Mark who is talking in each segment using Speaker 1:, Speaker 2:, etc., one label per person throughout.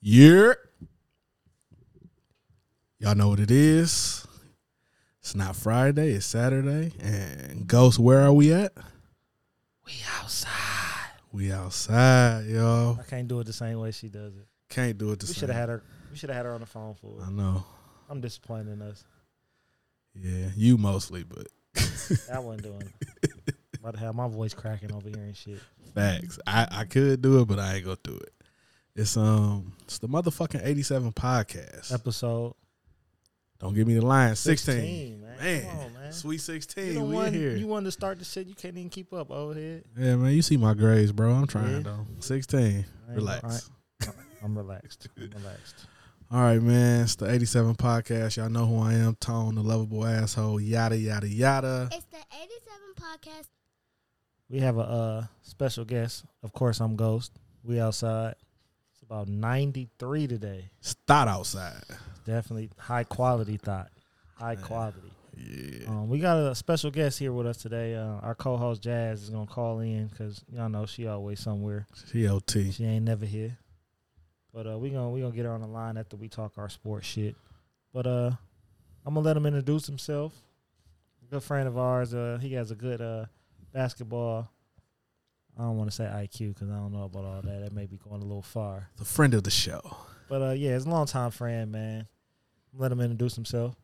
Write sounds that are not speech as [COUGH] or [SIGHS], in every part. Speaker 1: Yeah. Y'all know what it is. It's not Friday, it's Saturday. And Ghost, where are we at?
Speaker 2: We outside.
Speaker 1: We outside, y'all.
Speaker 2: I can't do it the same way she does it.
Speaker 1: Can't do it this
Speaker 2: we should have had her. We should have had her on the phone for
Speaker 1: I
Speaker 2: it.
Speaker 1: know.
Speaker 2: I'm disappointed in us.
Speaker 1: Yeah, you mostly, but
Speaker 2: I wasn't doing. It.
Speaker 1: [LAUGHS]
Speaker 2: About to have my voice cracking over here and shit.
Speaker 1: facts. I, I could do it, but I ain't gonna do it. It's um it's the motherfucking 87 podcast.
Speaker 2: Episode
Speaker 1: Don't give me the line. 16.
Speaker 2: 16, man.
Speaker 1: Man,
Speaker 2: Come on, man.
Speaker 1: Sweet
Speaker 2: you
Speaker 1: 16.
Speaker 2: the
Speaker 1: we in
Speaker 2: one
Speaker 1: here.
Speaker 2: you wanted to start the shit. You can't even keep up, old head.
Speaker 1: yeah, man, you see my grades, bro. I'm trying
Speaker 2: Yeah.
Speaker 1: though. 16.
Speaker 2: I ain't-
Speaker 1: Relax.
Speaker 2: I- I'm relaxed.
Speaker 1: [LAUGHS]
Speaker 2: I'm relaxed.
Speaker 1: All right, man. It's the 87 podcast. Y'all know who I am, Tone, the lovable asshole, yada, yada, yada.
Speaker 3: It's the 87 podcast.
Speaker 2: We have a uh, special guest. Of course, I'm Ghost. We outside. It's about 93 today.
Speaker 1: It's thought outside.
Speaker 2: Definitely high quality thought. High
Speaker 1: Man.
Speaker 2: quality.
Speaker 1: Yeah.
Speaker 2: Um, we got a special guest here with us today. Uh, our co-host Jazz is gonna call in because y'all know she always somewhere.
Speaker 1: COT.
Speaker 2: She ain't never here. But uh, we gonna we gonna get her on the line after we talk our sports shit. But uh, I'm gonna let him introduce himself. Good friend of ours. Uh, he has a good uh basketball. I don't want to say IQ because I don't know about all that. That may be going a little far.
Speaker 1: The friend of the show.
Speaker 2: But uh, yeah, it's a long time friend, man. Let him introduce himself.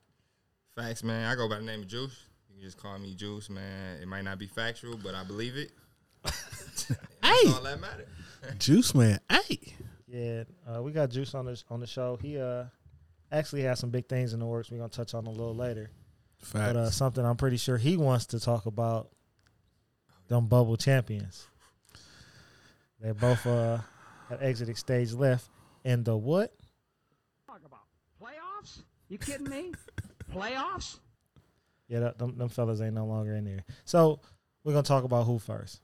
Speaker 4: Facts, man. I go by the name of Juice. You can just call me Juice, man. It might not be factual, but I
Speaker 1: [LAUGHS]
Speaker 4: believe it. That's all that matters.
Speaker 1: Juice Man. Hey.
Speaker 2: Yeah, uh, we got Juice on the on the show. He uh actually has some big things in the works. We're gonna touch on a little later,
Speaker 1: Facts.
Speaker 2: but uh, something I'm pretty sure he wants to talk about. Them bubble champions. They both uh have exited stage left in the what?
Speaker 5: talk about? Playoffs? You kidding me? Playoffs?
Speaker 2: Yeah, that, them, them fellas ain't no longer in there. So we're gonna talk about who first.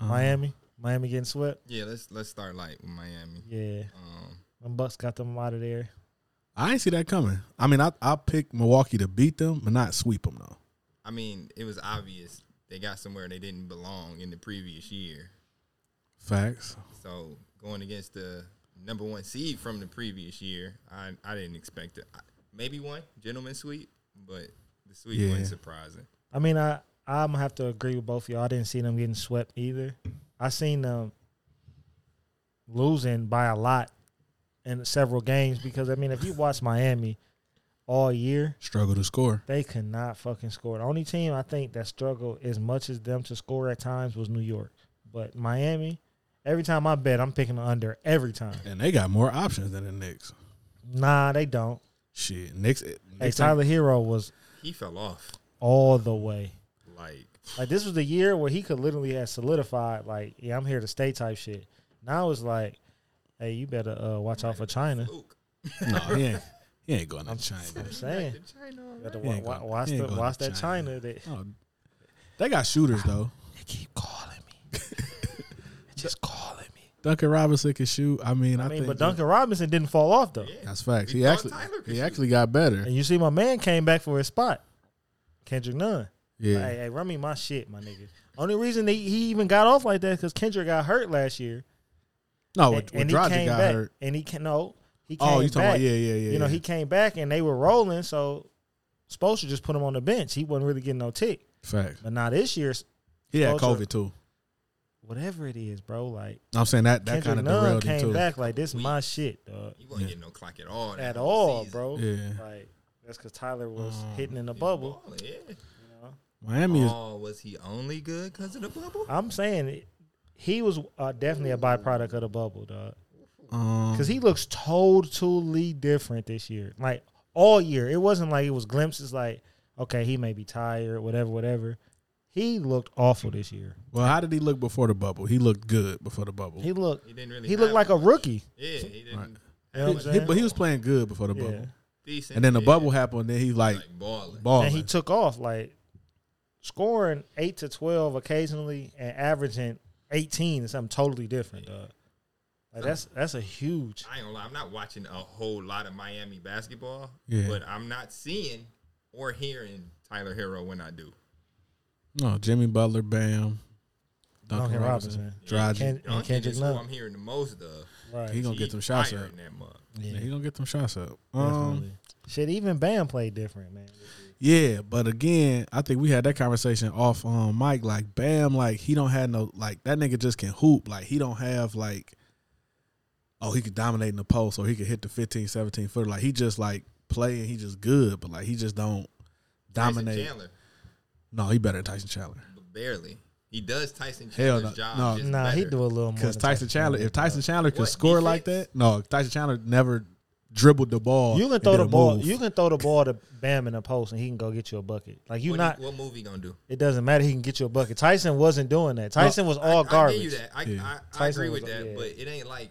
Speaker 2: Miami, Miami getting swept.
Speaker 4: Yeah, let's let's start like with Miami.
Speaker 2: Yeah,
Speaker 4: Um,
Speaker 2: them Bucks got them out of there.
Speaker 1: I ain't see that coming. I mean, I, I picked Milwaukee to beat them, but not sweep them, though.
Speaker 4: I mean, it was obvious they got somewhere they didn't belong in the previous year.
Speaker 1: Facts.
Speaker 4: So going against the number one seed from the previous year, I I didn't expect it. I, maybe one gentleman sweep, but the sweep
Speaker 1: Yeah.
Speaker 4: wasn't surprising.
Speaker 2: I mean, I I'm gonna have to agree with both of y'all. I didn't see them getting swept either. I seen them losing by a lot in several games because I mean, if you watch Miami all year,
Speaker 1: Struggle to score.
Speaker 2: they could not fucking score. The only team I think that struggled as much as them to score at times was New York, but Miami. Every time I bet, I'm picking the under every time.
Speaker 1: And they got more options than the Knicks.
Speaker 2: Nah, they don't.
Speaker 1: Shit. Knicks. eh,
Speaker 2: Hey,
Speaker 1: Knicks
Speaker 2: Tyler Hero was
Speaker 4: He fell off.
Speaker 2: all the way.
Speaker 4: Like [LAUGHS]
Speaker 2: Like this was the year where he could literally have solidified, like, yeah, I'm here to stay type shit. Now it's like, hey, you better uh, watch out for China.
Speaker 4: Luke.
Speaker 1: No, he ain't, he ain't going to China.
Speaker 2: I'm saying,
Speaker 4: China,
Speaker 2: you better
Speaker 1: He
Speaker 2: wa-
Speaker 1: ain't
Speaker 2: wa-
Speaker 1: going-
Speaker 2: watch
Speaker 1: he ain't
Speaker 2: the,
Speaker 1: going
Speaker 2: watch
Speaker 1: to
Speaker 2: that
Speaker 1: China.
Speaker 2: China. That,
Speaker 1: Oh, they got shooters, though.
Speaker 2: they keep calling [LAUGHS] me. just calling me.
Speaker 1: Duncan Robinson can shoot. I mean, I,
Speaker 2: I mean,
Speaker 1: think
Speaker 2: but Duncan Robinson didn't fall off though,
Speaker 1: That's facts.
Speaker 4: We
Speaker 1: He
Speaker 4: thought
Speaker 1: actually
Speaker 4: Tyler could
Speaker 1: he
Speaker 4: shoot.
Speaker 1: actually got better.
Speaker 2: and you see, my man came back for his spot. Kendrick Nunn.
Speaker 1: Yeah,
Speaker 2: Hey, hey, run me my shit, my nigga. Only reason they, he even got off like that because Kendrick got hurt last year,
Speaker 1: no,
Speaker 2: and,
Speaker 1: Oh, with,
Speaker 2: and
Speaker 1: with
Speaker 2: he
Speaker 1: Dragic
Speaker 2: came
Speaker 1: got
Speaker 2: back,
Speaker 1: hurt.
Speaker 2: and he can no, he came
Speaker 1: Oh, you talking
Speaker 2: back.
Speaker 1: about yeah, yeah, yeah.
Speaker 2: you know,
Speaker 1: yeah.
Speaker 2: he came back and they were rolling, so supposed to just put him on the bench. He wasn't really getting no tick.
Speaker 1: facts.
Speaker 2: But now this year's
Speaker 1: He had
Speaker 2: Culture.
Speaker 1: COVID too.
Speaker 2: whatever it is, bro, like
Speaker 1: I'm saying that that kind
Speaker 2: Kendrick
Speaker 1: of
Speaker 2: Nunn
Speaker 1: derailed him
Speaker 2: came
Speaker 1: too.
Speaker 2: back like this my shit, dog.
Speaker 4: You won't
Speaker 1: Yeah.
Speaker 4: get no clock at all. that
Speaker 2: At
Speaker 4: whole
Speaker 2: all,
Speaker 4: season.
Speaker 2: bro.
Speaker 1: Yeah,
Speaker 2: Like that's cause Tyler was
Speaker 1: Um,
Speaker 2: hitting in the
Speaker 4: He's
Speaker 2: bubble.
Speaker 4: balling, yeah.
Speaker 1: Miami is
Speaker 4: Oh, was he only good because of the bubble?
Speaker 2: I'm saying it, he was uh, definitely a byproduct of the bubble, dog.
Speaker 1: um,
Speaker 2: Cause he looks totally different this year. Like all year. It wasn't like it was glimpses like, okay, he may be tired, whatever, whatever. He looked awful this year.
Speaker 1: well, how did he look before the bubble? He looked good before the bubble.
Speaker 2: He looked
Speaker 4: He didn't really.
Speaker 2: He looked
Speaker 4: have
Speaker 2: like a
Speaker 4: much.
Speaker 2: rookie.
Speaker 4: Yeah, he didn't.
Speaker 1: Right.
Speaker 2: You know what
Speaker 1: He-
Speaker 2: I'm
Speaker 1: he-
Speaker 2: saying?
Speaker 1: but he was playing good before the
Speaker 2: Yeah.
Speaker 1: bubble,
Speaker 4: Decent.
Speaker 1: and then the
Speaker 4: yeah,
Speaker 1: bubble happened. Then he like,
Speaker 4: like balling.
Speaker 1: balling.
Speaker 2: and he took off like scoring eight to twelve occasionally and averaging eighteen is something totally different, dog. Like that's that's a huge
Speaker 4: I ain't gonna lie. I'm not watching a whole lot of Miami basketball,
Speaker 1: Yeah.
Speaker 4: but I'm not seeing or hearing Tyler Hero when I do.
Speaker 1: no, Jimmy Butler, Bam, Duncan,
Speaker 2: Duncan
Speaker 1: Robinson,
Speaker 2: Robinson.
Speaker 1: Dragic.
Speaker 2: Ken, and
Speaker 4: Duncan
Speaker 2: Kendrick
Speaker 4: is who
Speaker 2: Nunn.
Speaker 4: I'm hearing the most of.
Speaker 2: Right.
Speaker 1: He gonna
Speaker 4: She
Speaker 1: get some shots
Speaker 4: firing
Speaker 1: up.
Speaker 4: That mug.
Speaker 1: Yeah, he gonna get them shots up. Um,
Speaker 2: Definitely. Shit, even Bam played different, man.
Speaker 1: Yeah, but again, I think we had that conversation off on um, Mike. Like, bam, like he don't have no like that nigga just can hoop. Like he don't have like, oh, he could dominate in the post or he could hit the 15, 17 footer. Like he just like play and he just good, but like he just don't
Speaker 4: Tyson
Speaker 1: dominate.
Speaker 4: Chandler,
Speaker 1: No, he better than Tyson Chandler.
Speaker 4: but barely. He does Tyson
Speaker 1: Hell
Speaker 4: Chandler's
Speaker 1: no,
Speaker 4: job.
Speaker 1: no.
Speaker 4: just
Speaker 2: Nah, he
Speaker 4: better.
Speaker 2: do a little more.
Speaker 1: Because
Speaker 2: than
Speaker 1: Tyson Chandler, if Tyson Chandler could
Speaker 4: What,
Speaker 1: score like
Speaker 4: defense?
Speaker 1: that, no, Tyson Chandler never dribbled the ball.
Speaker 2: you can
Speaker 1: and
Speaker 2: throw
Speaker 1: did
Speaker 2: the
Speaker 1: a
Speaker 2: ball,
Speaker 1: move.
Speaker 2: you can throw the ball to Bam in the post, and he can go get you a bucket. Like you
Speaker 4: What,
Speaker 2: not,
Speaker 4: he, what movie gonna do?
Speaker 2: it doesn't matter. He can get you a bucket. Tyson wasn't doing that. Tyson was all
Speaker 4: I,
Speaker 2: garbage.
Speaker 4: I give you that. I,
Speaker 1: Yeah.
Speaker 4: I, I
Speaker 2: Tyson
Speaker 4: agree
Speaker 2: was
Speaker 4: with
Speaker 2: like-
Speaker 4: that,
Speaker 2: yeah.
Speaker 4: but it ain't like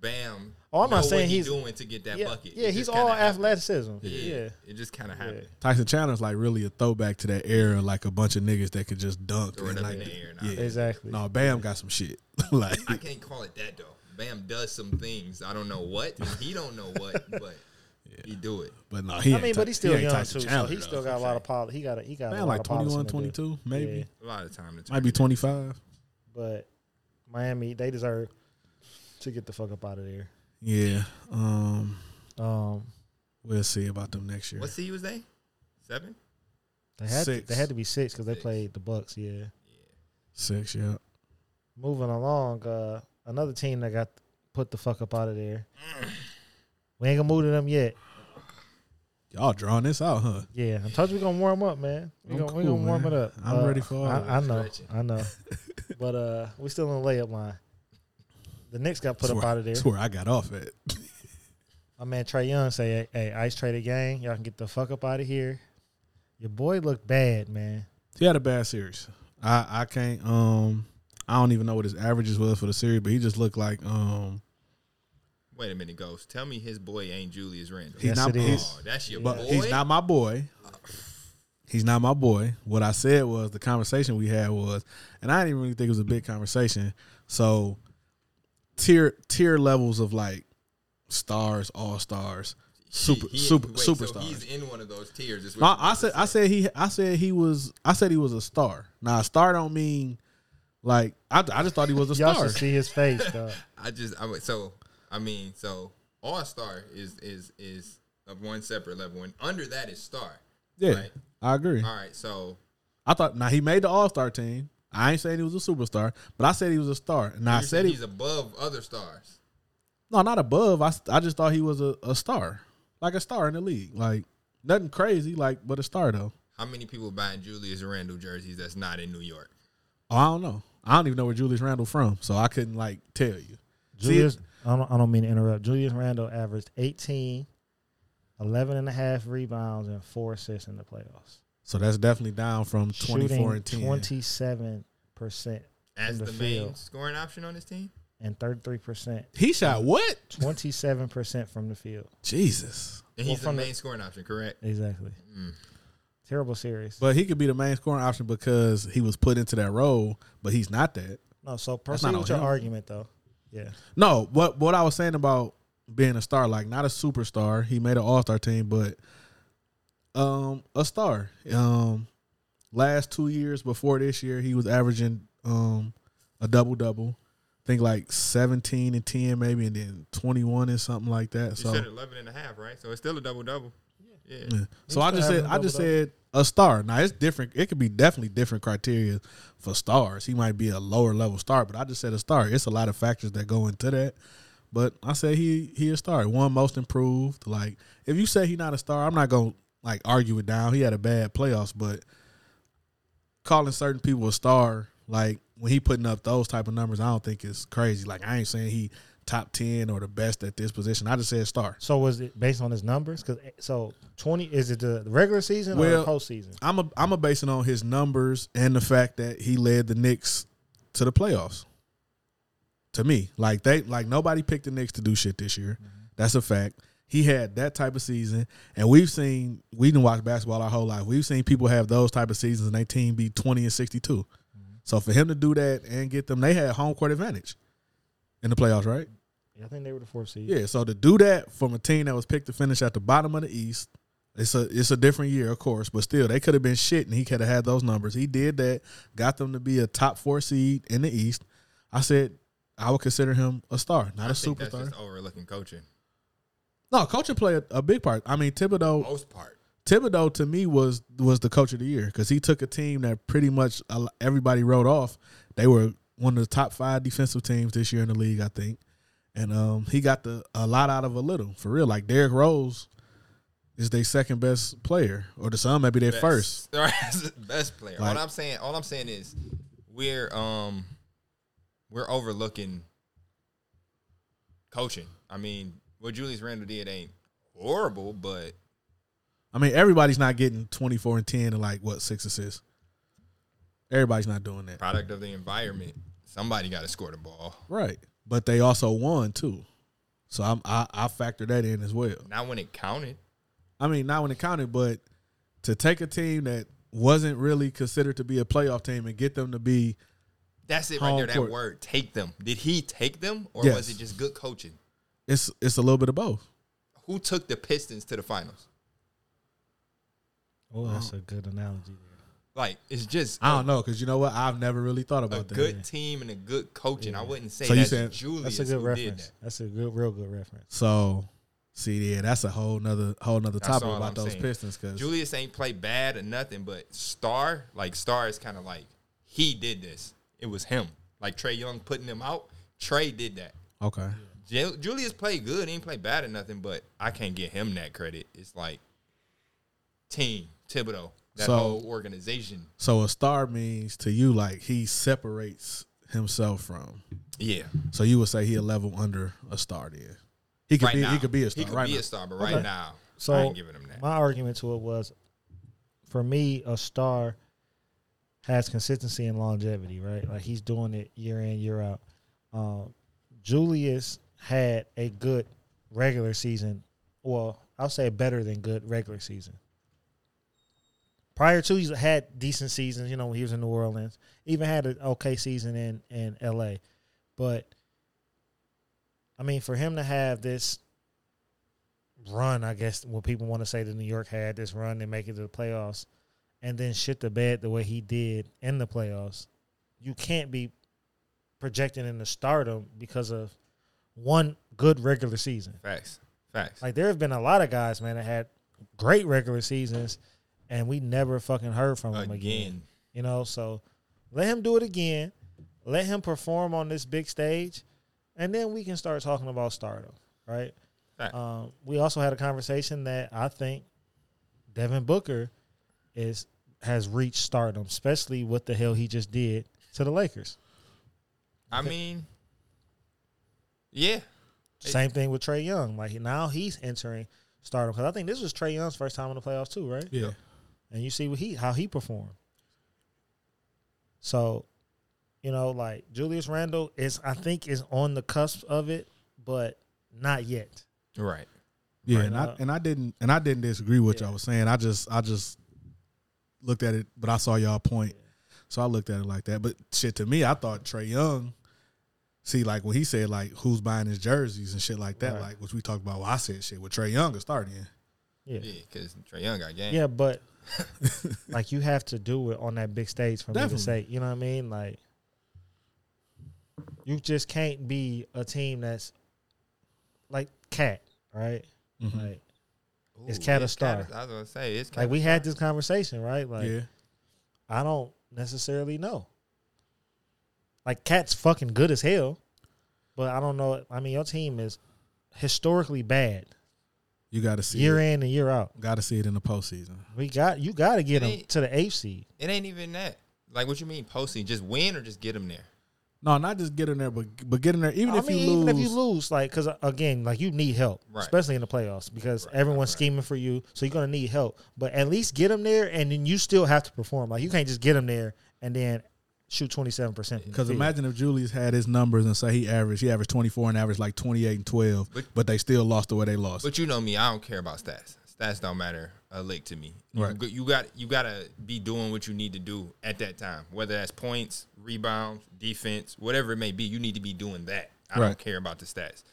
Speaker 4: Bam.
Speaker 2: Oh, I'm not
Speaker 4: know
Speaker 2: saying
Speaker 4: what he
Speaker 2: he's-
Speaker 4: doing to get that
Speaker 2: yeah,
Speaker 4: bucket.
Speaker 2: yeah,
Speaker 4: It
Speaker 2: he's
Speaker 4: just
Speaker 2: all
Speaker 4: kinda happened.
Speaker 2: athleticism.
Speaker 4: Yeah,
Speaker 2: Yeah.
Speaker 4: it just kind of happened.
Speaker 1: Tyson Chandler's like really a throwback to that era, like a bunch of niggas that could just dunk
Speaker 4: Throw it
Speaker 1: and
Speaker 4: up
Speaker 1: like,
Speaker 4: in the air and all
Speaker 1: yeah.
Speaker 4: that.
Speaker 2: exactly.
Speaker 1: No, Bam got some shit. [LAUGHS] like,
Speaker 4: I can't call it that though. Bam does some things. I don't know what. He don't know what,
Speaker 2: [LAUGHS]
Speaker 4: but he do it.
Speaker 1: but no, he.
Speaker 2: I
Speaker 1: ain't
Speaker 2: mean,
Speaker 1: Ty-
Speaker 2: but he's still
Speaker 1: he ain't
Speaker 2: young
Speaker 1: Tyson
Speaker 2: too.
Speaker 1: Chandler,
Speaker 2: so he
Speaker 1: though.
Speaker 2: still got a lot of poli- He got a, he got a
Speaker 1: Man,
Speaker 2: lot
Speaker 1: like
Speaker 2: of polishing
Speaker 1: 21,
Speaker 2: to do.
Speaker 1: 22, maybe
Speaker 2: Yeah.
Speaker 4: A lot of time to turn.
Speaker 1: might be
Speaker 4: it.
Speaker 1: twenty five.
Speaker 2: But Miami, they deserve to get the fuck up out of there.
Speaker 1: Yeah, um,
Speaker 2: Um,
Speaker 1: we'll see about them next year.
Speaker 4: What seed was they? Seven.
Speaker 2: they had to,
Speaker 1: Six.
Speaker 2: they had to be six because they
Speaker 4: Six.
Speaker 2: played the Bucks. Yeah.
Speaker 1: Six, yeah.
Speaker 2: Moving along, uh, another team that got put the fuck up out of there. We ain't gonna move to them yet.
Speaker 1: Y'all drawing this out, huh?
Speaker 2: Yeah, I told you we gonna warm up, man. We
Speaker 1: I'm
Speaker 2: gonna, we
Speaker 1: cool,
Speaker 2: gonna warm
Speaker 1: man.
Speaker 2: it up.
Speaker 1: I'm
Speaker 2: Uh,
Speaker 1: ready for all of
Speaker 2: I, I
Speaker 1: this.
Speaker 2: know,
Speaker 4: Stretching.
Speaker 1: [LAUGHS]
Speaker 2: I know. but uh, we still in the layup line. The Knicks got put
Speaker 1: That's
Speaker 2: up
Speaker 1: where-
Speaker 2: out of there.
Speaker 1: That's where I got off at.
Speaker 2: My man Trey Young say, "Hey, Ice Trade the gang. Y'all can get the fuck up out of here." Your boy looked bad, man.
Speaker 1: He had a bad series. I I can't. Um, I don't even know what his averages was for the series, but he just looked like um.
Speaker 4: Wait a minute, Ghost. Tell me his boy ain't Julius Randle.
Speaker 1: He's
Speaker 2: Yes,
Speaker 1: not.
Speaker 2: it
Speaker 1: he's-
Speaker 2: is.
Speaker 4: Oh, that's your
Speaker 1: But
Speaker 4: boy.
Speaker 1: he's not my boy. He's not my boy. What I said was the conversation we had was, and I didn't even really think it was a big conversation. So tier tier levels of like stars, all stars, super
Speaker 4: He- he-
Speaker 1: super
Speaker 4: wait, so
Speaker 1: superstars.
Speaker 4: he's in one of those tiers. is what
Speaker 1: No,
Speaker 4: you
Speaker 1: I
Speaker 4: just
Speaker 1: said I said he I said he was I said he was a star. Now a star don't mean like I, I just thought he was a
Speaker 2: [LAUGHS] Y'all
Speaker 1: star.
Speaker 2: should see his face, though.
Speaker 4: I just I would- so I mean so all star is is is of one separate level and under that is star.
Speaker 1: Yeah,
Speaker 4: right.
Speaker 1: I agree.
Speaker 4: All right, so
Speaker 1: I thought now he made the All Star team. I ain't saying he was a superstar, but I said he was a star. And I
Speaker 4: I
Speaker 1: said
Speaker 4: said
Speaker 1: he
Speaker 4: he's above other stars.
Speaker 1: No, not above. I, s- I just thought he was a, a star, like a star in the league, like nothing crazy, like but a star though.
Speaker 4: How many people buying Julius Randle jerseys that's not in New York?
Speaker 1: Oh, I don't know. I don't even know where Julius Randle from, so I couldn't like tell you.
Speaker 2: Julius, I don't, I don't mean to interrupt. Julius Randle averaged 18, 11 and a half rebounds, and four assists in the playoffs.
Speaker 1: So that's definitely down from twenty four and ten.
Speaker 2: Shooting 27%
Speaker 4: As
Speaker 2: In
Speaker 4: the,
Speaker 2: the
Speaker 4: main
Speaker 2: field.
Speaker 4: scoring option on this team?
Speaker 2: and 33%,
Speaker 1: He shot what?
Speaker 2: 27% from the field.
Speaker 1: Jesus.
Speaker 4: And
Speaker 2: Well,
Speaker 4: he's
Speaker 2: from
Speaker 4: the
Speaker 2: the-
Speaker 4: main scoring option, correct?
Speaker 2: Exactly.
Speaker 4: Mm.
Speaker 2: Terrible series.
Speaker 1: But he could be the main scoring option because he was put into that role, but he's not that.
Speaker 2: no, so
Speaker 1: That's not
Speaker 2: proceed
Speaker 1: on
Speaker 2: with your
Speaker 1: him.
Speaker 2: argument, though. Yeah.
Speaker 1: No, what what I was saying about being a star, like not a superstar. He made an all star team, but um a star. Um last two years before this year, he was averaging um a double double. I think like seventeen and ten maybe and then twenty one and something like that.
Speaker 4: You
Speaker 1: So
Speaker 4: said 11 and a half, right? So it's still a double double. Yeah.
Speaker 1: yeah. So I
Speaker 2: still
Speaker 1: just said
Speaker 2: having
Speaker 1: I just
Speaker 2: double-double.
Speaker 1: said a star. Now it's different. It could be definitely different criteria for stars. He might be a lower level star, but I just said a star. It's a lot of factors that go into that. But I said he he a star. One most improved. Like if you say he not a star, I'm not gonna like argue it down. He had a bad playoffs, but calling certain people a star, like when he putting up those type of numbers, I don't think it's crazy. Like I ain't saying he top ten or the best at this position. I just said star.
Speaker 2: So was it based on his numbers? Because so twenty is it the regular season
Speaker 1: Well,
Speaker 2: or the postseason?
Speaker 1: I'm a I'm a basing on his numbers and the fact that he led the Knicks to the playoffs. To me, like they like nobody picked the Knicks to do shit this year. That's a fact. He had that type of season, and we've seen we didn't watch basketball our whole life. We've seen people have those type of seasons, and their team be twenty and sixty So for him to do that and get them, they had home court advantage in the playoffs, right?
Speaker 2: I think they were the fourth seed.
Speaker 1: Yeah, so to do that from a team that was picked to finish at the bottom of the East, it's a it's a different year, of course, but still they could have been shit and he could have had those numbers. He did that, got them to be a top four seed in the East. I said I would consider him a star, not
Speaker 4: I
Speaker 1: a
Speaker 4: think
Speaker 1: superstar.
Speaker 4: that's just overlooking coaching.
Speaker 1: No, coaching played a big part. I mean, Thibodeau,
Speaker 4: Most part.
Speaker 1: Thibodeau to me was was the coach of the year because he took a team that pretty much a lo- everybody wrote off. They were one of the top five defensive teams this year in the league, I think, and um, he got the a lot out of a little for real. Like Derrick Rose is their second best player, or to some maybe their first.
Speaker 4: [LAUGHS] Right, best player.
Speaker 1: Like-
Speaker 4: all I'm saying, all I'm saying is, we're um, we're overlooking coaching. I mean, what Julius Randle did ain't horrible, but
Speaker 1: I mean, everybody's not getting twenty four and ten and like what six assists. Everybody's not doing that,
Speaker 4: product of the environment. Somebody got to score the ball.
Speaker 1: right? But they also won too, so I'm, I I factor that in as well.
Speaker 4: Not when it counted.
Speaker 1: I mean, not when it counted, but to take a team that wasn't really considered to be a playoff team and get them to be
Speaker 4: That's it right
Speaker 1: Home
Speaker 4: there. That
Speaker 1: court.
Speaker 4: word, take them. Did he take them, or
Speaker 1: Yes.
Speaker 4: was it just good coaching?
Speaker 1: it's it's a little bit of both.
Speaker 4: Who took the Pistons to the finals?
Speaker 2: Oh,
Speaker 1: Uh-huh.
Speaker 2: that's a good analogy. There.
Speaker 4: Like it's just
Speaker 1: I don't know because you know what I've never really thought
Speaker 4: a
Speaker 1: about that.
Speaker 4: good team and a good coaching. I wouldn't say
Speaker 1: So you
Speaker 4: that's
Speaker 1: said-
Speaker 4: Julius
Speaker 2: That's a good
Speaker 4: who did
Speaker 2: reference.
Speaker 4: that.
Speaker 2: That's a good, real good reference.
Speaker 1: So see, yeah, that's a whole nother whole nother
Speaker 4: That's
Speaker 1: topic
Speaker 4: all
Speaker 1: about
Speaker 4: I'm
Speaker 1: those
Speaker 4: saying.
Speaker 1: Pistons because
Speaker 4: Julius ain't play bad or nothing, but Star, like Star is kind of like he did this. It was him. Like Trey Young putting him out. Trey did that.
Speaker 1: okay,
Speaker 4: Ju- Julius played good. He didn't play bad or nothing, but I can't give him that credit. It's like team Thibodeau, that
Speaker 1: So-
Speaker 4: whole organization.
Speaker 1: so a star means to you like he separates himself from.
Speaker 4: Yeah,
Speaker 1: So you would say he a level under a star then. He could
Speaker 4: right
Speaker 1: be
Speaker 4: now
Speaker 1: he could be a star
Speaker 4: He could
Speaker 1: right
Speaker 4: be
Speaker 1: now.
Speaker 4: a star, but right
Speaker 2: Okay.
Speaker 4: now
Speaker 2: So
Speaker 4: I ain't giving him that.
Speaker 2: My argument to it was, for me, a star has consistency and longevity, right? Like he's doing it year in, year out. Um, Julius had a good regular season. Well, I'll say better than good regular season. Prior to, he's had decent seasons. You know, when he was in New Orleans, even had an okay season in in L.A. But I mean, for him to have this run, I guess what people want to say that New York had this run and make it to the playoffs, and then shit the bed the way he did in the playoffs, you can't be projecting into stardom because of one good regular season.
Speaker 4: Facts, facts.
Speaker 2: Like there have been a lot of guys, man, that had great regular seasons, and we never fucking heard from them again.
Speaker 4: Again,
Speaker 2: You know, so let him do it again. Let him perform on this big stage, and then we can start talking about stardom, right?
Speaker 4: Fact.
Speaker 2: Um, we also had a conversation that I think Devin Booker is has reached stardom, especially what the hell he just did to the Lakers.
Speaker 4: I mean, yeah,
Speaker 2: Same thing with Trey Young. Like now he's entering stardom because I think this was Trey Young's first time in the playoffs too, right?
Speaker 1: Yeah.
Speaker 2: and you see what he how he performed. So, you know, like Julius Randle is I think is on the cusp of it, but not yet.
Speaker 4: right.
Speaker 1: Yeah,
Speaker 2: Right
Speaker 1: and
Speaker 2: now.
Speaker 1: I and I didn't and I didn't disagree with what y'all was saying. I just I just looked at it, but I saw y'all point, so I looked at it like that. But shit, to me, I thought Trey Young. See, like when he said like who's buying his jerseys and shit like that,
Speaker 2: Right.
Speaker 1: like which we talked about. Well, I said shit with Trey Young is starting.
Speaker 2: Yeah.
Speaker 4: Yeah, because Trey Young got game.
Speaker 2: Yeah, but [LAUGHS] like you have to do it on that big stage for me
Speaker 1: Definitely.
Speaker 2: to say, you know what I mean? Like you just can't be a team that's like cat, right? Like It's
Speaker 4: Ooh,
Speaker 2: Cat a
Speaker 4: Cat
Speaker 2: star?
Speaker 4: I was gonna say it's Cat
Speaker 2: like
Speaker 4: a
Speaker 2: we
Speaker 4: star.
Speaker 2: had this conversation, right? Like
Speaker 1: yeah,
Speaker 2: I don't necessarily know. Like Cat's fucking good as hell, but I don't know. I mean, your team is historically bad
Speaker 1: you got to see
Speaker 2: year
Speaker 1: it.
Speaker 2: in and year out.
Speaker 1: Got to see it in the postseason.
Speaker 2: We got you. Got to get
Speaker 4: It
Speaker 2: them
Speaker 4: ain't-
Speaker 2: to the eighth seed.
Speaker 4: It ain't even that. Like what you mean posting? Just win or just get him there?
Speaker 1: No, not just get in there, but but get in there. Even
Speaker 2: I
Speaker 1: if
Speaker 2: mean,
Speaker 1: you lose,
Speaker 2: even if you lose, like, because again, like you need help,
Speaker 4: Right.
Speaker 2: especially in the playoffs, because everyone's scheming for you, so you're gonna need help. But at least get them there, and then you still have to perform. Like you can't just get them there and then shoot twenty seven percent.
Speaker 1: Because imagine if Julius had his numbers and say he averaged, he averaged 24 and averaged like 28 and 12, but,
Speaker 4: But-
Speaker 1: they still lost the way they lost.
Speaker 4: But you know me, I don't care about stats. Stats don't matter a lick to me.
Speaker 1: Right.
Speaker 4: You, go- you got you gotta be doing what you need to do at that time, whether that's points, rebounds, defense, whatever it may be. You need to be doing that. I
Speaker 1: Right.
Speaker 4: don't care about the stats.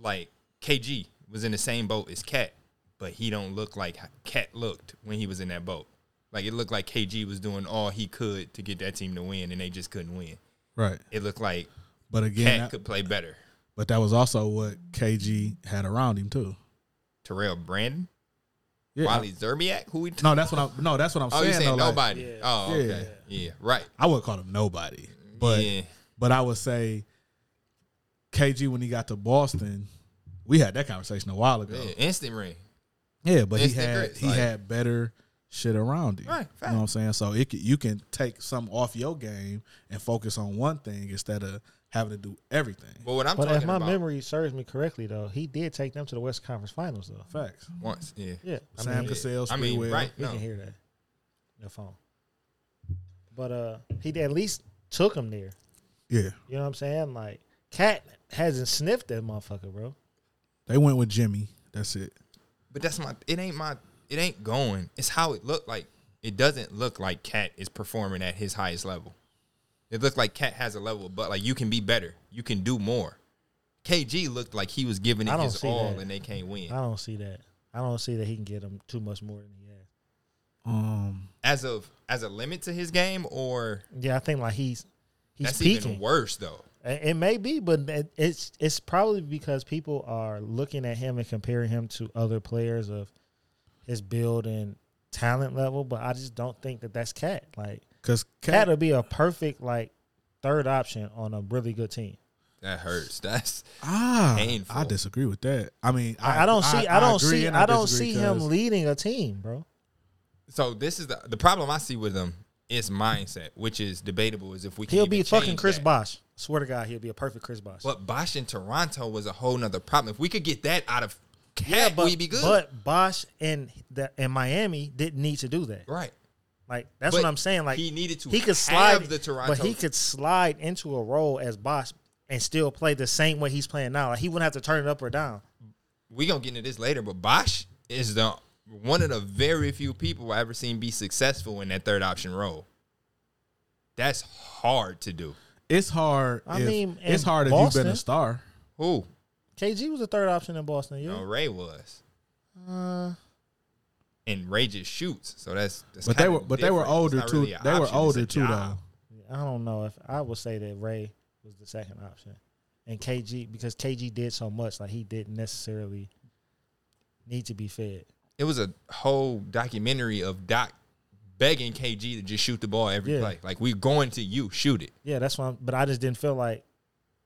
Speaker 4: Like KG was in the same boat as Cat, but he don't look like Cat looked when he was in that boat. Like it looked like KG was doing all he could to get that team to win, and they just couldn't win.
Speaker 1: right.
Speaker 4: It looked like
Speaker 1: But again,
Speaker 4: Cat
Speaker 1: that,
Speaker 4: could play better.
Speaker 1: but that was also what KG had around him too.
Speaker 4: Terrell Brandon,
Speaker 1: Yeah.
Speaker 4: Wiley Zerbiak. Who we?
Speaker 1: No, that's what I'm. No, that's what I'm
Speaker 4: oh, you
Speaker 1: saying.
Speaker 4: saying
Speaker 1: though, like,
Speaker 4: nobody?
Speaker 2: Yeah.
Speaker 4: Oh,
Speaker 1: Yeah.
Speaker 4: okay. Yeah, right.
Speaker 1: I would call him nobody, but
Speaker 4: yeah,
Speaker 1: but I would say KG when he got to Boston, we had that conversation a while ago.
Speaker 4: yeah, instant ring.
Speaker 1: Yeah, but he
Speaker 4: Instant
Speaker 1: had
Speaker 4: grits,
Speaker 1: he
Speaker 4: like-
Speaker 1: had better shit around him.
Speaker 4: Right,
Speaker 1: You know what I'm saying? So it could, you can take some off your game and focus on one thing instead of having to do everything.
Speaker 4: But what I'm
Speaker 2: But
Speaker 4: talking
Speaker 2: if my
Speaker 4: about
Speaker 2: memory serves me correctly, though, he did take them to the West Conference Finals, though.
Speaker 1: Facts.
Speaker 4: once, yeah.
Speaker 2: Yeah, I
Speaker 1: Sam
Speaker 2: mean,
Speaker 1: Cassell's
Speaker 4: I mean,
Speaker 1: free will.
Speaker 4: right?
Speaker 2: we
Speaker 4: No,
Speaker 2: can hear that. No phone. But uh, he at least took him there.
Speaker 1: Yeah,
Speaker 2: You know what I'm saying? Like, Cat hasn't sniffed that motherfucker, bro.
Speaker 1: they went with Jimmy. That's it.
Speaker 4: but that's my. It ain't my. It ain't going. It's how it looked like. It doesn't look like Cat is performing at his highest level. It looked like Cat has a level, but like you can be better. You can do more. KG looked like he was giving
Speaker 2: I
Speaker 4: it
Speaker 2: don't
Speaker 4: his
Speaker 2: see
Speaker 4: all,
Speaker 2: that.
Speaker 4: and they can't win.
Speaker 2: I don't see that. I don't see that he can get him too much more than he has.
Speaker 1: Um,
Speaker 4: As of as a limit to his game, or
Speaker 2: Yeah, I think like he's he's
Speaker 4: that's
Speaker 2: peaking.
Speaker 4: even worse though.
Speaker 2: It it may be, but it- it's it's probably because people are looking at him and comparing him to other players of his build and talent level. But I just don't think that that's Cat. Like
Speaker 1: cause
Speaker 2: Cat
Speaker 1: Cat,
Speaker 2: would be a perfect like third option on a really good team.
Speaker 4: That hurts. [LAUGHS] That's
Speaker 1: ah,
Speaker 4: painful.
Speaker 1: I disagree with that. I mean,
Speaker 2: I, I don't see. I, don't
Speaker 1: agree
Speaker 2: see.
Speaker 1: and
Speaker 2: I, don't
Speaker 1: disagree
Speaker 2: see him
Speaker 1: 'cause-
Speaker 2: leading a team, bro.
Speaker 4: so. This is the the problem I see with him is mindset, which is debatable. Is if we can
Speaker 2: He'll
Speaker 4: even
Speaker 2: be fucking
Speaker 4: change
Speaker 2: Chris
Speaker 4: that.
Speaker 2: Bosh. Swear to God, he'll be a perfect Chris Bosh.
Speaker 4: But Bosch in Toronto was a whole nother problem. If we could get that out of Cat, we'd be good.
Speaker 2: But Bosh and the and Miami didn't need to do that.
Speaker 4: right.
Speaker 2: Like that's
Speaker 4: But
Speaker 2: what I'm saying. Like
Speaker 4: he needed to
Speaker 2: He could
Speaker 4: have
Speaker 2: slide
Speaker 4: the Toronto-
Speaker 2: but he could slide into a role as Bosh and still play the same way he's playing now. Like he wouldn't have to turn it up or down.
Speaker 4: We're gonna get into this later, but Bosch is the one of the very few people I ever seen be successful in that third option role. That's hard to do.
Speaker 1: It's hard.
Speaker 2: I
Speaker 1: if-
Speaker 2: mean,
Speaker 1: it's
Speaker 2: in
Speaker 1: hard if you've been
Speaker 2: Boston-
Speaker 1: a star.
Speaker 4: Who?
Speaker 2: KG was the third option in Boston. Yeah,
Speaker 4: No, Ray was.
Speaker 2: uh,
Speaker 4: And Ray just shoots. So that's, that's
Speaker 1: But they
Speaker 4: kinda
Speaker 1: were, but they were
Speaker 4: different. It's
Speaker 1: older
Speaker 4: not
Speaker 1: too.
Speaker 4: really an
Speaker 1: They
Speaker 4: option,
Speaker 1: were
Speaker 4: it's a
Speaker 1: older too, though.
Speaker 4: job.
Speaker 2: I don't know if I would say that Ray was the second option, and KG because KG did so much. Like he didn't necessarily need to be fed.
Speaker 4: It was a whole documentary of Doc begging KG to just shoot the ball every
Speaker 2: Yeah.
Speaker 4: play. Like we're going to you, shoot it.
Speaker 2: Yeah, that's why. I'm- But I just didn't feel like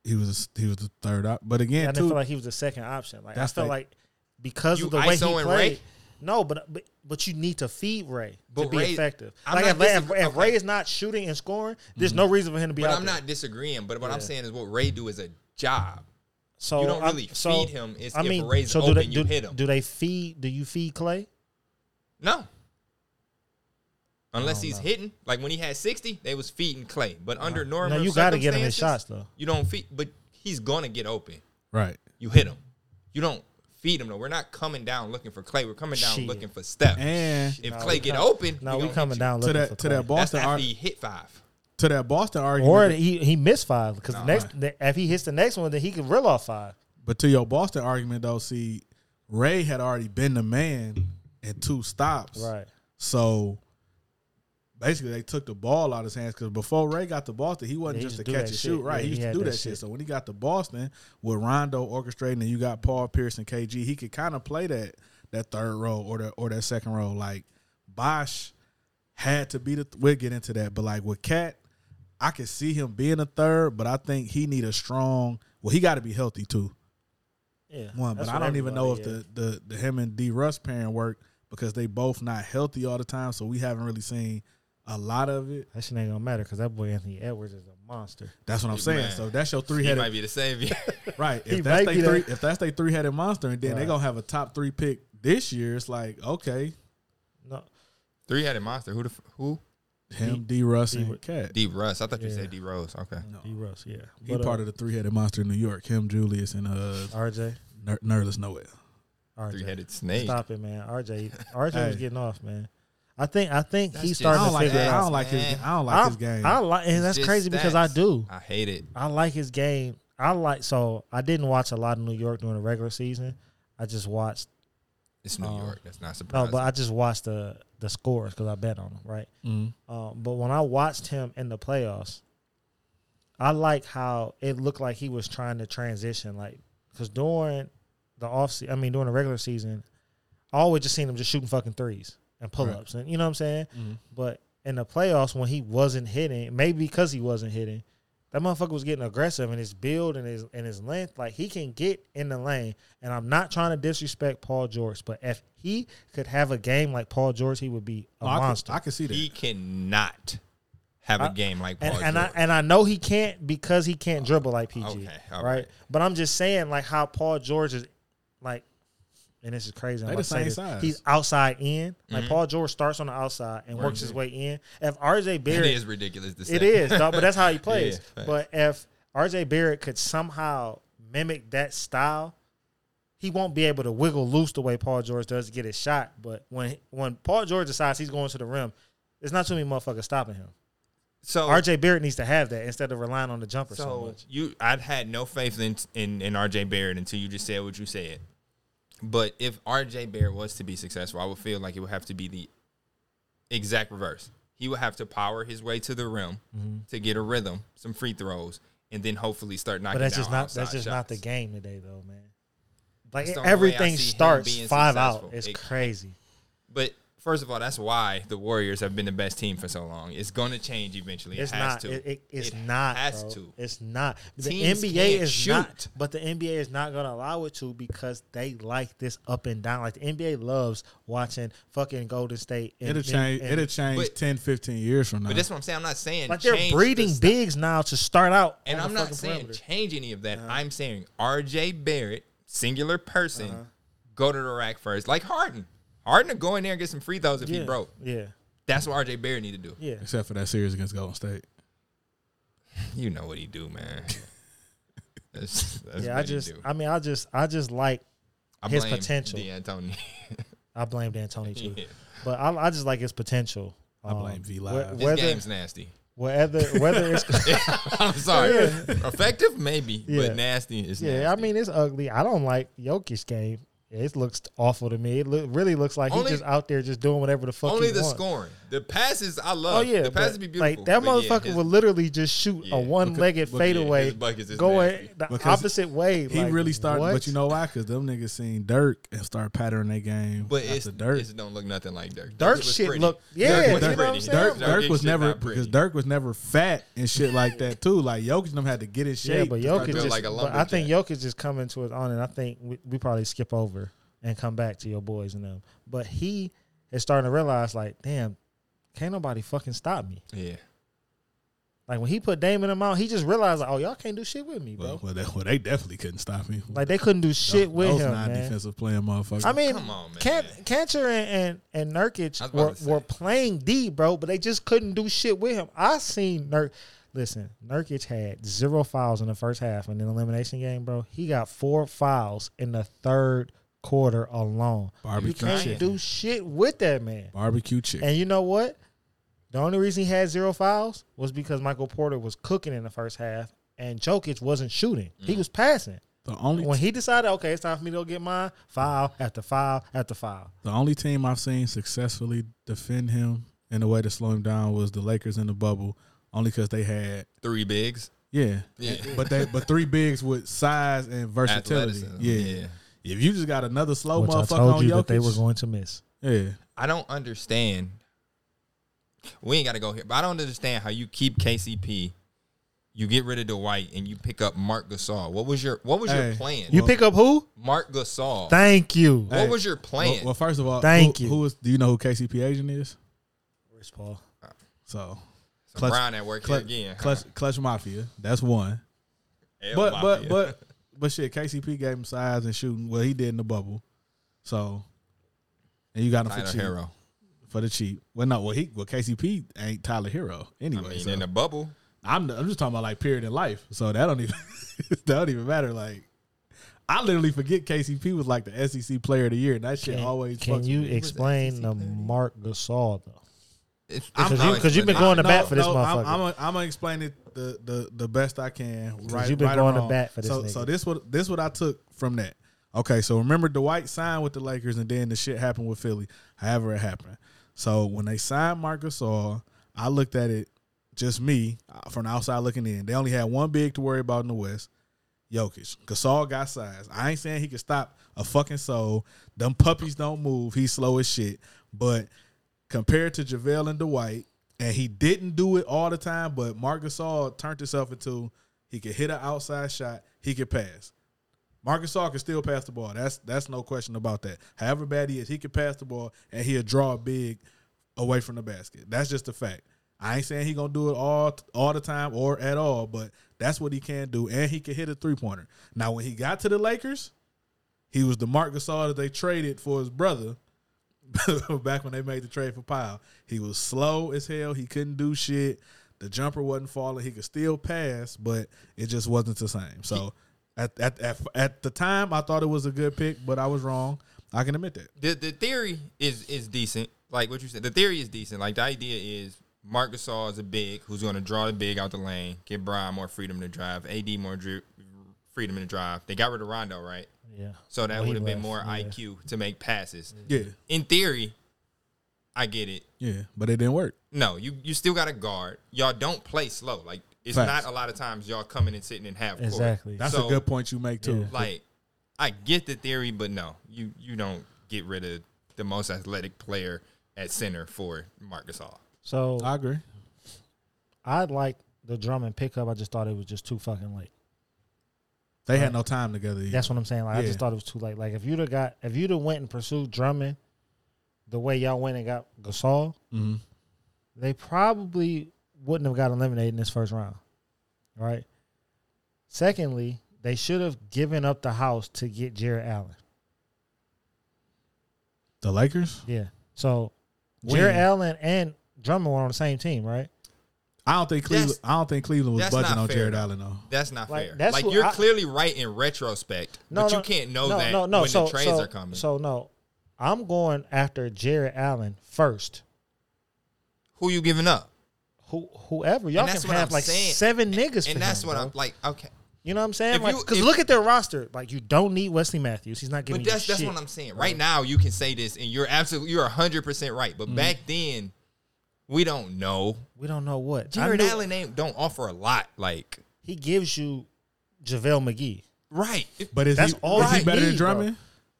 Speaker 1: He was he was the third op. But again,
Speaker 2: I didn't
Speaker 1: too,
Speaker 2: feel like he was the second option. Like
Speaker 1: That's
Speaker 2: I felt
Speaker 1: like-
Speaker 2: like because
Speaker 4: You
Speaker 2: of the way he
Speaker 4: ISO
Speaker 2: played.
Speaker 4: and Ray?
Speaker 2: No, but, but but you need to feed Ray
Speaker 4: But
Speaker 2: to be
Speaker 4: Ray-
Speaker 2: effective.
Speaker 4: I'm
Speaker 2: like
Speaker 4: not
Speaker 2: if, Ray- if,
Speaker 4: disagree-
Speaker 2: if Ray
Speaker 4: okay. Mm-hmm.
Speaker 2: is not shooting and scoring, there's no reason for him to be
Speaker 4: But
Speaker 2: out
Speaker 4: I'm
Speaker 2: there.
Speaker 4: not disagreeing. But what I'm saying is what Ray do is a job.
Speaker 2: So
Speaker 4: you don't
Speaker 2: I'm-
Speaker 4: really
Speaker 2: so,
Speaker 4: feed him. It's
Speaker 2: I
Speaker 4: if
Speaker 2: mean,
Speaker 4: Ray's
Speaker 2: so do
Speaker 4: open,
Speaker 2: they
Speaker 4: you
Speaker 2: do,
Speaker 4: hit him.
Speaker 2: do they feed? Do you feed Clay?
Speaker 4: No. Unless
Speaker 2: don't
Speaker 4: he's
Speaker 2: know.
Speaker 4: hitting. Like when he had 60, they was feeding Clay. But under normal
Speaker 2: No, you got
Speaker 4: got
Speaker 2: to get him his shots though.
Speaker 4: You don't feed, but he's gonna get open.
Speaker 1: right.
Speaker 4: You hit him. You don't feed him though. We're not coming down looking for Clay. We're coming down
Speaker 2: Shit.
Speaker 4: looking for steps.
Speaker 1: And
Speaker 4: if
Speaker 2: No,
Speaker 4: Clay
Speaker 2: we
Speaker 4: get
Speaker 2: come-
Speaker 4: open,
Speaker 2: No,
Speaker 4: we
Speaker 2: we
Speaker 4: gonna
Speaker 2: coming
Speaker 4: hit
Speaker 2: down
Speaker 1: to
Speaker 2: looking for
Speaker 1: that to
Speaker 2: Clay.
Speaker 1: that
Speaker 4: you. That's
Speaker 1: Boston
Speaker 4: after
Speaker 1: ar-
Speaker 4: he hit five.
Speaker 1: to that Boston argument.
Speaker 2: Or e-, he he missed five because
Speaker 4: Nah.
Speaker 2: the next if he hits the next one, then he can reel off five.
Speaker 1: But to your Boston argument though, see, Ray had already been the man in two stops.
Speaker 2: Right.
Speaker 1: So basically they took the ball out of his hands because before Ray got to Boston, he wasn't
Speaker 2: Yeah, he
Speaker 1: just a
Speaker 2: used to do
Speaker 1: catch
Speaker 2: that
Speaker 1: and
Speaker 2: shit.
Speaker 1: shoot. Right. he
Speaker 2: Yeah, he
Speaker 1: used to
Speaker 2: had
Speaker 1: do that,
Speaker 2: that
Speaker 1: shit.
Speaker 2: shit.
Speaker 1: So when he got to Boston with Rondo orchestrating and you got Paul Pierce and KG, he could kind of play that that third role or that or that second role. Like Bosch had to be the we'll get into that. But like with Cat, I could see him being a third, but I think he need a strong well, he gotta be healthy too
Speaker 2: Yeah.
Speaker 1: one,
Speaker 2: that's
Speaker 1: but I
Speaker 2: what
Speaker 1: don't even know if
Speaker 2: everybody
Speaker 1: the, the the him and D Russ pairing work because they both not healthy all the time, so we haven't really seen a lot of it.
Speaker 2: That shit ain't gonna matter because that boy Anthony Edwards is a monster.
Speaker 1: That's what I'm saying.
Speaker 4: Man.
Speaker 1: So that's your three
Speaker 4: He might
Speaker 1: headed
Speaker 4: be the [LAUGHS] savior.
Speaker 2: [LAUGHS]
Speaker 1: right.
Speaker 2: He
Speaker 1: If that's
Speaker 2: might
Speaker 1: they
Speaker 2: be
Speaker 1: three,
Speaker 2: that-
Speaker 1: if that's they three headed monster, and then they
Speaker 2: Right.
Speaker 1: gonna have a top three pick this year, it's like okay,
Speaker 2: No,
Speaker 4: Three headed monster. Who the f- who?
Speaker 1: him, D Russ,
Speaker 2: D- uh,
Speaker 1: and Cat.
Speaker 4: D Russ. I thought you
Speaker 2: Yeah.
Speaker 4: said D Rose. Okay.
Speaker 2: D Russ, yeah.
Speaker 1: He part of the three headed monster in New York. Him, Julius, and uh,
Speaker 2: RJ.
Speaker 1: Ner- Nerlens Noel.
Speaker 2: RJ,
Speaker 4: Three headed snake.
Speaker 2: stop it, man. RJ, RJ was
Speaker 1: Hey.
Speaker 2: getting off, man. I think I think
Speaker 4: That's
Speaker 2: he's
Speaker 4: just-
Speaker 1: I
Speaker 2: starting
Speaker 1: don't
Speaker 2: to
Speaker 1: like.
Speaker 2: figure
Speaker 1: That.
Speaker 2: it
Speaker 1: I
Speaker 2: out.
Speaker 1: don't like his.
Speaker 4: man.
Speaker 1: I don't like
Speaker 2: I,
Speaker 1: his game.
Speaker 2: I like, and
Speaker 4: It's
Speaker 2: that's
Speaker 4: just
Speaker 2: crazy because I
Speaker 4: stats.
Speaker 2: do.
Speaker 4: I hate it.
Speaker 2: I like his game. I like so I didn't watch a lot of New York during the regular season. I just watched
Speaker 4: It's New
Speaker 2: Oh.
Speaker 4: York. That's not
Speaker 2: no,
Speaker 4: surprising.
Speaker 2: but I just watched the the scores because I bet on him, right?
Speaker 1: Mm.
Speaker 2: Um, but when I watched him in the playoffs, I like how it looked like he was trying to transition, like because during the off, se- I mean during the regular season, I always just seen him just shooting fucking threes and pull
Speaker 1: Right. Mm-hmm.
Speaker 2: ups, and you know what I'm saying. But in the playoffs, when he wasn't hitting, maybe because he wasn't hitting, that motherfucker was getting aggressive and his build and his and his length. Like he can get in the lane. And I'm not trying to disrespect Paul George, but if he could have a game like Paul George, he would be a
Speaker 1: Oh, I,
Speaker 2: monster.
Speaker 1: can, I can see that.
Speaker 4: He cannot have a
Speaker 2: I-
Speaker 4: game like Paul
Speaker 2: and, and I
Speaker 4: George.
Speaker 2: and I know he can't because he can't dribble like PG,
Speaker 4: Oh, okay, all
Speaker 2: right?
Speaker 4: right.
Speaker 2: But I'm just saying like how Paul George is like, and this is crazy. I'm
Speaker 1: They
Speaker 2: about
Speaker 1: the
Speaker 2: to say
Speaker 1: same
Speaker 2: this.
Speaker 1: size.
Speaker 2: He's outside in.
Speaker 4: Mm-hmm.
Speaker 2: Like Paul George starts on the outside and works his way in. If RJ
Speaker 4: [LAUGHS] it
Speaker 2: Barrett
Speaker 4: is ridiculous to say.
Speaker 2: it is, dog, but that's how
Speaker 4: [LAUGHS]
Speaker 2: he plays.
Speaker 4: facts.
Speaker 2: but if RJ Barrett could somehow mimic that style, he won't be able to wiggle loose the way Paul George does to get his shot. But when when Paul George decides he's going to the rim, there's not too many motherfuckers stopping him.
Speaker 4: So
Speaker 2: RJ Barrett needs to have that instead of relying on the jumper so,
Speaker 4: So
Speaker 2: much.
Speaker 4: you, I've had no faith in, in in RJ Barrett until you just said what you said. But if RJ Barrett was to be successful, I would feel like it would have to be the exact reverse. He would have to power his way to the rim
Speaker 2: Mm-hmm.
Speaker 4: to get a rhythm, some free throws, and then hopefully start knocking.
Speaker 2: But that's just
Speaker 4: down
Speaker 2: not that's
Speaker 4: outside
Speaker 2: just not the
Speaker 4: shots.
Speaker 2: game today, though, man. Like
Speaker 4: That's the only way I
Speaker 2: everything
Speaker 4: see him
Speaker 2: starts
Speaker 4: being
Speaker 2: five
Speaker 4: successful.
Speaker 2: out. It's
Speaker 4: It-
Speaker 2: crazy.
Speaker 4: But first of all, that's why the Warriors have been the best team for so long. It's going to change eventually.
Speaker 2: It's
Speaker 4: it has
Speaker 2: not.
Speaker 4: to.
Speaker 2: It, it- it's
Speaker 4: It
Speaker 2: not.
Speaker 4: Has
Speaker 2: bro.
Speaker 4: to.
Speaker 2: It's not. The
Speaker 4: Teams
Speaker 2: NBA
Speaker 4: can't
Speaker 2: is not.
Speaker 4: shoot.
Speaker 2: But the NBA is not going to allow it to because they like this up and down. Like the NBA loves watching fucking Golden State. And,
Speaker 1: it'll change.
Speaker 2: and-
Speaker 1: it'll change
Speaker 4: But-
Speaker 1: 10, 15 years from now.
Speaker 4: But that's what I'm saying. I'm not saying
Speaker 2: like they're
Speaker 4: change the
Speaker 2: breeding
Speaker 4: style.
Speaker 2: bigs now to start out.
Speaker 4: And
Speaker 2: on
Speaker 4: I'm
Speaker 2: the
Speaker 4: not
Speaker 2: fucking
Speaker 4: saying
Speaker 2: perimeter.
Speaker 4: change any of
Speaker 2: Uh-huh.
Speaker 4: that. I'm saying RJ Barrett, singular person,
Speaker 2: Uh-huh.
Speaker 4: go to the rack first. Like Harden. Harden to go in there and get some free throws if
Speaker 2: yeah.
Speaker 4: he broke.
Speaker 2: Yeah.
Speaker 4: That's what RJ Barrett need to do. [LAUGHS]
Speaker 2: Yeah.
Speaker 1: Except for that series against Golden State.
Speaker 4: You know what he do, man.
Speaker 2: [LAUGHS]
Speaker 4: That's, that's
Speaker 2: Yeah.
Speaker 4: what
Speaker 2: I
Speaker 4: he
Speaker 2: just.
Speaker 4: do.
Speaker 2: I mean, I just. I just like.
Speaker 4: I
Speaker 2: his
Speaker 4: blame
Speaker 2: potential.
Speaker 4: D'Antoni. [LAUGHS]
Speaker 2: I blame D'Antoni too,
Speaker 4: Yeah.
Speaker 2: but I, I just like his potential. Um,
Speaker 1: I blame V Live.
Speaker 2: whe-
Speaker 1: His
Speaker 4: His
Speaker 2: Whether
Speaker 4: game's nasty. [LAUGHS]
Speaker 2: whether whether it's
Speaker 4: I'm sorry. Effective, maybe,
Speaker 2: Yeah.
Speaker 4: but nasty is
Speaker 2: Yeah, I
Speaker 4: nasty.
Speaker 2: mean it's ugly. I don't like Jokic game. It looks awful to me. It loo- really looks like
Speaker 4: Only-
Speaker 2: he's just out there just doing whatever the fuck.
Speaker 4: only
Speaker 2: he
Speaker 4: the
Speaker 2: want.
Speaker 4: scoring. The passes I
Speaker 2: Oh
Speaker 4: love.
Speaker 2: yeah,
Speaker 4: the
Speaker 2: but,
Speaker 4: passes be beautiful.
Speaker 2: Like that
Speaker 4: but yeah,
Speaker 2: motherfucker
Speaker 4: his-
Speaker 2: would literally just shoot
Speaker 4: yeah,
Speaker 2: a one-legged
Speaker 4: look at-
Speaker 2: fadeaway,
Speaker 4: his buckets is
Speaker 2: going
Speaker 4: nasty.
Speaker 2: the
Speaker 1: Because
Speaker 2: opposite way.
Speaker 1: He
Speaker 2: Like,
Speaker 1: really started,
Speaker 2: what?
Speaker 1: but you know why? Because them niggas seen Dirk and start patterning their game.
Speaker 4: But
Speaker 1: after
Speaker 4: it's,
Speaker 1: Dirk.
Speaker 4: it don't look nothing like Dirk.
Speaker 2: Dirk
Speaker 4: was
Speaker 2: shit
Speaker 4: pretty.
Speaker 2: look- yeah,
Speaker 4: was
Speaker 2: you know what
Speaker 4: pretty.
Speaker 2: I'm saying?
Speaker 1: Dirk,
Speaker 4: Dirk
Speaker 1: Dirk was
Speaker 4: shit not
Speaker 1: never
Speaker 4: pretty.
Speaker 1: because Dirk was never fat and shit like that too. Like Jokic and them had to get in shape.
Speaker 2: yeah, but
Speaker 1: to start
Speaker 2: Jokic
Speaker 1: doing-
Speaker 2: just,
Speaker 4: built like a
Speaker 2: but I think
Speaker 4: lumberjack.
Speaker 2: Jokic is coming to his own, and I think we, we probably skip over and come back to your boys and them. But he is starting to realize, like, damn, can't nobody fucking stop me.
Speaker 4: Yeah.
Speaker 2: Like when he put Damon him out, he just realized like, oh y'all can't do shit with me, bro.
Speaker 1: well, well, they, well, they definitely couldn't stop him.
Speaker 2: Like they couldn't do shit with
Speaker 1: Those
Speaker 2: him, man.
Speaker 1: non-defensive playing motherfuckers.
Speaker 4: [LAUGHS]
Speaker 2: I mean,
Speaker 4: Come on, man.
Speaker 2: Can- Cantor and and, and Nurkic
Speaker 4: I was about
Speaker 2: were,
Speaker 4: to say.
Speaker 2: were playing D, bro, but they just couldn't do shit with him. I seen Nurk. Listen, Nurkic had zero fouls in the first half in an elimination game, bro. He got four fouls in the third quarter alone.
Speaker 1: Barbecue
Speaker 2: you can't
Speaker 1: chicken.
Speaker 2: do shit with that man.
Speaker 1: barbecue chicken.
Speaker 2: And you know what? The only reason he had zero fouls was because Michael Porter was cooking in the first half and Jokic wasn't shooting.
Speaker 4: Mm.
Speaker 2: He was passing.
Speaker 1: the only
Speaker 2: When he decided, okay, it's time for me to go get my foul after foul after foul.
Speaker 1: the only team I've seen successfully defend him in a way to slow him down was the Lakers in the bubble, only because they had
Speaker 4: Three bigs.
Speaker 1: yeah,
Speaker 4: Yeah.
Speaker 1: but they but three bigs with size and versatility.
Speaker 4: Athleticism.
Speaker 1: Yeah.
Speaker 4: Yeah.
Speaker 1: if you just got another slow
Speaker 2: Which I
Speaker 1: Oh, motherfucker
Speaker 2: told
Speaker 1: on
Speaker 2: you
Speaker 1: Jokic,
Speaker 2: that they were going to miss.
Speaker 1: yeah,
Speaker 4: I don't understand. We ain't got to go here, but I don't understand how you keep KCP, you get rid of Dwight, and you pick up Mark Gasol. What was your What was your
Speaker 1: Hey.
Speaker 4: plan?
Speaker 2: You pick up who?
Speaker 4: Mark Gasol.
Speaker 2: Thank you.
Speaker 4: what was your
Speaker 1: Well,
Speaker 4: plan?
Speaker 1: well, first of all,
Speaker 2: Thank
Speaker 1: who,
Speaker 2: you.
Speaker 1: Who is? Do you know who KCP agent is?
Speaker 2: Chris Paul.
Speaker 1: So
Speaker 4: So
Speaker 1: clutch-
Speaker 4: Brown at work here
Speaker 1: Clutch,
Speaker 4: again.
Speaker 1: Clutch, Clutch Mafia. That's one.
Speaker 4: Hell,
Speaker 1: but
Speaker 4: Mafia.
Speaker 1: but but but shit, KCP gave him size and shooting. Well, he did in the bubble. So and you got him
Speaker 4: Tyler
Speaker 1: for cheap.
Speaker 4: Hero.
Speaker 1: For the cheap. Well, no. Well, he well KCP ain't Tyler Hero
Speaker 4: I
Speaker 1: anyway.
Speaker 4: mean,
Speaker 1: so
Speaker 4: in the bubble.
Speaker 1: I'm I'm just talking about like period in life. So that don't even [LAUGHS] that don't even matter. Like. I literally forget KCP was like the SEC player of the year, and that shit
Speaker 2: Can,
Speaker 1: always.
Speaker 2: can
Speaker 1: fucks
Speaker 2: you
Speaker 1: with me.
Speaker 2: explain the Mark Gasol though?
Speaker 4: It's-
Speaker 1: E I'm
Speaker 4: it's
Speaker 1: not-
Speaker 4: always-
Speaker 2: 'cause you've been going to
Speaker 1: No,
Speaker 2: bat for this
Speaker 1: no,
Speaker 2: motherfucker.
Speaker 1: I'm, I'm gonna explain it the, the the best I can. Right,
Speaker 2: you been
Speaker 1: right or
Speaker 2: going to
Speaker 1: wrong.
Speaker 2: bat for this
Speaker 1: So
Speaker 2: nigga.
Speaker 1: so this what this what I took from that. Okay, so remember Dwight signed with the Lakers, and then the shit happened with Philly. However, it happened. So when they signed Marcus All, I looked at it just me uh, from the outside looking in. They only had one big to worry about in the West. Jokic. Gasol got size. I ain't saying he can stop a fucking soul. Them puppies don't move. He's slow as shit. But compared to JaVale and Dwight, and he didn't do it all the time, but Marc Gasol turned himself into he could hit an outside shot, he could pass. Marc Gasol can still pass the ball. That's that's no question about that. However bad he is, he can pass the ball and he'll draw big away from the basket. That's just a fact. I ain't saying he gonna do it all all the time or at all, but that's what he can do, and he can hit a three pointer. Now, when he got to the Lakers, he was the Marc Gasol that they traded for his brother [LAUGHS] back when they made the trade for Pyle. He was slow as hell. He couldn't do shit. The jumper wasn't falling. He could still pass, but it just wasn't the same. So at at at, at the time, I thought it was a good pick, but I was wrong. I can admit that.
Speaker 4: the the theory is is decent. Like what you said, the theory is decent. Like the idea is Marc Gasol is a big who's going to draw the big out the lane, give Brian more freedom to drive, AD more dri- freedom to drive. They got rid of Rondo, right?
Speaker 2: Yeah.
Speaker 4: So that
Speaker 2: Well, he
Speaker 4: would have been
Speaker 2: left,
Speaker 4: more
Speaker 2: yeah.
Speaker 4: IQ to make passes.
Speaker 1: Yeah,
Speaker 4: In theory, I get it.
Speaker 1: yeah, but it didn't work.
Speaker 4: No, you you still got to guard. Y'all don't play slow. Like it's
Speaker 1: Facts.
Speaker 4: not a lot of times y'all coming and sitting in half court.
Speaker 2: Exactly.
Speaker 1: That's
Speaker 4: So-
Speaker 1: a good point you make too.
Speaker 2: Yeah.
Speaker 4: Like I get the theory, but no, you you don't get rid of the most athletic player at center for Marcus Hall.
Speaker 2: So
Speaker 1: I agree.
Speaker 2: I like the drum and pickup. I just thought it was just too fucking late.
Speaker 1: They had no time together. either.
Speaker 2: That's what I'm saying. Like I
Speaker 1: Yeah.
Speaker 2: just thought it was too late. Like if you'd have got if you'd have went and pursued drumming the way y'all went and got Gasol,
Speaker 1: Mhm.
Speaker 2: they probably wouldn't have got eliminated in this first round. Right? Secondly, they should have given up the house to get Jared Allen.
Speaker 1: the Lakers.
Speaker 2: Yeah. So
Speaker 1: When?
Speaker 2: Jared Allen and Drummond were on the same team, right?
Speaker 1: I don't think Cleveland.
Speaker 4: That's-
Speaker 1: I don't think Cleveland was
Speaker 4: that's
Speaker 1: budging
Speaker 4: not
Speaker 1: on
Speaker 4: fair,
Speaker 1: Jared
Speaker 4: though.
Speaker 1: Allen though.
Speaker 4: That's not
Speaker 2: Like,
Speaker 4: fair.
Speaker 2: that's
Speaker 4: like
Speaker 2: what
Speaker 4: you're
Speaker 2: I-
Speaker 4: clearly right in retrospect, but you can't know that when the trades are coming.
Speaker 2: So no, I'm going after Jared Allen first.
Speaker 4: Who you giving up?
Speaker 2: Who whoever y'all
Speaker 4: And
Speaker 2: can
Speaker 4: that's what
Speaker 2: have
Speaker 4: I'm
Speaker 2: like
Speaker 4: saying.
Speaker 2: seven niggas. for
Speaker 4: And that's
Speaker 2: him,
Speaker 4: what
Speaker 2: bro.
Speaker 4: I'm like. Okay,
Speaker 2: You know what I'm saying?
Speaker 4: If
Speaker 2: Like,
Speaker 4: you-
Speaker 2: because
Speaker 4: if-
Speaker 2: look at their roster. Like, you don't need Wesley Matthews. He's not giving
Speaker 4: but that's
Speaker 2: you
Speaker 4: that's
Speaker 2: shit.
Speaker 4: what I'm saying. Right now, you can say this, and you're absolutely you're hundred percent right.
Speaker 2: Mm.
Speaker 4: But back then, we don't know.
Speaker 2: We don't know what I
Speaker 4: Jared
Speaker 2: knew-
Speaker 4: Allen ain't don't offer a lot. Like
Speaker 2: He gives you JaVale McGee.
Speaker 4: right, It-
Speaker 1: But is
Speaker 2: That's
Speaker 1: he,
Speaker 2: all
Speaker 1: is he
Speaker 2: you
Speaker 1: better than
Speaker 2: need, bro.
Speaker 1: Drummond?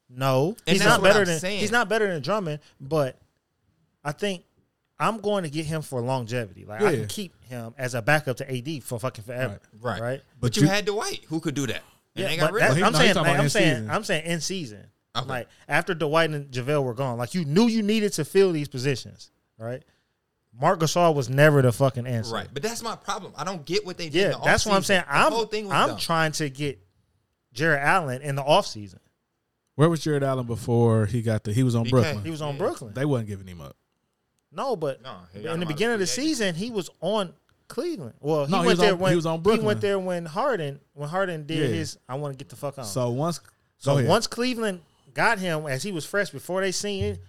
Speaker 2: No,
Speaker 4: And
Speaker 2: he's
Speaker 4: that's
Speaker 2: not
Speaker 4: what
Speaker 2: better
Speaker 4: I'm
Speaker 2: than
Speaker 4: saying.
Speaker 2: he's not better than Drummond. But I think I'm going to get him for longevity. Like I
Speaker 1: Yeah.
Speaker 2: can keep him as a backup to AD for fucking forever. Right.
Speaker 4: Right. Right.
Speaker 2: Right.
Speaker 4: but,
Speaker 1: But
Speaker 4: you,
Speaker 1: you-
Speaker 4: had Dwight who could do that. And
Speaker 2: Yeah,
Speaker 4: they got
Speaker 2: but
Speaker 4: rid of
Speaker 2: that's-
Speaker 1: he-
Speaker 4: him.
Speaker 2: I'm
Speaker 1: no, he
Speaker 2: saying,
Speaker 1: talking
Speaker 2: like,
Speaker 1: about
Speaker 2: I'm
Speaker 1: in
Speaker 2: saying,
Speaker 1: season.
Speaker 2: I'm saying, in season,
Speaker 4: Okay.
Speaker 2: like after Dwight and Javale were gone, like you knew you needed to fill these positions, right? Mark Gasol was never the fucking answer,
Speaker 4: Right, but that's my problem. I don't get what they did. in
Speaker 2: Yeah,
Speaker 4: the
Speaker 2: that's what I'm
Speaker 4: offseason.
Speaker 2: saying.
Speaker 4: The
Speaker 2: I'm
Speaker 4: whole thing was
Speaker 2: I'm
Speaker 4: dumb.
Speaker 2: trying to get Jared Allen in the offseason.
Speaker 1: Where was Jared Allen before he got the? He was on
Speaker 4: BK.
Speaker 1: Brooklyn.
Speaker 2: He was on
Speaker 4: Yeah.
Speaker 2: Brooklyn.
Speaker 1: they wasn't giving him up.
Speaker 2: no, but
Speaker 4: No, he got
Speaker 2: in
Speaker 4: him
Speaker 2: the
Speaker 4: out
Speaker 2: beginning of the
Speaker 4: free agency.
Speaker 2: season, he was on Cleveland. Well, he
Speaker 1: No, he
Speaker 2: went
Speaker 1: was
Speaker 2: there
Speaker 1: on-
Speaker 2: when
Speaker 1: he was on
Speaker 2: He
Speaker 1: Brooklyn.
Speaker 2: went there when Harden when Harden did
Speaker 1: Yeah.
Speaker 2: his. I want to get the fuck on.
Speaker 1: So once,
Speaker 2: Oh. So
Speaker 1: go ahead.
Speaker 2: once Cleveland got him as he was fresh before they seen it,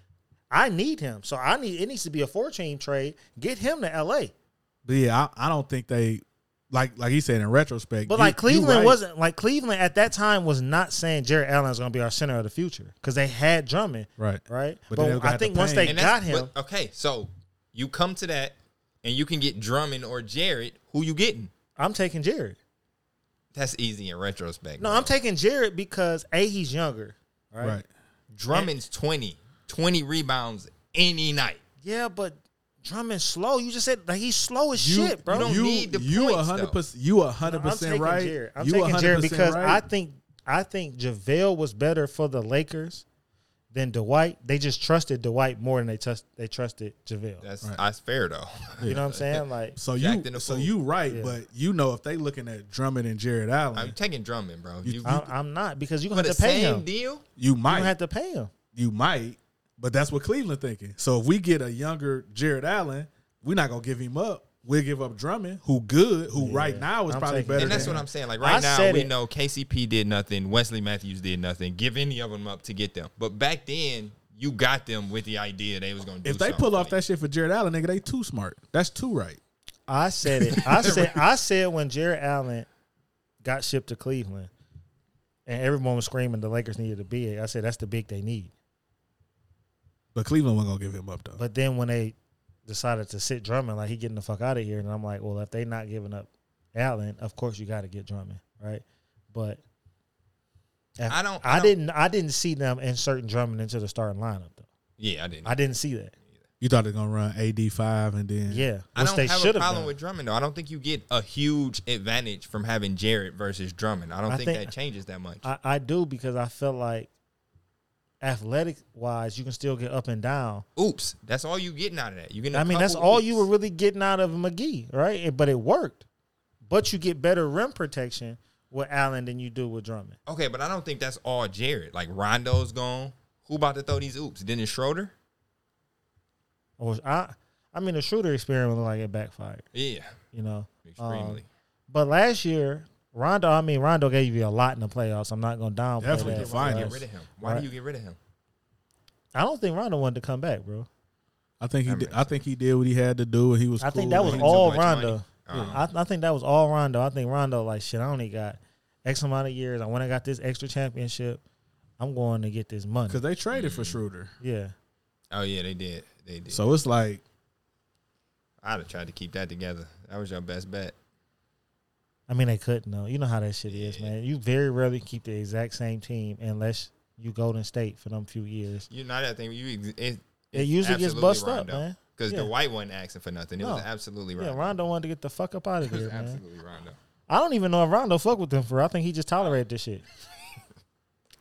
Speaker 2: I need him. So I need it needs to be a four team trade. Get him to LA.
Speaker 1: But yeah, I, I don't think they like like he said in retrospect.
Speaker 2: But
Speaker 1: you-
Speaker 2: like
Speaker 1: you
Speaker 2: Cleveland
Speaker 1: right.
Speaker 2: wasn't like Cleveland at that time was not saying Jared Allen is going to be our center of the future because they had Drummond,
Speaker 1: right.
Speaker 2: right?
Speaker 1: But
Speaker 2: But,
Speaker 1: then they got
Speaker 2: I think
Speaker 1: the
Speaker 2: once
Speaker 1: pain.
Speaker 2: they
Speaker 4: And
Speaker 2: got
Speaker 4: that's-
Speaker 2: him,
Speaker 4: but- okay, so you come to that, and you can get Drummond or Jared. Who you getting?
Speaker 2: I'm taking Jared.
Speaker 4: That's easy in retrospect.
Speaker 2: No,
Speaker 4: bro.
Speaker 2: I'm taking Jared because a he's younger, right?
Speaker 1: right.
Speaker 4: Drummond's 20, 20 rebounds any night.
Speaker 2: Yeah, but Drummond's slow. You just said like he's slow as shit, bro.
Speaker 4: you don't
Speaker 1: you
Speaker 4: need the
Speaker 1: you
Speaker 4: points,
Speaker 1: hundred
Speaker 4: though.
Speaker 1: percent. You hundred
Speaker 2: I'm
Speaker 1: percent
Speaker 2: taking
Speaker 1: right.
Speaker 2: Jared. I'm
Speaker 1: you
Speaker 2: taking Jared
Speaker 1: 100%
Speaker 2: because
Speaker 1: right.
Speaker 2: I think I think JaVale was better for the Lakers than Dwight. They just trusted Dwight more than they trust they trusted JaVale.
Speaker 4: That's
Speaker 1: Right.
Speaker 4: that's fair though.
Speaker 2: you know what I'm saying? Like
Speaker 1: so.
Speaker 4: Jacked in
Speaker 1: You
Speaker 4: the
Speaker 1: so
Speaker 4: pool.
Speaker 1: you right,
Speaker 2: Yeah.
Speaker 1: but you know if they looking at Drummond and Jared Allen,
Speaker 4: [LAUGHS] I'm taking Drummond, bro. You,
Speaker 2: I'm, I'm not because you're
Speaker 4: for
Speaker 2: gonna
Speaker 4: the
Speaker 2: have to pay
Speaker 4: same
Speaker 2: him.
Speaker 4: deal,
Speaker 1: you
Speaker 2: You're
Speaker 1: might
Speaker 2: gonna have to pay him.
Speaker 1: you might, but that's what Cleveland thinking. So if we get a younger Jared Allen, we're not gonna give him up. We'll give up Drummond, who good, who right now is
Speaker 2: I'm
Speaker 1: probably
Speaker 2: taking-
Speaker 1: better.
Speaker 4: and that's
Speaker 1: than
Speaker 4: what
Speaker 1: him.
Speaker 4: I'm saying. Like right
Speaker 2: I
Speaker 4: now,
Speaker 2: said
Speaker 4: we
Speaker 2: it.
Speaker 4: know KCP did nothing. Wesley Matthews did nothing. Give any of them up to get them. But back then, you got them with the idea they was going to do.
Speaker 1: If they
Speaker 4: something.
Speaker 1: pull off
Speaker 4: Like,
Speaker 1: that shit for Jared Allen, nigga, they too smart. That's too right.
Speaker 2: I said it.
Speaker 4: [LAUGHS]
Speaker 2: I said I said when Jared Allen got shipped to Cleveland and everyone was screaming the Lakers needed a big. I said that's the big they need.
Speaker 1: But Cleveland wasn't gonna give him up though.
Speaker 2: But then when they decided to sit Drummond, like he getting the fuck out of here. And I'm like, well, if they not giving up Allen, of course you got to get Drummond, right? But if-
Speaker 4: I don't- I
Speaker 2: I,
Speaker 4: don't-
Speaker 2: didn't, I didn't see them inserting Drummond into the starting lineup though.
Speaker 4: Yeah, I didn't.
Speaker 2: I didn't see that.
Speaker 1: You thought they're gonna run AD five and then
Speaker 2: Yeah,
Speaker 4: I
Speaker 2: which
Speaker 4: don't
Speaker 2: they
Speaker 4: have a
Speaker 2: should
Speaker 4: problem
Speaker 2: have done.
Speaker 4: with Drummond though. I don't think you get a huge advantage from having Jared versus Drummond. I don't
Speaker 2: I
Speaker 4: think,
Speaker 2: think-
Speaker 4: that changes that much.
Speaker 2: I, I do because I felt like athletic wise, you can still get up and down.
Speaker 4: oops, that's all you getting out of that. You getting. I
Speaker 2: I mean, that's all you were really getting out of McGee, right? It- But it worked. But you get better rim protection with Allen than you do with Drummond.
Speaker 4: Okay, but I don't think that's all Jared. Like Rondo's gone. Who about to throw these oops? Dennis Schroeder.
Speaker 2: Or I, I mean, the shooter experiment looked like it backfired,
Speaker 4: Yeah,
Speaker 2: you know. Um,
Speaker 4: extremely.
Speaker 2: but last year, Rondo, I mean, Rondo gave you a lot in the playoffs. I'm not going to downplay
Speaker 1: Definitely
Speaker 2: that.
Speaker 1: the
Speaker 4: Why do
Speaker 1: finals.
Speaker 4: you get rid of him? Why
Speaker 2: Right.
Speaker 4: do you get rid of him?
Speaker 2: I don't think Rondo wanted to come back, bro.
Speaker 1: I think he
Speaker 4: That
Speaker 1: did,
Speaker 4: makes
Speaker 1: I think he did what he had to do and he was
Speaker 2: I think
Speaker 1: cool
Speaker 2: that
Speaker 1: and
Speaker 2: was
Speaker 1: he-
Speaker 4: too
Speaker 2: all
Speaker 4: much
Speaker 2: Rondo.
Speaker 4: money. Uh-huh.
Speaker 2: Yeah, I, I think that was all Rondo. I think Rondo like shit. I only got X amount of years. I went and got this extra championship. I'm going to get this money.
Speaker 1: Cause they traded
Speaker 2: Mm.
Speaker 1: for Schroeder,
Speaker 2: Yeah,
Speaker 4: Oh yeah, they did. They did.
Speaker 1: so it's like
Speaker 4: I'd have tried to keep that together. That was your best bet.
Speaker 2: I mean they couldn't though. You know how that shit is, man. You very rarely keep the exact same team unless you Golden State for them few years.
Speaker 4: You know that thing. You ex- it,
Speaker 2: It usually gets bust up, man.
Speaker 4: Because
Speaker 2: Yeah.
Speaker 4: the white wasn't asking for nothing. It was
Speaker 2: No.
Speaker 4: absolutely
Speaker 2: Yeah,
Speaker 4: Rondo.
Speaker 2: Rondo wanted to get the fuck up
Speaker 4: [LAUGHS]
Speaker 2: out of
Speaker 4: It was
Speaker 2: here, man.
Speaker 4: absolutely Rondo.
Speaker 2: I don't even know if Rondo fuck with them for. I think he just tolerated this
Speaker 4: [LAUGHS]
Speaker 2: shit.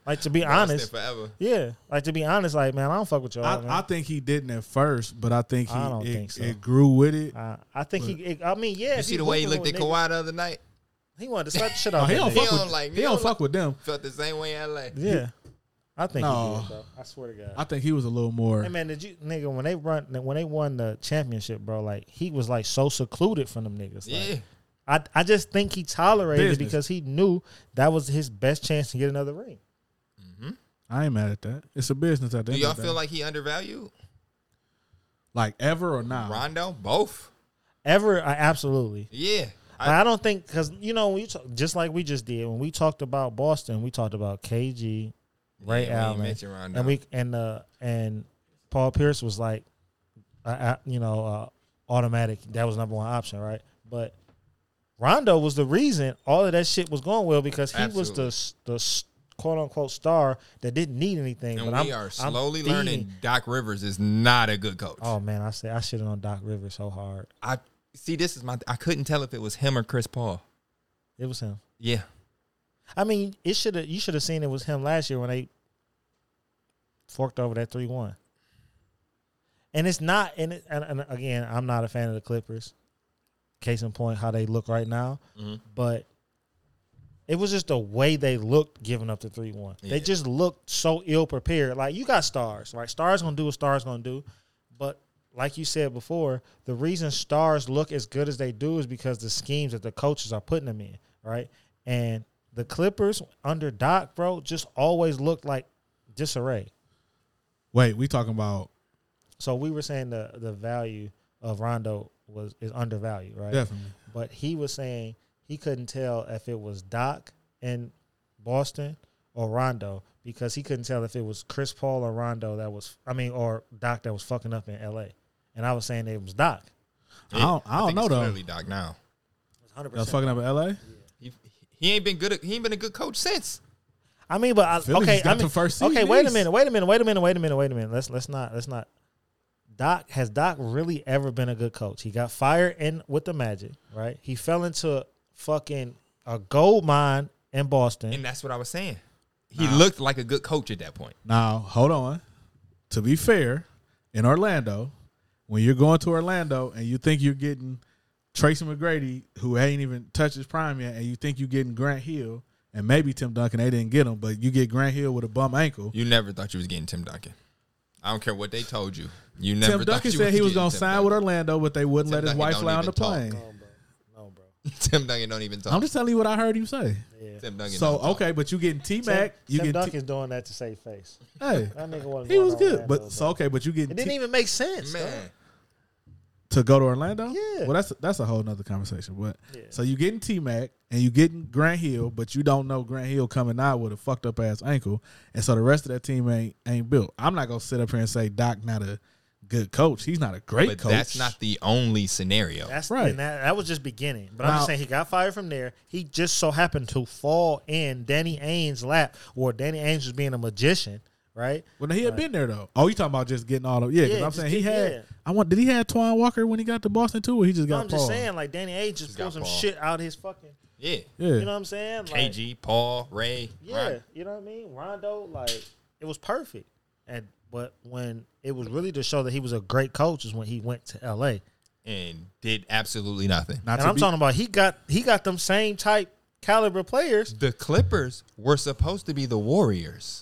Speaker 2: like to be honest,
Speaker 4: Boston forever.
Speaker 2: yeah. Like to be honest, like man, I don't fuck with y'all. man.
Speaker 1: I, I think he didn't at first, but I think he
Speaker 2: I don't
Speaker 1: it,
Speaker 2: think so.
Speaker 1: it grew with it.
Speaker 2: Uh, I think he. It, I mean, yeah.
Speaker 4: You
Speaker 2: if
Speaker 4: see the way he
Speaker 2: hooping
Speaker 4: looked at
Speaker 2: with niggas,
Speaker 4: Kawhi Oh, the other night?
Speaker 2: He wanted to slap the shit
Speaker 1: No,
Speaker 2: out.
Speaker 1: Oh, he
Speaker 2: of
Speaker 1: don't
Speaker 4: He
Speaker 1: fuck
Speaker 4: don't
Speaker 1: with
Speaker 4: like me.
Speaker 1: he
Speaker 4: He
Speaker 1: don't
Speaker 4: don't
Speaker 1: fuck with them.
Speaker 4: Felt the same way in LA.
Speaker 2: Yeah, I think.
Speaker 1: No.
Speaker 2: He did, bro. I swear to God.
Speaker 1: I think he was a little more.
Speaker 2: hey man, did you nigga when they run when they won the championship, bro? Like he was like so secluded from them niggas. Like,
Speaker 4: Yeah.
Speaker 2: I I just think he tolerated it
Speaker 1: Business.
Speaker 2: because he knew that was his best chance to get another ring.
Speaker 1: I ain't mad at that. It's a business at the
Speaker 4: Do
Speaker 1: end.
Speaker 4: y'all
Speaker 1: of the
Speaker 4: feel
Speaker 1: day.
Speaker 4: like he undervalued?
Speaker 1: like ever or not?
Speaker 4: Rondo? Both?
Speaker 2: Ever, I absolutely.
Speaker 4: Yeah. I-
Speaker 2: I, I don't think because you know when you talk, just like we just did when we talked about Boston, we talked about KG,
Speaker 4: we
Speaker 2: Ray
Speaker 4: ain't
Speaker 2: Allen,
Speaker 4: mentioned Rondo.
Speaker 2: and we and uh and Paul Pierce was like, uh, uh, you know, uh, automatic. That was number one option, right? But Rondo was the reason all of that shit was going well because he was the
Speaker 4: Absolutely.
Speaker 2: s- the s- quote unquote star that didn't need anything.
Speaker 4: and
Speaker 2: but
Speaker 4: we
Speaker 2: I'm,
Speaker 4: are
Speaker 2: I'm
Speaker 4: slowly
Speaker 2: feeding-
Speaker 4: learning Doc Rivers is not a good coach.
Speaker 2: Oh man, I say I shit on Doc Rivers so hard.
Speaker 4: I see this is my I couldn't tell if it was him or Chris Paul.
Speaker 2: It was him.
Speaker 4: Yeah.
Speaker 2: I mean, it should have. You should have seen it was him last year when they forked over that three one. And it's not. And, it, and and again, I'm not a fan of the Clippers. Case in point, how they look right now. But it was just the way they looked giving up the three one.
Speaker 4: Yeah.
Speaker 2: They just looked so ill prepared. Like you got stars, right? Stars gonna do what stars gonna do. But like you said before, the reason stars look as good as they do is because the schemes that the coaches are putting them in, right? And the Clippers under Doc, bro, just always looked like disarray.
Speaker 1: Wait, we talking about
Speaker 2: So we were saying the the value of Rondo was is undervalued, right?
Speaker 1: definitely.
Speaker 2: But he was saying he couldn't tell if it was Doc in Boston or Rondo because he couldn't tell if it was Chris Paul or Rondo that was I mean or Doc that was fucking up in LA. And I was saying it was Doc.
Speaker 1: I don't, I don't
Speaker 4: think
Speaker 1: know
Speaker 4: it's
Speaker 1: though.
Speaker 4: Clearly Doc now.
Speaker 1: That's fucking up in L.A.
Speaker 4: He, he ain't been good. He ain't been a good coach since.
Speaker 2: I mean, but I,
Speaker 1: Philly's
Speaker 2: okay,
Speaker 1: got
Speaker 2: I mean,
Speaker 1: the first seed
Speaker 2: okay. Wait a
Speaker 1: ace.
Speaker 2: minute. Wait a minute. Wait a minute. Wait a minute. Wait a minute. Let's let's not let's not. Doc has Doc really ever been a good coach? He got fired in with the Magic, right? He fell into fucking a gold mine in Boston.
Speaker 4: And that's what I was saying. He looked like a good coach at that point.
Speaker 1: Now hold on. To be fair, in Orlando, when you're going to Orlando and you think you're getting Tracy McGrady, who ain't even touched his prime yet, and you think you're getting Grant Hill and maybe Tim Duncan, they didn't get him, but you get Grant Hill with a bum ankle.
Speaker 4: You never thought you was getting Tim Duncan. I don't care what they told you. You never
Speaker 1: Tim
Speaker 4: thought
Speaker 1: Duncan
Speaker 4: you
Speaker 1: said
Speaker 4: was
Speaker 1: he was
Speaker 4: getting
Speaker 1: going to
Speaker 4: Tim
Speaker 1: sign
Speaker 4: Duncan.
Speaker 1: with Orlando, but they wouldn't
Speaker 4: Tim
Speaker 1: let his
Speaker 4: Duncan
Speaker 1: wife
Speaker 4: don't
Speaker 1: fly on
Speaker 4: even
Speaker 1: the
Speaker 4: talk.
Speaker 1: plane.
Speaker 2: no, bro. No, bro.
Speaker 4: Tim Duncan [LAUGHS] don't even talk.
Speaker 1: I'm just telling you what I heard him say.
Speaker 2: Yeah.
Speaker 4: Tim Duncan.
Speaker 1: So
Speaker 4: don't talk.
Speaker 1: okay, but you getting T
Speaker 2: Tim,
Speaker 1: Mac, you
Speaker 2: Tim
Speaker 1: get
Speaker 2: Duncan's doing that to save face. [LAUGHS]
Speaker 1: hey,
Speaker 2: That nigga wasn't.
Speaker 1: he
Speaker 2: going
Speaker 1: was
Speaker 2: to
Speaker 1: good,
Speaker 2: Orlando,
Speaker 1: but so okay, but you
Speaker 2: it
Speaker 1: getting
Speaker 2: didn't
Speaker 1: T-
Speaker 2: even make sense, man.
Speaker 4: man.
Speaker 1: to go to Orlando?
Speaker 2: Yeah.
Speaker 1: Well, that's that's a whole nother conversation. But
Speaker 2: Yeah.
Speaker 1: so you getting T Mac and you getting Grant Hill, but you don't know Grant Hill coming out with a fucked up ass ankle, and so the rest of that team ain't ain't built. I'm not gonna sit up here and say Doc not a good coach. He's not a great
Speaker 4: but
Speaker 1: coach.
Speaker 4: that's not the only scenario.
Speaker 2: That's
Speaker 1: Right.
Speaker 2: And that, that was just beginning. But I'm
Speaker 1: Now-
Speaker 2: just saying he got fired from there. He just so happened to fall in Danny Ainge's lap, or Danny Ainge was being a magician, right?
Speaker 1: Well, he had been there though. Oh, you talking about just getting all of yeah? Because
Speaker 2: Yeah,
Speaker 1: I'm
Speaker 2: just
Speaker 1: saying he
Speaker 2: get-
Speaker 1: had.
Speaker 2: yeah.
Speaker 1: I want. Did he have Twine Walker when he got to Boston too, or he just got?
Speaker 2: I'm just
Speaker 1: Paul?
Speaker 2: saying, like Danny Ainge just
Speaker 4: got
Speaker 2: pulled some
Speaker 4: Paul.
Speaker 2: shit out his fucking.
Speaker 4: Yeah.
Speaker 1: Yeah.
Speaker 2: You know what I'm saying? Like,
Speaker 4: KG, Paul, Ray.
Speaker 2: Yeah,
Speaker 4: Ron-
Speaker 2: you know what I mean. Rondo, like it was perfect, and but when it was really to show that he was a great coach is when he went to L.A.
Speaker 4: And did absolutely nothing.
Speaker 1: Not
Speaker 2: and
Speaker 1: to
Speaker 2: I'm
Speaker 1: be-
Speaker 2: talking about he got he got them same type caliber players.
Speaker 4: The Clippers were supposed to be the Warriors.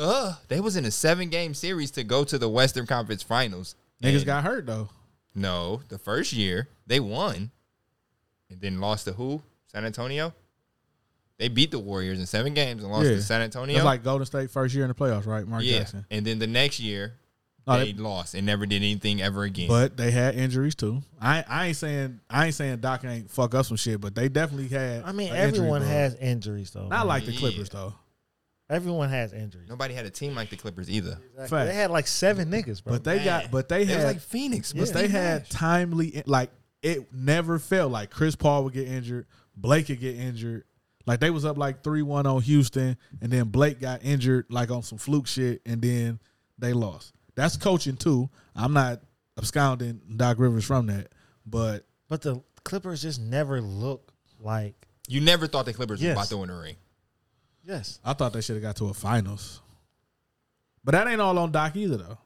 Speaker 4: Uh, they was in a seven game series to go to the Western Conference Finals.
Speaker 1: Niggas
Speaker 4: And
Speaker 1: got hurt though.
Speaker 4: no the first year they won, and then lost to who? San Antonio. They beat the Warriors in seven games and lost
Speaker 1: yeah.
Speaker 4: to San Antonio.
Speaker 1: That's like Golden State first year in the playoffs, right? Mark
Speaker 4: yeah,
Speaker 1: Jackson.
Speaker 4: and then the next year
Speaker 1: No,
Speaker 4: they,
Speaker 1: they-
Speaker 4: lost and never did anything ever again.
Speaker 1: But they had injuries too. I I ain't saying I ain't saying Doc ain't fuck up some shit, but they definitely had.
Speaker 2: I mean,
Speaker 1: a injury
Speaker 2: everyone
Speaker 1: bug.
Speaker 2: has injuries though.
Speaker 1: Not like the
Speaker 4: Yeah.
Speaker 1: Clippers though.
Speaker 2: everyone has injuries.
Speaker 4: Nobody had a team like the Clippers either.
Speaker 2: Exactly. They had like seven niggas, bro.
Speaker 1: But they
Speaker 4: Man,
Speaker 1: got. But they
Speaker 4: it was
Speaker 1: had.
Speaker 4: like Phoenix,
Speaker 1: But
Speaker 4: but
Speaker 1: they had timely, like it never failed. Like Chris Paul would get injured, Blake could get injured. Like they was up like three one on Houston, and then Blake got injured like on some fluke shit, and then they lost. That's coaching too. I'm not absconding Doc Rivers from that, but
Speaker 2: but the Clippers just never look like
Speaker 4: You never thought the Clippers
Speaker 2: Yes.
Speaker 4: was about to win the ring.
Speaker 2: yes.
Speaker 1: I thought they should have got to a finals. But that ain't all on Doc either, though.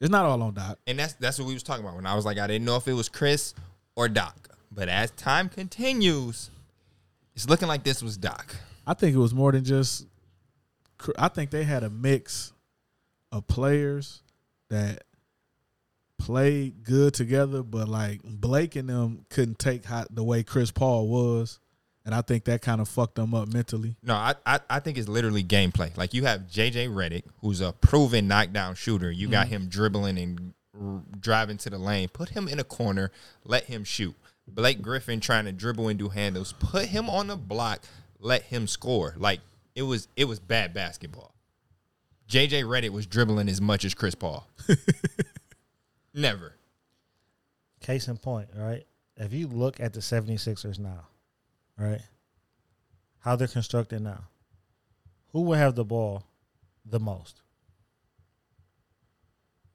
Speaker 1: It's not all on Doc.
Speaker 4: and that's that's what we was talking about when I was like, I didn't know if it was Chris or Doc. But as time continues, it's looking like this was Doc.
Speaker 1: I think it was more than just. I think they had a mix of players that played good together, but like Blake and them couldn't take how, the way Chris Paul was, and I think that kind of fucked them up mentally.
Speaker 4: No, I, I I think it's literally gameplay. Like you have JJ Reddick, who's a proven knockdown shooter. You got him dribbling and r- driving to the lane. Put him in a corner, let him shoot. Blake Griffin trying to dribble and do handles. Put him on the block, let him score. Like it was it was bad basketball. JJ Reddick was dribbling as much as Chris Paul. Never.
Speaker 2: Case in point, right? If you look at the 76ers now, right? How they're constructed now. Who will have the ball the most?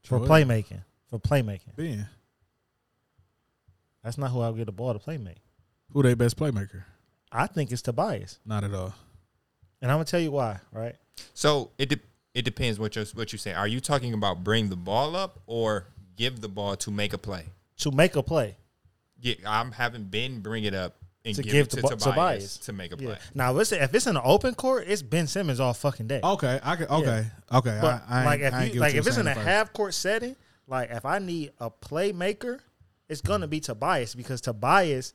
Speaker 2: For
Speaker 1: Troy.
Speaker 2: playmaking. For playmaking.
Speaker 1: Ben,
Speaker 2: That's not who I'll get the ball to playmake.
Speaker 1: who they best playmaker?
Speaker 2: I think it's Tobias.
Speaker 1: Not at all.
Speaker 2: And I'm gonna tell you why, right?
Speaker 4: So it de- it depends what you what you say. Are you talking about bring the ball up or give the ball to make a play?
Speaker 2: To make a play.
Speaker 4: Yeah, I'm having Ben bring it up and
Speaker 2: to
Speaker 4: give,
Speaker 2: give
Speaker 4: it to
Speaker 2: Tob-
Speaker 4: Tobias,
Speaker 2: Tobias.
Speaker 4: to make a
Speaker 2: Yeah.
Speaker 4: play.
Speaker 2: Now listen, if it's in an open court, it's Ben Simmons all fucking day.
Speaker 1: Okay, I can. Okay, okay.
Speaker 2: But
Speaker 1: I, I
Speaker 2: like
Speaker 1: ain't- I ain't
Speaker 2: if
Speaker 1: get
Speaker 2: you
Speaker 1: what
Speaker 2: like
Speaker 1: you're
Speaker 2: if it's
Speaker 1: saying
Speaker 2: in a
Speaker 1: at first.
Speaker 2: half court setting, like if I need a playmaker, it's gonna be Tobias because Tobias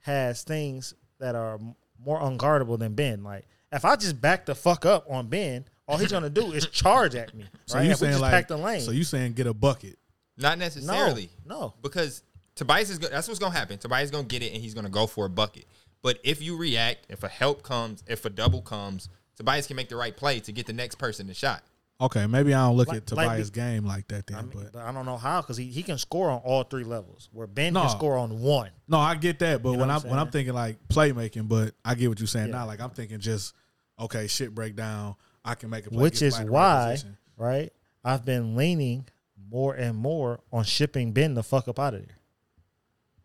Speaker 2: has things that are m- more unguardable than Ben. Like if I just back the fuck up on Ben, all he's gonna
Speaker 1: [LAUGHS]
Speaker 2: do is charge at me.
Speaker 1: So
Speaker 2: right?
Speaker 1: you
Speaker 2: If we
Speaker 1: saying
Speaker 2: just
Speaker 1: like?
Speaker 2: pack the lane?
Speaker 1: So you saying get a bucket?
Speaker 4: Not necessarily.
Speaker 2: no.
Speaker 4: Because Tobias is go- that's what's gonna happen. Tobias is gonna get it and he's gonna go for a bucket. But if you react, if a help comes, if a double comes, Tobias can make the right play to get the next person the shot.
Speaker 1: Okay, maybe I don't look
Speaker 2: Like-
Speaker 1: at
Speaker 2: like
Speaker 1: Tobias'
Speaker 2: the-
Speaker 1: game like that then,
Speaker 2: I mean,
Speaker 1: but
Speaker 2: but I don't know how because he, he can score on all three levels. Where Ben
Speaker 1: No.
Speaker 2: can score on one.
Speaker 1: No, I get that, but
Speaker 2: You know
Speaker 1: when
Speaker 2: what
Speaker 1: I'm,
Speaker 2: I'm
Speaker 1: when I'm
Speaker 2: saying?
Speaker 1: thinking like playmaking, but I get what you're saying
Speaker 2: Yeah.
Speaker 1: now. Like I'm thinking just okay, shit break down. I can make a play,
Speaker 2: which
Speaker 1: get
Speaker 2: is
Speaker 1: by the right
Speaker 2: why,
Speaker 1: position.
Speaker 2: right? I've been leaning more and more on shipping Ben the fuck up out of there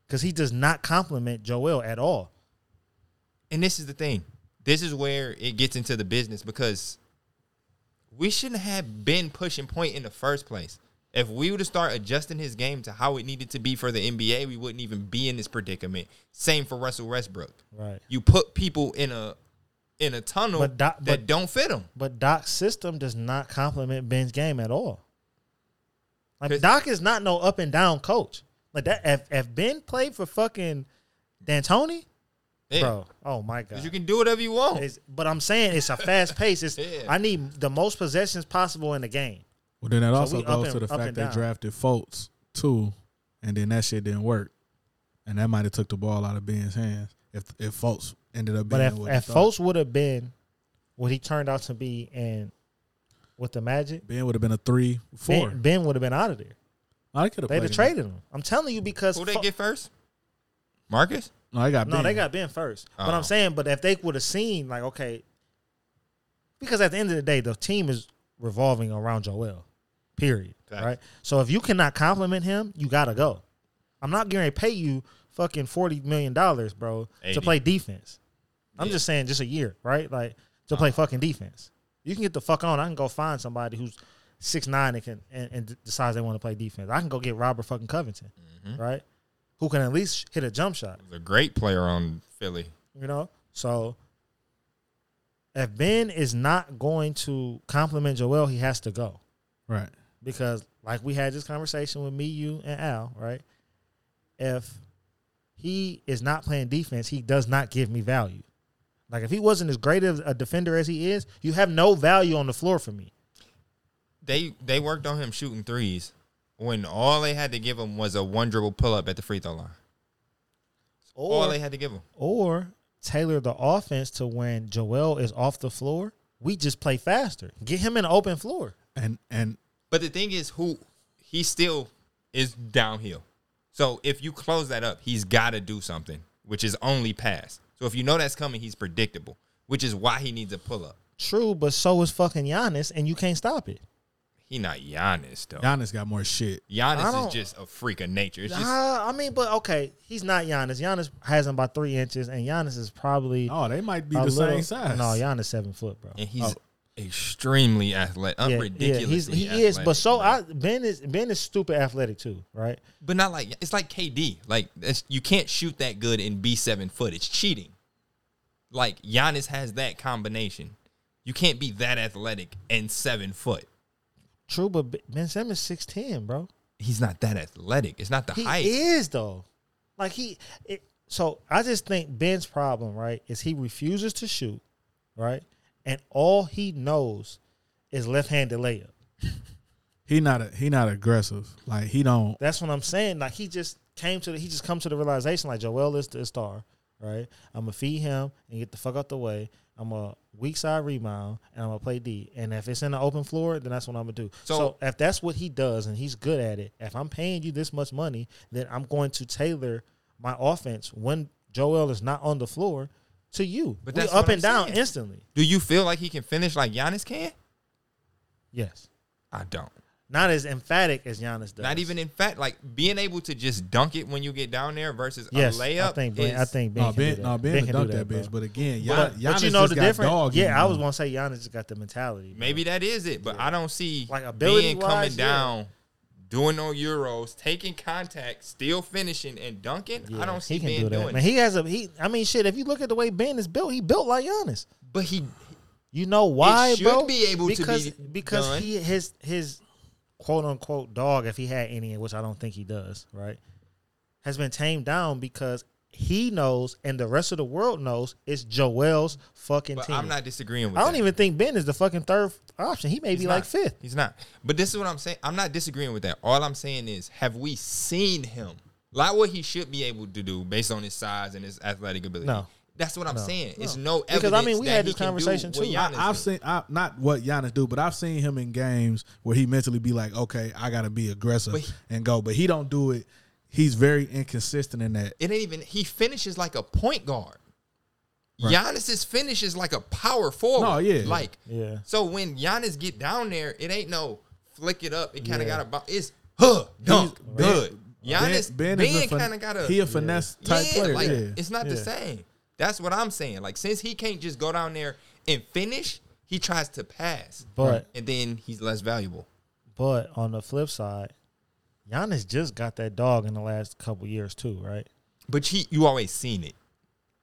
Speaker 2: because he does not compliment Joel at all.
Speaker 4: and this is the thing. This is where it gets into the business because we shouldn't have been pushing point in the first place. If we were to start adjusting his game to how it needed to be for the NBA, we wouldn't even be in this predicament. Same for Russell Westbrook.
Speaker 2: Right.
Speaker 4: You put people in a in a tunnel
Speaker 2: But Doc-
Speaker 4: that
Speaker 2: but-
Speaker 4: don't fit them.
Speaker 2: But Doc's system does not compliment Ben's game at all. Like
Speaker 4: 'Cause-
Speaker 2: Doc is not no up and down coach. Like that, if, if Ben played for fucking D'Antoni, bro, oh my god,
Speaker 4: because you can do whatever you want.
Speaker 2: It's- but I'm saying it's a fast pace. It's
Speaker 4: [LAUGHS] Yeah.
Speaker 2: I need the most possessions possible in the game.
Speaker 1: Well, then that
Speaker 2: So
Speaker 1: also
Speaker 2: we up
Speaker 1: goes to
Speaker 2: and-
Speaker 1: the
Speaker 2: up
Speaker 1: fact
Speaker 2: and
Speaker 1: they
Speaker 2: down.
Speaker 1: drafted Fultz too, and then that shit didn't work, and that might have took the ball out of Ben's hands if if Fultz ended up being
Speaker 2: But if,
Speaker 1: what he
Speaker 2: if
Speaker 1: thought.
Speaker 2: Fultz would have been what he turned out to be in with the Magic,
Speaker 1: Ben would have been a three, four.
Speaker 2: Ben, ben would have been out of there.
Speaker 1: I could have. played
Speaker 2: They'd have
Speaker 1: him.
Speaker 2: traded him. I'm telling you because
Speaker 4: Who they
Speaker 2: fu-
Speaker 4: get first? Marcus?
Speaker 1: No, they got.
Speaker 2: no,
Speaker 1: ben.
Speaker 2: they got Ben first. But
Speaker 4: Oh.
Speaker 2: I'm saying, but if they would have seen like okay, because at the end of the day, the team is revolving around Joel. Period.
Speaker 4: Facts.
Speaker 2: Right. So if you cannot compliment him, you gotta go. I'm not going to pay you fucking forty million dollars, bro,
Speaker 4: 80.
Speaker 2: to play defense. I'm
Speaker 4: Yeah. Uh-huh.
Speaker 2: just saying, just a year, right? Like to play fucking defense. You can get the fuck on. I can go find somebody who's six nine and can and, and decides they want to play defense. I can go get Robert fucking Covington,
Speaker 4: Mm-hmm.
Speaker 2: right? Who can at least hit a jump shot.
Speaker 4: He's a great player on Philly.
Speaker 2: You know? So if Ben is not going to compliment Joel, he has to go.
Speaker 1: right.
Speaker 2: Because like we had this conversation with me, you, and Al, right? If he is not playing defense, he does not give me value. Like if he wasn't as great of a defender as he is, you have no value on the floor for me.
Speaker 4: They they worked on him shooting threes when all they had to give him was a one dribble pull up at the free throw line.
Speaker 2: Or
Speaker 4: all they had to give him.
Speaker 2: or tailor the offense to when Joel is off the floor, we just play faster. Get him an open floor.
Speaker 1: And and
Speaker 4: But the thing is, who he still is downhill. So if you close that up, he's got to do something, which is only pass. So if you know that's coming, he's predictable, which is why he needs a pull up.
Speaker 2: True, but so is fucking Giannis, and you can't stop it.
Speaker 4: He not Giannis though.
Speaker 1: Giannis got more shit.
Speaker 2: I
Speaker 4: Giannis
Speaker 2: don't-
Speaker 4: is just a freak of nature. It's just
Speaker 2: Nah, I mean, but okay, he's not Giannis. Giannis has him by three inches, and Giannis is probably
Speaker 1: Oh, they might be
Speaker 2: a
Speaker 1: the
Speaker 2: little-
Speaker 1: same size.
Speaker 2: No, Giannis seven foot, bro.
Speaker 4: and he's
Speaker 1: Oh.
Speaker 4: extremely athletic. I'm
Speaker 2: he's,
Speaker 4: ridiculous.
Speaker 2: he is, but so I, Ben is Ben is stupid athletic too, right?
Speaker 4: but not like it's like KD. Like that's, you can't shoot that good and be seven foot. It's cheating. Like Giannis has that combination. You can't be that athletic and seven foot.
Speaker 2: True, but B- Ben Simmons six ten, bro.
Speaker 4: He's not that athletic. It's not the
Speaker 2: He
Speaker 4: height.
Speaker 2: is though, like he. It, so I just think Ben's problem, right, is he refuses to shoot, right, and all he knows is left handed layup.
Speaker 1: He not a, he not aggressive. Like he don't.
Speaker 2: That's what I'm saying. Like he just came to the he just come to the realization like Joel is the star, right? I'm gonna feed him and get the fuck out the way. I'm a weak side rebound and I'm gonna play D. And if it's in the open floor, then that's what I'm gonna do. So,
Speaker 4: So-
Speaker 2: if that's what he does and he's good at it, if I'm paying you this much money, then I'm going to tailor my offense when Joel is not on the floor to you.
Speaker 4: But
Speaker 2: But
Speaker 4: that's
Speaker 2: that's
Speaker 4: what
Speaker 2: up
Speaker 4: I'm
Speaker 2: and down
Speaker 4: saying.
Speaker 2: instantly.
Speaker 4: Do you feel like he can finish like Giannis can?
Speaker 2: Yes.
Speaker 4: I don't.
Speaker 2: Not as emphatic as Giannis does.
Speaker 4: Not even in fact, like being able to just dunk it when you get down there versus
Speaker 2: yes,
Speaker 4: a layup.
Speaker 2: I think Ben,
Speaker 4: is-
Speaker 2: I think Ben.
Speaker 1: No,
Speaker 2: can do
Speaker 1: Ben,
Speaker 2: that.
Speaker 1: no, Ben,
Speaker 2: ben
Speaker 1: can
Speaker 2: do
Speaker 1: dunk that,
Speaker 2: bro.
Speaker 1: bitch. But again, Gian,
Speaker 2: But,
Speaker 1: Giannis
Speaker 2: but you know
Speaker 1: just
Speaker 2: the
Speaker 1: got
Speaker 2: difference.
Speaker 1: dog in him,
Speaker 2: yeah, I was
Speaker 1: bro.
Speaker 2: gonna say Giannis just got the mentality. bro.
Speaker 4: Maybe that is it, but I don't see
Speaker 2: Like,
Speaker 4: being
Speaker 2: ability-wise,
Speaker 4: coming
Speaker 2: yeah.
Speaker 4: down, doing no euros, taking contact, still finishing and dunking. I
Speaker 2: Yeah,
Speaker 4: don't see
Speaker 2: he can
Speaker 4: Ben
Speaker 2: do that.
Speaker 4: doing
Speaker 2: Man,
Speaker 4: it.
Speaker 2: he has a he. I mean, shit. If you look at the way Ben is built, he built like Giannis.
Speaker 4: But he
Speaker 2: You know why,
Speaker 4: should
Speaker 2: bro?
Speaker 4: be able to
Speaker 2: because,
Speaker 4: be
Speaker 2: because
Speaker 4: done.
Speaker 2: he his his quote unquote dog, if he had any, which I don't think he does, right, has been tamed down because he knows and the rest of the world knows it's Joel's fucking
Speaker 4: but
Speaker 2: team.
Speaker 4: I'm not disagreeing with
Speaker 2: I don't
Speaker 4: that.
Speaker 2: even think Ben is the fucking third option. He may
Speaker 4: He's
Speaker 2: be
Speaker 4: not.
Speaker 2: like fifth.
Speaker 4: He's not. But this is what I'm saying. I'm not disagreeing with that. All I'm saying is, have we seen him? Like what he should be able to do based on his size and his athletic ability.
Speaker 2: No.
Speaker 4: That's what I'm
Speaker 2: No.
Speaker 4: saying. It's
Speaker 2: No.
Speaker 4: no evidence.
Speaker 2: Because, I mean, we
Speaker 4: that
Speaker 2: had
Speaker 4: he
Speaker 2: this
Speaker 4: can do
Speaker 2: conversation,
Speaker 4: what
Speaker 2: too.
Speaker 4: Giannis
Speaker 1: I've
Speaker 4: do.
Speaker 1: seen I, not what Giannis do, but I've seen him in games where he mentally be like, "Okay, I gotta be aggressive
Speaker 4: But he-
Speaker 1: and go," but he don't do it. He's very inconsistent in that.
Speaker 4: It ain't even. He finishes like a point guard.
Speaker 1: Right.
Speaker 4: Giannis's finish is like a power forward.
Speaker 1: No, yeah.
Speaker 4: Like
Speaker 2: Yeah.
Speaker 4: So when Giannis get down there, it ain't no flick it up. It kind of
Speaker 2: Yeah.
Speaker 4: got a bo- it's huh dunk
Speaker 1: He's-
Speaker 4: good. Giannis
Speaker 1: Ben,
Speaker 4: Ben,
Speaker 1: Ben is a fin-
Speaker 4: kind of got a
Speaker 1: he a finesse type
Speaker 4: yeah,
Speaker 1: player.
Speaker 4: Like,
Speaker 1: yeah.
Speaker 4: It's not the
Speaker 2: Yeah.
Speaker 4: same. That's what I'm saying. Like since he can't just go down there and finish, he tries to pass,
Speaker 2: But-
Speaker 4: and then he's less valuable.
Speaker 2: But on the flip side, Giannis just got that dog in the last couple years too, right?
Speaker 4: But he, you always seen it.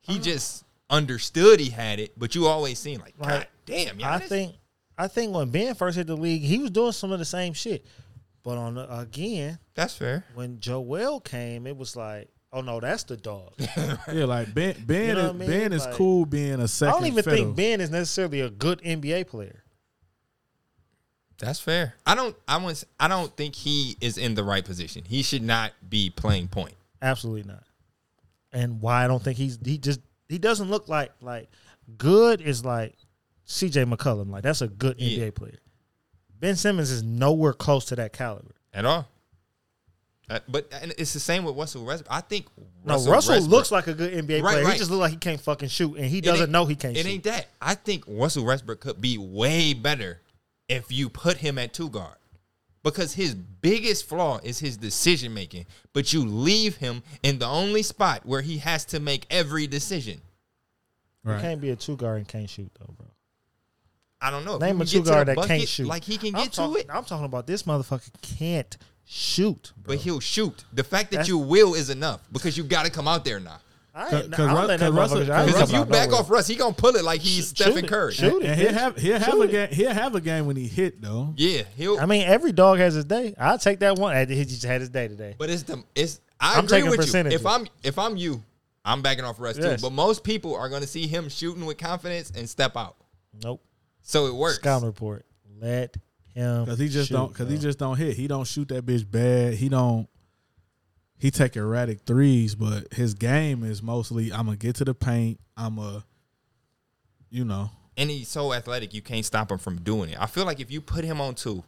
Speaker 2: Uh-huh.
Speaker 4: He just understood he had it, but you always seen like,
Speaker 2: Like,
Speaker 4: God damn, Giannis.
Speaker 2: I think I think when Ben first hit the league, he was doing some of the same shit. But on the, again,
Speaker 4: that's fair.
Speaker 2: when Joel came, it was like, oh no, that's the dog.
Speaker 1: Yeah, like Ben, Ben,
Speaker 2: You know
Speaker 1: is,
Speaker 2: what I mean?
Speaker 1: Ben is
Speaker 2: Like,
Speaker 1: cool being a
Speaker 2: I
Speaker 1: second.
Speaker 2: don't even
Speaker 1: fiddle.
Speaker 2: think Ben is necessarily a good NBA player.
Speaker 4: That's fair. I don't. I want. I don't think he is in the right position. He should not be playing point.
Speaker 2: Absolutely not. And why I don't think he's he just he doesn't look like like good is like CJ McCullum. Like that's a good
Speaker 4: Yeah.
Speaker 2: NBA player. Ben Simmons is nowhere close to that caliber.
Speaker 4: at all. Uh, but and it's the same with Russell Westbrook. I think
Speaker 2: No, Russell,
Speaker 4: Westbrook-
Speaker 2: looks like a good NBA
Speaker 4: Right,
Speaker 2: player.
Speaker 4: right.
Speaker 2: He just looks like he can't fucking shoot, and he
Speaker 4: It
Speaker 2: doesn't
Speaker 4: ain't-
Speaker 2: know he can't
Speaker 4: It
Speaker 2: shoot.
Speaker 4: ain't that. I think Russell Westbrook could be way better if you put him at two guard. Because his biggest flaw is his decision making. But you leave him in the only spot where he has to make every decision.
Speaker 2: You
Speaker 1: Right.
Speaker 2: can't be a two guard and can't shoot though, bro.
Speaker 4: I don't know. If
Speaker 2: Name
Speaker 4: he
Speaker 2: a
Speaker 4: can
Speaker 2: two
Speaker 4: get to
Speaker 2: guard
Speaker 4: the
Speaker 2: that can't
Speaker 4: bucket
Speaker 2: shoot.
Speaker 4: Like he can
Speaker 2: I'm
Speaker 4: get to
Speaker 2: talking-
Speaker 4: it.
Speaker 2: I'm talking about this motherfucker can't shoot, bro.
Speaker 4: But he'll shoot. The fact that
Speaker 2: That's-
Speaker 4: you will is enough because you got to come out there now.
Speaker 2: I
Speaker 1: Cause-
Speaker 2: ain't,
Speaker 1: cause
Speaker 2: I'm
Speaker 1: Ru-
Speaker 2: letting that
Speaker 1: cause Russell-
Speaker 2: motherfucker. I ain't
Speaker 4: Because if
Speaker 2: talking
Speaker 4: you
Speaker 2: about
Speaker 4: back
Speaker 2: nowhere.
Speaker 4: off Russ, he gonna pull it like he's
Speaker 2: Shoot
Speaker 4: Stephen
Speaker 2: it.
Speaker 4: Curry.
Speaker 2: Shoot it.
Speaker 1: And he'll have he'll have
Speaker 2: Shoot
Speaker 1: a
Speaker 2: it.
Speaker 1: game he'll have a game when he hit though.
Speaker 4: Yeah, he'll.
Speaker 2: I mean, every dog has his day. I take that one. He just had his day today.
Speaker 4: But it's the it's. I
Speaker 2: I'm
Speaker 4: agree
Speaker 2: taking
Speaker 4: with
Speaker 2: percentages.
Speaker 4: you. If I'm if I'm you, I'm backing off Russ
Speaker 2: Yes.
Speaker 4: too. But most people are going to see him shooting with confidence and step out.
Speaker 2: Nope.
Speaker 4: So it works.
Speaker 2: Scouting report. Let him.
Speaker 1: Cause he just
Speaker 2: shoot,
Speaker 1: don't. Cause he
Speaker 2: bro.
Speaker 1: just don't hit. He don't shoot that bitch bad. He don't. He take erratic threes, but his game is mostly I'm gonna get to the paint. I'm a, you know,
Speaker 4: And he's so athletic, you can't stop him from doing it. I feel like if you put him on two,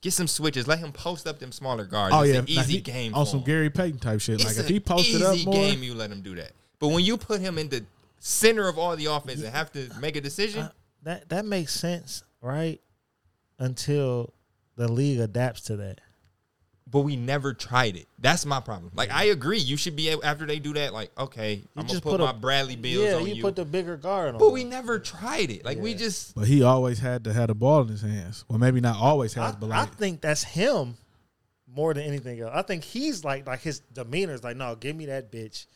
Speaker 4: get some switches, let him post up them smaller guards.
Speaker 1: oh
Speaker 4: it's
Speaker 1: yeah,
Speaker 4: an
Speaker 1: now
Speaker 4: easy
Speaker 1: he-
Speaker 4: game
Speaker 1: on
Speaker 4: for
Speaker 1: some
Speaker 4: him.
Speaker 1: Gary Payton type shit.
Speaker 4: It's
Speaker 1: like if
Speaker 4: an
Speaker 1: he posted up
Speaker 4: easy
Speaker 1: more,
Speaker 4: game, you let him do that. But when you put him in the center of all the offense and have to make a decision,
Speaker 2: that that makes sense, right? Until the league adapts to that.
Speaker 4: but we never tried it. That's my problem. Like I agree, you should be able, after they do that. Like okay, I'm gonna put,
Speaker 2: a-
Speaker 4: my Bradley Bills
Speaker 2: Yeah,
Speaker 4: on
Speaker 2: you
Speaker 4: you.
Speaker 2: put the bigger guard on.
Speaker 4: but we never tried it. Like we just
Speaker 1: but he always had to have the ball in his hands. Well, maybe not always has,
Speaker 2: I,
Speaker 1: but
Speaker 2: I
Speaker 1: like
Speaker 2: think that's him more than anything else. I think he's like like his demeanor is like, no, give me that bitch.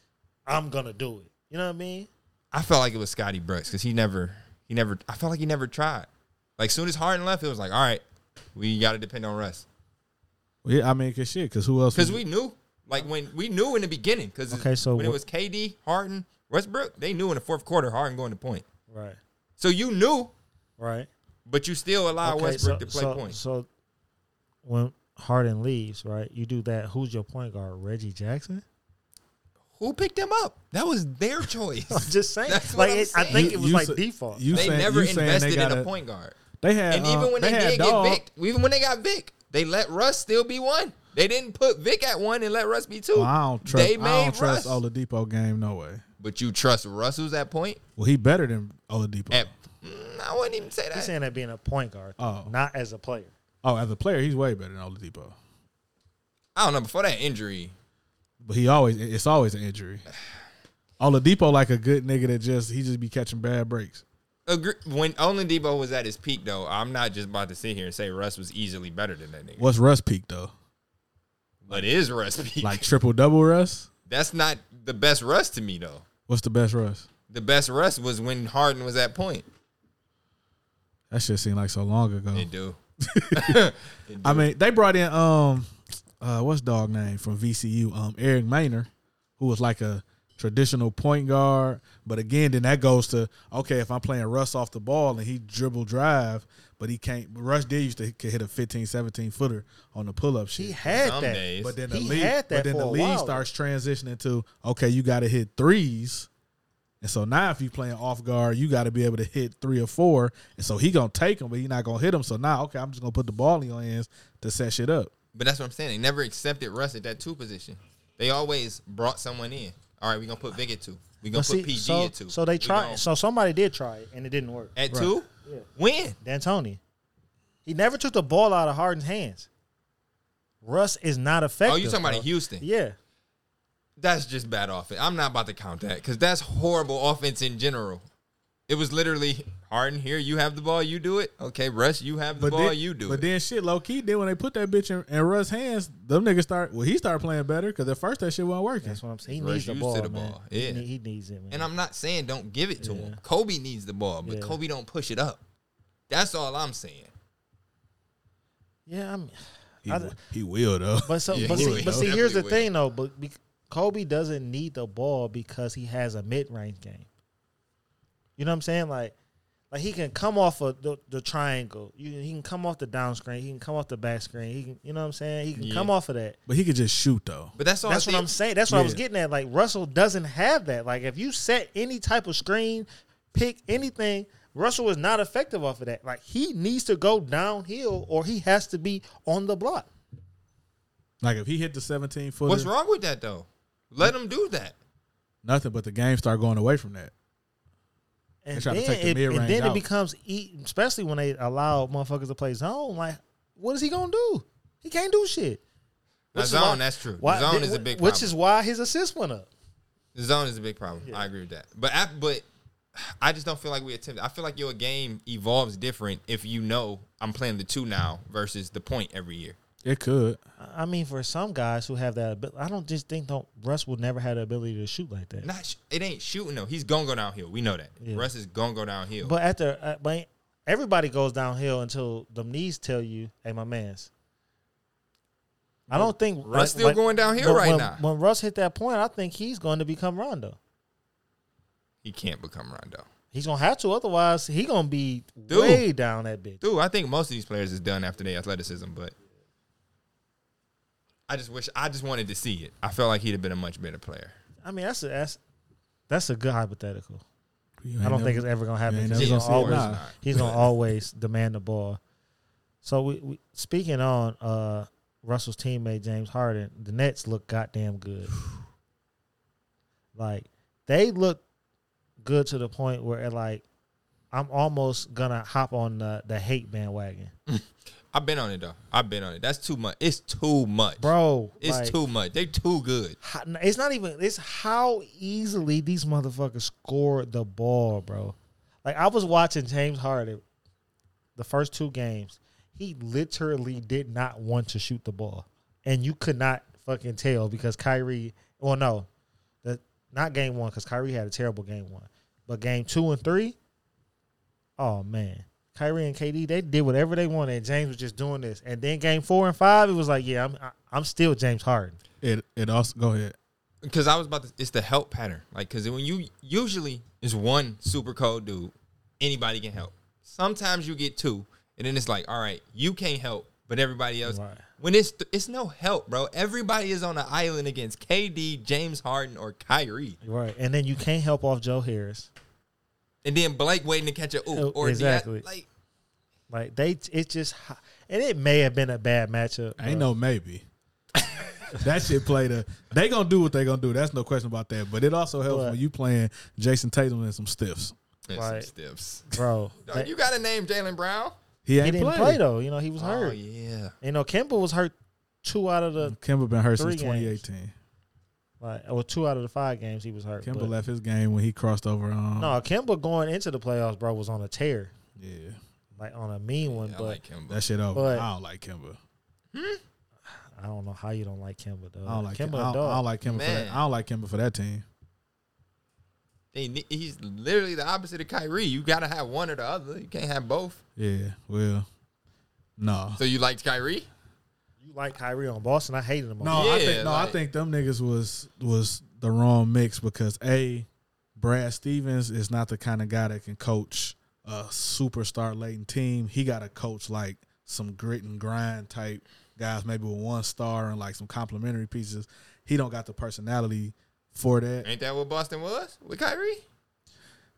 Speaker 2: I'm gonna do it. You know what I mean?
Speaker 4: I felt like it was Scotty Brooks because he never, he never, I felt like he never tried. Like, soon as Harden left, it was like, all right, we got to depend on Russ.
Speaker 1: yeah, I mean, cause shit, cause who else?
Speaker 4: Because
Speaker 1: was-
Speaker 4: we knew, like, when we knew in the beginning, because
Speaker 2: Okay, so
Speaker 4: when it
Speaker 2: what-
Speaker 4: was KD, Harden, Westbrook, they knew in the fourth quarter Harden going to point.
Speaker 2: Right.
Speaker 4: So you knew,
Speaker 2: Right.
Speaker 4: but you still allow Westbrook to play
Speaker 2: so,
Speaker 4: point.
Speaker 2: So when Harden leaves, right, you do that. Who's your point guard? Reggie Jackson? [LAUGHS]
Speaker 4: Who picked him up? That was their choice.
Speaker 2: I'm just saying.
Speaker 4: That's
Speaker 2: like
Speaker 4: what I'm
Speaker 2: it, I
Speaker 4: saying.
Speaker 2: think it was like
Speaker 1: sa-
Speaker 2: default.
Speaker 1: You
Speaker 4: they
Speaker 1: saying,
Speaker 4: never
Speaker 1: you saying
Speaker 4: invested
Speaker 1: they got
Speaker 4: in a point guard.
Speaker 1: They had
Speaker 4: And even when they, did
Speaker 1: had
Speaker 4: get
Speaker 1: dog,
Speaker 4: Vic, even when they got Vic, they let Russ still be one. They didn't put Vic at one and let Russ be two.
Speaker 1: Well, I don't trust.
Speaker 4: They made
Speaker 1: I don't trust
Speaker 4: Russ.
Speaker 1: Oladipo game. No way.
Speaker 4: But you trust Russell's at point?
Speaker 1: Well, he better than Oladipo.
Speaker 4: At mm, I wouldn't even say
Speaker 2: He's
Speaker 4: that.
Speaker 2: saying that being a point guard,
Speaker 1: Oh.
Speaker 2: not as a player.
Speaker 1: oh, as a player, he's way better than Oladipo.
Speaker 4: I don't know. Before that injury,
Speaker 1: But he always it's always an injury. [SIGHS] Oladipo like a good nigga that just he just be catching bad breaks.
Speaker 4: agree, when Oladipo was at his peak, though, I'm not just about to sit here and say Russ was easily better than that nigga.
Speaker 1: What's Russ peak though?
Speaker 4: But it is Russ peak.
Speaker 1: Like triple double Russ?
Speaker 4: That's not the best Russ to me, though.
Speaker 1: What's the best Russ?
Speaker 4: The best Russ was when Harden was at point.
Speaker 1: That shit seemed like so long ago.
Speaker 4: It do.
Speaker 1: I mean, they brought in um uh what's dog name from VCU? Um Eric Maynor, who was like a traditional point guard. But again, then that goes to okay, if I'm playing Russ off the ball and he dribble drive, but he can't Russ did used to could hit a 15, 17 footer on the pull up shit.
Speaker 2: He had
Speaker 4: Some
Speaker 2: that.
Speaker 4: days.
Speaker 1: But then the
Speaker 2: He
Speaker 1: league,
Speaker 2: had
Speaker 1: but
Speaker 2: that
Speaker 1: then
Speaker 2: for
Speaker 1: the
Speaker 2: a
Speaker 1: league
Speaker 2: while.
Speaker 1: starts transitioning to okay, you got to hit threes, and so now if you playing off guard, you got to be able to hit three or four, and so he gonna take them, but he not gonna hit them. So now okay, I'm just gonna put the ball in your hands to set shit up.
Speaker 4: But that's what I'm saying. They never accepted Russ at that two position. They always brought someone in. All right, we're gonna put Vic at two. We're gonna
Speaker 2: But
Speaker 4: put
Speaker 2: see,
Speaker 4: PG
Speaker 2: so,
Speaker 4: at two.
Speaker 2: so they
Speaker 4: We
Speaker 2: tried.
Speaker 4: gonna-
Speaker 2: So somebody did try it and it didn't work.
Speaker 4: at two. When?
Speaker 2: D'Antoni, he never took the ball out of Harden's hands. Russ is not effective.
Speaker 4: Oh, you talking about
Speaker 2: bro.
Speaker 4: in Houston?
Speaker 2: Yeah.
Speaker 4: that's just bad offense. I'm not about to count that because that's horrible offense in general. It was literally Harden here. You have the ball, you do it. Okay, Russ, you have the ball,
Speaker 1: then,
Speaker 4: you do
Speaker 1: but
Speaker 4: it.
Speaker 1: then shit, low key. Then when they put that bitch in, in Russ' hands, them niggas start. Well, he started playing better because at first that shit wasn't working.
Speaker 2: That's what I'm saying. He
Speaker 4: Russ
Speaker 2: needs the
Speaker 4: used to
Speaker 2: ball,
Speaker 4: the
Speaker 2: man.
Speaker 4: ball.
Speaker 2: He
Speaker 4: Yeah.
Speaker 2: need- he needs it, man.
Speaker 4: and I'm not saying don't give it to him. Kobe needs the ball, but
Speaker 2: Yeah.
Speaker 4: Kobe don't push it up. That's all I'm saying.
Speaker 2: yeah, I'm.
Speaker 1: He,
Speaker 2: I-
Speaker 1: w- he will though. [LAUGHS]
Speaker 2: But so,
Speaker 4: Yeah,
Speaker 2: but
Speaker 4: he
Speaker 2: see,
Speaker 4: would.
Speaker 2: but see, here's the
Speaker 4: Definitely would.
Speaker 2: thing though. But be, Kobe doesn't need the ball because he has a mid range game. You know what I'm saying? Like, like he can come off of the, the triangle. You, can- he can come off the down screen. He can come off the back screen. He can, you know what I'm saying? He can
Speaker 4: Yeah.
Speaker 2: come off of that.
Speaker 1: But he could just shoot though.
Speaker 4: But that's all.
Speaker 2: That's
Speaker 4: I
Speaker 2: what
Speaker 4: think-
Speaker 2: I'm saying. That's what I was
Speaker 1: Yeah.
Speaker 2: getting at. Like Russell doesn't have that. Like if you set any type of screen, pick anything, Russell is not effective off of that. Like he needs to go downhill or he has to be on the block.
Speaker 1: Like if he hit the 17 footer,
Speaker 4: What's wrong with that though? Let him do that.
Speaker 1: Nothing, but the game start going away from that.
Speaker 2: And
Speaker 1: They try
Speaker 2: then,
Speaker 1: to take the
Speaker 2: it, and
Speaker 1: mid-range
Speaker 2: then it
Speaker 1: out.
Speaker 2: becomes, e- especially when they allow motherfuckers to play zone. Like, what is he gonna do? He can't do shit.
Speaker 4: Now,
Speaker 2: Which is
Speaker 4: zone,
Speaker 2: why-
Speaker 4: that's true.
Speaker 2: why-
Speaker 4: zone
Speaker 2: th-
Speaker 4: is a big
Speaker 2: Which
Speaker 4: problem.
Speaker 2: is why his assist went up.
Speaker 4: The zone is a big problem. I agree with that. But I, but I just don't feel like we attempt. I feel like your game evolves different if you know I'm playing the two now versus the point every year.
Speaker 1: It could.
Speaker 2: I I mean, for some guys who have that, abil- I don't just think don't Russ will never have the ability to shoot like that.
Speaker 4: Not sh- it ain't shooting though. He's gonna go downhill. We know that.
Speaker 2: Yeah.
Speaker 4: Russ is gonna go downhill.
Speaker 2: But after, uh, but everybody goes downhill until the knees tell you, "Hey, my man's." I don't think
Speaker 4: Russ still going downhill
Speaker 2: but
Speaker 4: right
Speaker 2: when-
Speaker 4: now.
Speaker 2: When Russ hit that point, I think he's going to become Rondo.
Speaker 4: he can't become Rondo.
Speaker 2: He's gonna have to, otherwise he gonna be
Speaker 4: Dude.
Speaker 2: way down that bitch.
Speaker 4: Dude, I think most of these players is done after their athleticism, but I just wish I just wanted to see it. I felt like he'd have been a much better player.
Speaker 2: I mean, that's a that's, that's a good hypothetical.
Speaker 1: You
Speaker 2: I
Speaker 1: ain't
Speaker 2: don't think
Speaker 1: never-
Speaker 2: it's ever gonna happen.
Speaker 1: you ain't
Speaker 2: 'cause He's
Speaker 1: never
Speaker 2: gonna
Speaker 1: gonna see it.
Speaker 2: always
Speaker 1: Nah.
Speaker 2: he's gonna always demand the ball. So we, we speaking on uh, Russell's teammate James Harden, the Nets look goddamn good. like they look good to the point where like I'm almost gonna hop on the, the hate bandwagon,
Speaker 4: I've been on it though. I've been on it. That's too much. It's too much.
Speaker 2: bro.
Speaker 4: It's
Speaker 2: like,
Speaker 4: too much. They too good.
Speaker 2: how- It's not even. It's how easily these motherfuckers scored the ball, bro. Like I was watching James Harden, the first two games, he literally did not want to shoot the ball, and you could not fucking tell because Kyrie. Well, no, the, not game one because Kyrie had a terrible game one, but game two and three. Oh man, Kyrie and KD they did whatever they wanted. and James was just doing this, and then game four and five, it was like, yeah, I'm I, I'm still James Harden.
Speaker 1: It it also go ahead.
Speaker 4: Because I was about to. It's the help pattern. Like because when you usually it's one super cold dude, anybody can help. Sometimes you get two, and then it's like, all right, you can't help, but everybody else.
Speaker 2: Right.
Speaker 4: When it's th- it's no help, bro. Everybody is on an island against KD, James Harden, or Kyrie,
Speaker 2: Right, and then you can't help off Joe Harris.
Speaker 4: and then Blake waiting to catch a oop or
Speaker 2: Oh, Exactly.
Speaker 4: exactly. like
Speaker 2: Like they, it just, and it may have been a bad matchup.
Speaker 1: Ain't no maybe. that shit played a. They gonna do what they gonna do. That's no question about that. But it also helps
Speaker 2: But-
Speaker 1: when you playing Jason Tatum and some stiffs.
Speaker 4: There's
Speaker 2: Right.
Speaker 4: some stiffs.
Speaker 2: bro.
Speaker 4: Dog,
Speaker 2: they-
Speaker 4: you got to name Jalen Brown.
Speaker 1: He
Speaker 2: he
Speaker 1: ain't
Speaker 2: didn't
Speaker 1: played.
Speaker 2: play though. You know he was
Speaker 4: Oh
Speaker 2: hurt.
Speaker 4: yeah.
Speaker 2: You know Kemba was hurt two out of the
Speaker 1: Kimba been hurt since
Speaker 2: Three games.
Speaker 1: 2018.
Speaker 2: like or two out of the five games he was hurt.
Speaker 1: Kimba
Speaker 2: but-
Speaker 1: left his game when he crossed over. Um,
Speaker 2: No, Kemba going into the playoffs, bro, was on a tear,
Speaker 1: yeah,
Speaker 2: like on a mean one.
Speaker 4: I
Speaker 2: but
Speaker 4: like him.
Speaker 1: that shit over.
Speaker 2: But-
Speaker 1: I don't like Kimba.
Speaker 2: I don't know how you don't like Kemba though.
Speaker 1: I don't like Kimba.
Speaker 2: Kemba.
Speaker 1: I don't, I
Speaker 2: a dog.
Speaker 1: don't like Kimba. For
Speaker 4: Man.
Speaker 1: that. I don't like Kimba for that team.
Speaker 4: They ne- he's literally the opposite of Kyrie. You gotta have one or the other. You can't have both.
Speaker 1: Yeah. Well, no.
Speaker 4: So you liked Kyrie?
Speaker 2: you like Kyrie on Boston. I hated him. On
Speaker 1: No, I
Speaker 4: Yeah,
Speaker 1: think no, I
Speaker 4: like-
Speaker 1: think them niggas was was the wrong mix because a Brad Stevens is not the kind of guy that can coach a superstar laden team. He got to coach like some grit and grind type guys, maybe with one star and like some complimentary pieces. He don't got the personality for that.
Speaker 4: Ain't that what Boston was with Kyrie?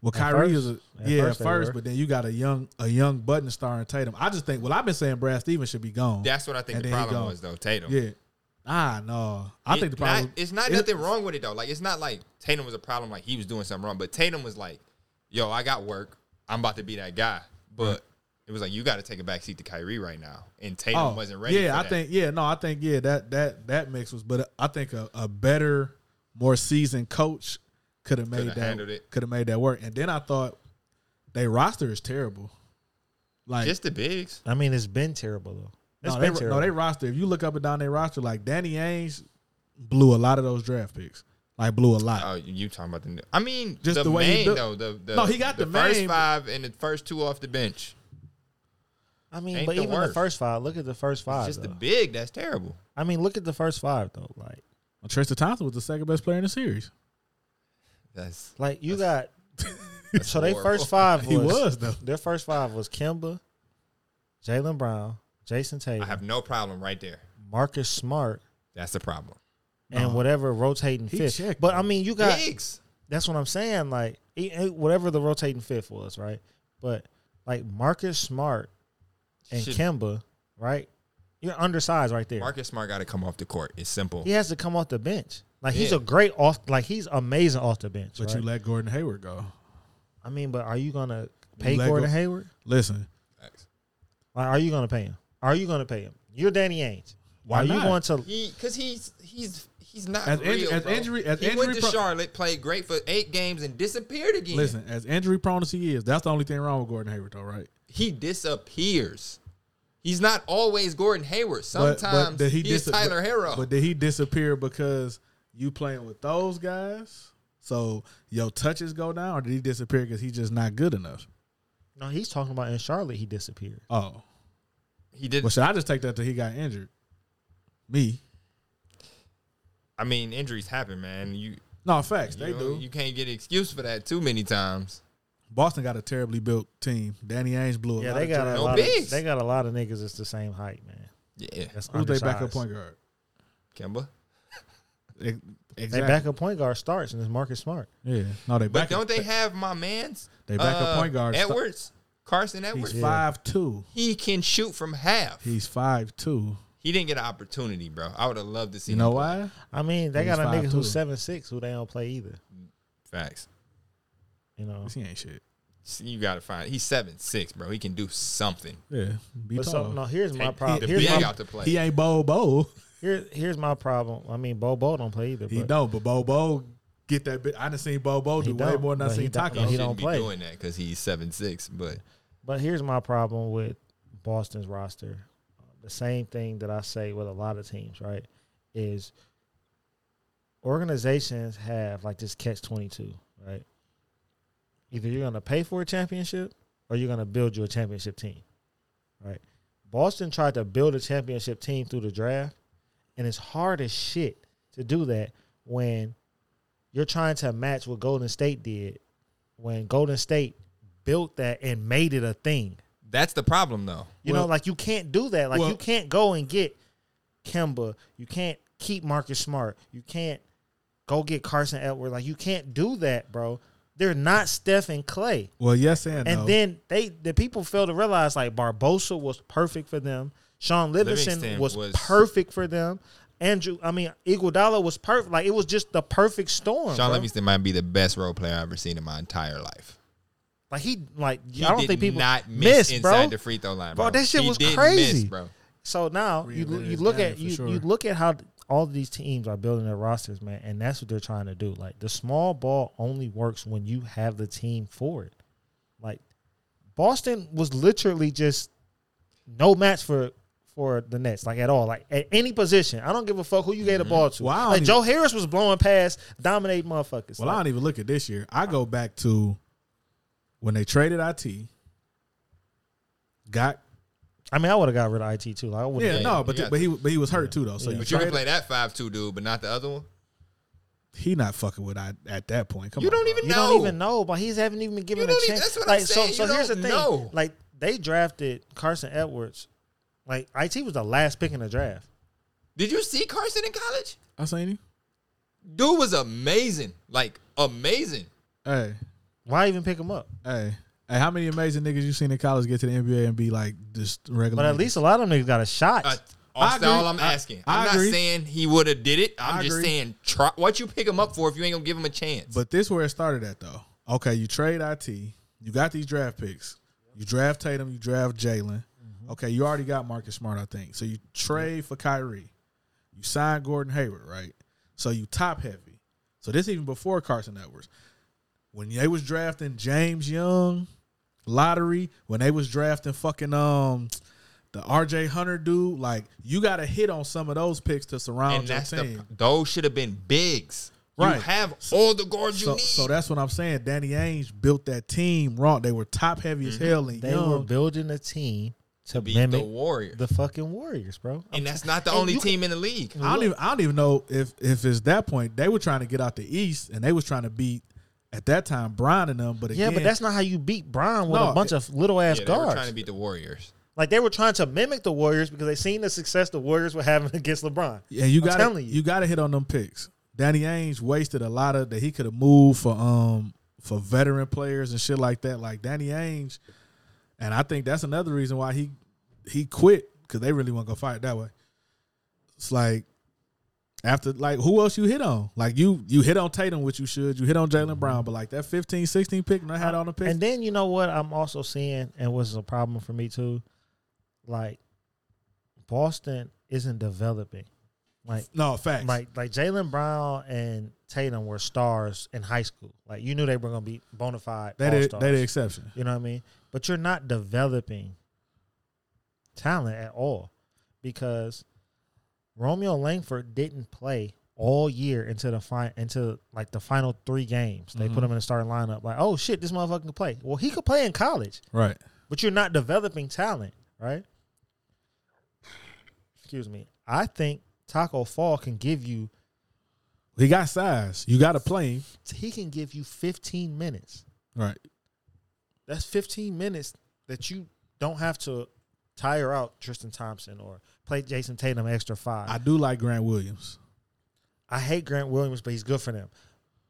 Speaker 1: Well,
Speaker 2: At
Speaker 1: Kyrie
Speaker 2: first-
Speaker 1: is a,
Speaker 2: at
Speaker 1: yeah first,
Speaker 2: first they were.
Speaker 1: but then you got a young a young button star in Tatum. I just think well, I've been saying Brad Stevens should be gone.
Speaker 4: That's what I think
Speaker 1: And
Speaker 4: the
Speaker 1: then he
Speaker 4: problem
Speaker 1: gone.
Speaker 4: was though, Tatum.
Speaker 1: yeah. Ah no, I
Speaker 4: It
Speaker 1: think the
Speaker 4: not-
Speaker 1: problem
Speaker 4: it's not nothing wrong with it though. Like it's not like Tatum was a problem, like he was doing something wrong. But Tatum was like, yo, I got work. I'm about to be that guy. But it was like you gotta take a backseat to Kyrie right now. And Tatum wasn't ready.
Speaker 1: Oh, Yeah,
Speaker 4: for
Speaker 1: I
Speaker 4: that.
Speaker 1: think yeah, no, I think yeah, that that that mix was but I think a, a better, more seasoned coach could have made
Speaker 4: Coulda handled
Speaker 1: that
Speaker 4: it.
Speaker 1: could have made that work. And then I thought their roster is terrible. Like
Speaker 4: just the bigs.
Speaker 2: I mean, it's been terrible though. It's
Speaker 1: no, they,
Speaker 2: been terrible.
Speaker 1: no, they roster. If you look up and down their roster, like Danny Ainge blew a lot of those draft picks. Like blew a lot.
Speaker 4: Oh, you talking about the? I mean,
Speaker 1: Just
Speaker 4: the,
Speaker 1: the way he
Speaker 4: main
Speaker 1: do-
Speaker 4: though. The, the
Speaker 1: No, he got the
Speaker 4: first
Speaker 1: main, but-
Speaker 4: five and the first two off the bench.
Speaker 2: I mean,
Speaker 4: Ain't
Speaker 2: but
Speaker 4: the
Speaker 2: even the
Speaker 4: worst.
Speaker 2: first five. Look at the first
Speaker 4: It's
Speaker 2: five.
Speaker 4: just the
Speaker 2: though.
Speaker 4: big that's terrible.
Speaker 2: I mean, look at the first five though. Like.
Speaker 1: Tristan Thompson was the second best player in the
Speaker 4: [LAUGHS]
Speaker 1: series.
Speaker 4: That's
Speaker 2: Like you got so they
Speaker 4: horrible. [LAUGHS]
Speaker 2: first five was,
Speaker 1: He was though.
Speaker 2: their first five was Kimba, Jalen Brown, Jason
Speaker 4: I
Speaker 2: Tatum,
Speaker 4: have no problem right there.
Speaker 2: Marcus Smart,
Speaker 4: That's the problem.
Speaker 2: and whatever rotating
Speaker 1: He
Speaker 2: fifth.
Speaker 1: checked,
Speaker 2: but I mean you got
Speaker 4: Bigs.
Speaker 2: e, that's what I'm saying. Like it- it- whatever the rotating fifth was, right? But like Marcus Smart and
Speaker 4: Should-
Speaker 2: Kemba, right? You're undersized right there.
Speaker 4: Marcus Smart got to come off the court. It's simple.
Speaker 2: He has to come off the bench. Like he's
Speaker 4: Yeah.
Speaker 2: a great off. Like he's amazing off the bench.
Speaker 1: But
Speaker 2: right?
Speaker 1: you let Gordon Hayward go.
Speaker 2: I mean, but are you gonna pay
Speaker 1: let
Speaker 2: Gordon
Speaker 1: go-
Speaker 2: Hayward?
Speaker 1: Listen,
Speaker 2: Like, are you gonna pay him? Are you gonna pay him? You're Danny Ainge.
Speaker 1: Why
Speaker 2: are you
Speaker 1: not?
Speaker 2: going to?
Speaker 4: He, cause he's he's he's not
Speaker 1: As
Speaker 4: real.
Speaker 1: inju- as
Speaker 4: bro.
Speaker 1: injury- as
Speaker 4: he
Speaker 1: injury
Speaker 4: went to
Speaker 1: pro-
Speaker 4: Charlotte, played great for eight games, and disappeared again.
Speaker 1: listen. As injury prone as he is, that's the only thing wrong with Gordon Hayward, though, right?
Speaker 4: he disappears. He's not always Gordon Hayward. Sometimes he's
Speaker 1: disa-
Speaker 4: Tyler
Speaker 1: but-
Speaker 4: Harrow.
Speaker 1: But did he disappear because you playing with those guys? So your touches go down, or did he disappear because he's just not good enough?
Speaker 2: No, he's talking about in Charlotte. He disappeared.
Speaker 1: Oh,
Speaker 4: he did.
Speaker 1: well, should I just take that that he got injured? Me?
Speaker 4: I mean, injuries happen, man. You
Speaker 1: No, facts.
Speaker 4: you
Speaker 1: they
Speaker 4: know,
Speaker 1: do.
Speaker 4: You can't get an excuse for that too many times.
Speaker 1: Boston got a terribly built team. Danny Ainge blew a
Speaker 2: Yeah,
Speaker 1: lot
Speaker 2: they
Speaker 1: of
Speaker 2: got a
Speaker 1: terrible-
Speaker 4: No
Speaker 2: lot. Of,
Speaker 4: bigs.
Speaker 2: they got a lot of niggas. It's the same height, man.
Speaker 4: Yeah,
Speaker 2: That's
Speaker 1: Who's their backup
Speaker 2: undersized.
Speaker 1: point guard?
Speaker 4: Kemba.
Speaker 1: Ex-
Speaker 2: They
Speaker 1: Exactly.
Speaker 2: backup point guard starts and it's Marcus Smart.
Speaker 1: Yeah. No, they
Speaker 4: But
Speaker 1: backup.
Speaker 4: don't they have my man's? uh,
Speaker 1: They backup point guard, Sta-
Speaker 4: Edwards, Carson Edwards.
Speaker 1: He's five two.
Speaker 4: He can shoot from half. He,
Speaker 1: He's five two.
Speaker 4: didn't get an opportunity, bro. I would have loved to see.
Speaker 1: You
Speaker 4: him
Speaker 1: know
Speaker 4: play.
Speaker 1: why?
Speaker 2: I mean, they
Speaker 1: He's
Speaker 2: got a nigga
Speaker 1: 5'2".
Speaker 2: who's seven six who they don't play either.
Speaker 4: Facts.
Speaker 2: You know.
Speaker 1: 'Cause He ain't shit.
Speaker 4: You gotta find. He's seven six, bro. He can do something.
Speaker 1: Yeah. Be
Speaker 2: But so
Speaker 1: tall.
Speaker 2: no, here's my
Speaker 4: Take the
Speaker 2: problem.
Speaker 4: big
Speaker 2: Here's my,
Speaker 4: out to play.
Speaker 1: He ain't Bo Bo.
Speaker 2: here, here's my problem. I mean, Bobo don't play either.
Speaker 1: He
Speaker 2: but-
Speaker 1: don't, but Bo Bo get that bit. I done seen Bo Bo
Speaker 2: He
Speaker 1: do way
Speaker 2: don't,
Speaker 1: more than I
Speaker 2: but he
Speaker 1: seen
Speaker 2: don't-
Speaker 1: Taco.
Speaker 2: Yeah, he
Speaker 4: shouldn't
Speaker 2: don't
Speaker 4: be
Speaker 2: play.
Speaker 4: doing that because he's seven six. But
Speaker 2: But here's my problem with Boston's roster. The same thing that I say with a lot of teams, right? Is organizations have like this catch 22, right? Either you're going to pay for a championship or you're going to build you a championship team, right? Boston tried to build a championship team through the draft, and it's hard as shit to do that when you're trying to match what Golden State did when Golden State built that and made it a thing.
Speaker 4: that's the problem, though.
Speaker 2: You
Speaker 1: Well-
Speaker 2: know, like you can't do that. Like
Speaker 1: well-
Speaker 2: you can't go and get Kemba. You can't keep Marcus Smart. You can't go get Carson Edward. Like you can't do that, bro. They're not Steph and Clay.
Speaker 1: Well, yes and,
Speaker 2: And
Speaker 1: no.
Speaker 2: then they the people fail to realize like Barbosa was perfect for them. Sean Livingston,
Speaker 4: Livingston
Speaker 2: was,
Speaker 4: was-
Speaker 2: perfect for them. Andrew, I mean, Iguodala was perfect. Like it was just the perfect storm.
Speaker 4: Sean
Speaker 2: bro.
Speaker 4: Livingston might be the best role player I've ever seen in my entire life.
Speaker 2: Like he, like
Speaker 4: He
Speaker 2: I don't
Speaker 4: did
Speaker 2: think people
Speaker 4: not miss,
Speaker 2: missed,
Speaker 4: inside
Speaker 2: bro.
Speaker 4: the free throw line, bro.
Speaker 2: Bro, that shit
Speaker 4: He
Speaker 2: was
Speaker 4: didn't
Speaker 2: crazy.
Speaker 4: miss, bro.
Speaker 2: So now you
Speaker 1: Reinvented
Speaker 2: you
Speaker 1: his
Speaker 2: look
Speaker 1: game,
Speaker 2: at
Speaker 1: for
Speaker 2: you
Speaker 1: sure.
Speaker 2: you look at how all of these teams are building their rosters, man, and that's what they're trying to do. Like the small ball only works when you have the team for it. Like Boston was literally just no match for for the Nets, like at all, like at any position. I don't give a fuck who you gave the ball to.
Speaker 1: Mm-hmm. Well, I don't
Speaker 2: like
Speaker 1: even-
Speaker 2: Joe Harris was blowing past, dominating motherfuckers.
Speaker 1: well, I
Speaker 2: Like,
Speaker 1: don't e even look at this year. I go back to when they traded IT, got
Speaker 2: I, mean, I would have got rid of it too. Like I would.
Speaker 1: yeah,
Speaker 2: have
Speaker 1: no, but
Speaker 4: you got-
Speaker 1: but he but he was hurt too though. So you
Speaker 4: But you can
Speaker 1: traded,
Speaker 4: play that five two dude, but not the other one.
Speaker 1: he not fucking with I at that point. Come
Speaker 4: You
Speaker 1: on,
Speaker 4: don't
Speaker 1: bro.
Speaker 4: even
Speaker 2: You
Speaker 4: know.
Speaker 2: don't even know, but he's haven't even been given
Speaker 4: don't
Speaker 2: a
Speaker 4: even-
Speaker 2: chance.
Speaker 4: that's what I'm
Speaker 2: like,
Speaker 4: saying.
Speaker 2: So, so
Speaker 4: You
Speaker 2: here's the
Speaker 4: don't
Speaker 2: thing:
Speaker 4: know.
Speaker 2: like they drafted Carson Edwards. Like it was the last pick in the draft.
Speaker 4: Did you see Carson in college?
Speaker 1: I seen you.
Speaker 4: Dude was amazing, like amazing.
Speaker 1: Hey,
Speaker 2: Why even pick him up?
Speaker 1: hey, hey! How many amazing niggas you seen in college get to the NBA and be like just regular?
Speaker 2: But at
Speaker 1: niggas?
Speaker 2: least a lot of them niggas got a shot.
Speaker 4: Uh,
Speaker 1: I
Speaker 4: that's
Speaker 1: agree.
Speaker 4: all I'm
Speaker 1: I-
Speaker 4: asking.
Speaker 1: I
Speaker 4: I, am not
Speaker 1: agree.
Speaker 4: saying he would have did it. I'm
Speaker 1: I
Speaker 4: just
Speaker 1: agree.
Speaker 4: saying, try, what you pick him up for if you ain't gonna give him a chance?
Speaker 1: But this where it started at though. Okay, you trade IT. You got these draft picks. You draft Tatum. You draft Jalen.
Speaker 4: Mm-hmm.
Speaker 1: Okay, you already got Marcus Smart, I think. So you trade for Kyrie. You sign Gordon Hayward, right? So you top heavy. So this even before Carson Edwards. When they was drafting James Young, lottery. When they was drafting fucking um. The RJ Hunter dude, like you got to hit on some of those picks to surround
Speaker 4: and
Speaker 1: your
Speaker 4: that's
Speaker 1: team.
Speaker 4: the those should have been bigs.
Speaker 1: Right.
Speaker 4: You have all the guards you
Speaker 1: So,
Speaker 4: need.
Speaker 1: so that's what I'm saying. Danny Ainge built that team wrong. They were top heavy
Speaker 4: Mm-hmm.
Speaker 1: as hell and
Speaker 2: they
Speaker 1: young.
Speaker 2: were building a team to
Speaker 4: Beat the
Speaker 2: mimic
Speaker 4: Warrior,
Speaker 2: the fucking Warriors, bro.
Speaker 4: and that's not the
Speaker 2: And
Speaker 4: only
Speaker 2: you can-
Speaker 4: team in the league.
Speaker 1: I don't even I don't even know if if it's that point they were trying to get out the East and they was trying to beat at that time Brian and them. But
Speaker 2: yeah,
Speaker 1: again,
Speaker 2: but that's not how you beat Brian with
Speaker 1: No,
Speaker 2: a bunch
Speaker 1: it-
Speaker 2: of little ass
Speaker 4: Yeah, they were
Speaker 2: guards.
Speaker 4: trying to beat the Warriors.
Speaker 2: like they were trying to mimic the Warriors because they seen the success the Warriors were having [LAUGHS] against LeBron.
Speaker 1: yeah you
Speaker 2: I'm
Speaker 1: got
Speaker 2: telling
Speaker 1: you.
Speaker 2: you.
Speaker 1: got to hit on them picks. Danny Ainge wasted a lot of that he could have moved for um for veteran players and shit like that, like Danny Ainge, and I think that's another reason why he he quit because they really want to go fight that way. It's like after like who else you hit on? Like you you hit on Tatum, which you should. You hit on Jalen Brown, but like that 15, 16 pick, and I had on the pick.
Speaker 2: And then you know what I'm also seeing, and was a problem for me too. Like Boston isn't developing. Like
Speaker 1: no facts.
Speaker 2: like like Jalen Brown and Tatum were stars in high school. Like you knew they were gonna be bona fide
Speaker 1: they
Speaker 2: all
Speaker 1: did
Speaker 2: stars.
Speaker 1: they the exception.
Speaker 2: You know what I mean? But you're not developing talent at all because Romeo Langford didn't play all year into the fi- into like the final three games. They put him in the starting lineup. Like, oh shit, this motherfucker can play. Well, he could play in college,
Speaker 1: Right.
Speaker 2: but you're not developing talent, right? Excuse me. I think Taco Fall can give you
Speaker 1: He got size. You got to play him.
Speaker 2: he can give you 15 minutes.
Speaker 1: Right.
Speaker 2: that's 15 minutes that you don't have to tire out Tristan Thompson or play Jason Tatum extra five.
Speaker 1: I
Speaker 2: I,
Speaker 1: do like Grant Williams.
Speaker 2: hate Grant Williams, but he's good for them.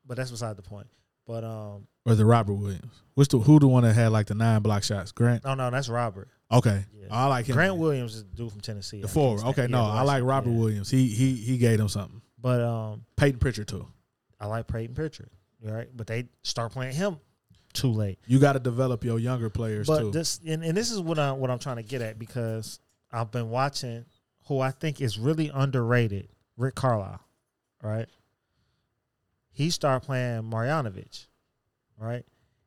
Speaker 2: But that's beside the point. But um,
Speaker 1: Or is it Robert Williams? Which the who the one that had like the nine block shots? Grant.
Speaker 2: no, no, that's Robert.
Speaker 1: Okay,
Speaker 2: Yeah.
Speaker 1: Oh, I like him.
Speaker 2: Grant Williams is the dude from Tennessee. I
Speaker 1: the
Speaker 2: can't
Speaker 1: forward.
Speaker 2: stand-
Speaker 1: Okay,
Speaker 2: yeah,
Speaker 1: no,
Speaker 2: the
Speaker 1: I
Speaker 2: West-
Speaker 1: like Robert
Speaker 2: yeah.
Speaker 1: Williams. He he he gave them something.
Speaker 2: But um,
Speaker 1: Peyton Pritchard too.
Speaker 2: I like Peyton Pritchard. Right, but they start playing him too late.
Speaker 1: You got to develop your younger players
Speaker 2: but
Speaker 1: too.
Speaker 2: this and, and this is what I what I'm trying to get at because I've been watching who I think is really underrated, Rick Carlisle. Right. He started playing Marjanovic. Right.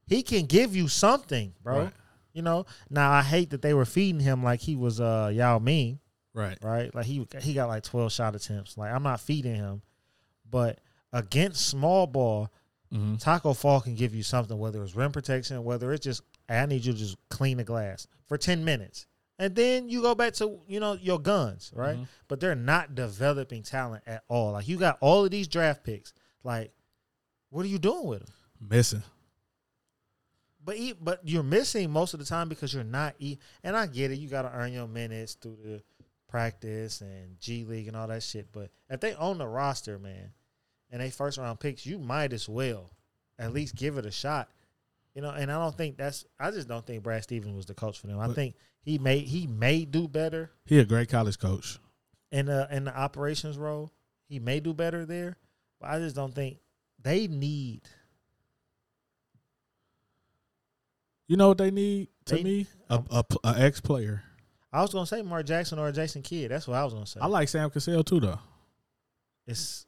Speaker 2: He can give you something, bro.
Speaker 1: Right.
Speaker 2: You know. Now I hate that they were feeding him like he was uh Yao Ming
Speaker 1: right,
Speaker 2: right? Like he he got like twelve shot attempts. Like I'm not feeding him, but against small ball,
Speaker 1: Mhm.
Speaker 2: Taco Fall can give you something, whether it's rim protection, whether it's just "Hey, I need you to just clean the glass for ten minutes, and then you go back to you know your guns, right? But they're not developing talent at all. Like you got all of these draft picks, like what are you doing with them?
Speaker 1: missing.
Speaker 2: But e- but you're missing most of the time because you're not e- and I get it. You got to earn your minutes through the practice and G League and all that shit. But if they own the roster, man, and they first round picks, you might as well at least give it a shot. You know, and I don't think that's. I just don't think Brad Stevens was the coach for them. I
Speaker 1: But-
Speaker 2: think he may he may do better
Speaker 1: He a great college coach.
Speaker 2: in the in the operations role. He may do better there, but I just don't think they need.
Speaker 1: You know what they need to
Speaker 2: They-
Speaker 1: me? A, a, a ex player.
Speaker 2: I was gonna say Mark Jackson or Jason Kidd. That's what I was gonna say.
Speaker 1: I like Sam Cassell too though.
Speaker 2: it's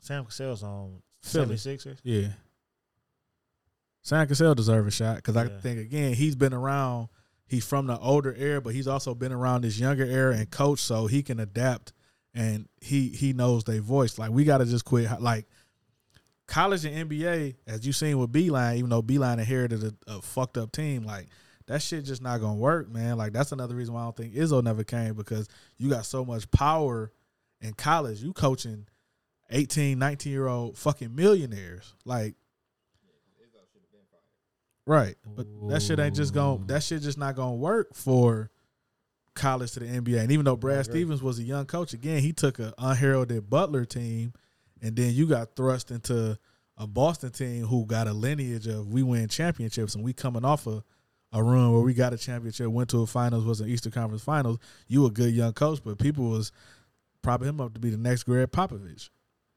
Speaker 2: Sam Cassell's on
Speaker 1: Philly.
Speaker 2: 76ers.
Speaker 1: Yeah. Sam Cassell deserve a shot because I
Speaker 2: Yeah.
Speaker 1: think again he's been around. He's from the older era, but he's also been around this younger era and coach, so he can adapt and he he knows their voice. Like we got to just quit like college and NBA, as you seen with Beeline. Even though Beeline inherited a, a fucked up team, like that shit just not gonna work, man. Like that's another reason why I don't think Izzo never came because you got so much power in college. You coaching 18, 19 year old fucking millionaires. Like, right. But that shit ain't just going, that shit just not going to work for college to the NBA. And even though Brad Stevens was a young coach, again, he took an unheralded Butler team, and then you got thrust into a Boston team who got a lineage of we win championships and we coming off a a run where we got a championship, went to a finals, was an Eastern Conference Finals. You a good young coach, but people was propping him up to be the next Greg Popovich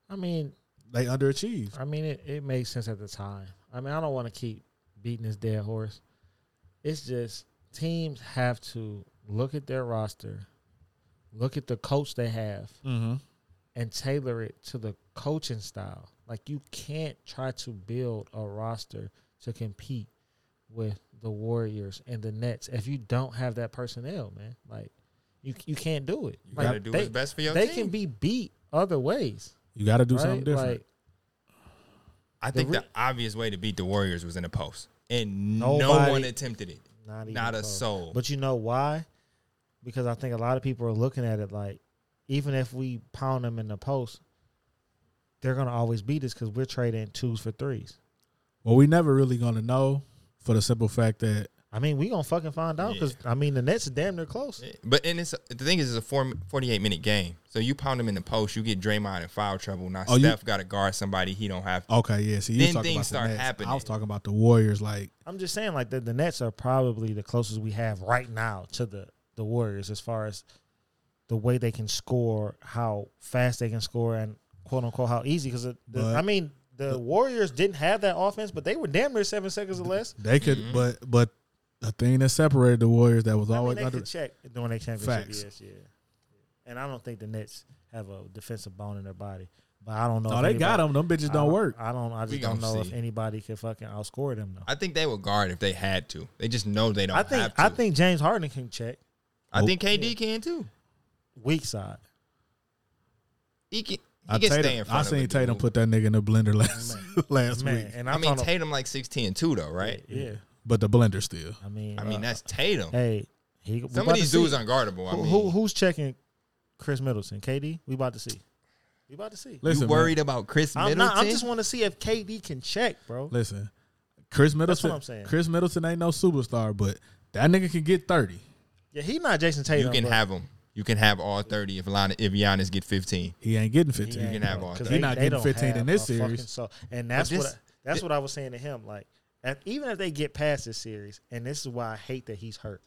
Speaker 2: I mean,
Speaker 1: they underachieved.
Speaker 2: I mean, it, it makes sense at the time. I mean, I don't want to keep beating this dead horse. It's just teams have to look at their roster, look at the coach they have,
Speaker 1: Mm-hmm.
Speaker 2: and tailor it to the coaching style. Like you can't try to build a roster to compete with the Warriors and the Nets if you don't have that personnel, man. Like you you can't do it.
Speaker 4: You
Speaker 2: Like,
Speaker 4: gotta do
Speaker 2: they-
Speaker 4: what's best for your
Speaker 2: They
Speaker 4: team.
Speaker 2: can be beat other ways.
Speaker 1: You got to do
Speaker 2: right?
Speaker 1: something different.
Speaker 2: Like,
Speaker 4: I think
Speaker 2: re-
Speaker 4: the obvious way to beat the Warriors was in a post, and no
Speaker 2: Nobody-
Speaker 4: one attempted it.
Speaker 2: not even
Speaker 4: Not a
Speaker 2: close.
Speaker 4: soul.
Speaker 2: But you know why? Because I think a lot of people are looking at it like, even if we pound them in the post, they're gonna always beat us because we're trading twos for threes.
Speaker 1: well, we never really gonna know for the simple fact that
Speaker 2: I mean, we gonna fucking find out because I mean the Nets is damn near close.
Speaker 4: But and it's the thing is, it's a four, 48 minute game. So you pound him in the post, you get Draymond in foul trouble. Now
Speaker 1: Oh, you-
Speaker 4: Steph got to guard somebody he don't have.
Speaker 1: Okay, yeah. See, you
Speaker 4: Then
Speaker 1: talking
Speaker 4: things
Speaker 1: about the
Speaker 4: start
Speaker 1: Nets. I
Speaker 4: happening.
Speaker 1: was talking about the Warriors. Like,
Speaker 2: I'm just saying like the, the Nets are probably the closest we have right now to the the Warriors as far as the way they can score, how fast they can score, and quote unquote how easy. Because
Speaker 1: But-
Speaker 2: I mean the Warriors didn't have that offense, but they were damn near seven seconds or less.
Speaker 1: They could,
Speaker 4: Mm-hmm.
Speaker 1: but but the thing that separated the Warriors that was
Speaker 2: I mean,
Speaker 1: always
Speaker 2: they
Speaker 1: under-
Speaker 2: could check during their championship.
Speaker 1: Facts.
Speaker 2: Yes, yeah. And I don't think the Nets have a defensive bone in their body, but I don't know.
Speaker 1: no,
Speaker 2: if
Speaker 1: they got
Speaker 2: anybody-
Speaker 1: them. Them bitches
Speaker 2: I
Speaker 1: don't work.
Speaker 2: I don't. I
Speaker 4: We
Speaker 2: just don't
Speaker 4: gonna
Speaker 2: know if
Speaker 4: see.
Speaker 2: anybody could fucking outscore them though.
Speaker 4: I think they would guard if they had to. They just know they don't
Speaker 2: I think.
Speaker 4: have to.
Speaker 2: I think James Harden can check
Speaker 4: I think KD can too.
Speaker 2: weak side.
Speaker 4: He can. He
Speaker 1: I,
Speaker 4: can stay
Speaker 1: Tatum,
Speaker 4: in front
Speaker 1: I
Speaker 4: of a
Speaker 1: seen
Speaker 4: dude.
Speaker 1: Tatum put that nigga in the blender last [LAUGHS] last
Speaker 2: Man,
Speaker 1: week,
Speaker 2: and
Speaker 4: I
Speaker 2: I'm
Speaker 4: mean
Speaker 2: talking-
Speaker 4: Tatum like 16 too though, right?
Speaker 2: Yeah.
Speaker 1: but the blender still.
Speaker 2: I mean.
Speaker 4: I mean
Speaker 2: uh,
Speaker 4: that's Tatum.
Speaker 2: Hey, he, we
Speaker 4: Some
Speaker 2: about
Speaker 4: of
Speaker 2: to
Speaker 4: these dudes
Speaker 2: see.
Speaker 4: aren't guardable. I
Speaker 2: Who,
Speaker 4: mean,
Speaker 2: who- who's checking Chris Middleton? KD. We about to see. We about to see.
Speaker 1: Listen,
Speaker 4: you
Speaker 1: man.
Speaker 4: worried about Chris
Speaker 2: I'm
Speaker 4: Middleton?
Speaker 2: not. I just want to see if KD can check, bro.
Speaker 1: Listen, Chris Middleton.
Speaker 2: what I'm saying.
Speaker 1: Chris Middleton ain't no superstar, but that nigga can get thirty.
Speaker 2: Yeah, he not Jason Tatum.
Speaker 4: you can
Speaker 2: but
Speaker 4: have him. You can have all 30 if Lon- if Giannis get 15.
Speaker 1: He ain't getting
Speaker 2: he
Speaker 1: fifteen.
Speaker 2: ain't,
Speaker 4: can have
Speaker 2: bro,
Speaker 4: all
Speaker 2: 'cause
Speaker 4: that.
Speaker 1: He not
Speaker 2: they
Speaker 1: getting
Speaker 2: don't
Speaker 1: 15 in
Speaker 2: have
Speaker 1: this
Speaker 2: a fucking
Speaker 1: series.
Speaker 2: soul. And that's
Speaker 4: this-
Speaker 2: what. I, that's what I was saying to him. Like, at, even if they get past this series, and this is why I hate that he's hurt.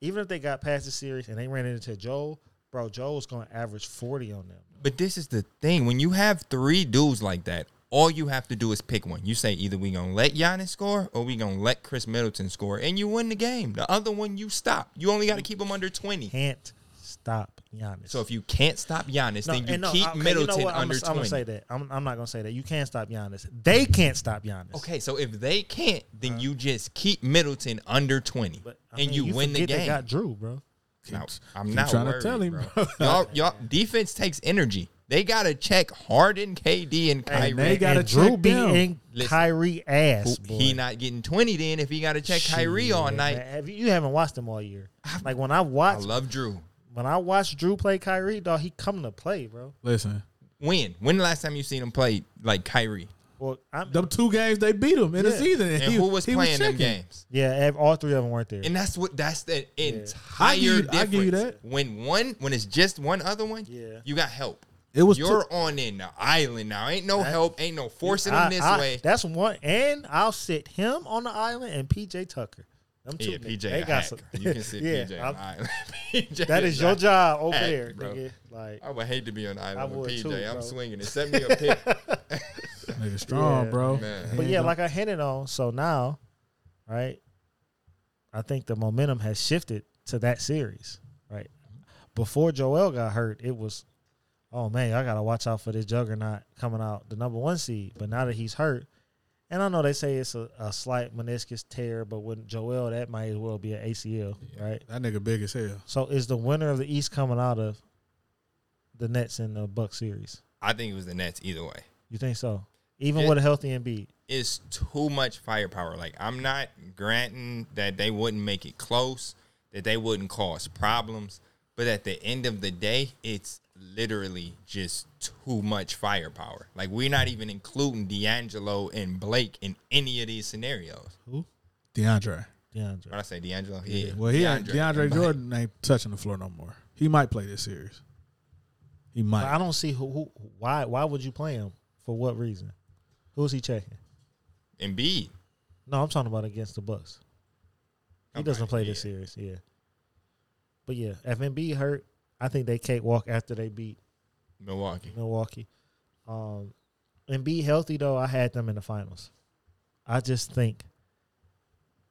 Speaker 2: Even if they got past the series and they ran into Joel, bro, Joel's going to average forty on them.
Speaker 4: But this is the thing. When you have three dudes like that, all you have to do is pick one. You say either we gonna let Giannis score or we gonna let Chris Middleton score, and you win the game. The other one you stop. You only got to keep him under twenty.
Speaker 2: Can't stop Giannis.
Speaker 4: So if you can't stop Giannis, then you
Speaker 2: and
Speaker 4: keep
Speaker 2: okay,
Speaker 4: Middleton
Speaker 2: what? I'm
Speaker 4: under
Speaker 2: gonna, I'm gonna say
Speaker 4: twenty.
Speaker 2: that. I'm, I'm not gonna say that. You can't stop Giannis. They can't stop Giannis.
Speaker 4: Okay, so if they can't, then you just keep Middleton under twenty,
Speaker 2: but I
Speaker 4: and
Speaker 2: mean,
Speaker 4: you, win the
Speaker 2: forget They
Speaker 4: game.
Speaker 2: got Drew, bro.
Speaker 4: Now, I'm
Speaker 1: keep
Speaker 4: not
Speaker 1: trying to
Speaker 4: worried,
Speaker 1: tell him,
Speaker 4: bro. [LAUGHS] y'all, y'all defense takes energy. They gotta check Harden, KD, and Kyrie.
Speaker 1: And they got to
Speaker 2: and Drew
Speaker 1: check
Speaker 2: be
Speaker 1: down.
Speaker 2: in
Speaker 4: Listen.
Speaker 2: Kyrie ass. Boy.
Speaker 4: he not getting twenty then if he gotta check Kyrie
Speaker 2: Shit,
Speaker 4: all night.
Speaker 2: man. Have you, you haven't watched him all year? Like when I watch
Speaker 4: I love Drew.
Speaker 2: when I watch Drew play Kyrie, dog, he come to play, bro.
Speaker 1: [LAUGHS] Listen,
Speaker 4: When? When the last time you seen him play like Kyrie?
Speaker 2: Well, I'm,
Speaker 1: them two games they beat him in the
Speaker 2: Yeah.
Speaker 1: season, and,
Speaker 4: And
Speaker 1: he,
Speaker 4: who was
Speaker 1: he
Speaker 4: playing them
Speaker 1: checking.
Speaker 4: games?
Speaker 2: yeah, ev- all three of them weren't there.
Speaker 4: And that's what that's the entire
Speaker 1: I give you-
Speaker 4: difference.
Speaker 1: I give you that.
Speaker 4: When one when it's just one other one,
Speaker 2: Yeah.
Speaker 4: you got help.
Speaker 1: It was
Speaker 4: You're
Speaker 1: two-
Speaker 4: on in the island now. Ain't no
Speaker 2: That's-
Speaker 4: help. Ain't no forcing
Speaker 2: I-
Speaker 4: him this
Speaker 2: I-
Speaker 4: way.
Speaker 2: That's one. And I'll sit him on the island and PJ Tucker. Them two
Speaker 4: yeah,
Speaker 2: niggas,
Speaker 4: PJ.
Speaker 2: They
Speaker 4: a
Speaker 2: got
Speaker 4: hack.
Speaker 2: some. [LAUGHS]
Speaker 4: You can sit
Speaker 2: yeah,
Speaker 4: PJ
Speaker 2: I-
Speaker 4: on the island. [LAUGHS]
Speaker 2: [LAUGHS]
Speaker 4: PJ
Speaker 2: That is your
Speaker 4: a-
Speaker 2: job over
Speaker 4: hack,
Speaker 2: there,
Speaker 4: bro.
Speaker 2: nigga. Like,
Speaker 4: I would hate to be on the island
Speaker 2: I
Speaker 4: with
Speaker 2: would
Speaker 4: PJ.
Speaker 2: too,
Speaker 4: I'm
Speaker 2: bro.
Speaker 4: swinging it. Send me
Speaker 2: [LAUGHS]
Speaker 4: a pick.
Speaker 1: Nigga strong,
Speaker 2: Yeah.
Speaker 1: bro.
Speaker 4: Man.
Speaker 1: He
Speaker 2: but
Speaker 1: ain't
Speaker 2: yeah,
Speaker 1: gonna-
Speaker 2: like I hinted on. So now, right, I think the momentum has shifted to that series, right? Before Joel got hurt, it was, oh man, I gotta watch out for this juggernaut coming out the number one seed. But now that he's hurt, and I know they say it's a, a slight meniscus tear, but with Joel, that might as well be an ACL, right?
Speaker 1: that nigga big as hell.
Speaker 2: So is the winner of the East coming out of the Nets and the Buck series?
Speaker 4: I think it was the Nets either way.
Speaker 2: You think so? Even
Speaker 4: Yeah.
Speaker 2: with a healthy Embiid,
Speaker 4: It's too much firepower. Like I'm not granting that they wouldn't make it close, that they wouldn't cause problems, but at the end of the day, it's literally just too much firepower. Like we're not even including D'Angelo and Blake in any of these scenarios.
Speaker 1: DeAndre.
Speaker 2: DeAndre.
Speaker 4: When I say D'Angelo, yeah.
Speaker 1: Well, he ain't, DeAndre Jordan ain't touching the floor no more. He might play this series. He might.
Speaker 2: But I don't see who, who why why would you play him for what reason? Who's he checking?
Speaker 4: and Embiid.
Speaker 2: No, I'm talking about against the Bucks. He doesn't play
Speaker 4: Nobody,
Speaker 2: this
Speaker 4: yeah.
Speaker 2: series, yeah. But yeah, if Embiid hurt, I think they can't walk after they beat
Speaker 4: Milwaukee.
Speaker 2: Milwaukee. Um, and be healthy though. I had them in the finals. I just think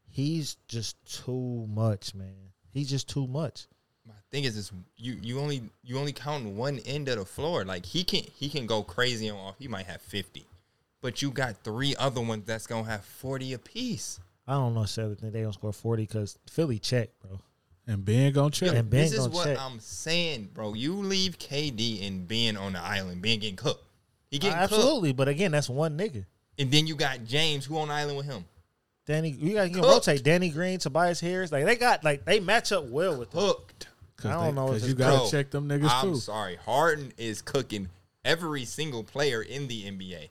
Speaker 2: he's just too much, man. He's just too much.
Speaker 4: My thing is, is you you only you only count one end of the floor. Like he can he can go crazy on off. He might have fifty, but you got three other ones that's gonna have forty apiece.
Speaker 2: I don't necessarily think they gonna score forty because Philly check, bro.
Speaker 1: and Ben gonna check.
Speaker 2: And Ben
Speaker 4: This is
Speaker 2: gonna
Speaker 4: what
Speaker 2: check.
Speaker 4: I'm saying, bro. You leave KD and Ben on the island. Ben getting cooked. He getting cooked,
Speaker 2: Absolutely, but again, that's one nigga.
Speaker 4: and then you got James who on the island with him.
Speaker 2: Danny, you gotta you can
Speaker 4: Cooked.
Speaker 2: rotate Danny Green, Tobias Harris. Like they got like they match up well with them.
Speaker 4: Cooked.
Speaker 1: Cause
Speaker 2: I don't know if
Speaker 1: Because
Speaker 2: it's
Speaker 1: you gotta
Speaker 4: Bro,
Speaker 1: check them niggas
Speaker 4: I'm
Speaker 1: too.
Speaker 4: sorry, Harden is cooking every single player in the NBA.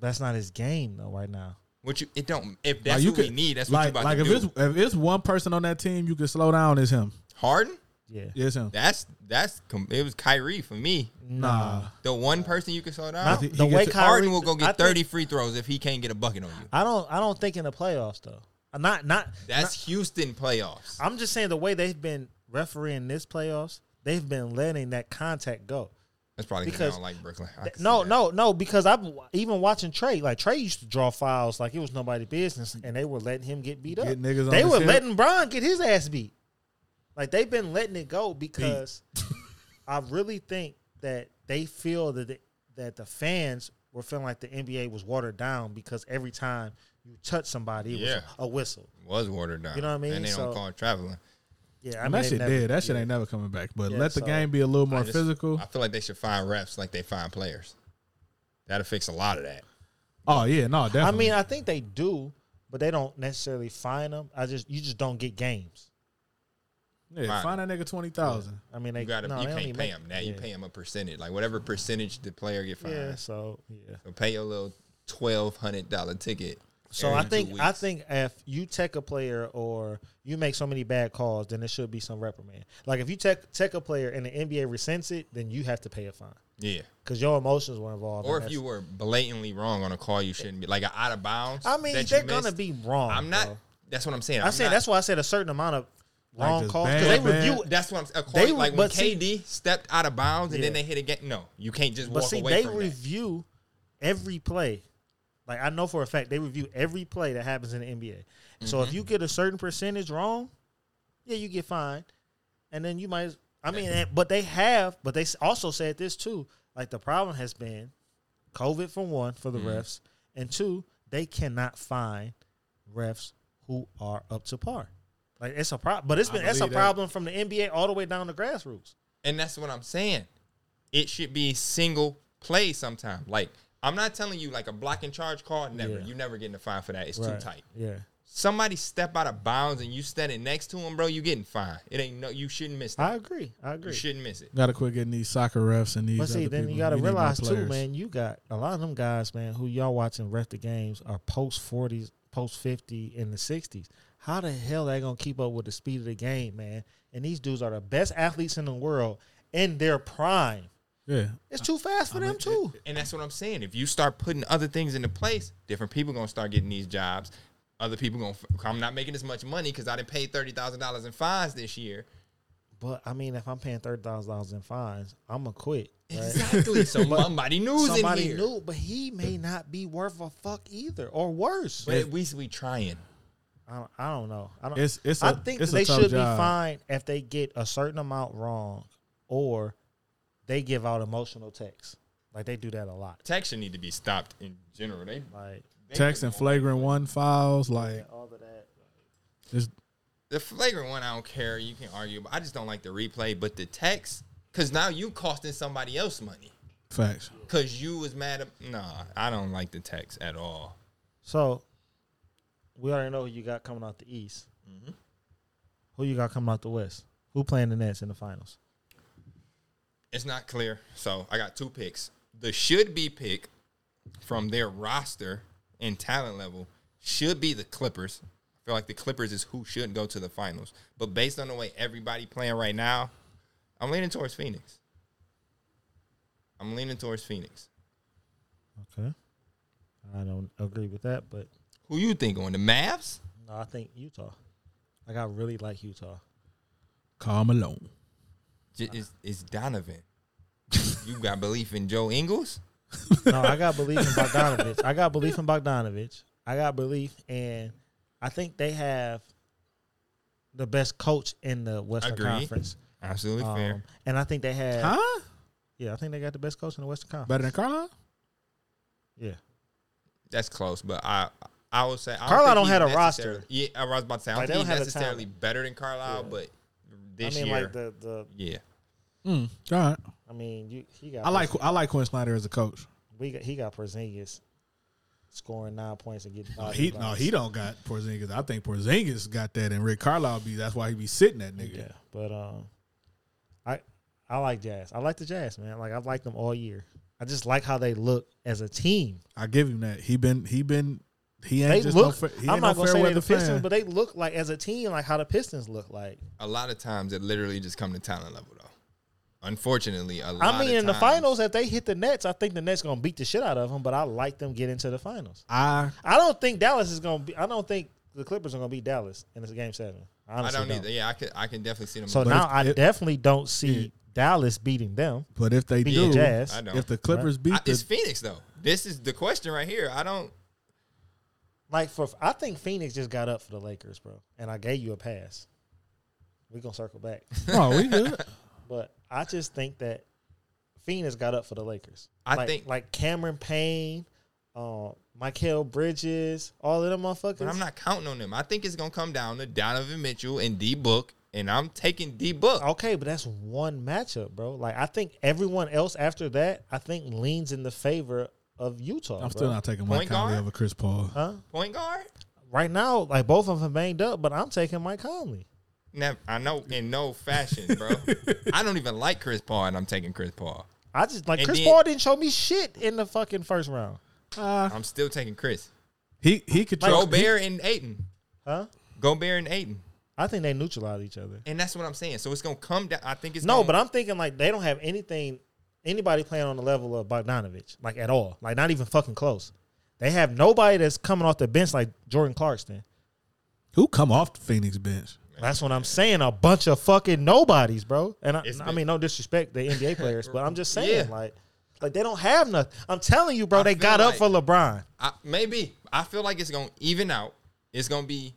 Speaker 2: That's not his game though right now.
Speaker 4: What you? It don't. If that's what we need, that's what
Speaker 1: like,
Speaker 4: you about
Speaker 1: like
Speaker 4: to
Speaker 1: if
Speaker 4: do.
Speaker 1: it's if it's one person on that team you can slow down, it's him.
Speaker 4: Harden.
Speaker 2: Yeah.
Speaker 1: It's him.
Speaker 4: That's that's com- it was Kyrie for me.
Speaker 1: Mm. Nah.
Speaker 4: The one person you can slow down.
Speaker 2: Not
Speaker 1: he
Speaker 2: the
Speaker 1: gets
Speaker 2: way
Speaker 1: it.
Speaker 2: Kyrie
Speaker 4: Harden will go
Speaker 2: I
Speaker 4: get
Speaker 2: think-
Speaker 4: thirty free throws if he can't get a bucket on you.
Speaker 2: I don't. I don't think in the playoffs though. Uh, Not. Not.
Speaker 4: That's Houston playoffs.
Speaker 2: I'm just saying the way they've been refereeing this playoffs, they've been letting that contact go.
Speaker 4: That's probably because I
Speaker 2: because-
Speaker 4: don't like Brooklyn. I
Speaker 2: Th-
Speaker 4: can see
Speaker 2: No,
Speaker 4: that.
Speaker 2: no, no. Because I've even watching Trey. Like Trey used to draw fouls like it was nobody's business, and they were letting him get beat up.
Speaker 1: Get niggas on
Speaker 2: they
Speaker 1: the
Speaker 2: were
Speaker 1: shit.
Speaker 2: letting Bron get his ass beat. Like they've been letting it go because [LAUGHS] I really think that they feel that the, that the fans were feeling like the NBA was watered down because every time you touch somebody, it
Speaker 4: Yeah.
Speaker 2: was a whistle.
Speaker 4: was watered down.
Speaker 2: You know what I mean?
Speaker 4: And they
Speaker 2: So-
Speaker 4: don't call it traveling.
Speaker 2: Yeah, I
Speaker 1: And
Speaker 2: mean,
Speaker 1: that
Speaker 2: they
Speaker 1: shit
Speaker 2: never-
Speaker 1: dead. That shit
Speaker 2: yeah.
Speaker 1: ain't never coming back. But
Speaker 2: Yeah,
Speaker 1: let the
Speaker 2: so-
Speaker 1: game be a little more
Speaker 4: I just-
Speaker 1: physical.
Speaker 4: I feel like they should find refs like they find players. That'll fix a lot of that.
Speaker 1: oh yeah, no, definitely.
Speaker 2: I mean, I think they do, but they don't necessarily find them. I just you just don't get games.
Speaker 1: yeah, find that nigga twenty thousand.
Speaker 2: I mean, they
Speaker 4: You gotta
Speaker 2: no,
Speaker 4: you
Speaker 2: they
Speaker 4: can't
Speaker 2: only
Speaker 4: pay
Speaker 2: make-
Speaker 4: them that. You
Speaker 2: yeah.
Speaker 4: pay them a percentage, like whatever percentage the player get fined.
Speaker 2: Yeah, so yeah.
Speaker 4: So pay your little twelve hundred dollar ticket.
Speaker 2: So
Speaker 4: every
Speaker 2: I
Speaker 4: two
Speaker 2: think I
Speaker 4: weeks.
Speaker 2: think if you tech a player or you make so many bad calls, then there should be some reprimand. Like if you tech tech a player and the NBA resents it, then you have to pay a fine
Speaker 4: yeah.
Speaker 2: because your emotions were involved.
Speaker 4: Or
Speaker 2: and
Speaker 4: if
Speaker 2: that's-
Speaker 4: you were blatantly wrong on a call, you shouldn't be like an out of bounds.
Speaker 2: I mean,
Speaker 4: that you
Speaker 2: they're gonna
Speaker 4: missed.
Speaker 2: be wrong.
Speaker 4: I'm not.
Speaker 2: bro.
Speaker 4: That's what I'm saying.
Speaker 2: I'm saying that's why I said a certain amount of
Speaker 1: Like
Speaker 2: wrong
Speaker 1: just
Speaker 2: calls
Speaker 1: bad,
Speaker 2: because they
Speaker 1: bad.
Speaker 2: review.
Speaker 4: That's what I'm
Speaker 2: They
Speaker 4: saying. Like when
Speaker 2: but see-
Speaker 4: KD stepped out of bounds and then
Speaker 2: Yeah.
Speaker 4: they hit again. No, you can't just
Speaker 2: But
Speaker 4: walk
Speaker 2: see,
Speaker 4: away
Speaker 2: they
Speaker 4: from that.
Speaker 2: review every play. Like I know for a fact, they review every play that happens in the NBA. So
Speaker 4: Mm-hmm.
Speaker 2: if you get a certain percentage wrong, yeah, you get fined, and then you might. I mean, and- but they have, but they s- also said this too. Like the problem has been COVID for one for the
Speaker 4: Mm-hmm.
Speaker 2: refs, and two, they cannot find refs who are up to par. Like it's a problem, but it's
Speaker 1: I
Speaker 2: been that's a
Speaker 1: believe that.
Speaker 2: problem from the NBA all the way down to grassroots.
Speaker 4: And that's what I'm saying. It should be single play sometime. Like I'm not telling you like a block and charge call. Never.
Speaker 2: Yeah.
Speaker 4: You never getting a fine for that. It's too tight.
Speaker 2: Yeah.
Speaker 4: Somebody step out of bounds and you standing next to him, bro. You getting fined. It ain't no. You shouldn't miss that.
Speaker 2: I agree. I
Speaker 4: You
Speaker 2: agree.
Speaker 4: shouldn't miss it.
Speaker 1: Gotta quit getting these soccer refs and these.
Speaker 2: But see,
Speaker 1: other
Speaker 2: then you
Speaker 1: people.
Speaker 2: got to
Speaker 1: We need more
Speaker 2: realize too,
Speaker 1: players.
Speaker 2: man. You got a lot of them guys, man, who y'all watching ref the games are post forties, post fifty, in the sixties. How the hell they gonna keep up with the speed of the game, man? And these dudes are the best athletes in the world in their prime.
Speaker 1: Yeah,
Speaker 2: It's too fast for them too.
Speaker 4: And that's what I'm saying. If you start putting other things into place, different people gonna start getting these jobs. Other people gonna. f- I'm not making as much money because I didn't pay thirty thousand dollars in fines this year.
Speaker 2: but I mean, if I'm paying thirty thousand dollars in fines, I'm gonna quit. Right? [LAUGHS]
Speaker 4: Exactly. So somebody knew in
Speaker 2: Somebody
Speaker 4: here.
Speaker 2: knew, but he may not be worth a fuck either, or worse.
Speaker 4: But at least we trying.
Speaker 2: I don't, I don't know. I don't.
Speaker 1: It's- it's
Speaker 2: I
Speaker 1: a-
Speaker 2: think
Speaker 1: it's
Speaker 2: that
Speaker 1: a
Speaker 2: they
Speaker 1: tough
Speaker 2: should
Speaker 1: job.
Speaker 2: be fine if they get a certain amount wrong, or they give out emotional texts. Like they do that a lot.
Speaker 4: Protection need to be stopped in general. They,
Speaker 2: Like
Speaker 4: they
Speaker 1: text and flagrant one files like
Speaker 2: all of that.
Speaker 1: it's
Speaker 4: The flagrant one, I don't care. You can argue, but I just don't like the replay. But the text, because now you costing somebody else money.
Speaker 1: facts.
Speaker 4: Because you was mad at. Nah, I don't like the text at all.
Speaker 2: So we already know who you got coming out the East. Who you got coming out the West? Who playing the Nets in the finals?
Speaker 4: It's not clear. So I got two picks. The should be pick from their roster and talent level should be the Clippers. I feel like the Clippers is who should go to the finals. But based on the way everybody playing right now, I'm leaning towards Phoenix. I'm leaning towards Phoenix.
Speaker 2: Okay, I don't agree with that, but
Speaker 4: Who you think on the Mavs?
Speaker 2: no, I think Utah. Like I really like Utah.
Speaker 1: Call Malone.
Speaker 4: J- Is is Donovan? you got belief in Joe Ingles?
Speaker 2: No, I got belief in Bogdanovich. I got belief in Bogdanovich. I got belief, and I think they have the best coach in the Western
Speaker 4: Agree.
Speaker 2: Conference.
Speaker 4: Absolutely
Speaker 2: Um,
Speaker 4: fair.
Speaker 2: and I think they have,
Speaker 1: Huh?
Speaker 2: yeah, I think they got the best coach in the Western Conference.
Speaker 1: Better than Carlisle?
Speaker 2: yeah,
Speaker 4: That's close, but I I would say I
Speaker 2: Carlisle
Speaker 4: think
Speaker 2: don't
Speaker 4: he's
Speaker 2: have a
Speaker 4: necessarily-
Speaker 2: roster.
Speaker 4: Yeah, I was about to say I don't
Speaker 2: Like, they
Speaker 4: think he's
Speaker 2: don't have the
Speaker 4: necessarily
Speaker 2: talent.
Speaker 4: better than Carlisle,
Speaker 2: Yeah.
Speaker 4: but this
Speaker 2: I mean,
Speaker 4: year,
Speaker 2: like the the,
Speaker 4: yeah,
Speaker 1: Mm. All right.
Speaker 2: Hmm. I mean, you he got.
Speaker 1: I like I like Quinn Snyder as a coach.
Speaker 2: we got he got Porzingis scoring nine points and getting.
Speaker 1: No, he no, he don't got Porzingis. I think Porzingis got that, and Rick Carlisle be that's why he be sitting that nigga.
Speaker 2: Yeah, but um, I I like Jazz. I like the Jazz, man. Like I've liked them all year. I just like how they look as a team.
Speaker 1: I give him that. He been he been He
Speaker 2: They
Speaker 1: ain't just
Speaker 2: look.
Speaker 1: no, fa- he
Speaker 2: I'm
Speaker 1: ain't
Speaker 2: not
Speaker 1: no
Speaker 2: gonna
Speaker 1: fair
Speaker 2: say they
Speaker 1: weather
Speaker 2: the Pistons,
Speaker 1: fan.
Speaker 2: but they look like as a team, like how the Pistons look like.
Speaker 4: A lot of times it literally just come to talent level though. Unfortunately, a lot.
Speaker 2: I mean,
Speaker 4: of
Speaker 2: in the
Speaker 4: times-
Speaker 2: finals, if they hit the Nets, I think the Nets gonna beat the shit out of them. But I like them getting to the finals.
Speaker 1: I
Speaker 2: I don't think Dallas is gonna be. I don't think the Clippers are gonna beat Dallas in this game seven. I
Speaker 4: I
Speaker 2: honestly
Speaker 4: don't
Speaker 2: don't.
Speaker 4: either. Yeah, I can I can definitely see them.
Speaker 2: So
Speaker 4: losing.
Speaker 2: now I
Speaker 1: if-
Speaker 2: definitely don't see
Speaker 1: Yeah.
Speaker 2: Dallas beating them.
Speaker 1: but if they
Speaker 2: Beat
Speaker 1: do,
Speaker 2: the Jazz.
Speaker 4: I don't.
Speaker 1: if the Clippers beat
Speaker 4: I- it's
Speaker 1: the
Speaker 4: Phoenix though. This is the question right here. I don't.
Speaker 2: Like for I think Phoenix just got up for the Lakers, bro. And I gave you a pass. We gonna circle back,
Speaker 1: [LAUGHS] oh we good.
Speaker 2: but I just think that Phoenix got up for the Lakers.
Speaker 4: I
Speaker 2: Like-
Speaker 4: think-
Speaker 2: like Cameron Payne, uh, Michael Bridges, all of them motherfuckers.
Speaker 4: But I'm not counting on them. I think it's gonna come down to Donovan Mitchell and D Book, and I'm taking D Book.
Speaker 2: Okay, but that's one matchup, bro. Like I think everyone else after that, I think leans in the favor of Utah.
Speaker 4: [LAUGHS]
Speaker 1: I'm
Speaker 2: bro.
Speaker 1: still not taking Mike
Speaker 4: Point
Speaker 1: Conley
Speaker 4: guard?
Speaker 1: over Chris Paul.
Speaker 2: Huh?
Speaker 4: Point guard.
Speaker 2: Right now, like both of them banged up, but I'm taking Mike Conley.
Speaker 4: Never, I know in no fashion,
Speaker 2: [LAUGHS]
Speaker 4: bro. I don't even like Chris Paul, and I'm taking Chris Paul.
Speaker 2: I just like
Speaker 4: And
Speaker 2: Chris
Speaker 4: then-
Speaker 2: Paul didn't show me shit in the fucking first round,
Speaker 4: I'm still taking Chris.
Speaker 1: He he could try-
Speaker 4: Gobert and Aiden.
Speaker 2: huh?
Speaker 4: Gobert and Aiden.
Speaker 2: I think they neutralize each other.
Speaker 4: And that's what I'm saying. So it's gonna come down. I think it's
Speaker 2: No,
Speaker 4: gonna-
Speaker 2: but I'm thinking like they don't have anything, anybody playing on the level of Bogdanovich, like at all, like not even fucking close. They have nobody that's coming off the bench like Jordan Clarkson.
Speaker 1: who come off the Phoenix bench.
Speaker 2: That's what I'm saying. A bunch of fucking nobodies, bro. And I,
Speaker 4: It's
Speaker 2: I
Speaker 4: been-
Speaker 2: mean, no disrespect the NBA players, but I'm just saying,
Speaker 4: [LAUGHS] Yeah.
Speaker 2: like, like they don't have nothing. I'm telling you, bro.
Speaker 4: I
Speaker 2: they
Speaker 4: feel
Speaker 2: got up
Speaker 4: like-
Speaker 2: for LeBron.
Speaker 4: I, maybe I feel like it's gonna even out. It's gonna be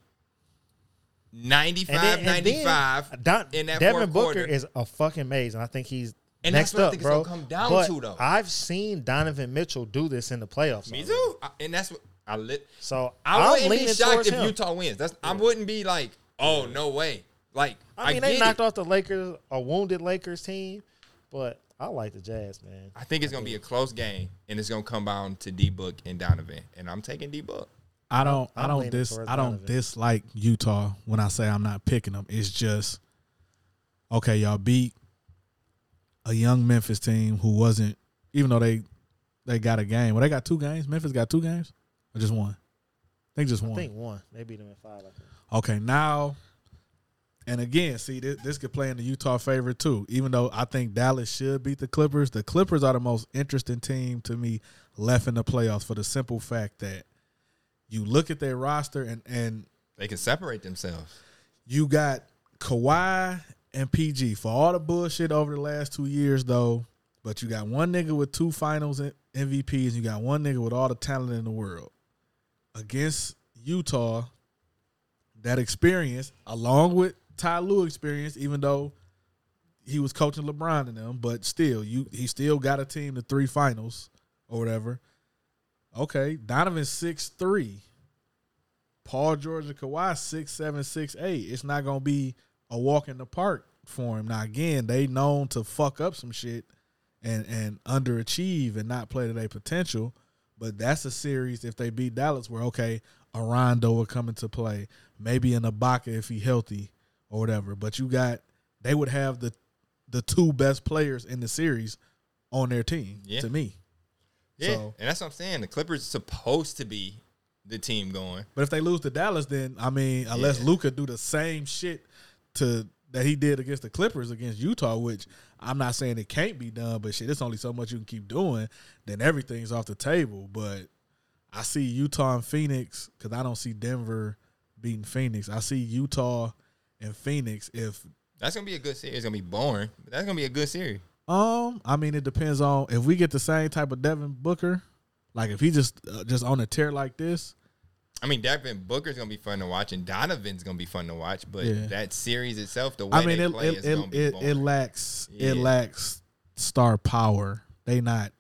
Speaker 4: 95, 95
Speaker 2: Don-
Speaker 4: in that
Speaker 2: Devin
Speaker 4: fourth
Speaker 2: Booker
Speaker 4: quarter.
Speaker 2: is a fucking maze, and I think he's
Speaker 4: And
Speaker 2: next
Speaker 4: that's what I
Speaker 2: up,
Speaker 4: think it's
Speaker 2: bro.
Speaker 4: gonna come down
Speaker 2: But
Speaker 4: to, though.
Speaker 2: I've seen Donovan Mitchell do this in the playoffs.
Speaker 4: Me
Speaker 2: already.
Speaker 4: too. I- and that's what I lit.
Speaker 2: So
Speaker 4: I
Speaker 2: I am
Speaker 4: wouldn't be
Speaker 2: leaning
Speaker 4: shocked
Speaker 2: towards
Speaker 4: if
Speaker 2: him.
Speaker 4: Utah wins. That's I wouldn't be like, oh no way. Like
Speaker 2: I mean,
Speaker 4: I
Speaker 2: they
Speaker 4: get
Speaker 2: knocked
Speaker 4: it.
Speaker 2: off the Lakers, a wounded Lakers team, but I like the Jazz, man.
Speaker 4: I think it's gonna be a close game, and it's gonna come down to D Book and Donovan, and I'm taking D Book.
Speaker 1: I don't
Speaker 2: I'm
Speaker 1: I don't
Speaker 2: leaning
Speaker 1: dis
Speaker 2: towards
Speaker 1: I don't
Speaker 2: Donovan.
Speaker 1: dislike Utah when I say I'm not picking them. It's just okay, y'all beat a young Memphis team who wasn't even though they they got a game. Well, they got two games. Memphis got two games or just one. I think just
Speaker 2: I
Speaker 1: one.
Speaker 2: think one. They beat them in five. I think.
Speaker 1: Okay, now and again, see this, this could play in the Utah favor too. Even though I think Dallas should beat the Clippers, the Clippers are the most interesting team to me left in the playoffs for the simple fact that you look at their roster and and
Speaker 4: They can separate themselves.
Speaker 1: you got Kawhi and PG for all the bullshit over the last two years, though. But you got one nigga with two finals and MVPs, and you got one nigga with all the talent in the world. Against Utah, that experience, along with Ty Lue experience, even though he was coaching LeBron and them, but still, you he still got a team to three finals or whatever. Okay, Donovan six three. Paul George and Kawhi six seven six eight. It's not gonna be a walk in the park for him. Now again, they known to fuck up some shit and and underachieve and not play to their potential. But that's a series if they beat Dallas where okay, a Rondo will come into play, maybe an Ibaka if he healthy or whatever. But you got they would have the the two best players in the series on their team
Speaker 4: Yeah.
Speaker 1: to me.
Speaker 4: Yeah,
Speaker 1: So-
Speaker 4: and that's what I'm saying. The Clippers supposed to be the team going.
Speaker 1: But if they lose to Dallas, then I mean, unless
Speaker 4: Yeah.
Speaker 1: Luca do the same shit to that he did against the Clippers against Utah, which I'm not saying it can't be done, but shit, it's only so much you can keep doing. Then everything's off the table. But I see Utah and Phoenix because I don't see Denver beating Phoenix. I see Utah and Phoenix if
Speaker 4: That's gonna be a good series. It's gonna be boring, but that's gonna be a good series.
Speaker 1: um, I mean, it depends on if we get the same type of Devin Booker, like if he just uh, just on a tear like this.
Speaker 4: I mean, Devin Booker's gonna be fun to watch, and Donovan's gonna be fun to watch. But
Speaker 1: Yeah.
Speaker 4: that series itself, the way
Speaker 1: I mean,
Speaker 4: they
Speaker 1: it
Speaker 4: play,
Speaker 1: it
Speaker 4: is gonna
Speaker 1: it,
Speaker 4: be
Speaker 1: it,
Speaker 4: boring.
Speaker 1: it lacks it
Speaker 4: Yeah.
Speaker 1: lacks star power. They not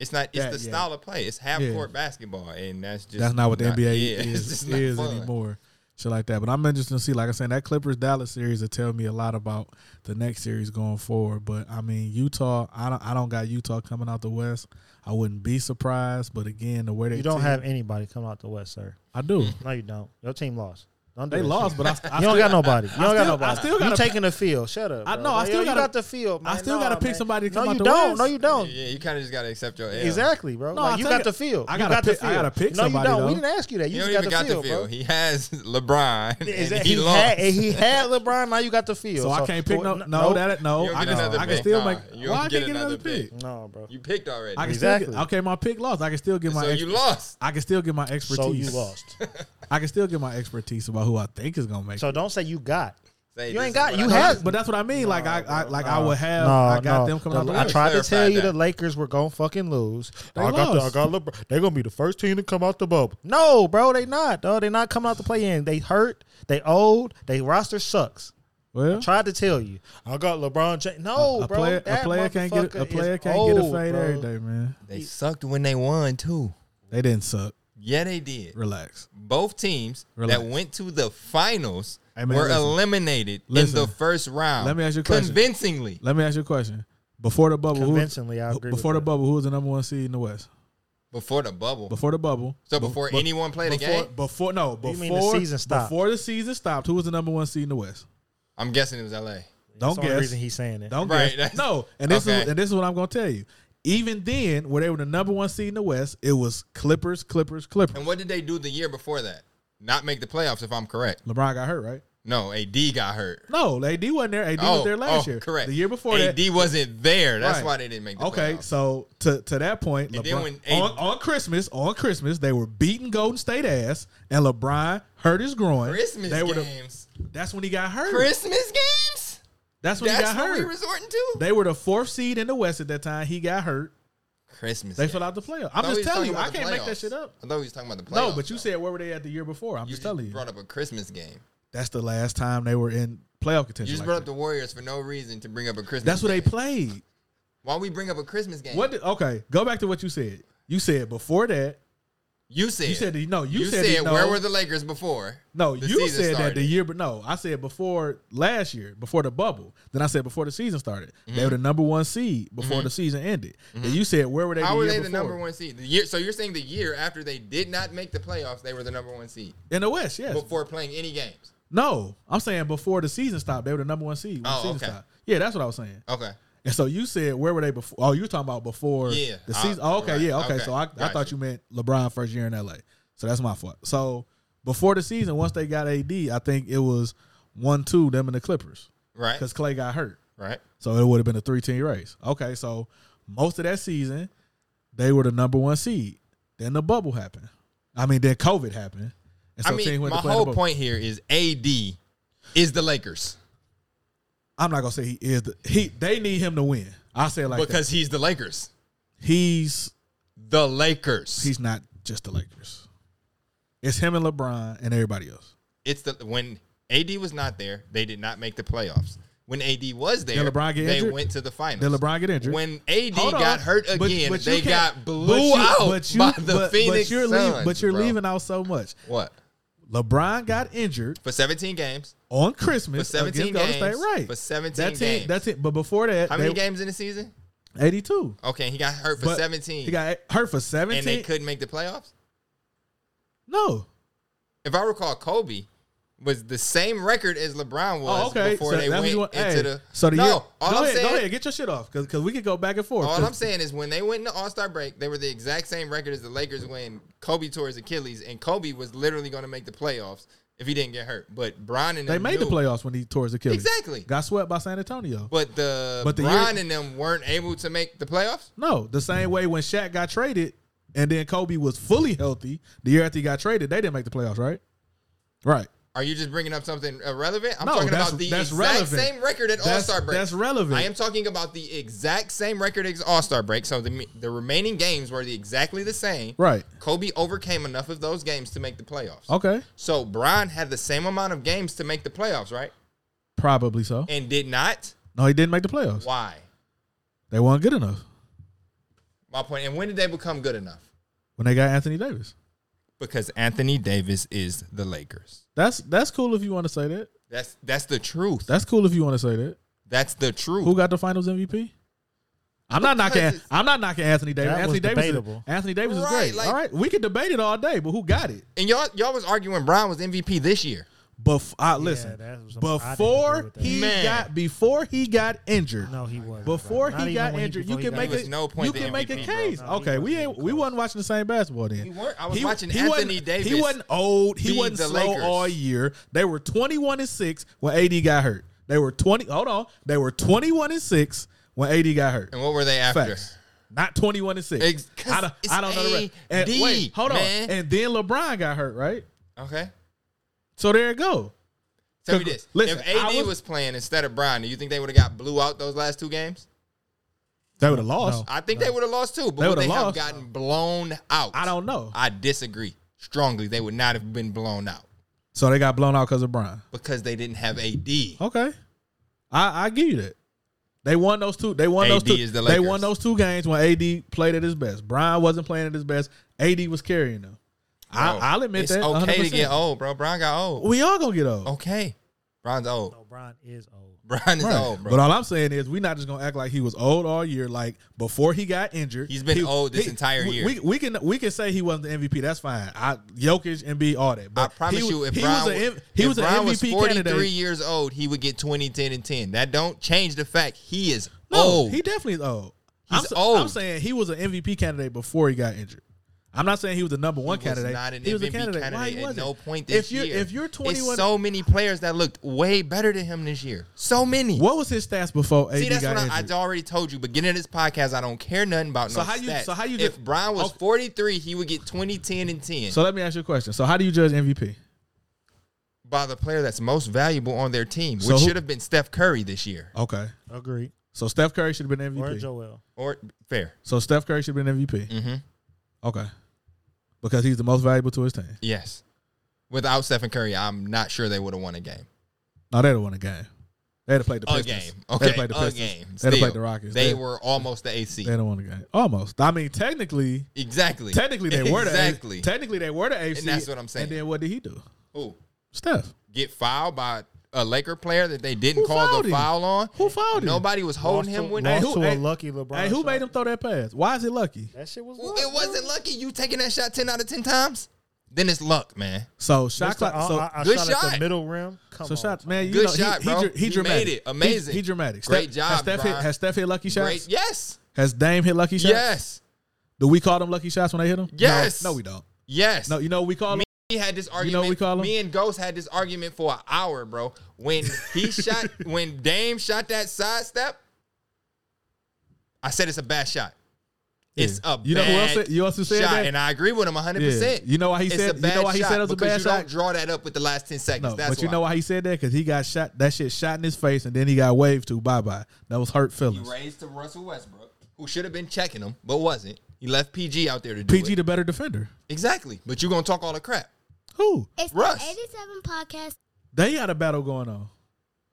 Speaker 4: it's not. It's
Speaker 1: that,
Speaker 4: the
Speaker 1: yeah.
Speaker 4: style of play. It's half
Speaker 1: Yeah.
Speaker 4: court basketball, and that's just
Speaker 1: that's not what the NBA
Speaker 4: yeah, [LAUGHS] it's
Speaker 1: is
Speaker 4: just not
Speaker 1: is
Speaker 4: fun.
Speaker 1: anymore. Shit like that. But I'm interested to see. Like I said, that Clippers Dallas series will tell me a lot about the next series going forward. But I mean, Utah. I don't. I don't got Utah coming out the West. I wouldn't be surprised. But again, the way they
Speaker 2: You don't
Speaker 1: team-
Speaker 4: Mm-hmm.
Speaker 2: have anybody coming out the West, sir.
Speaker 1: I do.
Speaker 2: No, you don't. Your team lost. Don't do
Speaker 1: They
Speaker 2: that
Speaker 1: lost,
Speaker 2: shit.
Speaker 1: but I, I
Speaker 2: you don't got nobody. You
Speaker 1: I
Speaker 2: don't
Speaker 1: still-
Speaker 2: got
Speaker 1: I
Speaker 2: nobody.
Speaker 1: still
Speaker 2: you
Speaker 1: gotta-
Speaker 2: taking the field. Shut up.
Speaker 1: I
Speaker 2: bro.
Speaker 1: know, I
Speaker 2: Yo,
Speaker 1: still
Speaker 2: you
Speaker 1: gotta-
Speaker 2: got the field.
Speaker 1: I
Speaker 2: man.
Speaker 1: still
Speaker 2: Nah,
Speaker 1: gotta pick
Speaker 2: man.
Speaker 1: somebody to
Speaker 2: No,
Speaker 1: come out
Speaker 2: you
Speaker 1: the
Speaker 2: don't.
Speaker 1: West.
Speaker 2: No, you don't.
Speaker 4: Yeah, you kind of just gotta accept your L.
Speaker 2: Exactly, bro.
Speaker 1: No,
Speaker 2: like,
Speaker 1: I
Speaker 2: you
Speaker 1: take
Speaker 2: got
Speaker 1: it-
Speaker 2: the field.
Speaker 1: I
Speaker 2: You
Speaker 1: gotta
Speaker 2: got the
Speaker 1: pick- I
Speaker 2: field.
Speaker 1: gotta pick
Speaker 2: No, you
Speaker 1: somebody,
Speaker 2: don't. We
Speaker 1: though.
Speaker 2: didn't ask you that.
Speaker 4: He
Speaker 2: You
Speaker 4: don't
Speaker 2: just
Speaker 4: even
Speaker 2: got
Speaker 4: got,
Speaker 2: the
Speaker 4: the
Speaker 2: field,
Speaker 4: feel.
Speaker 2: bro.
Speaker 4: He has [LAUGHS] LeBron. and
Speaker 2: Exactly.
Speaker 4: he,
Speaker 2: He,
Speaker 4: lost.
Speaker 2: had, and he had LeBron. Now you got the field.
Speaker 1: So I can't pick no.
Speaker 2: score-
Speaker 1: No,
Speaker 2: nope.
Speaker 1: that no.
Speaker 4: You'll
Speaker 1: I
Speaker 4: get
Speaker 1: can,
Speaker 4: another
Speaker 1: I can
Speaker 4: pick.
Speaker 1: still
Speaker 4: Nah,
Speaker 1: make.
Speaker 4: you'll
Speaker 1: why I can't
Speaker 4: get
Speaker 1: get
Speaker 4: another
Speaker 1: another
Speaker 4: pick.
Speaker 1: pick?
Speaker 2: No, bro.
Speaker 4: You picked already.
Speaker 1: I can still
Speaker 2: Exactly.
Speaker 1: get, okay. My pick lost. I can still get my.
Speaker 4: so
Speaker 1: ex-
Speaker 4: you lost.
Speaker 1: I can still get my expertise.
Speaker 2: So you lost. [LAUGHS]
Speaker 1: I can still get my expertise about who I think is gonna make. it.
Speaker 2: so don't say you got.
Speaker 4: Say,
Speaker 2: You
Speaker 4: this
Speaker 2: ain't
Speaker 4: is
Speaker 2: got.
Speaker 4: what
Speaker 2: You
Speaker 4: I got.
Speaker 2: had.
Speaker 1: But that's what I mean. like I, I like I would have.
Speaker 2: No,
Speaker 1: I got
Speaker 2: no.
Speaker 1: them coming out the
Speaker 2: I
Speaker 1: West.
Speaker 2: tried to
Speaker 4: Clarify
Speaker 2: tell you the
Speaker 4: that.
Speaker 2: Lakers were gonna fucking lose.
Speaker 1: They
Speaker 2: I got the, I
Speaker 1: lost.
Speaker 2: got LeBron. They're gonna be the first team to come out the bubble. No, bro, they not. Dog, they not coming out the play in. They hurt. They old. They roster sucks.
Speaker 1: Well,
Speaker 2: Tried to tell you. I got LeBron James. No,
Speaker 1: a
Speaker 2: Oh, bro.
Speaker 1: player, a
Speaker 2: that
Speaker 1: player can't get
Speaker 2: motherfucker
Speaker 1: a
Speaker 2: is
Speaker 1: player can't get a
Speaker 2: old,
Speaker 1: fade
Speaker 2: bro.
Speaker 1: every day, man.
Speaker 4: They sucked when they won too.
Speaker 1: They didn't suck.
Speaker 4: Yeah, they did.
Speaker 1: Relax.
Speaker 4: Both teams
Speaker 1: Relax.
Speaker 4: that went to the finals
Speaker 1: Hey, man,
Speaker 4: were
Speaker 1: listen.
Speaker 4: eliminated
Speaker 1: Listen.
Speaker 4: in the first round.
Speaker 1: Let me ask you a question.
Speaker 4: convincingly.
Speaker 1: Let me ask you a question. Before the bubble, who-
Speaker 2: Convincingly, I
Speaker 1: who-
Speaker 2: agree with
Speaker 1: Before the
Speaker 2: that.
Speaker 1: bubble, who was the number one seed in the West?
Speaker 4: Before the bubble,
Speaker 1: Before the bubble.
Speaker 4: so
Speaker 1: be-
Speaker 4: before
Speaker 1: be-
Speaker 4: anyone played a
Speaker 1: before,
Speaker 4: game,
Speaker 1: before no,
Speaker 2: You
Speaker 1: before
Speaker 2: mean the season stopped.
Speaker 1: Before the season stopped, who was the number one seed in the West?
Speaker 4: I'm guessing it was L.A.
Speaker 2: That's
Speaker 1: Don't
Speaker 2: the only
Speaker 1: guess.
Speaker 2: reason he's saying it.
Speaker 1: Don't
Speaker 4: Right,
Speaker 1: guess.
Speaker 4: that's-
Speaker 1: No, and this is
Speaker 4: Okay.
Speaker 1: and this is what I'm gonna tell you. Even then, where they were the number one seed in the West, it was Clippers, Clippers, Clippers.
Speaker 4: And what did they do the year before that? Not make the playoffs, if I'm correct.
Speaker 1: LeBron got hurt, right?
Speaker 4: No, AD got hurt. Oh,
Speaker 1: No, AD wasn't there. AD was there last year.
Speaker 4: Correct.
Speaker 1: The year before
Speaker 4: AD
Speaker 1: that.
Speaker 4: wasn't there. That's
Speaker 1: Right.
Speaker 4: why they didn't make the
Speaker 1: okay,
Speaker 4: playoffs.
Speaker 1: so to to that point,
Speaker 4: And then
Speaker 1: LeBron,
Speaker 4: when AD
Speaker 1: on, on Christmas, on Christmas, they were beating Golden State ass, and LeBron hurt his groin.
Speaker 4: Christmas
Speaker 1: they were the-
Speaker 4: games.
Speaker 1: that's when he got hurt.
Speaker 4: Christmas games?
Speaker 1: that's when he
Speaker 4: That's
Speaker 1: got
Speaker 4: what we
Speaker 1: hurt.
Speaker 4: resorting to?
Speaker 1: They were the fourth seed in the West at that time. He got hurt.
Speaker 4: Christmas.
Speaker 1: They
Speaker 4: games.
Speaker 1: fell out the playoff.
Speaker 4: I
Speaker 1: I'm
Speaker 4: thought we
Speaker 1: just
Speaker 4: was
Speaker 1: telling
Speaker 4: talking
Speaker 1: you,
Speaker 4: about
Speaker 1: I
Speaker 4: the
Speaker 1: can't make that
Speaker 4: playoffs.
Speaker 1: shit up.
Speaker 4: I thought we was talking about the playoffs.
Speaker 1: No, but you
Speaker 4: though.
Speaker 1: said where were they at the year before? I'm
Speaker 4: you
Speaker 1: just telling you.
Speaker 4: brought up a Christmas game.
Speaker 1: That's the last time they were in playoff
Speaker 4: You
Speaker 1: contention.
Speaker 4: just
Speaker 1: like
Speaker 4: brought
Speaker 1: that.
Speaker 4: up the Warriors for no reason to bring up a Christmas.
Speaker 1: That's what they
Speaker 4: game.
Speaker 1: played.
Speaker 4: Why we bring up a Christmas game?
Speaker 1: What? Did, okay, go back to what you said. You said before that.
Speaker 4: you said?
Speaker 1: You said that- no. You,
Speaker 4: You
Speaker 1: said, that- no,
Speaker 4: where were the Lakers before?
Speaker 1: No,
Speaker 4: the
Speaker 1: you
Speaker 4: season
Speaker 1: said that the
Speaker 4: started?
Speaker 1: year, but no, I said before last year, before the bubble. Then I said before the season started,
Speaker 4: Mm-hmm.
Speaker 1: they were the number one seed before the season ended. Then you said where were they?
Speaker 4: How
Speaker 1: the
Speaker 4: were
Speaker 1: year
Speaker 4: they the
Speaker 1: before?
Speaker 4: number one seed? The year. So you're saying the year after they did not make the playoffs, they were the number one seed
Speaker 1: in the West? Yes.
Speaker 4: before playing any games.
Speaker 1: No, I'm saying before the season stopped, they were the number one seed. when the
Speaker 4: Oh,
Speaker 1: season
Speaker 4: okay.
Speaker 1: stopped. Yeah, that's what I was saying.
Speaker 4: Okay.
Speaker 1: And so you said where were they before? Oh, you were talking about before
Speaker 4: Yeah,
Speaker 1: the
Speaker 4: I-
Speaker 1: season. Oh, okay,
Speaker 4: right,
Speaker 1: yeah, okay.
Speaker 4: okay,
Speaker 1: So I, I
Speaker 4: gotcha.
Speaker 1: thought you meant LeBron first year in LA. So that's my fault. So before the season, once they got AD, I think it was one two them and the Clippers
Speaker 4: Right.
Speaker 1: because Clay got hurt.
Speaker 4: Right.
Speaker 1: So it would have been a three team race. Okay, so most of that season, they were the number one seed. Then the bubble happened. I mean, then COVID happened. And
Speaker 4: I
Speaker 1: teams
Speaker 4: mean,
Speaker 1: went to
Speaker 4: my
Speaker 1: play in the
Speaker 4: whole
Speaker 1: bubble.
Speaker 4: point here is AD is the Lakers
Speaker 1: I'm not gonna say he is the he. They need him to win. I say it like because
Speaker 4: because he's the Lakers.
Speaker 1: he's
Speaker 4: The Lakers.
Speaker 1: he's not just the Lakers. It's him and LeBron and everybody else.
Speaker 4: it's the when AD was not there, they did not make the playoffs. When AD was there,
Speaker 1: Did LeBron get
Speaker 4: they
Speaker 1: injured?
Speaker 4: went to the finals.
Speaker 1: Did LeBron get injured?
Speaker 4: When AD
Speaker 1: Hold on.
Speaker 4: got hurt
Speaker 1: But-
Speaker 4: again,
Speaker 1: but you
Speaker 4: they
Speaker 1: can't-
Speaker 4: got
Speaker 1: but
Speaker 4: blew
Speaker 1: you-
Speaker 4: out
Speaker 1: but you-
Speaker 4: by the
Speaker 1: but-
Speaker 4: Phoenix
Speaker 1: But you're, leaving-
Speaker 4: Suns.
Speaker 1: but you're
Speaker 4: bro.
Speaker 1: leaving out so much.
Speaker 4: what
Speaker 1: LeBron got injured
Speaker 4: for 17 games?
Speaker 1: on
Speaker 4: For
Speaker 1: Christmas
Speaker 4: 17
Speaker 1: against Golden State.
Speaker 4: games.
Speaker 1: Right.
Speaker 4: For 17
Speaker 1: that's
Speaker 4: games.
Speaker 1: it. That's it. But before that,
Speaker 4: How many
Speaker 1: they-
Speaker 4: games in the season?
Speaker 1: 82.
Speaker 4: Okay, he got hurt for
Speaker 1: But
Speaker 4: 17,
Speaker 1: He got hurt for
Speaker 4: and they
Speaker 1: 17.
Speaker 4: couldn't make the playoffs.
Speaker 1: No.
Speaker 4: If I recall, Kobe was the same record as LeBron was
Speaker 1: Oh, okay.
Speaker 4: before
Speaker 1: So
Speaker 4: they
Speaker 1: that's what
Speaker 4: went
Speaker 1: you want-
Speaker 4: into
Speaker 1: hey,
Speaker 4: the.
Speaker 1: So the
Speaker 4: no,
Speaker 1: year,
Speaker 4: all
Speaker 1: go
Speaker 4: I'm
Speaker 1: ahead,
Speaker 4: saying,
Speaker 1: go ahead, get your shit off, cause, 'cause we could go back and forth.
Speaker 4: All
Speaker 1: 'cause-
Speaker 4: I'm saying is when they went into All Star break, they were the exact same record as the Lakers when Kobe tore his Achilles, and Kobe was literally going to make the playoffs if he didn't get hurt. But Bron and
Speaker 1: they
Speaker 4: them
Speaker 1: made the
Speaker 4: knew-
Speaker 1: playoffs when he tore his Achilles.
Speaker 4: Exactly.
Speaker 1: Got swept by San Antonio.
Speaker 4: But the
Speaker 1: But the
Speaker 4: Bron
Speaker 1: year-
Speaker 4: and them weren't able to make the playoffs.
Speaker 1: No, the same way when Shaq got traded and then Kobe was fully healthy the year after he got traded, they didn't make the playoffs, right? Right.
Speaker 4: Are you just bringing up something irrelevant? I'm
Speaker 1: No,
Speaker 4: talking
Speaker 1: that's-
Speaker 4: about the
Speaker 1: that's
Speaker 4: exact
Speaker 1: relevant.
Speaker 4: same record at
Speaker 1: That's-
Speaker 4: All Star break.
Speaker 1: that's relevant.
Speaker 4: I am talking about the exact same record at All Star break. So the the remaining games were the, exactly the same.
Speaker 1: Right. Oh.
Speaker 4: Kobe overcame enough of those games to make the playoffs.
Speaker 1: Okay.
Speaker 4: So Bron had the same amount of games to make the playoffs, right?
Speaker 1: Probably so.
Speaker 4: and did not.
Speaker 1: No, he didn't make the playoffs.
Speaker 4: Why?
Speaker 1: They weren't good enough
Speaker 4: My point. And when did they become good enough?
Speaker 1: when they got Anthony Davis.
Speaker 4: Because Anthony Davis is the Lakers.
Speaker 1: That's that's cool if you want to say that.
Speaker 4: That's that's the truth.
Speaker 1: That's cool if you want to say that.
Speaker 4: That's the truth.
Speaker 1: Who got the Finals MVP? I'm not
Speaker 4: Because
Speaker 1: knocking.
Speaker 4: it's-
Speaker 1: I'm not knocking Anthony Davis.
Speaker 2: That
Speaker 1: Anthony
Speaker 2: was
Speaker 1: Davis. Is,
Speaker 2: debatable.
Speaker 1: Anthony Davis is
Speaker 4: Right,
Speaker 1: great.
Speaker 4: like-
Speaker 1: all right, we could debate it all day, but who got it?
Speaker 4: and y'all y'all was arguing Brian was MVP this year.
Speaker 1: Bef- I, listen,
Speaker 2: that was some- I didn't agree
Speaker 1: before
Speaker 2: with that.
Speaker 1: he
Speaker 4: Man.
Speaker 1: got before he got injured,
Speaker 2: No, he wasn't.
Speaker 1: before
Speaker 2: bro. Not
Speaker 1: he
Speaker 2: even
Speaker 1: got
Speaker 2: when
Speaker 1: injured, you
Speaker 2: before he
Speaker 1: can
Speaker 2: got
Speaker 1: make
Speaker 2: injured.
Speaker 1: a
Speaker 4: There was no point
Speaker 1: you
Speaker 4: to
Speaker 1: can make a
Speaker 4: MVP, bro.
Speaker 1: case.
Speaker 2: No, he
Speaker 1: okay, we
Speaker 2: wasn't
Speaker 1: ain't
Speaker 2: even
Speaker 1: we
Speaker 2: close.
Speaker 1: wasn't watching the same basketball then.
Speaker 4: We weren't. I was watching
Speaker 1: wasn't-
Speaker 4: Anthony Davis.
Speaker 1: He wasn't old. He
Speaker 4: beat
Speaker 1: wasn't
Speaker 4: the
Speaker 1: slow
Speaker 4: Lakers.
Speaker 1: all year. They were twenty one and six when AD got hurt. They were twenty. Hold on. They were twenty one and six when AD got hurt.
Speaker 4: And what were they after?
Speaker 1: Facts. Not 21 and 6.
Speaker 4: Ex- 'cause
Speaker 1: I don't,
Speaker 4: it's
Speaker 1: I don't know the rest. And
Speaker 4: AD,
Speaker 1: wait, hold on.
Speaker 4: man.
Speaker 1: And then LeBron got hurt, right?
Speaker 4: Okay.
Speaker 1: So there it go.
Speaker 4: Tell me this:
Speaker 1: Listen,
Speaker 4: If
Speaker 1: I
Speaker 4: AD
Speaker 1: was-
Speaker 4: was, playing instead of Brian, do you think they would have got blew out those last two games?
Speaker 1: They would have lost.
Speaker 2: No.
Speaker 4: I think they would have lost too, but
Speaker 1: They
Speaker 4: would
Speaker 1: would've
Speaker 4: they
Speaker 1: lost.
Speaker 4: have gotten blown out?
Speaker 1: I don't know.
Speaker 4: I disagree strongly. They would not have been blown out
Speaker 1: So they got blown out because of Brian.
Speaker 4: because they didn't have AD.
Speaker 1: Okay. I, I give you that. They won those two. They won those
Speaker 4: AD
Speaker 1: two.
Speaker 4: is the
Speaker 1: they
Speaker 4: Lakers.
Speaker 1: won those two games when AD played at his best. Brian wasn't playing at his best. AD was carrying them. I,
Speaker 4: Bro,
Speaker 1: I'll admit
Speaker 4: it's
Speaker 1: that.
Speaker 4: okay to
Speaker 1: 100%.
Speaker 4: get old, bro. Brian got old.
Speaker 1: We all gonna get old.
Speaker 4: Okay, Brian's old.
Speaker 2: No, Bron is old.
Speaker 4: Brian is
Speaker 1: Right.
Speaker 4: old, bro.
Speaker 1: But all I'm saying is, we're not just gonna act like he was old all year. Like before he got injured,
Speaker 4: He's been
Speaker 1: he-
Speaker 4: old this
Speaker 1: he-
Speaker 4: entire
Speaker 1: we-
Speaker 4: year.
Speaker 1: We, we can we can say he wasn't the MVP. That's fine. I Jokic and B all that. But
Speaker 4: I promise
Speaker 1: he was-
Speaker 4: you, if
Speaker 1: he
Speaker 4: Brian
Speaker 1: was, a,
Speaker 4: was,
Speaker 1: he
Speaker 4: if
Speaker 1: was
Speaker 4: Brian
Speaker 1: an
Speaker 4: was
Speaker 1: MVP
Speaker 4: 43
Speaker 1: candidate.
Speaker 4: years old, he would get 20, 10, and 10. That don't change the fact he is
Speaker 1: No,
Speaker 4: old.
Speaker 1: he definitely is old.
Speaker 4: Oh. He's
Speaker 1: I'm, s-
Speaker 4: old.
Speaker 1: I'm saying he was an MVP candidate before he got injured. I'm not saying he was the number one
Speaker 4: was
Speaker 1: candidate.
Speaker 4: not an
Speaker 1: he was a
Speaker 4: MVP
Speaker 1: candidate. Why he
Speaker 4: candidate at
Speaker 1: wasn't?
Speaker 4: no point this
Speaker 1: if you're,
Speaker 4: year.
Speaker 1: If you're
Speaker 4: It's
Speaker 1: 21,
Speaker 4: so many players that looked way better than him this year. So many.
Speaker 1: what was his stats before AD
Speaker 4: See, that's
Speaker 1: got
Speaker 4: what
Speaker 1: injured?
Speaker 4: I, I already told you. Beginning of this podcast, I don't care nothing about
Speaker 1: So
Speaker 4: no
Speaker 1: how you-
Speaker 4: stats.
Speaker 1: so how you
Speaker 4: if
Speaker 1: just-
Speaker 4: Brian was
Speaker 1: okay.
Speaker 4: 43, he would get 20, 10, and 10
Speaker 1: so let me ask you a question. So how do you judge MVP?
Speaker 4: by the player that's most valuable on their team,
Speaker 1: So
Speaker 4: which
Speaker 1: who-
Speaker 4: should have been Steph Curry this year.
Speaker 1: Okay.
Speaker 2: Agreed.
Speaker 1: So Steph Curry should have been
Speaker 2: Or
Speaker 1: MVP.
Speaker 2: Joel.
Speaker 4: Or fair.
Speaker 1: So Steph Curry should have been MVP.
Speaker 4: Mm-hmm.
Speaker 1: Okay. Because he's the most valuable to his team.
Speaker 4: Yes. Without Stephen Curry, I'm not sure they would have won a game.
Speaker 1: Now they'd have won a game. They'd have played the
Speaker 4: A
Speaker 1: Pistons.
Speaker 4: game.
Speaker 1: They'd
Speaker 4: Okay.
Speaker 1: have played the
Speaker 4: a
Speaker 1: Pistons.
Speaker 4: game.
Speaker 1: They'd
Speaker 4: Still,
Speaker 1: have played the Rockets.
Speaker 4: They
Speaker 1: They'd-
Speaker 4: were almost the AC.
Speaker 1: They'd have won a game. Almost. I mean, technically,
Speaker 4: Exactly.
Speaker 1: technically they were the
Speaker 4: exactly.
Speaker 1: technically they were the AC.
Speaker 4: And that's what I'm saying.
Speaker 1: And then what did he do?
Speaker 4: Who
Speaker 1: Steph.
Speaker 4: get fouled by a Laker player that they didn't
Speaker 1: Who
Speaker 4: call
Speaker 1: fouled
Speaker 4: the
Speaker 1: him?
Speaker 4: foul on?
Speaker 1: Who fouled him?
Speaker 4: Nobody was holding
Speaker 2: Lost
Speaker 4: him
Speaker 2: to-
Speaker 4: with
Speaker 1: Hey,
Speaker 4: that.
Speaker 2: lost
Speaker 1: who-
Speaker 2: to
Speaker 1: hey-
Speaker 2: a lucky LeBron.
Speaker 1: Hey, who made
Speaker 2: shot.
Speaker 1: him throw that pass? Why is it lucky?
Speaker 2: That shit was.
Speaker 4: Well,
Speaker 2: luck,
Speaker 4: It wasn't lucky. You taking that shot ten out of ten times? Then it's luck, man.
Speaker 1: So
Speaker 2: bro.
Speaker 1: shot
Speaker 2: Mr. I-
Speaker 1: clock. So,
Speaker 2: uh, I, I
Speaker 4: Good
Speaker 2: shot, at
Speaker 4: shot.
Speaker 2: the middle rim. Come
Speaker 1: so
Speaker 2: on,
Speaker 1: shot,
Speaker 2: son.
Speaker 1: man. You
Speaker 4: Good
Speaker 1: know, he-
Speaker 4: shot,
Speaker 1: he,
Speaker 4: bro.
Speaker 1: dr- He,
Speaker 4: You
Speaker 1: dramatic.
Speaker 4: made it.
Speaker 1: He-
Speaker 4: Amazing.
Speaker 1: He, dramatic.
Speaker 4: Great
Speaker 1: Steph-
Speaker 4: job,
Speaker 1: Has Steph, hit,
Speaker 4: Bron.
Speaker 1: has Steph hit lucky shots?
Speaker 4: Great. Yes.
Speaker 1: Has Dame hit lucky shots?
Speaker 4: Yes.
Speaker 1: Do we call them lucky shots when they hit them?
Speaker 4: Yes.
Speaker 1: No, no we don't.
Speaker 4: Yes.
Speaker 1: No, you know what we call them.
Speaker 4: Me- we had this argument.
Speaker 1: know what we call 'em?
Speaker 4: Me and Ghost had this argument for an hour, bro. When
Speaker 1: [LAUGHS]
Speaker 4: he shot, when Dame shot that sidestep, I said it's a bad shot. It's
Speaker 1: Yeah.
Speaker 4: a
Speaker 1: You know who else
Speaker 4: bad
Speaker 1: said- you also said
Speaker 4: shot,
Speaker 1: that?
Speaker 4: and I agree with him 100. percent
Speaker 1: Yeah. You know why he said- you know why he said it was a
Speaker 4: because
Speaker 1: bad
Speaker 4: you
Speaker 1: shot?
Speaker 4: Don't draw that up with the last 10 seconds.
Speaker 1: No,
Speaker 4: That's
Speaker 1: but you
Speaker 4: why.
Speaker 1: know why he said that? Because he got shot. That shit shot in his face, and then he got waved to. Bye bye. That was hurt
Speaker 4: He
Speaker 1: feelings.
Speaker 4: raised to Russell Westbrook, who should have been checking him, but wasn't. He left PG out there to do
Speaker 1: PG,
Speaker 4: it.
Speaker 1: the better defender.
Speaker 4: exactly. But you gonna talk all the crap.
Speaker 1: Who?
Speaker 3: It's
Speaker 4: Russ.
Speaker 3: the 87 podcast.
Speaker 1: They had a battle going on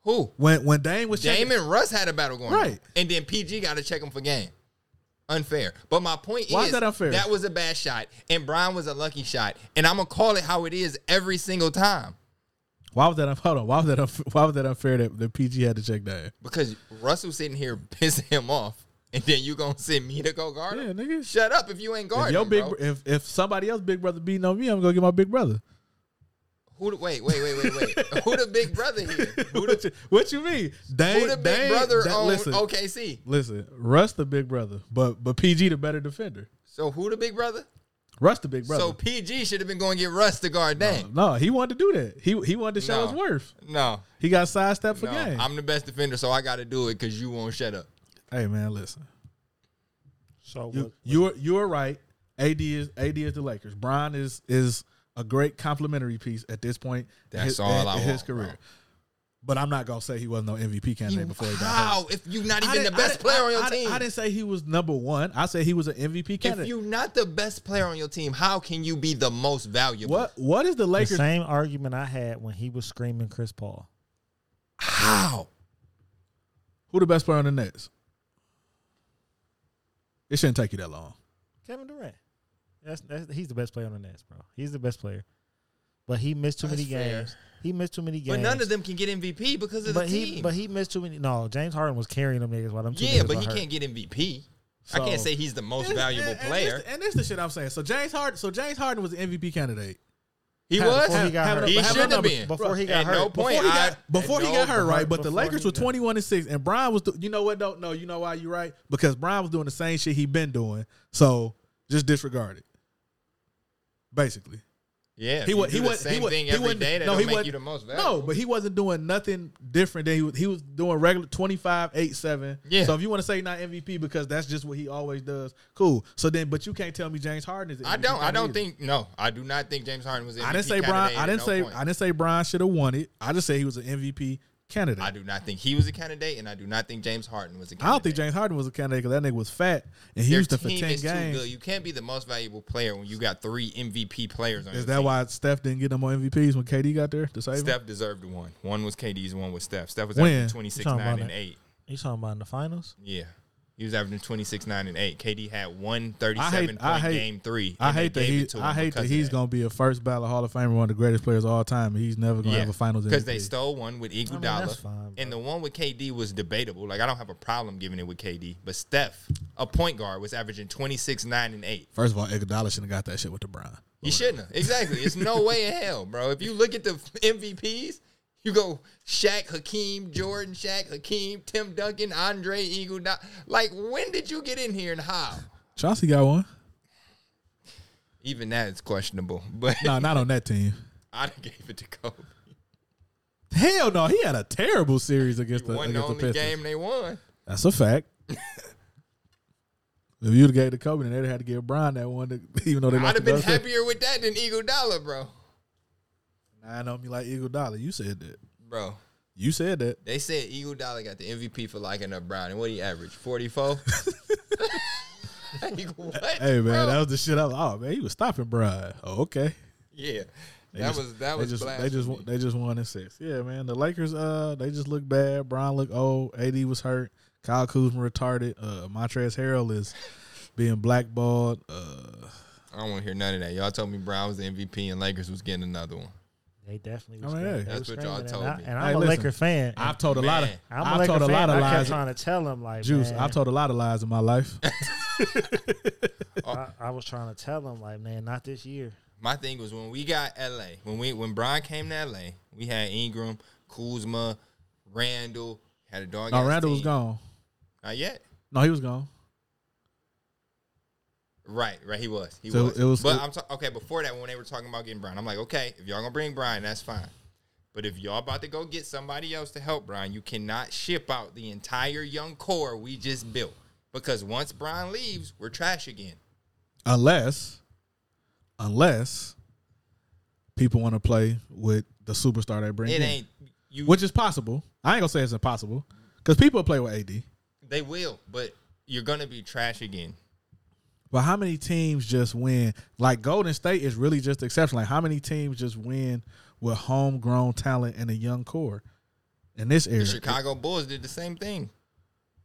Speaker 4: Who?
Speaker 1: when when Dame was
Speaker 4: Dame
Speaker 1: checking-
Speaker 4: and Russ had a battle going on.
Speaker 1: Right.
Speaker 4: And then PG got to check him for game. Unfair. But my point
Speaker 1: Why
Speaker 4: is
Speaker 1: is that unfair?
Speaker 4: That was a bad shot, and Brian was a lucky shot. And I'm gonna call it how it is every single time
Speaker 1: Why was that? un- Hold on. Why was that? Unf- why was that unfair that, that PG had to check Dame?
Speaker 4: because Russell sitting here [LAUGHS] pissing him off, and then you gonna send me to go guard him?
Speaker 1: Yeah, nigga.
Speaker 4: Shut up if you ain't
Speaker 1: If
Speaker 4: guarding.
Speaker 1: your big,
Speaker 4: bro.
Speaker 1: br- if if somebody else big brother beating on me, I'm gonna get my big brother.
Speaker 4: who? The, wait, wait, wait, wait,
Speaker 1: [LAUGHS]
Speaker 4: wait. who the big brother here? [LAUGHS] Who
Speaker 1: what,
Speaker 4: the,
Speaker 1: you, what you mean? Dame,
Speaker 4: who the big
Speaker 1: Dame-
Speaker 4: brother
Speaker 1: Da-
Speaker 4: on
Speaker 1: listen,
Speaker 4: OKC?
Speaker 1: listen. Russ the big brother, but but PG the better defender.
Speaker 4: So who the big brother?
Speaker 1: Russ the big brother.
Speaker 4: So PG should have been going to get Russ to guard Dame.
Speaker 1: no, he wanted to do that. He he wanted to show
Speaker 4: No.
Speaker 1: his worth.
Speaker 4: No,
Speaker 1: He got sidestepped for
Speaker 4: no.
Speaker 1: game.
Speaker 4: I'm the best defender, so I got to do it because you won't shut up.
Speaker 1: hey man, listen.
Speaker 2: So
Speaker 1: You
Speaker 2: what-
Speaker 1: you were you were right. AD is AD is the Lakers. Brian is is a great complimentary piece at this point. in
Speaker 4: That's
Speaker 1: his,
Speaker 4: all
Speaker 1: in-
Speaker 4: I
Speaker 1: in his
Speaker 4: want, bro.
Speaker 1: career. But I'm not gonna say he wasn't no MVP candidate before he got hurt.
Speaker 4: How? If you're not
Speaker 1: I
Speaker 4: even the
Speaker 1: didn't- I
Speaker 4: best
Speaker 1: didn't-
Speaker 4: player
Speaker 1: I-
Speaker 4: on your
Speaker 1: I didn't-
Speaker 4: team.
Speaker 1: I didn't say he was number one. I said he was an MVP
Speaker 4: if
Speaker 1: candidate.
Speaker 4: you're not the best player on your team, how can you be the most valuable?
Speaker 1: what what is the
Speaker 2: the
Speaker 1: Lakers?
Speaker 2: same argument I had when he was screaming Chris Paul.
Speaker 4: How?
Speaker 1: Who the best player on the Nets? It shouldn't take you that long.
Speaker 2: Kevin Durant. That's, that's he's the best player on the Nets, bro. He's the best player, but he missed too
Speaker 4: That's
Speaker 2: many
Speaker 4: fair.
Speaker 2: games. He missed too many games.
Speaker 4: But none of them can get MVP because of
Speaker 2: But
Speaker 4: the
Speaker 2: he
Speaker 4: team.
Speaker 2: but he missed too many. No, James Harden was carrying them niggas while them two
Speaker 4: yeah,
Speaker 2: niggas
Speaker 4: but
Speaker 2: were
Speaker 4: he
Speaker 2: hurt.
Speaker 4: can't get MVP.
Speaker 1: So-
Speaker 4: I can't say he's the most
Speaker 1: And-
Speaker 4: valuable
Speaker 1: and- and
Speaker 4: player.
Speaker 1: this- And this, is the shit I'm saying. So James Harden, so James Harden was the MVP candidate.
Speaker 4: He
Speaker 2: Before
Speaker 4: was.
Speaker 2: he got hurt.
Speaker 4: He
Speaker 1: Have
Speaker 4: shouldn't have
Speaker 1: numbers.
Speaker 4: been.
Speaker 2: Before he got
Speaker 4: At
Speaker 2: hurt.
Speaker 4: no
Speaker 1: Before
Speaker 4: point.
Speaker 1: he
Speaker 4: I-
Speaker 1: got, before
Speaker 4: at
Speaker 1: he
Speaker 4: no
Speaker 1: got hurt, right? But the
Speaker 2: before
Speaker 1: Lakers
Speaker 2: he
Speaker 1: were
Speaker 2: got-
Speaker 1: twenty one and six, and Brian was. Do- you know what? Don't no. You know why you right? Because Brian was doing the same shit he been doing. So just disregard it. Basically,
Speaker 4: Yeah, if
Speaker 1: he
Speaker 4: you
Speaker 1: was.
Speaker 4: do
Speaker 1: He
Speaker 4: the
Speaker 1: was.
Speaker 4: Same
Speaker 1: he was.
Speaker 4: thing
Speaker 1: He
Speaker 4: every
Speaker 1: wasn't.
Speaker 4: day. That
Speaker 1: no,
Speaker 4: don't
Speaker 1: he
Speaker 4: make
Speaker 1: wasn't.
Speaker 4: you the most
Speaker 1: no,
Speaker 4: valuable.
Speaker 1: but he wasn't doing nothing different than he was. He was doing regular 25, 8, 7.
Speaker 4: Yeah.
Speaker 1: So if you want to say not MVP because that's just what he always does, cool. So then, but you can't tell me James Harden is. the
Speaker 4: I
Speaker 1: MVP
Speaker 4: don't. I
Speaker 1: candidate
Speaker 4: don't
Speaker 1: either.
Speaker 4: think. No, I do not think James Harden was. MVP
Speaker 1: I didn't say Brian.
Speaker 4: candidate
Speaker 1: I
Speaker 4: at
Speaker 1: didn't
Speaker 4: no
Speaker 1: say.
Speaker 4: point.
Speaker 1: I didn't say Brian should have won it. I just said he was an MVP candidate.
Speaker 4: I do not think he was a candidate, and I do not think James Harden was a candidate.
Speaker 1: I don't think James Harden was a candidate because that nigga was fat and he
Speaker 4: Their
Speaker 1: used to for
Speaker 4: team
Speaker 1: ten
Speaker 4: is Too
Speaker 1: games.
Speaker 4: good. You can't be the most valuable player when you got three MVP players on your
Speaker 1: Is that
Speaker 4: team.
Speaker 1: why Steph didn't get no more MVPs when KD got there to save him?
Speaker 4: Steph deserved one. One was KD's, one was Steph. Steph was
Speaker 1: When?
Speaker 4: averaging 26,
Speaker 2: You talking
Speaker 4: 9,
Speaker 2: about
Speaker 4: and
Speaker 2: it?
Speaker 4: 8.
Speaker 2: You talking about in the finals?
Speaker 4: Yeah. He was averaging 26, 9, and 8. KD had one 37 point
Speaker 1: I hate-
Speaker 4: game three.
Speaker 1: I
Speaker 4: and they
Speaker 1: hate that
Speaker 4: gave
Speaker 1: he.
Speaker 4: it to
Speaker 1: I
Speaker 4: him
Speaker 1: hate that
Speaker 4: because of
Speaker 1: he's
Speaker 4: that.
Speaker 1: gonna be a first ballot Hall of Famer, one of the greatest players of all time, and he's never gonna have a Finals MVP.
Speaker 4: Because they stole one with Iguodala,
Speaker 2: that's fine,
Speaker 4: and the one with KD was debatable. Like I don't have a problem giving it with KD, but Steph, a point guard, was averaging 26, 9, and 8.
Speaker 1: First of all, Iguodala shouldn't have got that shit with LeBron.
Speaker 4: You shouldn't have. Exactly. It's no way in hell, bro. If you look at the MVPs, you go Shaq, Hakeem, Jordan, Shaq, Hakeem, Tim Duncan, Andre, Eagle. Like, when did you get in here and how?
Speaker 1: Chauncey got one.
Speaker 4: Even that is questionable. But [LAUGHS]
Speaker 1: No, not on that team. [LAUGHS]
Speaker 4: I done gave it to Kobe.
Speaker 1: Hell no, he had a terrible series against the
Speaker 4: One
Speaker 1: against the
Speaker 4: the only
Speaker 1: Pistons.
Speaker 4: game they won.
Speaker 1: That's a
Speaker 4: [LAUGHS]
Speaker 1: fact. if you'd have gave to Kobe, then they'd have had to give Brian that one, to, [LAUGHS] even though they
Speaker 4: I'd
Speaker 1: lost
Speaker 4: have
Speaker 1: the
Speaker 4: been
Speaker 1: Dust Bowl.
Speaker 4: happier with that than Eagle Dollar, bro.
Speaker 1: I know me like Eagle Dollar. You said that.
Speaker 4: Bro.
Speaker 1: You said that.
Speaker 4: They said Eagle Dollar got the MVP for locking up Brown. And what he
Speaker 1: [LAUGHS]
Speaker 4: averaged? 44? [LAUGHS] like, what?
Speaker 1: Hey man,
Speaker 4: bro?
Speaker 1: that was the shit. I was oh man, he was stopping Brian. Oh, okay.
Speaker 4: yeah.
Speaker 1: They
Speaker 4: that
Speaker 1: just-
Speaker 4: was that
Speaker 1: they
Speaker 4: was
Speaker 1: just
Speaker 4: blasphemy.
Speaker 1: they just won- they just won in six. Yeah, man. The Lakers, uh, they just look bad. Brian looked old. AD was hurt. Kyle Kuzma retarded. Uh, Montrezl Harrell is being blackballed. Uh,
Speaker 4: I don't want to hear none of that. Y'all told me Brown was the MVP and Lakers was getting another one.
Speaker 2: They definitely.
Speaker 1: I
Speaker 2: Was
Speaker 1: mean,
Speaker 2: screaming.
Speaker 1: hey.
Speaker 2: They
Speaker 4: Oh, That's
Speaker 2: was
Speaker 4: what y'all
Speaker 2: screaming,
Speaker 4: told
Speaker 2: and
Speaker 4: me.
Speaker 2: I, and
Speaker 1: Hey,
Speaker 2: I'm a
Speaker 1: listen.
Speaker 2: Laker fan.
Speaker 1: I've told a lot of
Speaker 4: Man.
Speaker 2: I'm
Speaker 1: I've
Speaker 2: a Laker
Speaker 1: told a
Speaker 2: fan.
Speaker 1: lot of
Speaker 2: I kept
Speaker 1: lies.
Speaker 2: trying to tell him like,
Speaker 1: Juice.
Speaker 2: man,
Speaker 1: I've told a lot of lies in my
Speaker 4: [LAUGHS]
Speaker 1: life.
Speaker 2: I, I was trying to tell him like, man, not this year.
Speaker 4: My thing was when we got LA, when we when Brian came to LA, we had Ingram, Kuzma, Randall, had a dog.
Speaker 1: No,
Speaker 4: ass
Speaker 1: Randall was
Speaker 4: team.
Speaker 1: gone.
Speaker 4: Not yet.
Speaker 1: No, he was gone.
Speaker 4: Right, right. He was. He
Speaker 1: So
Speaker 4: was.
Speaker 1: it was-
Speaker 4: But I'm ta- okay. Before that, when they were talking about getting Brian, I'm like, okay, if y'all gonna bring Brian, that's fine. But if y'all about to go get somebody else to help Brian, you cannot ship out the entire young core we just built because once Brian leaves, we're trash again.
Speaker 1: unless unless people want to play with the superstar they bring
Speaker 4: It
Speaker 1: in,
Speaker 4: ain't you.
Speaker 1: which is possible. I ain't gonna say it's impossible because people play with AD.
Speaker 4: They will, but you're gonna be trash again.
Speaker 1: But how many teams just win? Like Golden State is really just the exception. Like how many teams just win with homegrown talent and a young core in this era?
Speaker 4: The Chicago Bulls did the same thing.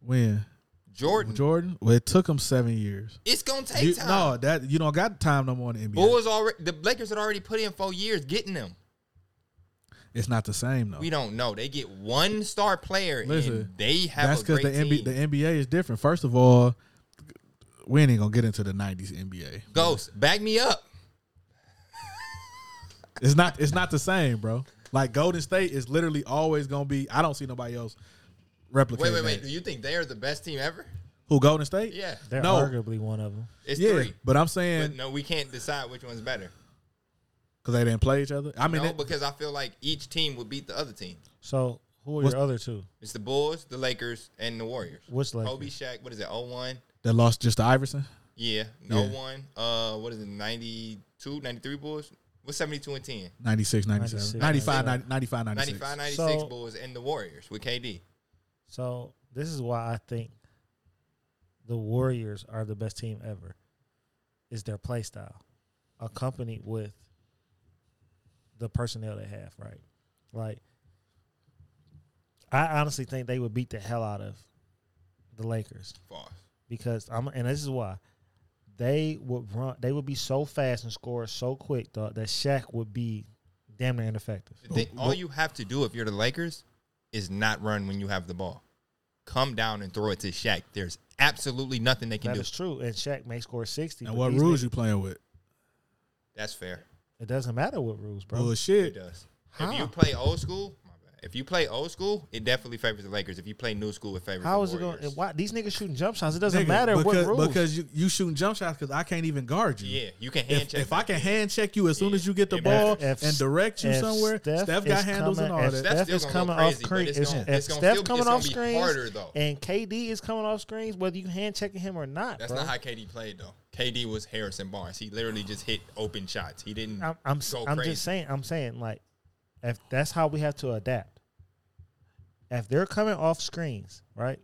Speaker 1: When
Speaker 4: Jordan,
Speaker 1: Jordan, well, it took them seven years.
Speaker 4: it's gonna take
Speaker 1: You,
Speaker 4: time.
Speaker 1: no, that you don't got time no more in the NBA.
Speaker 4: Bulls already. The Lakers had already put in four years getting them.
Speaker 1: it's not the same though.
Speaker 4: We don't know. They get one star player,
Speaker 1: Listen,
Speaker 4: and they have
Speaker 1: that's
Speaker 4: a great
Speaker 1: the
Speaker 4: team.
Speaker 1: NBA, the NBA is different. First of all, we ain't gonna get into the '90s NBA.
Speaker 4: Ghost, back me up.
Speaker 1: It's not. It's not the same, bro. Like Golden State is literally always gonna be. I don't see nobody else replicating.
Speaker 4: Wait, wait, wait.
Speaker 1: that.
Speaker 4: Do you think they are the best team ever?
Speaker 1: Who Golden State?
Speaker 4: Yeah,
Speaker 2: They're
Speaker 1: No.
Speaker 2: arguably one of them.
Speaker 4: it's
Speaker 1: yeah.
Speaker 4: three.
Speaker 1: But I'm saying
Speaker 4: But no, we can't decide which one's better.
Speaker 1: because they didn't play each other. I mean,
Speaker 4: No,
Speaker 1: it-
Speaker 4: because I feel like each team would beat the other team.
Speaker 2: So who are
Speaker 1: What's-
Speaker 2: your other two?
Speaker 4: It's the Bulls, the Lakers, and the Warriors.
Speaker 2: Which Lakers?
Speaker 4: Kobe, Shaq. What is it? 01?
Speaker 1: they lost just to Iverson.
Speaker 4: Yeah, no one. Uh, what is it? 92, 93 Bulls. What's seventy two and 10?
Speaker 1: 96, 97,
Speaker 2: 96,
Speaker 1: 95,
Speaker 2: 97.
Speaker 1: 95, 96.
Speaker 4: 95, 96
Speaker 2: So-
Speaker 4: Bulls and the Warriors with KD.
Speaker 2: So this is why I think the Warriors are the best team ever. Is their play style accompanied with the personnel they have, right? Like, I honestly think they would beat the hell out of the Lakers
Speaker 4: False.
Speaker 2: because I'm, and this is why they would run. They would be so fast and score so quick dog, that Shaq would be damn near ineffective.
Speaker 4: The thing- all you have to do if you're the Lakers is not run when you have the ball. Come down and throw it to Shaq. There's absolutely nothing they can
Speaker 2: That
Speaker 4: do.
Speaker 2: is true, and Shaq may score sixty.
Speaker 1: And
Speaker 2: but
Speaker 1: what
Speaker 2: these
Speaker 1: rules
Speaker 2: niggas-
Speaker 1: you playing with?
Speaker 4: That's fair.
Speaker 2: It doesn't matter what rules, bro.
Speaker 4: It
Speaker 1: Bullshit.
Speaker 4: does.
Speaker 2: How?
Speaker 4: If you play old school, my bad. if you play old school, it definitely favors the Lakers. If you play new school, it favors
Speaker 2: How
Speaker 4: the
Speaker 2: is it going?
Speaker 4: Warriors.
Speaker 2: Why these niggas shooting jump shots? It doesn't
Speaker 1: Nigga,
Speaker 2: matter
Speaker 1: because,
Speaker 2: what rules.
Speaker 1: Because you, you shooting jump shots because I can't even guard you.
Speaker 4: Yeah, you can hand
Speaker 1: If,
Speaker 4: check.
Speaker 1: if I can hand check you as soon
Speaker 4: Yeah.
Speaker 1: as you get the
Speaker 4: If-
Speaker 1: ball
Speaker 2: if-
Speaker 1: and direct you
Speaker 2: if
Speaker 1: somewhere,
Speaker 2: Steph
Speaker 1: Steph, got
Speaker 2: is
Speaker 1: handles
Speaker 2: coming-
Speaker 1: and all
Speaker 2: if
Speaker 1: that.
Speaker 2: Steph
Speaker 4: That's still
Speaker 2: is
Speaker 4: gonna
Speaker 2: coming
Speaker 4: go crazy,
Speaker 2: off
Speaker 4: but
Speaker 2: screen.
Speaker 4: it's
Speaker 2: If
Speaker 4: gonna-
Speaker 2: if
Speaker 4: it's gonna
Speaker 2: Steph
Speaker 4: still be-
Speaker 2: coming
Speaker 4: it's gonna
Speaker 2: off
Speaker 4: be
Speaker 2: screens,
Speaker 4: harder, though.
Speaker 2: and KD is coming off screens, whether you hand checking him or not,
Speaker 4: That's
Speaker 2: bro.
Speaker 4: not how KD played though. KD was Harrison Barnes. He literally just hit open shots. He didn't.
Speaker 2: I'm I'm,
Speaker 4: go
Speaker 2: am
Speaker 4: crazy.
Speaker 2: just saying I'm saying like if that's how we have to adapt. If they're coming off screens, right?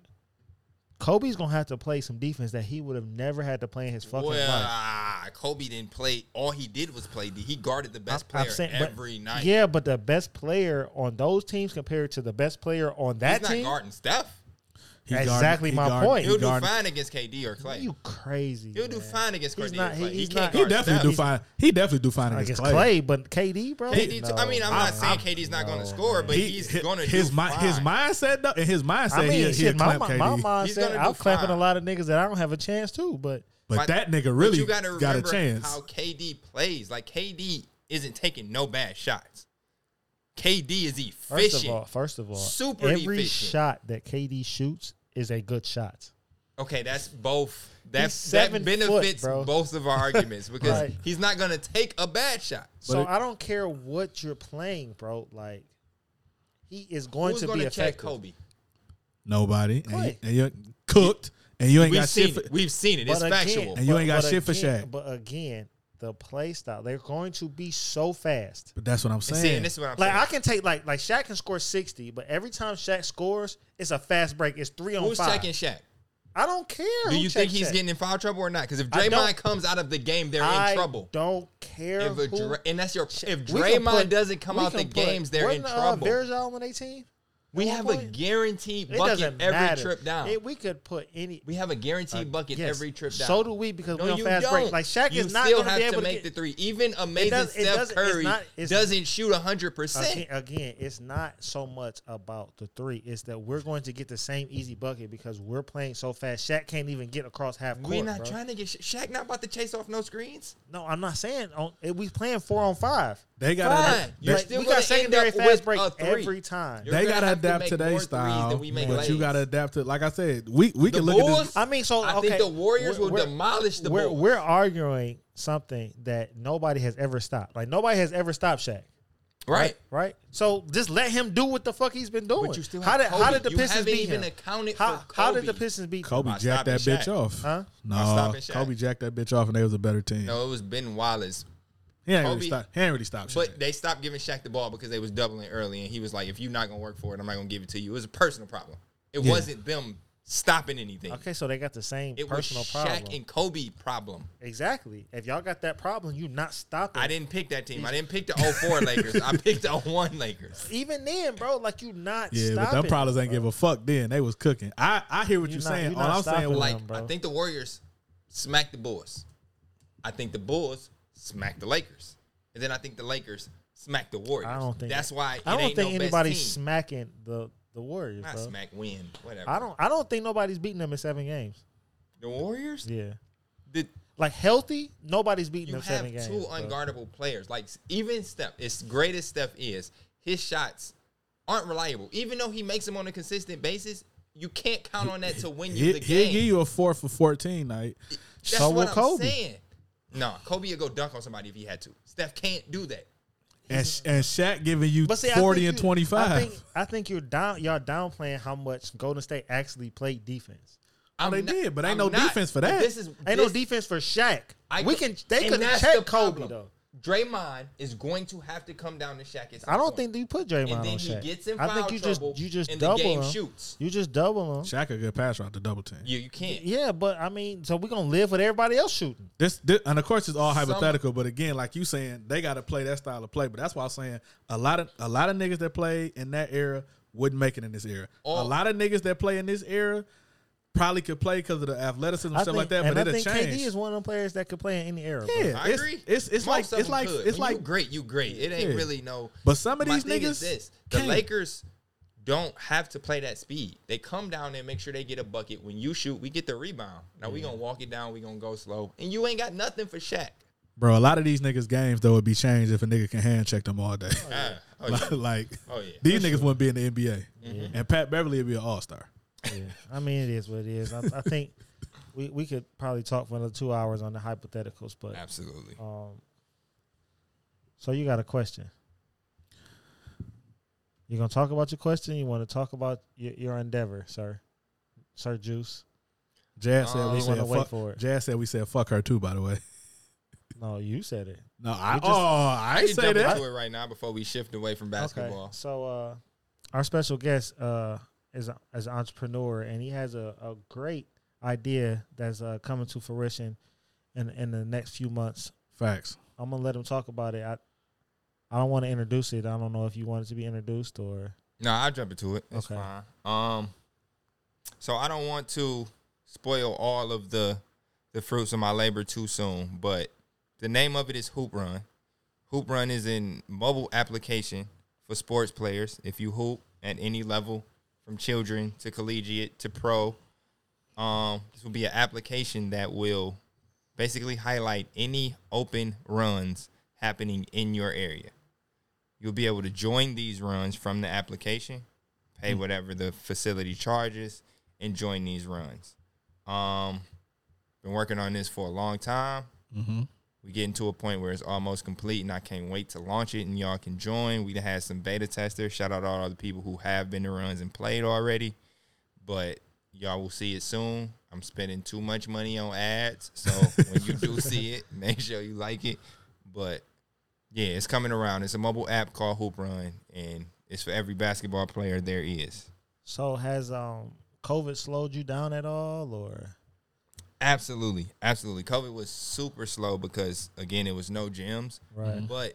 Speaker 2: Kobe's gonna have to play some defense that he would have never had to play in his fucking
Speaker 4: well,
Speaker 2: life.
Speaker 4: ah, Kobe didn't play. All he did was play. D. He guarded the best
Speaker 2: I'm
Speaker 4: player
Speaker 2: but-
Speaker 4: every night.
Speaker 2: Yeah, but the best player on those teams compared to the best player on
Speaker 4: he's
Speaker 2: that
Speaker 4: not
Speaker 2: team.
Speaker 4: guarding Steph.
Speaker 1: He
Speaker 2: That's
Speaker 1: guarded-
Speaker 2: exactly
Speaker 1: he
Speaker 2: my
Speaker 1: guarded-
Speaker 2: point.
Speaker 1: he
Speaker 4: He'll do
Speaker 1: guarded-
Speaker 4: fine against KD or Clay.
Speaker 2: You crazy?
Speaker 4: He'll do
Speaker 2: man.
Speaker 4: fine against
Speaker 2: He's
Speaker 4: KD
Speaker 2: not-
Speaker 4: or
Speaker 2: he-
Speaker 4: Clay.
Speaker 2: he's
Speaker 4: he
Speaker 2: not-
Speaker 4: can't
Speaker 2: He
Speaker 1: He
Speaker 4: guard
Speaker 1: definitely do
Speaker 4: Steph.
Speaker 1: fine. He definitely do fine against
Speaker 2: against
Speaker 1: Clay.
Speaker 2: Clay, but KD, bro.
Speaker 4: KD, too- I mean, I'm not
Speaker 2: No.
Speaker 4: saying KD's not going to score, but
Speaker 1: He-
Speaker 4: he's
Speaker 1: hi-
Speaker 4: going to do
Speaker 1: his mi- his
Speaker 4: fine.
Speaker 1: mindset though, and his mindset.
Speaker 2: I mean,
Speaker 1: he,
Speaker 2: shit,
Speaker 1: he
Speaker 2: my,
Speaker 1: clap
Speaker 2: my,
Speaker 1: KD.
Speaker 2: my mind
Speaker 4: He's
Speaker 2: said
Speaker 4: gonna do
Speaker 2: I'm clapping a
Speaker 4: fine.
Speaker 2: lot of niggas that I don't have a chance to, but
Speaker 1: but
Speaker 4: But-
Speaker 1: that nigga
Speaker 4: but
Speaker 1: really
Speaker 4: you gotta
Speaker 1: got a
Speaker 4: remember
Speaker 1: chance.
Speaker 4: How KD plays, like KD isn't taking no bad shots. KD is efficient.
Speaker 2: first of all, first of all,
Speaker 4: Super
Speaker 2: every
Speaker 4: efficient.
Speaker 2: shot that KD shoots is a good shot.
Speaker 4: Okay, that's both. That,
Speaker 2: He's
Speaker 4: that
Speaker 2: seven foot,
Speaker 4: benefits
Speaker 2: bro.
Speaker 4: both of
Speaker 2: [LAUGHS]
Speaker 4: our arguments because
Speaker 2: Right.
Speaker 4: he's not going to take a bad shot.
Speaker 2: so
Speaker 1: it-
Speaker 2: I don't care what you're playing, bro. Like he is going
Speaker 4: Who's
Speaker 2: to
Speaker 4: going
Speaker 2: be
Speaker 4: to check
Speaker 2: effective.
Speaker 4: Kobe?
Speaker 1: Nobody and you,
Speaker 2: Clay.
Speaker 1: and you cooked, and you ain't
Speaker 4: We've
Speaker 1: got shit.
Speaker 4: seen
Speaker 1: For,
Speaker 4: it. We've seen it.
Speaker 2: But
Speaker 4: It's
Speaker 2: again-
Speaker 4: factual.
Speaker 1: And you ain't got
Speaker 2: but
Speaker 1: shit for
Speaker 2: again-
Speaker 1: Shaq.
Speaker 2: But again, the play style, they're going to be so fast.
Speaker 1: but that's what I'm
Speaker 4: And
Speaker 1: saying.
Speaker 4: see, and this is what I'm
Speaker 2: Like
Speaker 4: saying.
Speaker 2: I can take like like Shaq can score sixty, but every time Shaq scores, it's a fast break. It's three on
Speaker 4: Who's
Speaker 2: five.
Speaker 4: checking Shaq?
Speaker 2: I don't care.
Speaker 4: Do
Speaker 2: who
Speaker 4: you think
Speaker 2: check
Speaker 4: he's
Speaker 2: Shaq.
Speaker 4: getting in foul trouble or not? Because if
Speaker 2: I don't-
Speaker 4: Draymond comes out of the game, they're
Speaker 2: I
Speaker 4: in trouble.
Speaker 2: Don't care.
Speaker 4: If a
Speaker 2: who-
Speaker 4: Dra- and that's your if
Speaker 2: We can
Speaker 4: Draymond
Speaker 2: put-
Speaker 4: doesn't come
Speaker 2: we
Speaker 4: out the
Speaker 2: can put-
Speaker 4: games, they're in
Speaker 2: wasn't,
Speaker 4: trouble.
Speaker 2: Uh, Bergeron on 18.
Speaker 4: we have a
Speaker 2: game
Speaker 4: guaranteed bucket every trip down.
Speaker 2: we could put any.
Speaker 4: [LAUGHS] we have a guaranteed bucket
Speaker 2: yes,
Speaker 4: every trip down.
Speaker 2: So do we because we
Speaker 4: No,
Speaker 2: on
Speaker 4: you
Speaker 2: fast
Speaker 4: don't.
Speaker 2: break. Like Shaq
Speaker 4: you
Speaker 2: is not
Speaker 4: still
Speaker 2: going
Speaker 4: have
Speaker 2: be able
Speaker 4: to make
Speaker 2: get,
Speaker 4: the three. Even amazing
Speaker 2: does- it
Speaker 4: Steph
Speaker 2: doesn't- it's
Speaker 4: Curry
Speaker 2: not- it's-
Speaker 4: doesn't shoot hundred percent.
Speaker 2: Again, again, it's not so much about the three. It's that we're going to get the same easy bucket because we're playing so fast. Shaq can't even get across half court.
Speaker 4: We're not
Speaker 2: bro.
Speaker 4: trying to get Sha- Shaq. Not about to chase off no screens.
Speaker 2: No, I'm not saying on. eh, We playing four on five.
Speaker 1: they got
Speaker 4: Fine,
Speaker 1: to
Speaker 4: you're
Speaker 2: Like,
Speaker 4: still
Speaker 2: we
Speaker 4: gonna
Speaker 2: got
Speaker 4: end
Speaker 2: secondary
Speaker 4: up with
Speaker 2: fast break
Speaker 4: a three.
Speaker 2: every time.
Speaker 4: You're
Speaker 1: they
Speaker 4: gonna
Speaker 1: got to
Speaker 4: have to
Speaker 1: adapt
Speaker 4: make
Speaker 1: to
Speaker 4: more
Speaker 1: their
Speaker 4: threes
Speaker 1: style,
Speaker 4: than we make
Speaker 1: but you
Speaker 4: lays.
Speaker 1: got to adapt to. Like I said, we we
Speaker 4: The
Speaker 1: can look at
Speaker 4: Bulls,
Speaker 1: this.
Speaker 2: I mean, so
Speaker 4: I
Speaker 2: okay,
Speaker 4: think the Warriors will demolish the
Speaker 2: we're,
Speaker 4: Bulls.
Speaker 2: We're arguing something that nobody has ever stopped. Like nobody has ever stopped Shaq.
Speaker 4: right.
Speaker 2: Right, so just let him do what the fuck he's been doing.
Speaker 4: you still
Speaker 2: how
Speaker 4: have
Speaker 2: did how
Speaker 4: Kobe.
Speaker 2: did the
Speaker 4: You
Speaker 2: Pistons
Speaker 4: haven't
Speaker 2: beat
Speaker 4: even
Speaker 2: him?
Speaker 4: accounted
Speaker 2: how,
Speaker 4: for
Speaker 2: how did the
Speaker 4: Kobe.
Speaker 2: Pistons beat him?
Speaker 1: Kobe
Speaker 4: By
Speaker 1: jacked that
Speaker 4: stopping
Speaker 1: bitch
Speaker 4: Shaq.
Speaker 1: off.
Speaker 2: Huh?
Speaker 1: No,
Speaker 4: stopping Shaq.
Speaker 1: Kobe jacked that bitch off, and they was a better team.
Speaker 4: No, it was Ben Wallace.
Speaker 1: he ain't
Speaker 4: Kobe-
Speaker 1: really stop. He ain't really stop.
Speaker 4: But they stopped giving Shaq the ball because they was doubling early, and he was like, "If you're not gonna work for it, I'm not gonna give it to you." It was a personal problem. It
Speaker 1: Yeah.
Speaker 4: wasn't them stopping anything.
Speaker 2: Okay, so they got the same
Speaker 4: It
Speaker 2: personal
Speaker 4: was Shaq
Speaker 2: problem.
Speaker 4: and Kobe problem.
Speaker 2: exactly. If y'all got that problem, you not stopping.
Speaker 4: I didn't pick that team. I didn't pick the
Speaker 2: [LAUGHS]
Speaker 4: 04 Lakers. I picked the 01 Lakers.
Speaker 2: Even then, bro, like you not.
Speaker 1: Yeah,
Speaker 2: stopping.
Speaker 1: but them problems ain't
Speaker 2: bro.
Speaker 1: give a fuck then. They was cooking. I, I hear what
Speaker 2: You
Speaker 1: you're
Speaker 2: not-
Speaker 1: saying.
Speaker 2: you
Speaker 1: All
Speaker 2: not
Speaker 1: I'm saying
Speaker 2: stopping
Speaker 1: was
Speaker 2: them.
Speaker 4: Like
Speaker 2: Damn, bro.
Speaker 4: I think the Warriors smacked the Bulls. I think the Bulls smacked the Lakers, and then I think the Lakers smacked the Warriors.
Speaker 2: I don't think
Speaker 4: that's why.
Speaker 2: I
Speaker 4: it
Speaker 2: don't
Speaker 4: ain't
Speaker 2: think
Speaker 4: no
Speaker 2: anybody's
Speaker 4: best team.
Speaker 2: smacking the the Warriors,
Speaker 4: Not
Speaker 2: bro.
Speaker 4: smack win. Whatever.
Speaker 2: I don't. I don't think nobody's beating them in seven games.
Speaker 4: The Warriors.
Speaker 2: Yeah,
Speaker 4: The-
Speaker 2: like healthy, nobody's beating
Speaker 4: you
Speaker 2: them
Speaker 4: have
Speaker 2: seven games.
Speaker 4: two
Speaker 2: bro.
Speaker 4: unguardable players. Like even Steph, as great as Steph is, his shots aren't reliable. Even though he makes them on a consistent basis, you can't count on that to win you
Speaker 1: he,
Speaker 4: the
Speaker 1: he'll
Speaker 4: game.
Speaker 1: give you a four for fourteen night.
Speaker 4: That's
Speaker 2: So
Speaker 4: what
Speaker 2: will
Speaker 4: I'm
Speaker 2: Kobe.
Speaker 4: saying. No, Kobe would go dunk on somebody if he had to. Steph can't do that.
Speaker 1: and Sha- and Shaq giving you
Speaker 2: But see, I
Speaker 1: forty
Speaker 2: think
Speaker 1: and
Speaker 2: you-
Speaker 1: twenty
Speaker 2: I
Speaker 1: five.
Speaker 2: think, I think you're down. Y'all downplaying how much Golden State actually played defense.
Speaker 4: I'm
Speaker 1: Oh, they did, but ain't no defense for
Speaker 4: but
Speaker 1: that.
Speaker 4: This is
Speaker 2: Ain't
Speaker 4: this-
Speaker 2: no defense for Shaq.
Speaker 4: I-
Speaker 2: we can. They
Speaker 4: and
Speaker 2: could
Speaker 4: that's the
Speaker 2: check Kobe
Speaker 4: problem.
Speaker 2: though.
Speaker 4: Draymond is going to have to come down to Shaq. At some
Speaker 2: I don't
Speaker 4: point.
Speaker 2: think that you put Draymond
Speaker 4: And then
Speaker 2: on
Speaker 4: he
Speaker 2: Shaq.
Speaker 4: gets in
Speaker 2: I think
Speaker 4: foul
Speaker 2: you
Speaker 4: trouble
Speaker 2: just you just
Speaker 4: and the
Speaker 2: double
Speaker 4: game
Speaker 2: him.
Speaker 4: shoots.
Speaker 2: You just double him.
Speaker 1: Shaq a good pass route to double team.
Speaker 4: you you can't.
Speaker 2: Yeah, but I mean, so we're gonna live with everybody else shooting.
Speaker 1: This, this and of course it's all
Speaker 4: Some-
Speaker 1: hypothetical, but again, like you saying, they got to play that style of play. But that's why I'm saying a lot of a lot of niggas that play in that era wouldn't make it in this era.
Speaker 4: All-
Speaker 1: a lot of niggas that play in this era probably could play because of the athleticism and
Speaker 2: I
Speaker 1: stuff
Speaker 2: think,
Speaker 1: like that,
Speaker 2: and
Speaker 1: but
Speaker 2: I
Speaker 1: it'll
Speaker 2: think
Speaker 1: change.
Speaker 2: KD is one of them players that could play in any era. bro.
Speaker 1: yeah,
Speaker 4: I
Speaker 1: it's,
Speaker 4: agree.
Speaker 1: It's it's
Speaker 4: Most
Speaker 1: like
Speaker 4: of
Speaker 1: it's
Speaker 4: them
Speaker 1: like
Speaker 4: could.
Speaker 1: it's
Speaker 4: When you
Speaker 1: like
Speaker 4: great. You great. It ain't
Speaker 1: Yeah.
Speaker 4: really no.
Speaker 1: But some of
Speaker 4: my
Speaker 1: these
Speaker 4: thing is
Speaker 1: niggas
Speaker 4: this the
Speaker 1: can't.
Speaker 4: Lakers don't have to play that speed. They come down and make sure they get a bucket. When you shoot, we get the rebound. Now we gonna walk it down. We gonna go slow, and you ain't got nothing for Shaq.
Speaker 1: Bro, a lot of these niggas' games though would be changed if a nigga can hand check them all day.
Speaker 4: Ah,
Speaker 1: [LAUGHS]
Speaker 4: oh, yeah.
Speaker 1: like
Speaker 4: Oh, yeah. Mm-hmm.
Speaker 1: these niggas wouldn't be in the NBA,
Speaker 2: Yeah.
Speaker 1: and Pat Beverly would be an all star.
Speaker 2: Yeah. I mean, it is what it is. I, I think [LAUGHS] we, we could probably talk for another two hours on the hypotheticals, but
Speaker 4: Absolutely.
Speaker 2: um, so you got a question. You're gonna talk about your question. You want to talk about your, your endeavor, sir, sir Juice.
Speaker 1: Jazz said
Speaker 4: Oh,
Speaker 1: we
Speaker 4: you
Speaker 1: said
Speaker 2: wanna wait
Speaker 1: fuck.
Speaker 2: for it.
Speaker 1: Jazz said we said fuck her too. By the way, [LAUGHS]
Speaker 2: No, you said it.
Speaker 1: no, I
Speaker 2: We just-
Speaker 1: oh I
Speaker 4: We
Speaker 1: ain't
Speaker 4: can
Speaker 1: say
Speaker 4: jump
Speaker 1: that.
Speaker 4: into it right now before we shift away from basketball.
Speaker 2: Okay. So uh, our special guest uh, is a, is an entrepreneur, and he has a, a great idea that's uh, coming to fruition in in the next few months.
Speaker 1: Facts.
Speaker 2: I'm gonna let him talk about it. I I don't want to introduce it. I don't know if you want it to be introduced or
Speaker 4: No, I'll jump into it. It's
Speaker 2: Okay.
Speaker 4: fine. Um, so I don't want to spoil all of the the fruits of my labor too soon, but the name of it is Hoop Run. Hoop Run is a mobile application for sports players. If you hoop at any level, from children to collegiate to pro, um, this will be an application that will basically highlight any open runs happening in your area you'll be able to join these runs from the application, pay whatever the facility charges, and join these runs. Um, been working on this for a long time.
Speaker 1: Mm-hmm.
Speaker 4: We getting to a point where it's almost complete, and I can't wait to launch it, and y'all can join. We done had some beta testers. Shout out to all the people who have been to runs and played already, but y'all will see it soon. I'm spending too much money on ads, so when you do see it, make sure you like it. But yeah, it's coming around. It's a mobile app called Hoop Run, and it's for every basketball player there is.
Speaker 2: so. Has um COVID slowed you down at all or
Speaker 4: Absolutely, absolutely. COVID was super slow because again, it was no gyms.
Speaker 2: right?
Speaker 4: But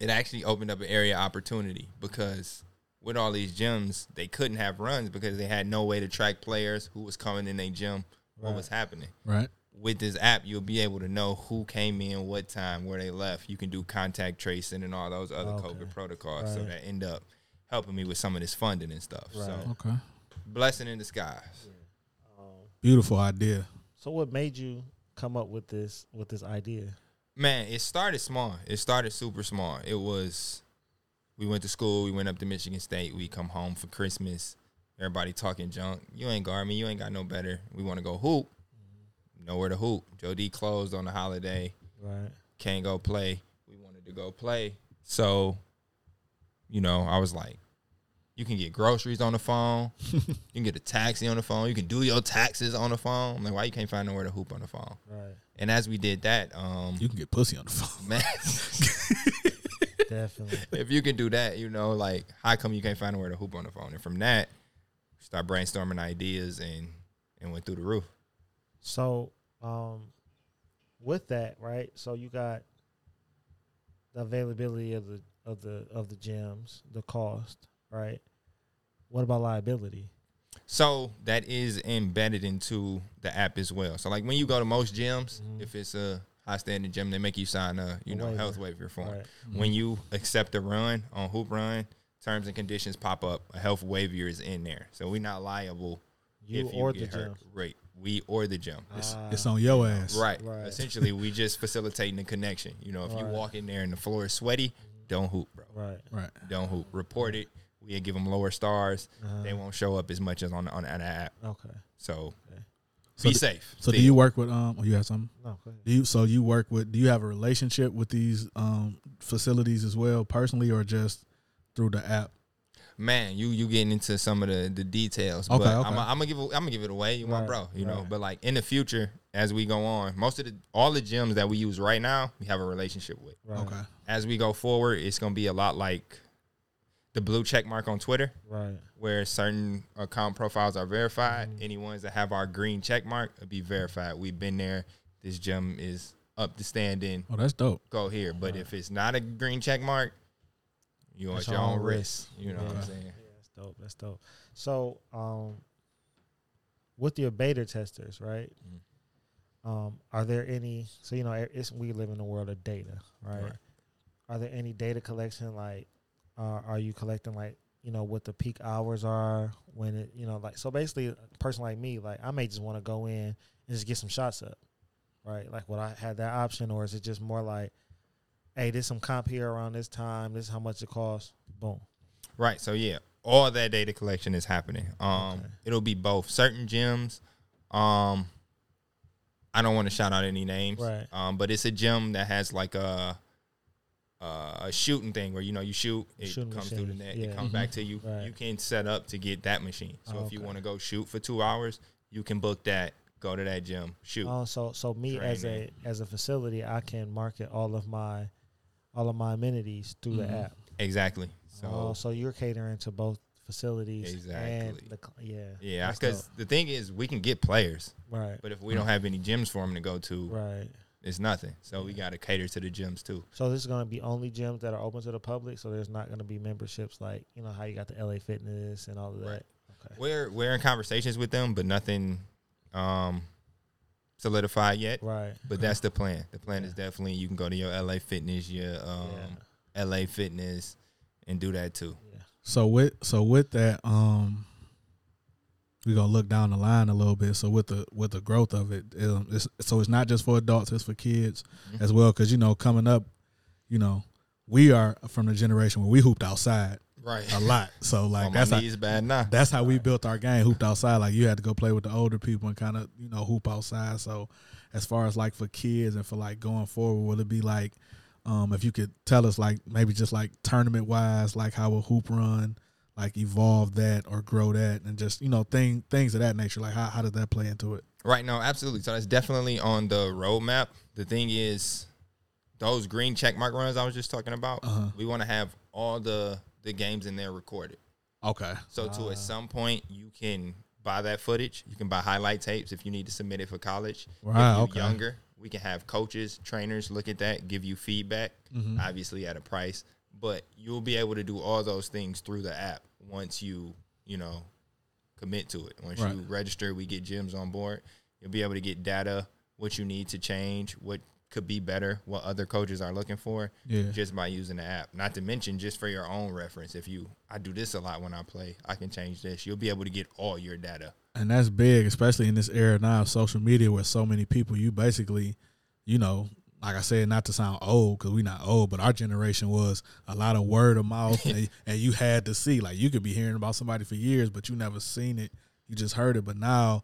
Speaker 4: it actually opened up an area of opportunity because with all these gyms, they couldn't have runs because they had no way to track players who was coming in their gym, what
Speaker 2: Right.
Speaker 4: was happening.
Speaker 1: Right.
Speaker 4: With this app, you'll be able to know who came in, what time, where they left. You can do contact tracing and all those other
Speaker 2: Okay.
Speaker 4: COVID protocols. So
Speaker 2: Right.
Speaker 4: that end up helping me with some of this funding and stuff. So
Speaker 2: Right.
Speaker 1: Okay.
Speaker 4: blessing in disguise.
Speaker 2: Um,
Speaker 1: Beautiful idea.
Speaker 2: so what made you come up with this with this idea?
Speaker 4: Man, it started small. It started super small. It was we went to school, we went up to Michigan State, we come home for Christmas. Everybody talking junk. You ain't Garmin, you ain't got no better. We want to go hoop.
Speaker 2: Mm-hmm.
Speaker 4: Nowhere to hoop. Joe D closed on the holiday.
Speaker 2: Right.
Speaker 4: Can't go play. We wanted to go play. So, you know, I was like, you can get groceries on the phone. you can get a taxi on the phone. You can do your taxes on the phone. I'm like, why you can't find nowhere to hoop on the phone?
Speaker 2: Right.
Speaker 4: And as we did that, um,
Speaker 1: You can get pussy on the phone. [LAUGHS]
Speaker 4: [LAUGHS] man,
Speaker 2: [LAUGHS] Definitely.
Speaker 4: if you can do that, you know, like how come you can't find where to hoop on the phone? And from that, start brainstorming ideas and and went through the roof.
Speaker 2: So, um, with that, right? So you got the availability of the of the of the gems, the cost, right? What about liability?
Speaker 4: So that is embedded into the app as well. So like when you go to most gyms,
Speaker 2: Mhm.
Speaker 4: if it's a high standing gym, they make you sign a you
Speaker 2: A
Speaker 4: know
Speaker 2: waiver.
Speaker 4: health waiver form.
Speaker 2: Right. Mm-hmm.
Speaker 4: When you accept a run on hoop run, terms and conditions pop up. A health waiver is in there, so we're not liable
Speaker 2: You
Speaker 4: if you
Speaker 2: or the
Speaker 4: get hurt.
Speaker 2: gym.
Speaker 4: Right, we or the gym.
Speaker 1: It's,
Speaker 2: Ah,
Speaker 1: it's on your ass.
Speaker 4: Right.
Speaker 2: Right.
Speaker 4: Essentially, we just facilitating the connection. You know, if you
Speaker 2: Right.
Speaker 4: walk in there and the floor is sweaty, don't hoop, bro.
Speaker 2: right.
Speaker 1: Right.
Speaker 4: Don't hoop. Report it. We give them lower stars.
Speaker 2: Uh-huh.
Speaker 4: They won't show up as much as on on an app.
Speaker 2: Okay.
Speaker 4: So,
Speaker 1: So
Speaker 4: be
Speaker 1: do-
Speaker 4: safe.
Speaker 1: So do
Speaker 4: Still.
Speaker 1: you work with um? Oh, you have something?
Speaker 2: No. Go ahead.
Speaker 1: Do you so you work with? Do you have a relationship with these um facilities as well, personally, or just through the app?
Speaker 4: man, you you getting into some of the the details.
Speaker 1: Okay,
Speaker 4: but
Speaker 1: okay.
Speaker 4: I'm, I'm gonna give it- I'm gonna give it away. You my
Speaker 2: Right,
Speaker 4: bro, you know.
Speaker 2: right.
Speaker 4: But like in the future, as we go on, most of the all the gyms that we use right now, we have a relationship with.
Speaker 2: Right.
Speaker 1: Okay.
Speaker 4: As we go forward, it's gonna be a lot like the blue check mark on Twitter.
Speaker 2: Right.
Speaker 4: where certain account profiles are verified.
Speaker 1: Mm.
Speaker 4: Any ones that have our green check mark will be verified. We've been there. This gym is up to standing.
Speaker 1: Oh, that's dope.
Speaker 4: Go here. But if it's not a green check mark, you are
Speaker 2: That's
Speaker 4: your
Speaker 2: our
Speaker 4: own
Speaker 2: own
Speaker 4: risk. You know what I'm
Speaker 2: Yeah.
Speaker 4: saying?
Speaker 2: Yeah, that's dope. That's dope. So, um, with your beta testers, right? Um, are there any? So you know, e, it's we live in a world of data, right?
Speaker 4: Right.
Speaker 2: Are there any data collection? Like, uh, are you collecting like you know what the peak hours are when it you know like so basically a person like me like I may just want to go in and just get some shots up, right? Like, would I have that option, or is it just more like, hey, there's some comp here around this time. This is how much it costs. Boom.
Speaker 4: Right. So yeah, all that data collection is happening. Um, it'll be both certain gyms. Um, I don't want to shout out any names.
Speaker 2: Right.
Speaker 4: Um, but it's a gym that has like a a shooting thing where you know you shoot, it
Speaker 2: Shooting
Speaker 4: comes through the
Speaker 2: machines,
Speaker 4: net,
Speaker 2: yeah.
Speaker 4: it comes back to you.
Speaker 2: Right.
Speaker 4: You can set up to get that machine. So
Speaker 2: Oh,
Speaker 4: if you
Speaker 2: okay.
Speaker 4: want to go shoot for two hours, you can book that. Go to that gym, shoot.
Speaker 2: Oh, so so me as a
Speaker 4: Training.
Speaker 2: as a facility, I can market all of my all of my amenities through the app.
Speaker 4: Exactly. Mm-hmm. So
Speaker 2: oh, so you're catering to both facilities and
Speaker 4: Exactly.
Speaker 2: the cl- yeah
Speaker 4: yeah,
Speaker 2: That's
Speaker 4: because
Speaker 2: dope. Mm.
Speaker 4: the thing is, we can get players,
Speaker 2: right
Speaker 4: but if we don't have any gyms for them to go to,
Speaker 2: right.
Speaker 4: it's nothing. So we got to cater to the gyms too.
Speaker 2: So this is going to be only gyms that are open to the public. So there's not going to be memberships like you know how you got the LA Fitness and all of that.
Speaker 4: Right.
Speaker 2: Okay.
Speaker 4: We're we're in conversations with them, but nothing um solidified yet.
Speaker 2: Right.
Speaker 4: But that's the plan. The plan is definitely you can go to your LA Fitness, your um LA Fitness, and do that too.
Speaker 1: So with so with that, um, we're gonna look down the line a little bit. So with the with the growth of it, um, it's, so it's not just for adults; it's for kids
Speaker 4: Mm-hmm.
Speaker 1: as well. Because you know, coming up, you know, we are from the generation where we hooped outside
Speaker 4: Right.
Speaker 1: a lot. So like
Speaker 4: [LAUGHS] On my
Speaker 1: that's how,
Speaker 4: knees bad now.
Speaker 1: that's how we built our game hooped outside. Like you had to go play with the older people and kind of you know hoop outside. So as far as like for kids and for like going forward, will it be like um, if you could tell us like maybe just like tournament wise, like how a hoop run like evolve that or grow that and just you know thing things of that nature. Like how how does that play into it?
Speaker 4: Right, no, absolutely. So that's definitely on the roadmap. The thing is, those green check mark runs I was just talking about,
Speaker 1: Uh-huh.
Speaker 4: we want to have all the the games in there recorded.
Speaker 1: Okay,
Speaker 4: So to at
Speaker 1: Ah.
Speaker 4: some point you can buy that footage. You can buy highlight tapes if you need to submit it for college.
Speaker 1: Wow,
Speaker 4: If you're
Speaker 1: okay.
Speaker 4: younger, we can have coaches, trainers look at that, give you feedback,
Speaker 1: Mm-hmm.
Speaker 4: obviously at a price. But you'll be able to do all those things through the app once you, you know, commit to it. Once
Speaker 1: Right.
Speaker 4: you register, we get gyms on board. You'll be able to get data, what you need to change, what could be better, what other coaches are looking for,
Speaker 1: Yeah.
Speaker 4: just by using the app. Not to mention, just for your own reference, if you, I do this a lot when I play, I can change this. You'll be able to get all your data.
Speaker 1: and that's big, especially in this era now of social media where so many people you basically, you know, like I said, not to sound old because we're not old, but our generation was a lot of word of mouth, and, and you had to see. Like you could be hearing about somebody for years, but you never seen it. You just heard it. But now,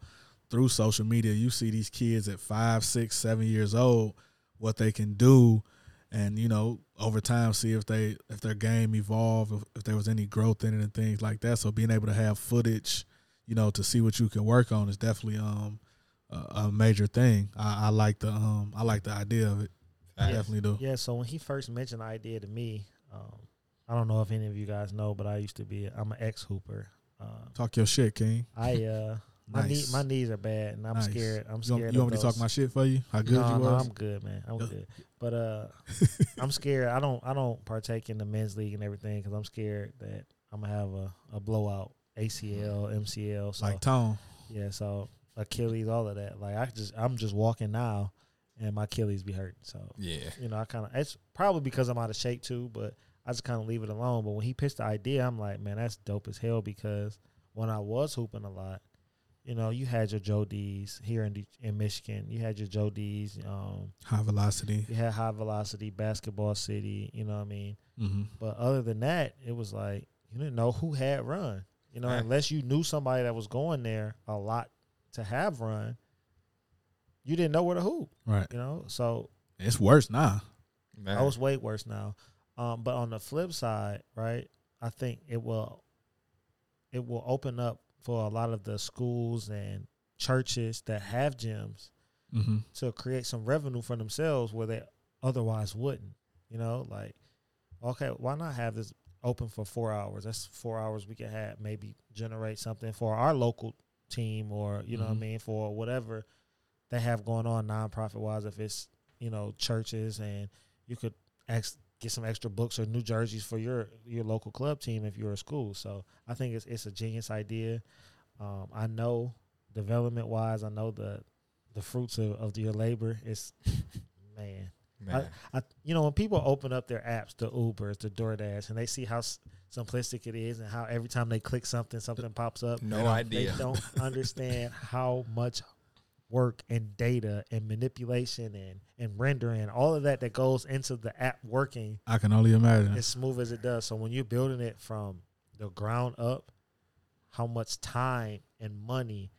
Speaker 1: through social media, you see these kids at five, six, seven years old, what they can do, and you know, over time, see if they if their game evolved, if, if there was any growth in it, and things like that. So being able to have footage you know, to see what you can work on is definitely um a, a major thing. I, I like the um I like the idea of it. I definitely do.
Speaker 2: Yeah. So when he first mentioned the idea to me, um, I don't know if any of you guys know, but I used to be I'm an ex hooper. Um,
Speaker 1: Talk your shit, King.
Speaker 2: I uh my
Speaker 1: Nice.
Speaker 2: knee, my knees are bad and I'm
Speaker 1: Nice.
Speaker 2: scared. I'm
Speaker 1: You want,
Speaker 2: scared.
Speaker 1: you
Speaker 2: of
Speaker 1: want me to talk
Speaker 2: those-
Speaker 1: my shit for you? How good
Speaker 2: no,
Speaker 1: you
Speaker 2: no,
Speaker 1: was?
Speaker 2: I'm good, man. I'm
Speaker 1: Yeah.
Speaker 2: good.
Speaker 1: [LAUGHS]
Speaker 2: But uh, I'm scared. I don't, I don't partake in the men's league and everything because I'm scared that I'm gonna have a, a blowout, ACL, MCL.
Speaker 1: Mm-hmm.
Speaker 2: So
Speaker 1: like Tone.
Speaker 2: yeah, so Achilles, all of that. Like I just, I'm just walking now, and my Achilles be hurt. So
Speaker 4: Yeah.
Speaker 2: you know, I kind of it's probably because I'm out of shape too, but I just kind of leave it alone. But when he pitched the idea, I'm like, man, that's dope as hell because when I was hooping a lot, you know, you had your Joe D's here in De- in Michigan, you had your Joe D's, um,
Speaker 1: High velocity.
Speaker 2: you had High Velocity Basketball City, you know what I mean?
Speaker 1: Mm-hmm.
Speaker 2: But other than that, it was like you didn't know who had run, you know,
Speaker 4: Right.
Speaker 2: unless you knew somebody that was going there a lot to have run. You didn't know where to hoop,
Speaker 1: Right.
Speaker 2: you know. So
Speaker 1: It's worse now.
Speaker 4: Man.
Speaker 2: I was way worse now. Um, but on the flip side, right, I think it will it will open up for a lot of the schools and churches that have gyms
Speaker 1: Mm-hmm.
Speaker 2: to create some revenue for themselves where they otherwise wouldn't. You know, like okay, why not have this open for four hours? That's four hours we could have maybe generate something for our local team or you know
Speaker 1: Mhm.
Speaker 2: what I mean for whatever they have going on nonprofit wise. If it's you know churches and you could ex- get some extra books or new jerseys for your your local club team if you're a school. So I think it's it's a genius idea. Um, I know development wise, I know the the fruits of, of your labor is [LAUGHS] man. I,
Speaker 4: Man.
Speaker 2: I, you know, when people open up their apps, the Ubers, the DoorDash, and they see how s- simplistic it is, and how
Speaker 1: [LAUGHS]
Speaker 2: every time they click something, something pops up.
Speaker 4: No
Speaker 2: they don't-
Speaker 4: idea.
Speaker 2: They don't understand how much work and data and manipulation and and rendering all of that that goes into the app working
Speaker 1: I can only imagine.
Speaker 2: as smooth as it does. So when you're building it from the ground up, how much time and money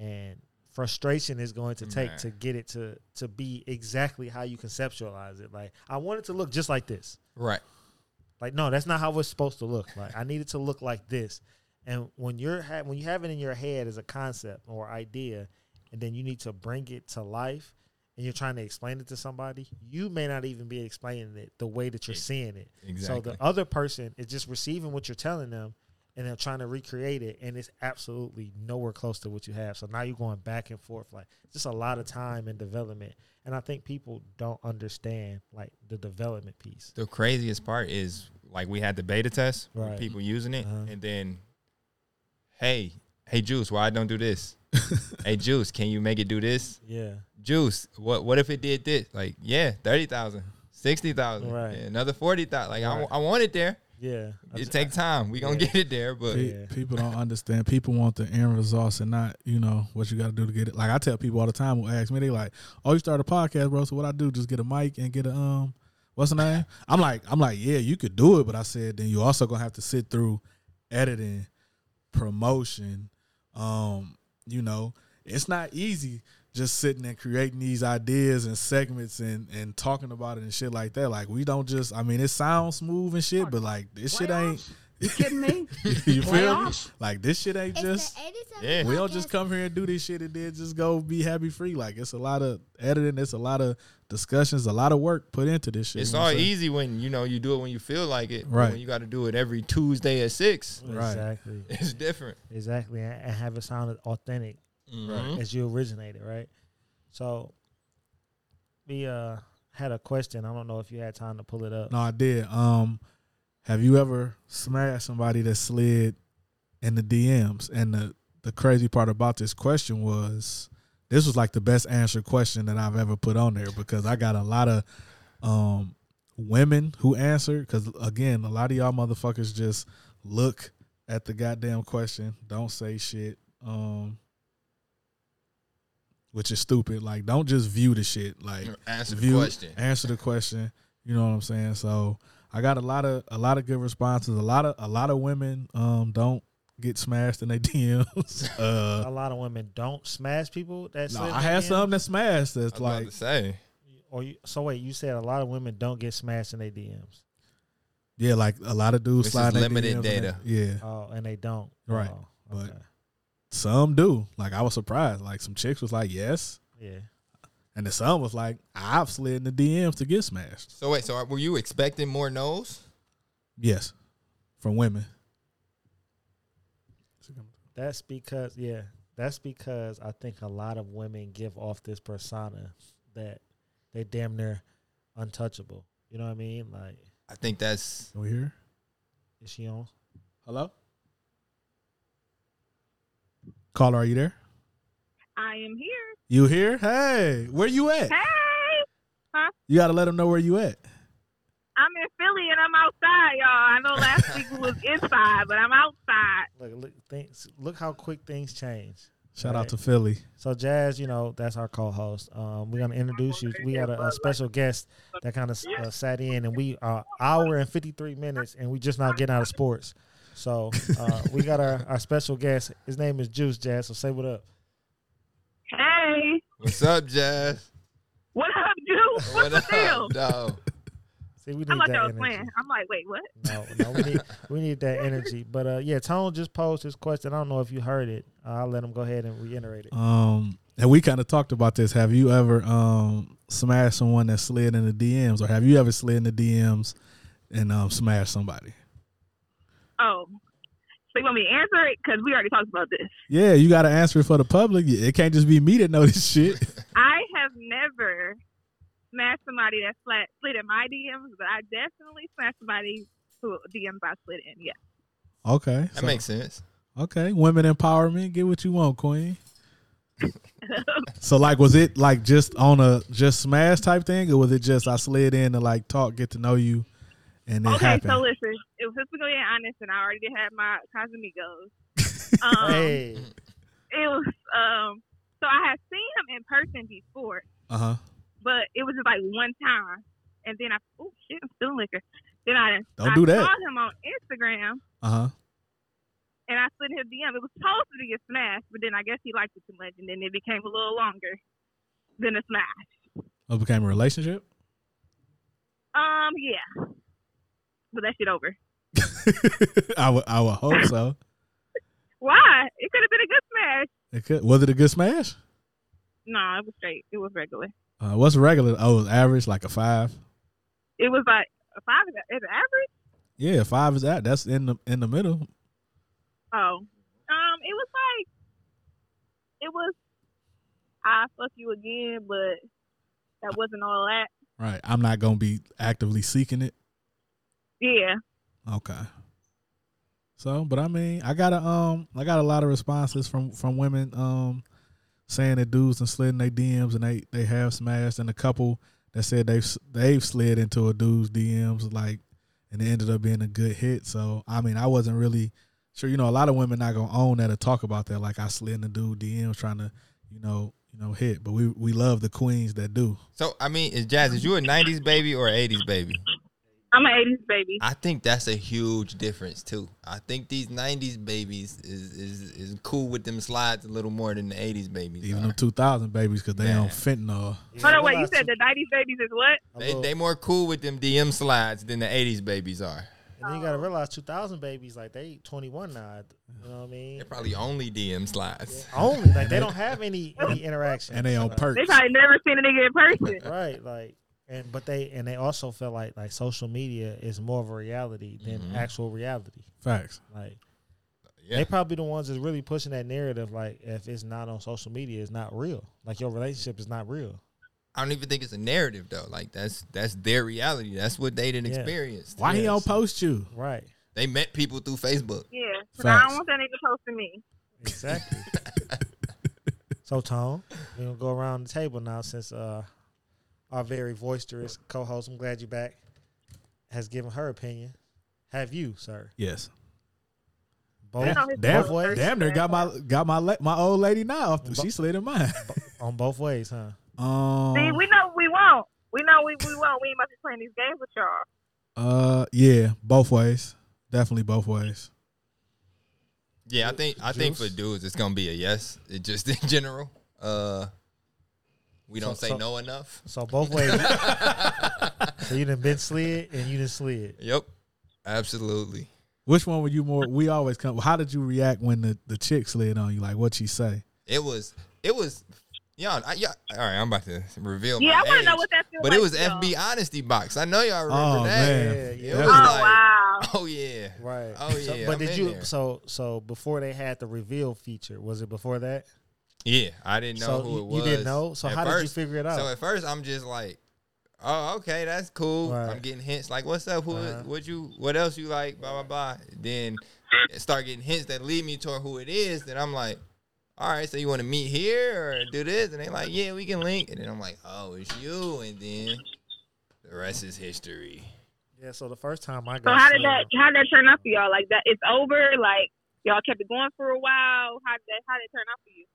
Speaker 2: and frustration is going to take
Speaker 4: Man.
Speaker 2: to get it to to be exactly how you conceptualize it. Like I want it to look just like this.
Speaker 4: Right.
Speaker 2: Like no, that's not how it's supposed to look. Like I need it to look like this. And when you're ha- when you have it in your head as a concept or idea, and then you need to bring it to life, and you're trying to explain it to somebody, you may not even be explaining it the way that you're seeing it. So
Speaker 4: exactly.
Speaker 2: the other person is just receiving what you're telling them, and they're trying to recreate it, and it's absolutely nowhere close to what you have. So now you're going back and forth, like just a lot of time and development. And I think people don't understand like the development piece.
Speaker 4: The craziest part is like we had the beta test, with
Speaker 2: Right.
Speaker 4: people using it,
Speaker 2: Uh-huh.
Speaker 4: and then, hey, hey Juice, why I don't do this?
Speaker 1: [LAUGHS]
Speaker 4: hey Juice, can you make it do this?
Speaker 2: Yeah.
Speaker 4: Juice, what what if it did this? Like yeah, thirty thousand. Sixty thousand,
Speaker 2: Right.
Speaker 4: another forty thousand. Like I,
Speaker 2: Right.
Speaker 4: I want it there.
Speaker 2: Yeah, I
Speaker 4: It
Speaker 2: ju-
Speaker 4: take time. We gonna
Speaker 2: Yeah.
Speaker 4: get it there, but
Speaker 1: Pe-
Speaker 2: Yeah.
Speaker 1: People don't understand. People want the end results and not, you know, what you got to do to get it. Like I tell people all the time who ask me, they like, "Oh, you start a podcast, bro." So what I do? Just get a mic and get a um, what's the name? I'm like, I'm like, yeah, you could do it, but I said then you also gonna have to sit through editing, promotion, um, you know, it's not easy just sitting and creating these ideas and segments and and talking about it and shit like that. Like we don't just, I mean, it sounds smooth and shit, but like this shit ain't.
Speaker 5: Playoffs? You kidding me?
Speaker 1: [LAUGHS] you feel me?
Speaker 5: Playoffs?
Speaker 1: Like this shit ain't
Speaker 3: It's
Speaker 1: just.
Speaker 3: the 87
Speaker 4: Yeah.
Speaker 3: podcast.
Speaker 1: We don't just come here and do this shit and then just go be happy free. Like it's a lot of editing, it's a lot of discussions, a lot of work put into this shit. you
Speaker 4: It's
Speaker 1: know what
Speaker 4: all
Speaker 1: I'm saying?
Speaker 4: easy when you know you do it when you feel like it. But
Speaker 1: Right.
Speaker 4: When you got to do it every Tuesday at six, [LAUGHS]
Speaker 1: Right.
Speaker 2: Exactly.
Speaker 4: it's different.
Speaker 2: Exactly. And and have it sound authentic
Speaker 4: Right.
Speaker 2: as you originated, right? So we uh had a question. I don't know if you had time to pull it up.
Speaker 1: No, I did. Um, have you ever smashed somebody that slid in the DMs? And the the crazy part about this question was this was like the best answer question that I've ever put on there because I got a lot of um women who answered because again, a lot of y'all motherfuckers just look at the goddamn question, don't say shit. Um. Which is stupid. Like, don't just view the shit. Like,
Speaker 4: Answer
Speaker 1: view- Answer the question. You know what I'm saying? So I got a lot of a lot of good responses. A lot of a lot of women um don't get smashed in their [LAUGHS] DMs. Uh
Speaker 2: A lot of women don't smash people. That's
Speaker 1: no, I had some that smashed
Speaker 4: I
Speaker 1: that's
Speaker 4: was about
Speaker 1: like
Speaker 4: to say.
Speaker 2: Or you, so wait, you said a lot of women don't get smashed in their DMs.
Speaker 1: yeah, like a lot of
Speaker 4: This
Speaker 1: dudes
Speaker 4: is
Speaker 1: slide in their
Speaker 4: limited
Speaker 1: DMs and
Speaker 4: data.
Speaker 1: they- yeah.
Speaker 2: Oh, and they don't.
Speaker 1: Right,
Speaker 2: Oh,
Speaker 1: but-
Speaker 2: okay.
Speaker 1: Some do. Like I was surprised. Like some chicks was like, "Yes."
Speaker 2: yeah.
Speaker 1: And the some was like, "I've slid in the DMs to get smashed."
Speaker 4: So wait, so uh, were you expecting more no's?
Speaker 1: Yes. From women.
Speaker 2: That's because yeah, that's because I think a lot of women give off this persona that they damn near untouchable. You know what I mean? Like,
Speaker 4: I think that's
Speaker 1: Can we hear?
Speaker 2: is she on?
Speaker 1: Hello? Caller, are you there?
Speaker 6: I am here.
Speaker 1: You here? Hey, where you at?
Speaker 6: Hey,
Speaker 1: You gotta let them know where you at.
Speaker 6: I'm in Philly and I'm outside, y'all. I know last week we was inside, but I'm outside.
Speaker 2: Look, look, things. Look how quick things change.
Speaker 1: Shout
Speaker 2: Right.
Speaker 1: out to Philly.
Speaker 2: So, Jazz, you know that's our co-host. Um, we're gonna introduce you. We got a, a special guest that kind of uh, sat in, and we are hour and fifty three minutes, and we just now getting out of sports. So, uh, we got our, our special guest. His name is Juice Jazz. So, say what up.
Speaker 6: Hey,
Speaker 4: what's up, Jazz.
Speaker 6: what up, dude? What's
Speaker 4: What
Speaker 6: the
Speaker 4: up,
Speaker 6: deal?
Speaker 4: dog?
Speaker 2: See, we need
Speaker 6: I thought
Speaker 2: that
Speaker 6: y'all was
Speaker 2: energy.
Speaker 6: playing. I'm like, wait, what?
Speaker 2: No, no, we need we need that energy. But uh, yeah, Tone just posed his question. I don't know if you heard it. Uh, I'll let him go ahead and reiterate it.
Speaker 1: Um, and we kind of talked about this. Have you ever um smashed someone that slid in the DMs, or have you ever slid in the DMs and um smashed somebody?
Speaker 6: Oh, so you want me to answer it? Because we already talked about this.
Speaker 1: Yeah, you got to answer it for the public. It can't just be me that know this [LAUGHS] shit.
Speaker 6: I have never smashed somebody that slid, slid in my DMs, but I definitely smashed somebody who DMs I slid in. Yeah.
Speaker 1: Okay,
Speaker 4: That
Speaker 1: so-
Speaker 4: makes sense.
Speaker 1: okay. Women empowerment. Get what you want, queen. so like, was it like just on a just smash type thing, or was it just I slid in to like talk, get to know you, and it
Speaker 6: okay,
Speaker 1: happened?
Speaker 6: so listen, if this is going to get honest, and I already had my Casamigos. Um,
Speaker 2: hey,
Speaker 6: it was um So I had seen him in person before,
Speaker 1: Uh huh.
Speaker 6: but it was just like one time. And then I, oh shit, I'm still liquor. Then I,
Speaker 1: Don't
Speaker 6: I
Speaker 1: do that.
Speaker 6: saw him on Instagram
Speaker 1: Uh huh.
Speaker 6: and I slid his DM. It was supposed to be a smash, but then I guess he liked it too much and then it became a little longer than a smash.
Speaker 1: It became a relationship. [LAUGHS]
Speaker 6: Um, yeah. But that shit over.
Speaker 1: I would I would hope so.
Speaker 6: Why? It could have been a good smash.
Speaker 1: It could, was it a good smash?
Speaker 6: No, it was straight. It was regular.
Speaker 1: Uh, what's regular? Oh, it was average, like a five.
Speaker 6: It was like a five is is it average.
Speaker 1: Yeah, five is that. That's in the in the middle.
Speaker 6: Oh, um, it was like it was. I fuck you again, but that wasn't all that.
Speaker 1: Right. I'm not gonna be actively seeking it.
Speaker 6: Yeah,
Speaker 1: Okay. So, but I mean, I got a um, I got a lot of responses from from women um, saying that dudes and slid in their DMs and they they have smashed, and a couple that said they've s- they've slid into a dude's DMs like, and it ended up being a good hit. So, I mean, I wasn't really sure. You know, a lot of women not gonna own that or talk about that. Like, I slid in the dude DMs trying to, you know, you know, hit. But we we love the queens that do.
Speaker 4: So I mean, is Jazz? Is you a '90s baby or an '80s baby?
Speaker 6: I'm an '80s baby.
Speaker 4: I think that's a huge difference too. I think these '90s babies is is, is cool with them slides a little more than the '80s babies.
Speaker 1: Even
Speaker 4: are.
Speaker 1: them 2000 babies because they
Speaker 4: Man.
Speaker 1: on fentanyl.
Speaker 6: Hold on, wait. You said the '90s babies is what?
Speaker 4: They they more cool with them DM slides than the '80s babies are.
Speaker 2: And then you gotta realize 2000 babies like they 21 now. You know what I mean?
Speaker 4: They're probably only DM slides.
Speaker 2: Only like they don't have any any
Speaker 6: [LAUGHS]
Speaker 2: interaction.
Speaker 1: And they on
Speaker 2: So,
Speaker 1: perks.
Speaker 6: They probably never seen a nigga in person.
Speaker 2: right? Like and but they and they also feel like like social media is more of a reality than
Speaker 4: Mhm.
Speaker 2: actual reality.
Speaker 1: Facts.
Speaker 2: Like
Speaker 4: Yeah.
Speaker 2: they probably the ones that's really pushing that narrative. Like if it's not on social media, it's not real. Like your relationship is not real.
Speaker 4: I don't even think it's a narrative though. Like that's that's their reality. That's what they didn't
Speaker 2: Yeah.
Speaker 4: experience.
Speaker 1: Why he
Speaker 2: Yes.
Speaker 1: don't post you?
Speaker 2: Right.
Speaker 4: They met people through Facebook.
Speaker 6: Yeah, so I
Speaker 1: Facts.
Speaker 6: don't want that nigga posting me.
Speaker 2: Exactly. so Tone, we're gonna go around the table now since uh our very boisterous co-host, I'm glad you're back, has given her opinion. Have you, sir?
Speaker 1: Yes.
Speaker 2: Both,
Speaker 6: Damn,
Speaker 2: both
Speaker 1: Damn,
Speaker 2: ways?
Speaker 1: damn near got my got my la- my old lady now. off the- She slid in mine.
Speaker 2: [LAUGHS]
Speaker 1: [LAUGHS]
Speaker 2: On both ways, huh?
Speaker 4: Oh.
Speaker 6: See,
Speaker 1: Um,
Speaker 6: we know we won't. We know we we won't. We ain't about to be playing these games with y'all.
Speaker 1: uh, yeah, both ways. Definitely both ways.
Speaker 4: Yeah, I think I think for
Speaker 2: Juice?
Speaker 4: dudes it's gonna be a yes. It just [LAUGHS] in general. Uh we don't
Speaker 2: So-
Speaker 4: say
Speaker 2: so-
Speaker 4: no enough.
Speaker 2: So both ways. so you done been slid and you done slid.
Speaker 4: Yep. Absolutely.
Speaker 1: Which one were you more? We always come. How did you react when the the chick slid on you? Like what she say?
Speaker 4: It was it was y'all, I, y'all all right, I'm about to reveal
Speaker 6: Yeah, I
Speaker 4: my
Speaker 6: want to know
Speaker 4: age.
Speaker 6: what that feels
Speaker 4: But
Speaker 6: like.
Speaker 4: it was
Speaker 6: y'all.
Speaker 4: FB honesty box. I know y'all remember
Speaker 1: Oh
Speaker 4: that.
Speaker 1: man,
Speaker 2: Yeah, yeah.
Speaker 4: It
Speaker 1: That
Speaker 4: was
Speaker 6: Oh
Speaker 1: was-
Speaker 4: like, [LAUGHS]
Speaker 6: wow.
Speaker 4: oh yeah.
Speaker 2: Right.
Speaker 4: Oh,
Speaker 2: So-
Speaker 4: yeah,
Speaker 2: but
Speaker 4: I'm
Speaker 2: did
Speaker 4: in
Speaker 2: you
Speaker 4: there.
Speaker 2: so so before they had the reveal feature, was it before that?
Speaker 4: Yeah, I didn't know
Speaker 2: So
Speaker 4: who
Speaker 2: you-
Speaker 4: it was.
Speaker 2: you didn't know? So how did you figure it out?
Speaker 4: So at first I'm just like, oh, okay, that's cool.
Speaker 2: Right.
Speaker 4: I'm getting hints like, what's up? Who?
Speaker 2: Uh-huh.
Speaker 4: What you? What else you like? Blah blah blah. Then I start getting hints that lead me toward who it is. Then I'm like, all right, so you want to meet here or do this? And they like, yeah, we can link. And then I'm like, oh, it's you. And then the rest is history.
Speaker 2: Yeah. So the first time I
Speaker 6: So
Speaker 2: got.
Speaker 6: how did
Speaker 2: slid-
Speaker 6: that how did that turn out for y'all? Like that it's over. Like y'all kept it going for a while. How did that how did it turn out for you?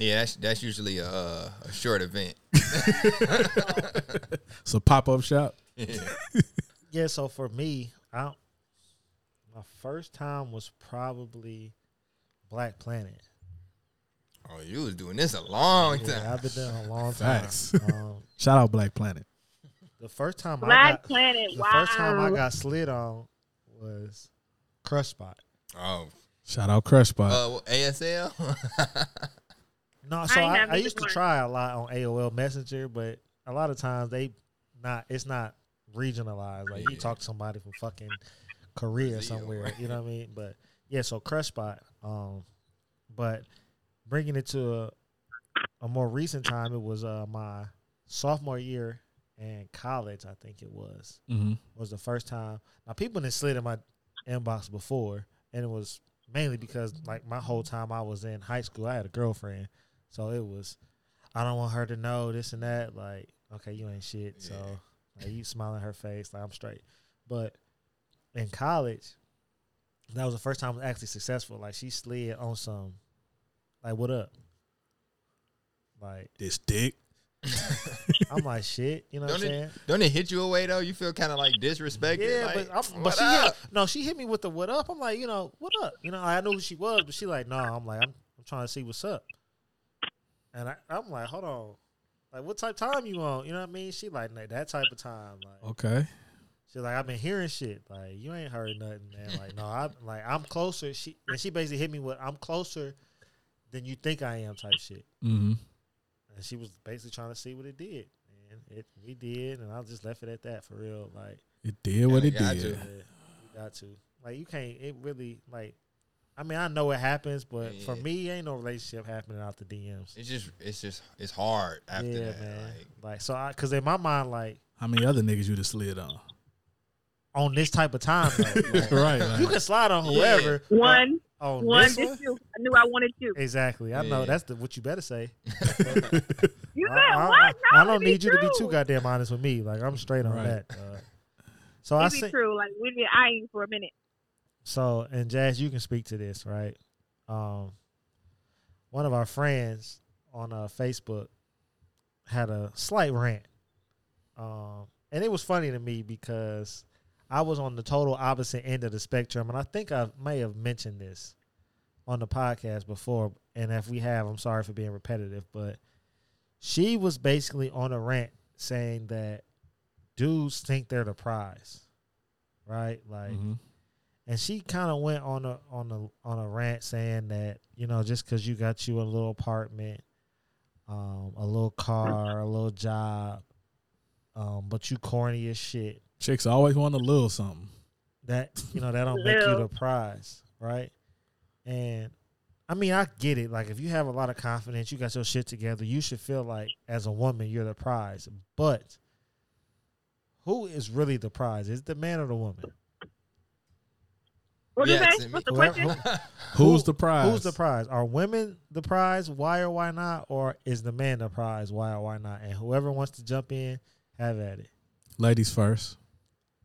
Speaker 4: Yeah, that's that's usually a, uh, a
Speaker 2: [LAUGHS]
Speaker 4: short event. [LAUGHS]
Speaker 1: it's a pop up shop.
Speaker 2: Yeah, so for me, I my first time was probably Black Planet.
Speaker 4: oh, you was doing this a long time.
Speaker 2: Yeah, I've been doing it a long time.
Speaker 1: Facts.
Speaker 2: Um,
Speaker 1: Shout out Black Planet.
Speaker 2: the first time I
Speaker 6: Black
Speaker 2: got
Speaker 6: Planet.
Speaker 2: the
Speaker 6: wow.
Speaker 2: first time I got slid on was Crush Spot.
Speaker 4: Oh,
Speaker 1: Shout out Crush Spot.
Speaker 4: uh, well, [LAUGHS] ASL.
Speaker 2: No, so
Speaker 6: ain't
Speaker 2: I, I,
Speaker 6: have neither
Speaker 2: used to
Speaker 6: one.
Speaker 2: try a lot on AOL Messenger, but a lot of times they not it's not regionalized. Like you
Speaker 4: Yeah.
Speaker 2: talk to somebody from fucking Korea or
Speaker 4: Brazil,
Speaker 2: somewhere,
Speaker 4: right.
Speaker 2: you know what I mean? But yeah, so Crush Spot. Um, but bringing it to a, a more recent time, it was uh, my sophomore year in college. I think it was
Speaker 1: hmm
Speaker 2: was the first time. Now people had slid in my inbox before, and it was mainly because like my whole time I was in high school, I had a girlfriend, so it was I don't want her to know this and that. Like, okay, you ain't shit. So
Speaker 4: Yeah.
Speaker 2: like, you smiling her face, like I'm straight. But in college, that was the first time I was actually successful. Like she slid on some, like what up? Like
Speaker 1: This dick.
Speaker 2: I'm like shit. You know what I'm
Speaker 4: Don't
Speaker 2: saying?
Speaker 4: it, don't it hit you away though? You feel kind of like disrespected.
Speaker 2: Yeah,
Speaker 4: like,
Speaker 2: but I'm, but
Speaker 4: what
Speaker 2: she
Speaker 4: up?
Speaker 2: hit, no, she hit me with the what up. I'm like, you know, what up? You know, I knew who she was, but she like, no, I'm like, I'm, I'm trying to see what's up. And I, I'm like, hold on, like what type of time you on? You know what I mean? She like "Nah, that type of time. Like
Speaker 4: Oh.
Speaker 1: Okay.
Speaker 2: she like, I've been hearing shit. Like you ain't heard nothing, man. Like no, I'm like I'm closer. She and she basically hit me with I'm closer than you think I am type shit.
Speaker 1: Mm-hmm.
Speaker 2: And she was basically trying to see what it did. And it we did, and I just left it at that for real. Like.
Speaker 1: It did what
Speaker 4: Yeah,
Speaker 1: it
Speaker 4: I got
Speaker 1: did.
Speaker 4: you.
Speaker 2: Yeah, you got to. Like you can't. It really like. I mean, I know it happens, but
Speaker 4: Yeah.
Speaker 2: for me, ain't no relationship happening out the DMs.
Speaker 4: It's just it's just it's hard after
Speaker 2: yeah,
Speaker 4: that.
Speaker 2: man.
Speaker 4: Like,
Speaker 2: Like, so, I because in my mind, like
Speaker 1: How many other niggas you'd have slid on?
Speaker 2: on this type of time, though,
Speaker 4: [LAUGHS]
Speaker 2: like,
Speaker 1: right. [LAUGHS]
Speaker 2: [LAUGHS] you can slide on whoever. but
Speaker 6: One,
Speaker 2: on
Speaker 6: one,
Speaker 2: this
Speaker 6: just
Speaker 2: one,
Speaker 6: you. I knew I wanted you.
Speaker 2: exactly. I know
Speaker 4: Yeah.
Speaker 2: that's the what you better say.
Speaker 1: Mm-hmm.
Speaker 6: You said
Speaker 2: I, I-
Speaker 6: what?
Speaker 2: I,
Speaker 6: No,
Speaker 2: I don't
Speaker 6: it be
Speaker 2: need you to be
Speaker 6: true.
Speaker 2: too goddamn honest with me. Like I'm straight on
Speaker 1: Right.
Speaker 2: that. Uh, so I
Speaker 6: It be
Speaker 2: say,
Speaker 6: true. Like we did eyeing for a minute.
Speaker 2: So, and Jazz, you can speak to this, right? Um, one of our friends on uh, Facebook had a slight rant, um, and it was funny to me because I was on the total opposite end of the spectrum, and I think I may have mentioned this on the podcast before. And if we have, I'm sorry for being repetitive, but she was basically on a rant saying that dudes think they're the prize, right? Like
Speaker 1: Mhm.
Speaker 2: and she kind of went on a on a on a rant saying that you know just because you got you a little apartment, um, a little car, a little job, um, but you corny as shit.
Speaker 1: Chicks always want a little something.
Speaker 2: That you know that don't make you the
Speaker 6: Lil.
Speaker 2: prize, right? And I mean, I get it. Like if you have a lot of confidence, you got your shit together, you should feel like as a woman you're the prize. But who is really the prize? Is it the man or the woman?
Speaker 6: What do you
Speaker 4: Yeah,
Speaker 6: say?
Speaker 4: it's
Speaker 6: What's the
Speaker 2: Whoever-
Speaker 6: question?
Speaker 2: who-
Speaker 1: Who's
Speaker 2: Who-
Speaker 1: the prize?
Speaker 2: Who's the prize? Are women the prize? Why or why not? Or is the man the prize? Why or why not? And whoever wants to jump in, have at it.
Speaker 1: Ladies first.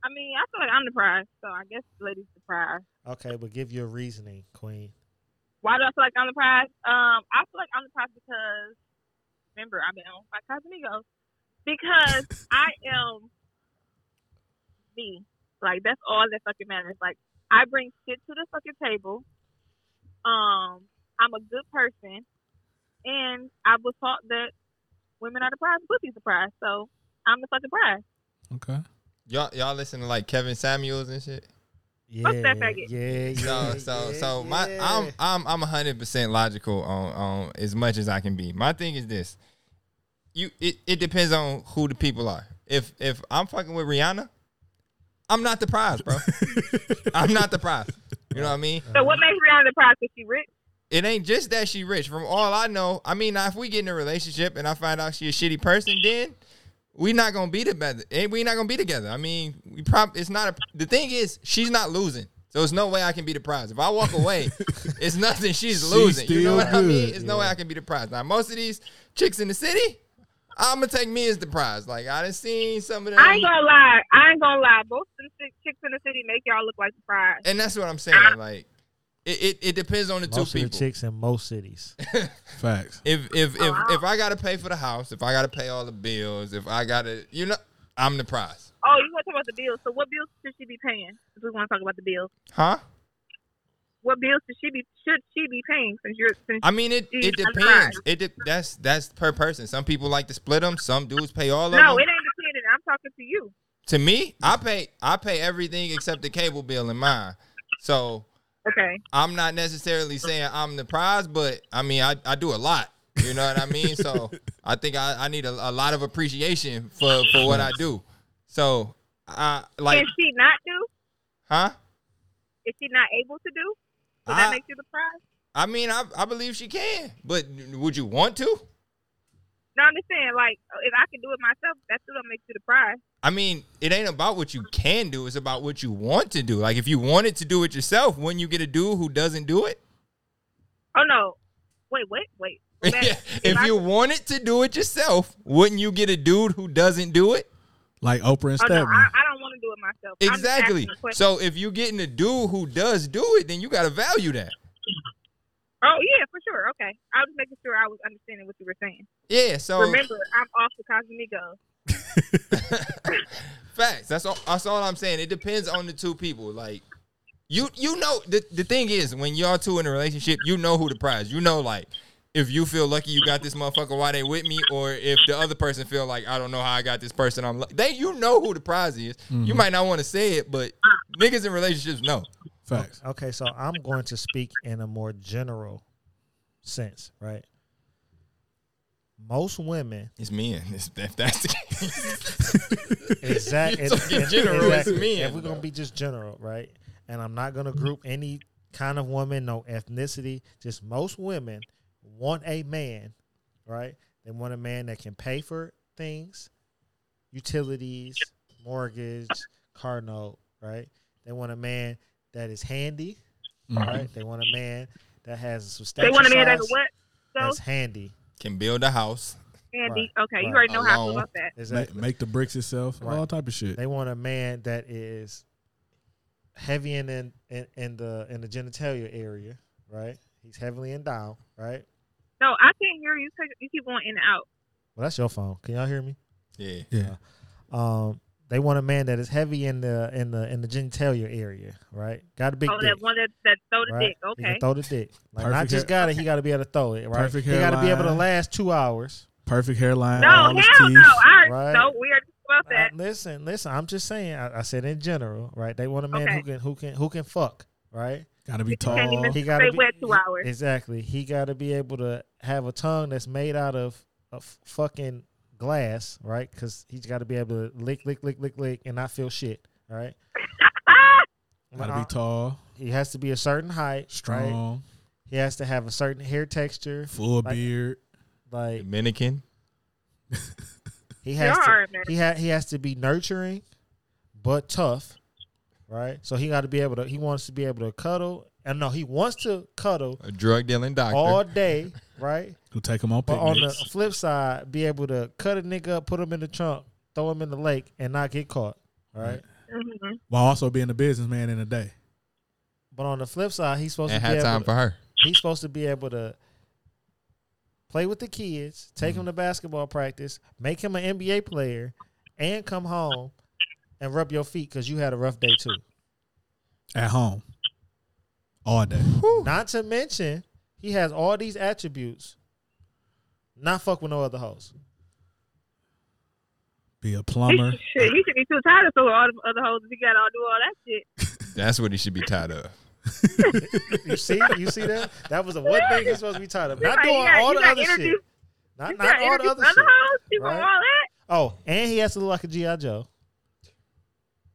Speaker 6: I mean, I feel like I'm the prize, so I guess the ladies the prize.
Speaker 2: Okay, but give your reasoning, Queen.
Speaker 6: Why do I feel like I'm the prize? Um, I feel like I'm the prize because remember I've been on my Casamigos because I am me. Like that's all that fucking matters. Like I bring shit to the fucking table. Um, I'm a good person, and I was taught that women are the prize, pussies the prize. So I'm the fucking prize.
Speaker 1: Okay.
Speaker 4: [LAUGHS] y'all y'all listen to like Kevin Samuels and shit.
Speaker 2: Yeah,
Speaker 6: Fuck that faggot.
Speaker 2: yeah, yeah.
Speaker 4: So so
Speaker 2: yeah,
Speaker 4: so my
Speaker 2: yeah.
Speaker 4: I'm I'm I'm hundred percent logical on on as much as I can be. My thing is this. You it, it depends on who the people are. If if I'm fucking with Rihanna, I'm not the
Speaker 2: [LAUGHS]
Speaker 4: prize, bro. I'm not the prize. You know what I mean?
Speaker 2: Uh,
Speaker 6: So what makes Rihanna the prize? Cause she rich.
Speaker 4: it ain't just that she rich. From all I know, I mean, now if we get in a relationship and I find out she a shitty person, then we not gonna be together. Eh, We not gonna be together. I mean, we prob it's not a. The thing is, she's not losing, so it's no way I can be the prize. If I
Speaker 2: [LAUGHS]
Speaker 4: walk away, it's nothing. She's losing. you
Speaker 1: still
Speaker 4: know what I mean?
Speaker 1: good.
Speaker 4: It's no way I can be the prize. Now most of these chicks in the city, I'm gonna take me as the prize. Like I done seen some of them,
Speaker 6: I ain't gonna lie. I ain't gonna lie. Both of the chicks in the city make y'all look like the prize.
Speaker 4: and that's what I'm saying. Like it, it, it depends on the
Speaker 2: most
Speaker 4: two
Speaker 2: of
Speaker 4: people.
Speaker 2: the chicks in most cities.
Speaker 1: Facts.
Speaker 4: If if if,
Speaker 6: Oh, wow.
Speaker 4: if I gotta pay for the house, if I gotta pay all the bills, if I gotta, you know, I'm the prize,
Speaker 6: Oh, you want to talk about the bills? So what bills should she be paying? If we want to talk about the bills,
Speaker 4: huh?
Speaker 6: what bills should she be should she be paying? Since you're since
Speaker 4: I mean, it it
Speaker 6: I'm the
Speaker 4: depends.
Speaker 6: prize.
Speaker 4: It de- that's that's per person. Some people like to split them. Some dudes pay all of
Speaker 6: no, it
Speaker 4: them.
Speaker 6: ain't dependent. I'm talking to you.
Speaker 4: To me, I pay I pay everything except the cable bill in mine. So
Speaker 6: Okay,
Speaker 4: I'm not necessarily saying I'm the prize, but I mean, I, I do a lot. You know what I mean? So I think I, I need a, a lot of appreciation for for what I do. So I like,
Speaker 6: can she not do?
Speaker 4: huh?
Speaker 6: Is she not able to do? So that
Speaker 4: I-
Speaker 6: makes you the prize.
Speaker 4: I mean, I, I believe she can, but would you want to?
Speaker 6: No, I'm just saying, like, if I can do it myself, that still don't make you the prize.
Speaker 4: I mean, it ain't about what you can do; it's about what you want to do. Like, if you wanted to do it yourself, wouldn't you get a dude who doesn't do it? [LAUGHS]
Speaker 6: Oh no, wait, wait, wait. Go back.
Speaker 4: if
Speaker 6: I-
Speaker 4: you wanted to do it yourself, wouldn't you get a dude who doesn't do it?
Speaker 1: Like Oprah and
Speaker 6: oh no,
Speaker 1: Stephen.
Speaker 6: I, I don't want to do it myself. I'm just asking
Speaker 4: Exactly.
Speaker 6: a question.
Speaker 4: So, if you getting a dude who does do it, then you got to value that.
Speaker 6: oh yeah, for sure. Okay. I was making sure I was understanding what you were saying.
Speaker 4: Yeah, so
Speaker 6: Remember, I'm off the Cosmigos.
Speaker 4: facts. That's all that's all I'm saying. It depends on the two people. Like you you know the, the thing is when y'all two in a relationship, you know who the prize. You know like if you feel lucky you got this motherfucker why they with me, or if the other person feel like I don't know how I got this person, I'm like they you know who the prize is. You might not want to say it, but niggas in relationships know.
Speaker 1: Facts.
Speaker 2: Okay, so I'm going to speak in a more general sense, right? Most women,
Speaker 4: It's men. It's, if that's the case. [LAUGHS]
Speaker 2: exactly.
Speaker 4: So in general, it's men,
Speaker 2: If we're gonna
Speaker 4: though.
Speaker 2: be just general, right? And I'm not gonna group any kind of woman, no ethnicity. Just most women want a man, right? They want a man that can pay for things, utilities, mortgage, car note, right? They want a man that is handy,
Speaker 1: Mm-hmm.
Speaker 2: right? They want a man that has a
Speaker 6: They
Speaker 2: substantial.
Speaker 6: want a man that
Speaker 2: size
Speaker 6: what? So,
Speaker 2: That's handy.
Speaker 4: Can build a house.
Speaker 6: Andy.
Speaker 2: right,
Speaker 6: okay, you
Speaker 2: right.
Speaker 6: already know how I feel
Speaker 4: Alone.
Speaker 6: about that.
Speaker 1: Ma-
Speaker 2: Exactly.
Speaker 1: make the bricks itself. All
Speaker 2: Right.
Speaker 1: type of shit.
Speaker 2: They want a man that is heavy in in, in, in the in the genitalia area, right? He's heavily endowed, right?
Speaker 6: No, I can't hear you. 'cause You keep going in and out.
Speaker 2: Well, that's your phone. Can y'all hear me?
Speaker 4: Yeah.
Speaker 2: Uh,
Speaker 1: Yeah.
Speaker 2: Um, they want a man that is heavy in the in the in the genitalia area, right? Got a big
Speaker 6: oh,
Speaker 2: dick.
Speaker 6: that one that, that throw the
Speaker 2: right?
Speaker 6: dick.
Speaker 2: He can
Speaker 6: Okay.
Speaker 2: throw the dick. Like not
Speaker 1: Perfect
Speaker 2: just got it. He got to be able to throw it. Right.
Speaker 1: Perfect
Speaker 2: he got to be able to
Speaker 1: hairline.
Speaker 2: last two hours.
Speaker 1: Perfect hairline.
Speaker 6: No,
Speaker 1: all
Speaker 6: hell
Speaker 1: his teeth.
Speaker 6: no. I already
Speaker 2: Right.
Speaker 6: so weird about
Speaker 2: I-
Speaker 6: that.
Speaker 2: listen, listen. I'm just saying. I, I said in general, right? They want a man who
Speaker 6: Okay.
Speaker 2: can who can who can fuck, right?
Speaker 1: Gotta be tall.
Speaker 6: can't even
Speaker 2: Oh, He got
Speaker 6: stay wet two hours.
Speaker 2: Exactly. He got to be able to have a tongue that's made out of a f- fucking glass, right? Because he's got to be able to lick, lick, lick, lick, lick, and not feel shit, right?
Speaker 6: Ah,
Speaker 1: Gotta be tall,
Speaker 2: He has to be a certain height, right?
Speaker 1: strong,
Speaker 2: He has to have a certain hair texture.
Speaker 1: full
Speaker 2: Like-
Speaker 1: beard.
Speaker 2: Like
Speaker 4: Dominican.
Speaker 2: he has
Speaker 6: Darn,
Speaker 2: to,
Speaker 6: man.
Speaker 2: he ha- he has to be nurturing, but tough, right? So he got to be able to. He wants to be able to cuddle, and no, he wants to cuddle
Speaker 4: A drug dealing doctor.
Speaker 2: all day, right?
Speaker 1: Who take him on
Speaker 2: But on the
Speaker 1: picnics?
Speaker 2: flip side, be able to cut a nigga up, put him in the trunk, throw him in the lake, and not get caught. All right.
Speaker 6: mhm.
Speaker 1: While also being a businessman in a day.
Speaker 2: But on the flip side, he's supposed
Speaker 4: and
Speaker 2: to be
Speaker 4: had
Speaker 2: able
Speaker 4: time
Speaker 2: to,
Speaker 4: for her.
Speaker 2: he's supposed to be able to play with the kids, take
Speaker 4: Mm-hmm.
Speaker 2: him to basketball practice, make him an NBA player, and come home and rub your feet because you had a rough day too.
Speaker 1: At home. All day.
Speaker 2: Not to mention, he has all these attributes. Not fuck with no other hoes.
Speaker 1: Be a
Speaker 6: He
Speaker 1: plumber.
Speaker 6: should- [LAUGHS] Shit, he should be too tired of throwing all the other hoes. if He got all do all that shit.
Speaker 4: That's what he should be tired of.
Speaker 2: You see, you see that? That was the one thing he's supposed to be tired of.
Speaker 6: You
Speaker 2: Not
Speaker 6: got- you
Speaker 2: doing
Speaker 6: got-
Speaker 2: all
Speaker 6: you
Speaker 2: the
Speaker 6: got
Speaker 2: other
Speaker 6: energy-
Speaker 2: shit.
Speaker 6: You
Speaker 2: Not
Speaker 6: got
Speaker 2: not all
Speaker 6: energy
Speaker 2: the other
Speaker 6: for
Speaker 2: shit.
Speaker 6: hoes. You want
Speaker 2: right?
Speaker 6: all that?
Speaker 2: Oh, and he has to look like a GI Joe,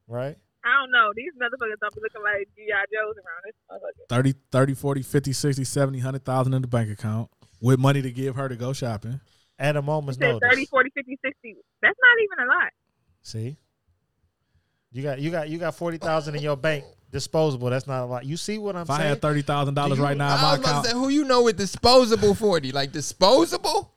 Speaker 2: right?
Speaker 6: I don't know. These motherfuckers don't be looking like G.I. Joes around this motherfucker.
Speaker 1: 30, 30, 40, 50, 60, 70, 100,000 in the bank account with money to give her to go shopping.
Speaker 2: At a
Speaker 6: You
Speaker 2: moment's
Speaker 6: said
Speaker 2: notice.
Speaker 6: 30, 40, 50, 60. That's not even a lot.
Speaker 2: See, you got you got you got forty thousand in your bank disposable. That's not a lot. You see what I'm
Speaker 1: If I
Speaker 2: saying?
Speaker 1: had $30,000
Speaker 4: You-
Speaker 1: right now in
Speaker 4: I
Speaker 1: my
Speaker 4: was about
Speaker 1: account,
Speaker 4: to say, who you know with disposable forty? Like disposable?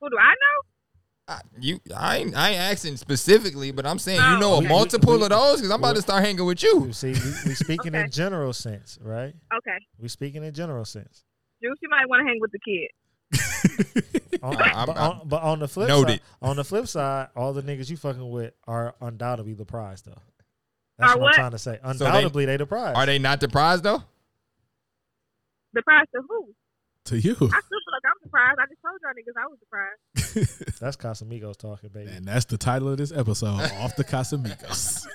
Speaker 6: Who do I know?
Speaker 4: I, you, I ain't, I ain't asking specifically, but I'm saying you
Speaker 6: No.
Speaker 4: know a
Speaker 2: We-
Speaker 4: multiple
Speaker 2: we-
Speaker 4: of those because I'm about to start hanging with you.
Speaker 2: you see, we, we speaking
Speaker 6: Okay.
Speaker 2: in general sense, right?
Speaker 6: Okay.
Speaker 2: We speaking in general
Speaker 4: [LAUGHS]
Speaker 2: sense.
Speaker 6: Juice, you might want to hang with the kid.
Speaker 2: On-
Speaker 4: I- I'm-
Speaker 2: but,
Speaker 4: I'm-
Speaker 2: on, but on the flip
Speaker 4: Noted.
Speaker 2: side, on the flip side, all the niggas you fucking with are undoubtedly the prize, though.
Speaker 6: Are
Speaker 2: That's what,
Speaker 6: what?
Speaker 2: I'm trying to say.
Speaker 4: they-
Speaker 2: Undoubtedly, they, the prize.
Speaker 4: Are they not the prize though?
Speaker 6: The prize to who?
Speaker 1: to you.
Speaker 6: I still feel like I'm surprised. I just told y'all niggas I was surprised. [LAUGHS]
Speaker 2: That's Casamigos talking, baby.
Speaker 1: And that's the title of this episode, Off the Casamigos.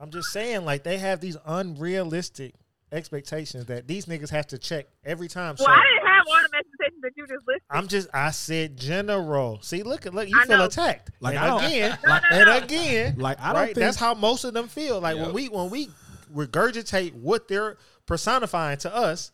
Speaker 2: I'm just saying, like they have these unrealistic expectations that these niggas have to check every time.
Speaker 6: well,
Speaker 2: so
Speaker 6: I didn't have all the expectations that you just listed.
Speaker 2: I'm just, I said general. See, look at look, you
Speaker 6: I
Speaker 2: feel
Speaker 6: know.
Speaker 2: attacked.
Speaker 1: Like,
Speaker 2: and
Speaker 1: I don't-
Speaker 2: again,
Speaker 1: [LAUGHS] like-
Speaker 2: and again,
Speaker 1: Like, I don't
Speaker 2: right?
Speaker 1: think-
Speaker 2: that's how most of them feel. Like
Speaker 4: Yep.
Speaker 2: when we when we regurgitate what they're personifying to us,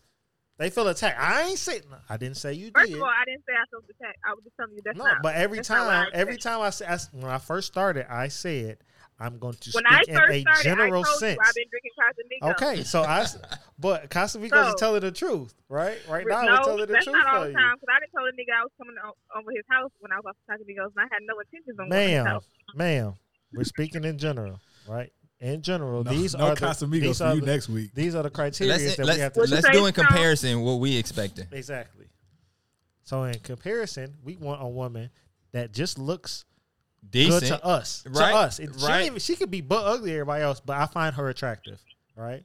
Speaker 2: they feel attacked. I ain't say, I didn't say you
Speaker 6: First
Speaker 2: did.
Speaker 6: of all, I didn't say I was attacked. I was just telling you that's
Speaker 2: no,
Speaker 6: not.
Speaker 2: but every
Speaker 6: that's not what
Speaker 2: time,
Speaker 6: I
Speaker 2: every
Speaker 6: said.
Speaker 2: time I said, I s- when I first started, I said I'm going to
Speaker 6: When I
Speaker 2: speak
Speaker 6: first
Speaker 2: in a
Speaker 6: started,
Speaker 2: general
Speaker 6: I told
Speaker 2: sense.
Speaker 6: you I've been drinking [LAUGHS] Casamigos.
Speaker 2: Okay, so I, s- but Casamigos is
Speaker 6: So-
Speaker 2: telling the truth, right? Right now,
Speaker 6: no,
Speaker 2: we're telling the
Speaker 6: that's
Speaker 2: truth
Speaker 6: not all
Speaker 2: for
Speaker 6: the
Speaker 2: you,
Speaker 6: time. Because I didn't tell the nigga I was coming o- over his house when I was off to Casamigos, and I had no intentions on going to his
Speaker 2: ma'am,
Speaker 6: house.
Speaker 2: ma'am. We're speaking in general, right? in general,
Speaker 1: No,
Speaker 2: [LAUGHS] these
Speaker 1: no
Speaker 2: are the,
Speaker 1: Casamigos
Speaker 2: these
Speaker 1: for
Speaker 2: are
Speaker 1: you
Speaker 2: the-
Speaker 1: next week.
Speaker 2: These are the criteria
Speaker 4: Let's,
Speaker 2: that we have
Speaker 4: let's,
Speaker 2: to
Speaker 6: Would you
Speaker 4: let's
Speaker 6: say
Speaker 4: do in
Speaker 6: it's not-
Speaker 4: comparison what we expecting.
Speaker 2: Exactly. So in comparison, we want a woman that just looks good
Speaker 4: Decent.
Speaker 2: to us.
Speaker 4: Right,
Speaker 2: To us. It- She,
Speaker 4: right.
Speaker 2: ain't even- she could be butt ugly to everybody else, but I find her attractive. Right?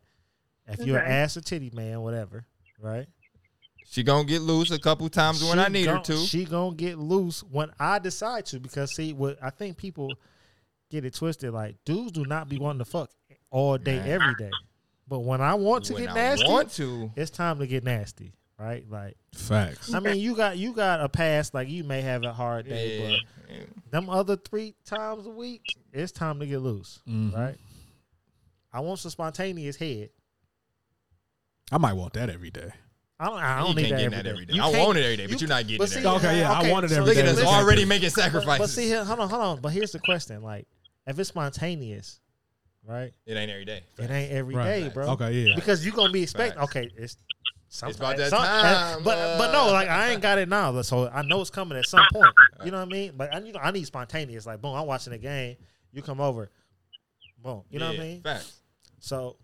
Speaker 2: If you're an
Speaker 6: Okay.
Speaker 2: ass or titty man, whatever, right?
Speaker 4: She gonna get loose a couple times when
Speaker 2: She
Speaker 4: I need her
Speaker 2: gon-
Speaker 4: to.
Speaker 2: She gonna get loose when I decide to because see what I think people get it twisted. Like dudes do not be wanting to fuck all day
Speaker 4: Nah.
Speaker 2: every day, but when I want to
Speaker 4: when
Speaker 2: get
Speaker 4: I
Speaker 2: nasty,
Speaker 4: want to.
Speaker 2: it's time to get nasty, right? Like
Speaker 1: Facts.
Speaker 4: [LAUGHS]
Speaker 2: I mean, you got you got a pass. Like you may have a hard day,
Speaker 4: Yeah.
Speaker 2: but them other three times a week, it's time to get loose,
Speaker 4: Mm-hmm.
Speaker 1: Mhm.
Speaker 2: right? I want some spontaneous head.
Speaker 1: I might want that every day.
Speaker 2: I don't. I
Speaker 4: You
Speaker 2: don't need
Speaker 4: can't
Speaker 2: that
Speaker 4: get
Speaker 2: every
Speaker 4: that
Speaker 2: day.
Speaker 4: every day.
Speaker 2: You
Speaker 4: I
Speaker 2: can't-
Speaker 4: want it every day, but you're not getting it
Speaker 2: see-
Speaker 4: every day.
Speaker 1: Okay, yeah, I want it every
Speaker 4: Look at
Speaker 1: day.
Speaker 4: us
Speaker 1: Listen,
Speaker 4: already making
Speaker 2: But,
Speaker 4: sacrifices.
Speaker 2: but see here, hold on, hold on. But here's the question: like, if it's spontaneous, right?
Speaker 4: it ain't every day.
Speaker 2: It ain't every day,
Speaker 1: Right.
Speaker 2: bro.
Speaker 1: Okay, yeah.
Speaker 2: Because you gonna be expecting.
Speaker 4: Facts.
Speaker 2: Okay, it's something.
Speaker 4: about that
Speaker 2: some- eh,
Speaker 4: time,
Speaker 2: But but no,
Speaker 4: uh.
Speaker 2: like I ain't got it now. So I know it's coming at some point. You know what I mean? Like I need I need spontaneous. Like boom, I'm watching the game. You come over. Boom. You know what I
Speaker 4: Yeah,
Speaker 2: mean?
Speaker 4: Facts.
Speaker 2: So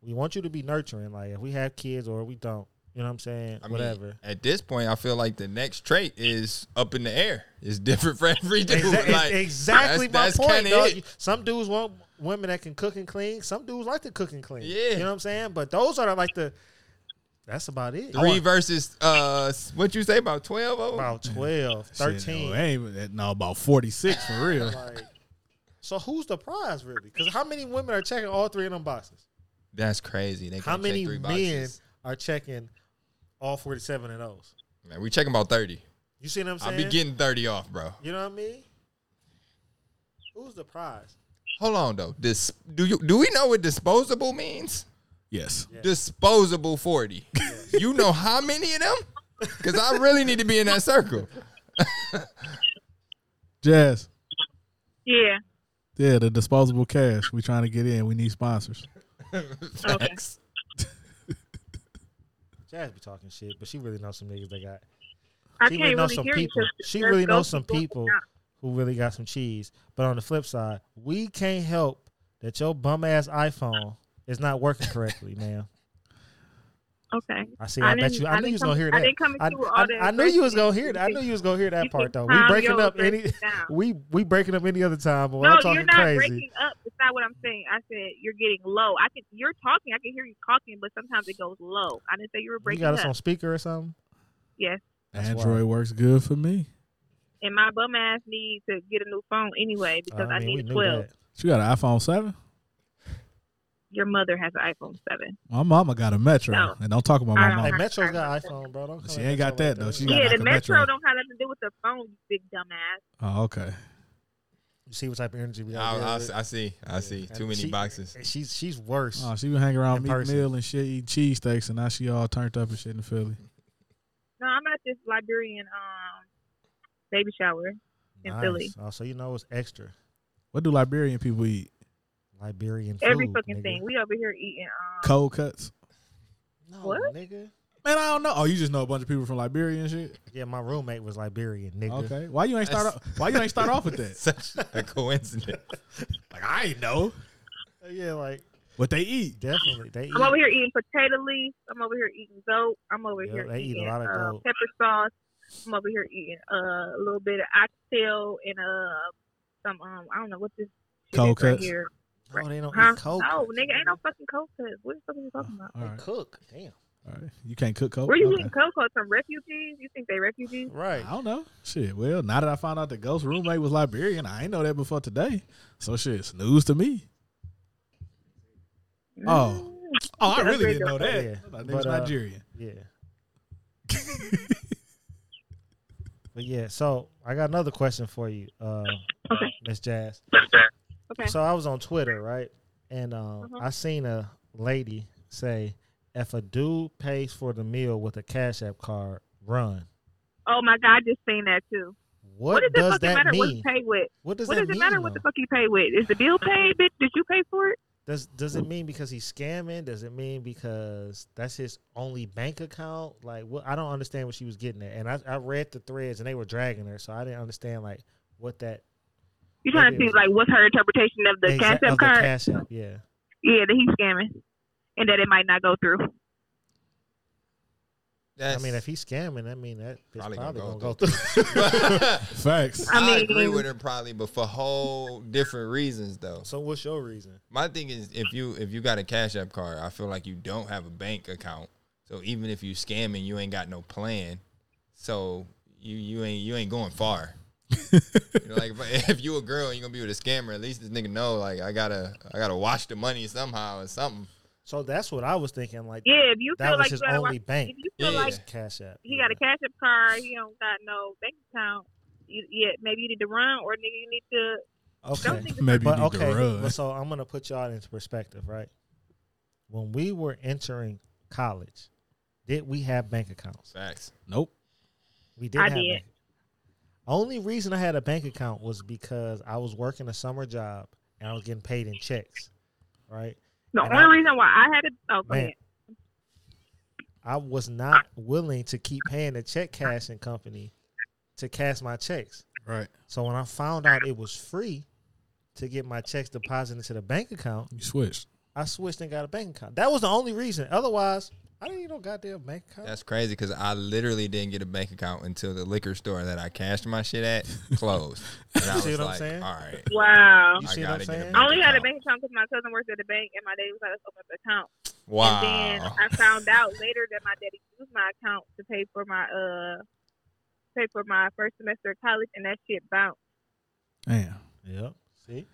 Speaker 2: we want you to be nurturing. Like if we have kids or we don't. You know what I'm saying?
Speaker 4: I mean,
Speaker 2: Whatever.
Speaker 4: at this point, I feel like the next trait is up in the air. It's different for [LAUGHS] every dude.
Speaker 2: Exactly,
Speaker 4: like,
Speaker 2: exactly
Speaker 4: that's,
Speaker 2: my
Speaker 4: that's
Speaker 2: point.
Speaker 4: kinda
Speaker 2: Dog.
Speaker 4: it.
Speaker 2: Some dudes want women that can cook and clean. Some dudes like to cook and clean.
Speaker 4: Yeah.
Speaker 2: you know what I'm saying. But those are like the. That's about it.
Speaker 4: Three versus uh, what you say about twelve of them?
Speaker 2: about 12,
Speaker 1: Mm. Shit,
Speaker 2: 13.
Speaker 1: no, I ain't even- no, about 46 for real.
Speaker 2: [LAUGHS] like, so who's the prize really? Because how many women are checking all three of them boxes?
Speaker 4: That's crazy. They
Speaker 2: How
Speaker 4: can't check
Speaker 2: many
Speaker 4: three
Speaker 2: men
Speaker 4: boxes.
Speaker 2: are checking all 47 of those?
Speaker 4: Man, we checking about thirty.
Speaker 2: You see what I'm saying?
Speaker 4: I'll be getting thirty off, bro.
Speaker 2: you know what I mean? Who's the prize?
Speaker 4: Hold on though. Dis- do you do we know what disposable means?
Speaker 1: Yes.
Speaker 2: Yeah. [LAUGHS]
Speaker 4: Disposable forty. you know how many of them? Because I really need to be in
Speaker 2: [LAUGHS]
Speaker 4: that circle.
Speaker 1: Jazz.
Speaker 2: [LAUGHS]
Speaker 6: Yeah.
Speaker 1: Yeah, the disposable cash. We trying to get in. We need sponsors.
Speaker 4: Facts.
Speaker 2: Jazz be talking shit, but she really knows some niggas that got.
Speaker 6: I
Speaker 2: She really
Speaker 6: can't really
Speaker 2: knows some
Speaker 6: hear you
Speaker 2: people.
Speaker 6: 'cause
Speaker 2: She
Speaker 6: there's
Speaker 2: really knows
Speaker 6: ghosts
Speaker 2: some
Speaker 6: going
Speaker 2: people
Speaker 6: out.
Speaker 2: who really got some cheese. But on the flip side, we can't help that your bum ass iPhone is not working correctly, ma'am.
Speaker 6: Okay.
Speaker 2: I see. I, bet
Speaker 6: didn't-
Speaker 2: you. I, knew
Speaker 6: didn't
Speaker 2: you was
Speaker 6: come-
Speaker 2: gonna hear
Speaker 6: I
Speaker 2: that.
Speaker 6: didn't come into
Speaker 2: I,
Speaker 6: all
Speaker 2: I-
Speaker 6: that
Speaker 2: I knew you was
Speaker 6: aggressive.
Speaker 2: gonna hear that. I knew you was gonna hear that
Speaker 6: You
Speaker 2: part
Speaker 6: can
Speaker 2: though. We
Speaker 6: calm
Speaker 2: breaking
Speaker 6: your
Speaker 2: up any.
Speaker 6: aggression down.
Speaker 2: We we breaking up any other time, but when
Speaker 6: No,
Speaker 2: I'm talking
Speaker 6: you're not
Speaker 2: crazy.
Speaker 6: breaking up. It's not what I'm saying. I said you're getting low. I can. You're talking. I can hear you talking, but sometimes it goes low. I didn't say you were
Speaker 2: you
Speaker 6: breaking
Speaker 2: got
Speaker 6: up.
Speaker 2: us on speaker or something.
Speaker 6: Yes.
Speaker 2: That's
Speaker 1: Android works good for me.
Speaker 6: And my bum ass needs to get a new phone anyway because I,
Speaker 2: mean, we
Speaker 6: need a
Speaker 2: knew
Speaker 6: 12.
Speaker 2: that.
Speaker 1: She got an iPhone 7.
Speaker 6: Your mother has an iPhone 7.
Speaker 1: My mama got a Metro.
Speaker 6: No.
Speaker 1: And don't talk about my
Speaker 6: I don't.
Speaker 2: Hey,
Speaker 1: mama.
Speaker 2: Metro's got iPhone, bro. Don't come
Speaker 1: She
Speaker 2: at
Speaker 1: ain't
Speaker 2: Metro
Speaker 1: got
Speaker 2: like
Speaker 1: that, though. She got
Speaker 6: Yeah,
Speaker 1: like
Speaker 6: the
Speaker 1: a
Speaker 6: Metro,
Speaker 1: Metro.
Speaker 6: don't have nothing to do with the phone, you big dumbass.
Speaker 1: Oh, okay.
Speaker 2: You see what type of energy we
Speaker 4: I,
Speaker 2: got.
Speaker 4: I- I see. I see. Too many
Speaker 2: she,
Speaker 4: boxes.
Speaker 2: She's she's worse.
Speaker 1: Oh, she been hanging around
Speaker 2: In
Speaker 1: me
Speaker 2: person.
Speaker 1: meal and shit, eat cheesesteaks, and now she all turned up and shit in Philly.
Speaker 6: No, I'm at this Liberian um baby shower in
Speaker 2: Nice.
Speaker 6: Philly.
Speaker 2: Oh, so you know it's extra
Speaker 1: What do Liberian people eat?
Speaker 2: Liberian.
Speaker 6: Every
Speaker 2: food,
Speaker 6: fucking
Speaker 2: nigga.
Speaker 6: thing. We over here eating um
Speaker 1: Cold cuts?
Speaker 2: No,
Speaker 6: What?
Speaker 2: nigga.
Speaker 1: Man, I don't know. Oh, you just know a bunch of people from Liberia and shit.
Speaker 2: Yeah, my roommate was Liberian, nigga.
Speaker 1: Okay, why you ain't start? Off, why you ain't start off with
Speaker 2: [LAUGHS]
Speaker 1: that?
Speaker 4: Such a coincidence.
Speaker 1: Like I ain't know
Speaker 2: Uh, Yeah, like
Speaker 1: what they eat.
Speaker 2: definitely they.
Speaker 6: I'm
Speaker 2: eat-
Speaker 6: over here eating potato leaves. I'm over here eating goat. I'm over
Speaker 2: Yeah,
Speaker 6: here
Speaker 2: they eat a
Speaker 6: eating
Speaker 2: lot of
Speaker 6: uh,
Speaker 2: goat.
Speaker 6: pepper sauce. I'm over here eating uh, a little bit of oxtail and uh some um I don't know what this shit
Speaker 1: Cold
Speaker 6: is right
Speaker 1: cuts?
Speaker 6: here.
Speaker 2: No, they don't
Speaker 6: Huh?
Speaker 2: eat coke.
Speaker 6: No, nigga, ain't no fucking cold cuts. What the fuck are you talking about?
Speaker 1: All right,
Speaker 2: cook. Damn.
Speaker 1: all right. You can't cook
Speaker 2: Oh,
Speaker 1: cold.
Speaker 6: Where you
Speaker 1: Okay.
Speaker 6: eating cold cuts? Some refugees? You think they refugees?
Speaker 2: Right.
Speaker 1: I don't know. Shit. Well, now that I found out the ghost roommate was Liberian, I ain't know that before today. So shit, it's news to me. Oh, oh, I
Speaker 6: Yeah,
Speaker 1: really didn't
Speaker 6: that's
Speaker 1: know that.
Speaker 2: yeah.
Speaker 1: I thought they
Speaker 2: But,
Speaker 1: was
Speaker 2: uh,
Speaker 1: Nigerian.
Speaker 2: Yeah. [LAUGHS] but yeah, so I got another question for you, uh,
Speaker 6: Okay.
Speaker 2: Miss Jazz.
Speaker 6: Okay.
Speaker 2: So I was on Twitter, right? And um,
Speaker 6: Uh-huh.
Speaker 2: I seen a lady say, "If a dude pays for the meal with a Cash App card, run."
Speaker 6: Oh my god, I just seen that too.
Speaker 2: What,
Speaker 6: what does, it
Speaker 2: does
Speaker 6: fucking
Speaker 2: that
Speaker 6: matter what
Speaker 2: mean?
Speaker 6: you pay with?
Speaker 2: What does
Speaker 6: what
Speaker 2: that
Speaker 6: does it
Speaker 2: mean?
Speaker 6: matter what
Speaker 2: though?
Speaker 6: the fuck you pay with? Is the bill paid, bitch? Did you pay for it?
Speaker 2: Does does it mean because he's scamming? Does it mean because that's his only bank account? Like, what? I don't understand what she was getting at. And I, I read the threads and they were dragging her, so I didn't understand like what that.
Speaker 6: You're trying to
Speaker 2: Maybe it was-
Speaker 6: see like what's her interpretation of the
Speaker 2: Exa-
Speaker 6: cash
Speaker 2: of
Speaker 6: app
Speaker 2: the
Speaker 6: card?
Speaker 2: Cash App, yeah.
Speaker 6: Yeah, that he's scamming, and that it might not go through.
Speaker 2: I
Speaker 4: That's,
Speaker 2: mean, if he's scamming, I mean that it's
Speaker 4: Probably
Speaker 2: probably,
Speaker 4: gonna
Speaker 2: gonna go
Speaker 4: go
Speaker 2: through. [LAUGHS]
Speaker 1: Facts.
Speaker 4: [LAUGHS]
Speaker 6: I
Speaker 4: I,
Speaker 6: mean-
Speaker 4: agree with her probably, but for whole different reasons though.
Speaker 2: so what's your reason?
Speaker 4: My thing is if you if you got a Cash App card, I feel like you don't have a bank account. So even if you scamming, you ain't got no plan. So you you ain't you ain't going far. You know, like if, if you a girl and you gonna be with a scammer, at least this nigga know like I gotta I gotta wash the money somehow or something.
Speaker 2: So that's what I was thinking. Like
Speaker 6: Yeah, if you
Speaker 2: that
Speaker 6: feel
Speaker 2: was
Speaker 6: like you
Speaker 2: his
Speaker 6: gotta
Speaker 2: only
Speaker 6: watch,
Speaker 2: bank.
Speaker 6: if you feel
Speaker 4: Yeah.
Speaker 6: like
Speaker 2: was Cash App.
Speaker 6: he got a cash up card, he don't got no bank account. You, yeah, maybe you need to run, or nigga, you need to. Don't
Speaker 2: Okay.
Speaker 6: think
Speaker 1: Maybe you
Speaker 2: But
Speaker 1: need
Speaker 2: okay,
Speaker 1: to run.
Speaker 2: but so I'm gonna put y'all into perspective, right? When we were entering college, did we have bank accounts?
Speaker 4: Facts.
Speaker 1: Nope.
Speaker 2: We did.
Speaker 6: I
Speaker 2: have
Speaker 6: did.
Speaker 2: Bank. Only reason I had a bank account was because I was working a summer job and I was getting paid in checks, right?
Speaker 6: The
Speaker 2: And
Speaker 6: only
Speaker 2: I-
Speaker 6: reason why I had it, oh, go
Speaker 2: Man.
Speaker 6: ahead.
Speaker 2: I was not willing to keep paying the check cashing company to cash my checks.
Speaker 1: Right.
Speaker 2: So when I found out it was free to get my checks deposited into the bank account,
Speaker 1: You switched.
Speaker 2: I switched and got a bank account. That was the only reason. Otherwise, I didn't need no goddamn bank account.
Speaker 4: That's crazy because I literally didn't get a bank account until the liquor store that I cashed my shit at
Speaker 2: [LAUGHS]
Speaker 4: closed. And I
Speaker 2: You see
Speaker 4: was
Speaker 2: what I'm
Speaker 4: like,
Speaker 2: saying?
Speaker 4: all right.
Speaker 6: Wow.
Speaker 2: You
Speaker 4: I
Speaker 2: see what I'm
Speaker 4: gotta get a
Speaker 2: saying?
Speaker 4: bank
Speaker 6: I only had a
Speaker 4: account.
Speaker 6: bank account because my cousin worked at the bank, and my daddy was like, let's open up an account.
Speaker 4: Wow.
Speaker 6: And then uh, I found out later that my daddy used my account to pay for my uh pay for my first semester of college, and that shit bounced.
Speaker 1: Damn.
Speaker 2: Yep. See?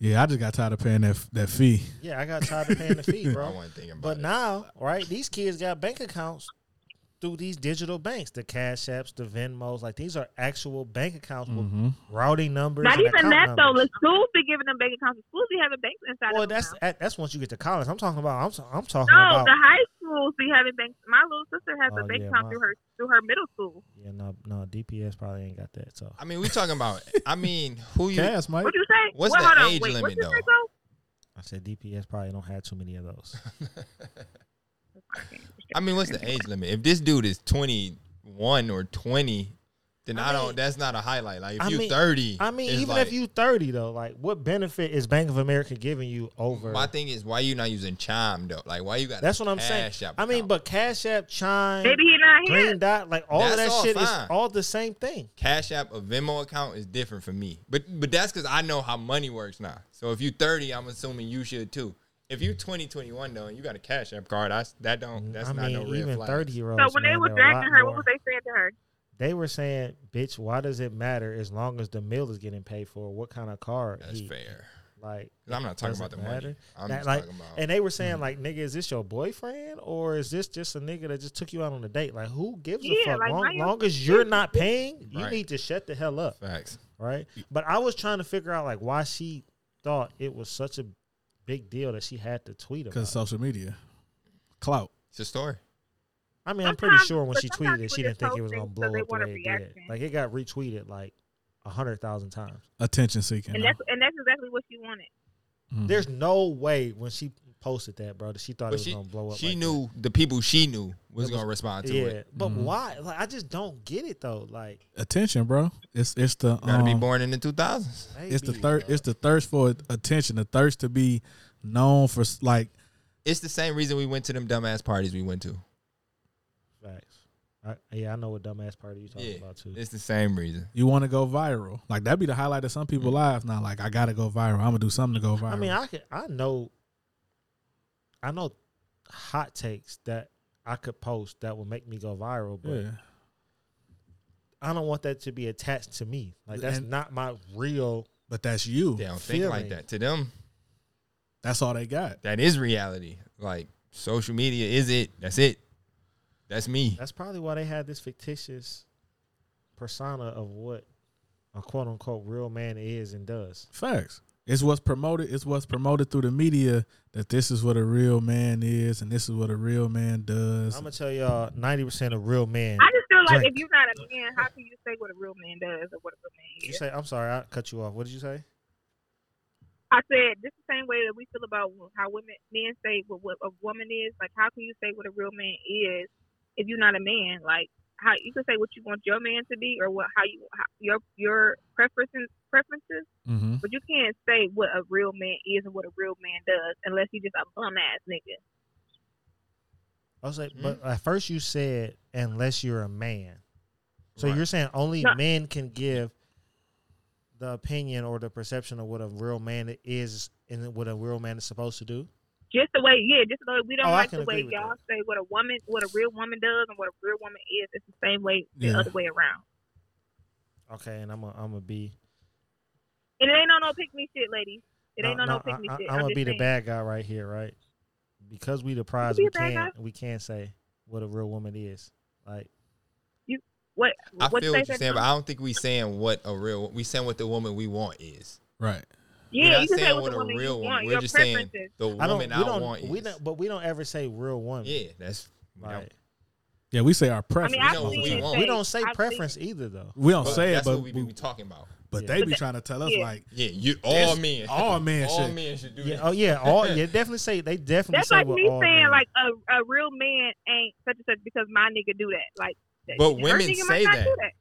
Speaker 1: Yeah, I just got tired of paying that that fee.
Speaker 2: Yeah, I got tired of paying the fee,
Speaker 4: [LAUGHS] I
Speaker 2: bro.
Speaker 4: wasn't thinking about
Speaker 2: But
Speaker 4: it.
Speaker 2: now, right, these kids got bank accounts through these digital banks, the Cash Apps, the Venmos. Like these are actual bank accounts with
Speaker 1: Mm-hmm.
Speaker 2: routing numbers.
Speaker 6: Not
Speaker 2: and
Speaker 6: even
Speaker 2: account
Speaker 6: that though.
Speaker 2: numbers.
Speaker 6: The schools be giving them bank accounts. The schools be having banks inside.
Speaker 2: Well,
Speaker 6: of them
Speaker 2: that's
Speaker 6: now.
Speaker 2: that- that's once you get to college. I'm talking about. I'm, I'm talking
Speaker 6: no.
Speaker 2: about.
Speaker 6: The high schools be having banks. My little sister has
Speaker 2: Oh,
Speaker 6: a bank
Speaker 2: yeah,
Speaker 6: account
Speaker 2: my-
Speaker 6: through her through her middle school.
Speaker 2: yeah, no, no. DPS probably ain't got that. So
Speaker 4: I mean, we talking about. I mean, who you?
Speaker 1: Cash, Mike.
Speaker 6: What you say?
Speaker 4: What's
Speaker 6: Well,
Speaker 4: the
Speaker 6: hold on.
Speaker 4: age
Speaker 6: Wait,
Speaker 4: limit,
Speaker 6: what you say,
Speaker 4: though?
Speaker 6: though?
Speaker 2: I said DPS probably don't have too many of those.
Speaker 4: I mean, what's the age limit? If this dude is twenty one or twenty, then I, don't. That's not a highlight. Like if
Speaker 2: I
Speaker 4: you
Speaker 2: mean-
Speaker 4: thirty,
Speaker 2: I mean,
Speaker 4: it's
Speaker 2: even
Speaker 4: like-
Speaker 2: if you 30 though, like what benefit is Bank of America giving you over?
Speaker 4: My thing is, why you not using Chime though? Like why you got?
Speaker 2: That's what I'm saying.
Speaker 4: Cash App
Speaker 2: I mean,
Speaker 4: account?
Speaker 2: but Cash App, Chime,
Speaker 6: Maybe he not here.
Speaker 2: Green Dot, like all of
Speaker 4: That's
Speaker 2: that
Speaker 4: all
Speaker 2: shit
Speaker 4: fine.
Speaker 2: is all the same thing.
Speaker 4: Cash App, a Venmo account is different for me. But but that's because I know how money works now. So if you thirty, I'm assuming you should too. If you 20, 21 though, and you got a Cash App card, that's that don't. That's
Speaker 2: Mm, I
Speaker 4: not
Speaker 2: mean,
Speaker 4: no red
Speaker 2: even
Speaker 4: flag.
Speaker 2: 30 year olds.
Speaker 6: So when they
Speaker 2: man,
Speaker 6: was
Speaker 2: they're a lot
Speaker 6: dragging her,
Speaker 2: more-
Speaker 6: what was they saying to her?
Speaker 2: they were saying, "Bitch, why does it matter as long as the meal is getting paid for? What kind of car?
Speaker 4: That's fair.
Speaker 2: Like,
Speaker 4: 'Cause I'm not talking
Speaker 2: Doesn't
Speaker 4: about the
Speaker 2: matter.
Speaker 4: money. I'm
Speaker 2: That,
Speaker 4: just
Speaker 2: like,
Speaker 4: talking about.
Speaker 2: and they were saying like, "Nigga, is this your boyfriend or is this just a nigga that just took you out on a date? Like, who gives
Speaker 6: Yeah,
Speaker 2: a fuck?
Speaker 6: like, why
Speaker 2: long,
Speaker 6: you-
Speaker 2: long as you're not paying, you
Speaker 4: Right.
Speaker 2: need to shut the hell up,
Speaker 4: Facts.
Speaker 2: right?" But I was trying to figure out like why she thought it was such a big deal that she had to tweet about.
Speaker 1: Because
Speaker 2: it.
Speaker 1: social media, clout.
Speaker 4: It's a story.
Speaker 2: I mean, I'm pretty
Speaker 6: Sometimes-
Speaker 2: sure when
Speaker 6: but
Speaker 2: she
Speaker 6: sometimes
Speaker 2: tweeted it, she
Speaker 6: Twitter
Speaker 2: didn't think it
Speaker 6: posts
Speaker 2: was gonna
Speaker 6: things 'cause
Speaker 2: blow
Speaker 6: they
Speaker 2: up the
Speaker 6: want a
Speaker 2: way it did.
Speaker 6: reaction.
Speaker 2: Like it got retweeted like a hundred thousand times.
Speaker 1: Attention seeking.
Speaker 6: And that's and that's exactly what she wanted.
Speaker 1: Mhm.
Speaker 2: There's no way when she posted that, bro, that she thought it
Speaker 4: But
Speaker 2: was
Speaker 4: she
Speaker 2: gonna blow up.
Speaker 4: she
Speaker 2: like that.
Speaker 4: knew the people she knew was,
Speaker 2: It was-
Speaker 4: gonna respond to
Speaker 2: yeah,
Speaker 4: it.
Speaker 2: but
Speaker 1: Mhm.
Speaker 2: why? Like, I just don't get it though. Like,
Speaker 1: attention, bro. It's it's the
Speaker 4: Gotta be
Speaker 1: um,
Speaker 4: born in the 2000s.
Speaker 1: It's the
Speaker 2: maybe, uh,
Speaker 1: third.
Speaker 2: bro.
Speaker 1: It's the thirst for attention. The thirst to be known for s- like
Speaker 4: It's the same reason we went to them dumbass parties we went to.
Speaker 2: Facts. I, yeah, I know what dumbass party you talking
Speaker 4: Yeah.
Speaker 2: about too.
Speaker 4: It's the same reason.
Speaker 1: you want to go viral. Like that'd be the highlight of some people's lives now. Like I gotta go viral. I'm gonna do something to go viral.
Speaker 2: Mm-hmm. I mean, I could, I know, I know, hot takes that I could post that would make me go viral, but
Speaker 1: yeah.
Speaker 2: I don't want that to be attached to me. Like that's
Speaker 1: And-
Speaker 2: not my real.
Speaker 1: But that's you.
Speaker 4: They don't think like
Speaker 2: Feeling.
Speaker 4: that. To them,
Speaker 1: That's all they got.
Speaker 4: that is reality. Like social media is it. That's it. That's me.
Speaker 2: That's probably why they had this fictitious persona of what a quote unquote real man is and does.
Speaker 1: Facts. It's what's promoted. It's what's promoted through the media that this is what a real man is, and this is what a real man does.
Speaker 2: I'm gonna tell y'all, ninety percent of real men.
Speaker 6: I just feel like
Speaker 2: Drink.
Speaker 6: if you're not a man, how can you say what a real man does or what a real man
Speaker 2: You
Speaker 6: is?
Speaker 2: say, I'm sorry, I cut you off. What did you say?
Speaker 6: I said this the same way that we feel about how women men say what, what a woman is. Like, how can you say what a real man is if you're not a man? Like, how you can say what you want your man to be or what how you how, your your preferences preferences,
Speaker 1: Mm-hmm.
Speaker 6: but you can't say what a real man is and what a real man does unless you just a bum ass nigga.
Speaker 2: I was like, but
Speaker 4: Hmm?
Speaker 2: at first you said unless you're a man. So
Speaker 4: Right.
Speaker 2: you're saying only
Speaker 6: No.
Speaker 2: men can give the opinion or the perception of what a real man is and what a real man is supposed to do.
Speaker 6: Just the way, yeah, just the way we don't
Speaker 2: Oh, I
Speaker 6: like
Speaker 2: can
Speaker 6: the way
Speaker 2: agree with
Speaker 6: y'all say what a woman, what a real woman does and what a real woman is. It's the same way the
Speaker 1: Yeah.
Speaker 6: other way around.
Speaker 2: Okay, and I'm a I'm a B.
Speaker 6: And it ain't on no pick me shit, ladies. It ain't on no, pick me
Speaker 2: I,
Speaker 6: shit.
Speaker 2: am gonna
Speaker 6: just
Speaker 2: be the
Speaker 6: saying.
Speaker 2: bad guy right here, right? Because we the prize,
Speaker 6: be
Speaker 2: we
Speaker 6: a bad guy.
Speaker 2: can't we can't say what a real woman is. Like
Speaker 6: What?
Speaker 4: I
Speaker 6: what
Speaker 4: feel
Speaker 6: they
Speaker 4: what you're
Speaker 6: said
Speaker 4: saying,
Speaker 6: to
Speaker 4: but
Speaker 6: me?
Speaker 4: I don't think we saying what a real. We saying what the woman we want is.
Speaker 1: Right.
Speaker 4: we're
Speaker 6: yeah,
Speaker 4: not
Speaker 6: you can say
Speaker 4: saying
Speaker 6: what
Speaker 4: what
Speaker 6: the
Speaker 4: a
Speaker 6: woman you
Speaker 4: real
Speaker 6: want.
Speaker 4: woman.
Speaker 6: your
Speaker 4: We're just saying
Speaker 6: preferences.
Speaker 4: the
Speaker 2: I don't
Speaker 4: woman I,
Speaker 2: we don't
Speaker 4: want
Speaker 2: we
Speaker 4: is.
Speaker 2: don't but we don't ever say real woman.
Speaker 4: yeah, that's. we don't-
Speaker 2: Like,
Speaker 1: Yeah, we say our
Speaker 6: I
Speaker 1: preference.
Speaker 6: mean,
Speaker 4: You
Speaker 6: I
Speaker 4: know what
Speaker 6: see
Speaker 4: we
Speaker 6: it
Speaker 4: want.
Speaker 2: we don't say
Speaker 6: I see-
Speaker 2: preference either though.
Speaker 1: we don't
Speaker 4: but
Speaker 1: say it,
Speaker 4: that's
Speaker 1: but
Speaker 4: what we be
Speaker 1: we-
Speaker 4: we talking about.
Speaker 1: but
Speaker 2: Yeah.
Speaker 1: they be
Speaker 6: But
Speaker 1: trying to tell us
Speaker 6: yeah.
Speaker 1: like
Speaker 4: Yeah, you all
Speaker 1: That's-
Speaker 4: men.
Speaker 1: [LAUGHS] all men
Speaker 4: All
Speaker 1: should-
Speaker 4: men should do
Speaker 2: Yeah,
Speaker 4: that.
Speaker 2: oh yeah, all yeah, definitely say they definitely
Speaker 6: That's
Speaker 2: say
Speaker 6: like
Speaker 2: what
Speaker 6: me
Speaker 2: all
Speaker 6: saying
Speaker 2: men-
Speaker 6: like a, a real man ain't such and such because my nigga do that. Like, that-
Speaker 4: But
Speaker 6: her
Speaker 4: women
Speaker 6: nigga
Speaker 4: say
Speaker 6: might not
Speaker 4: that.
Speaker 6: do that.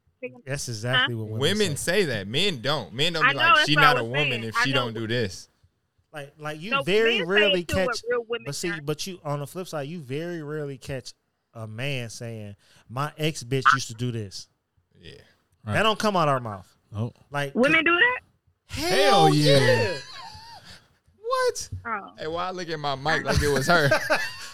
Speaker 2: that's exactly what women,
Speaker 4: Women
Speaker 2: say.
Speaker 4: say that. Men don't. Men don't
Speaker 6: I
Speaker 4: be
Speaker 6: know,
Speaker 4: like
Speaker 6: that's
Speaker 4: she
Speaker 6: what I
Speaker 4: not a
Speaker 6: was
Speaker 4: woman
Speaker 6: saying.
Speaker 4: if
Speaker 6: I
Speaker 4: she
Speaker 6: know
Speaker 4: don't do this.
Speaker 2: like like you
Speaker 6: No, men
Speaker 2: very
Speaker 6: say
Speaker 2: rarely
Speaker 6: it too, what
Speaker 2: catch
Speaker 6: real women
Speaker 2: but see
Speaker 6: are.
Speaker 2: but you on the flip side you very rarely catch a man saying my ex bitch used to do this.
Speaker 4: Yeah.
Speaker 1: Right.
Speaker 2: That don't come out our mouth.
Speaker 1: oh
Speaker 2: Like
Speaker 6: Women do that.
Speaker 1: Hell yeah.
Speaker 4: What?
Speaker 6: Oh.
Speaker 4: Hey, why I look at my mic like it was her?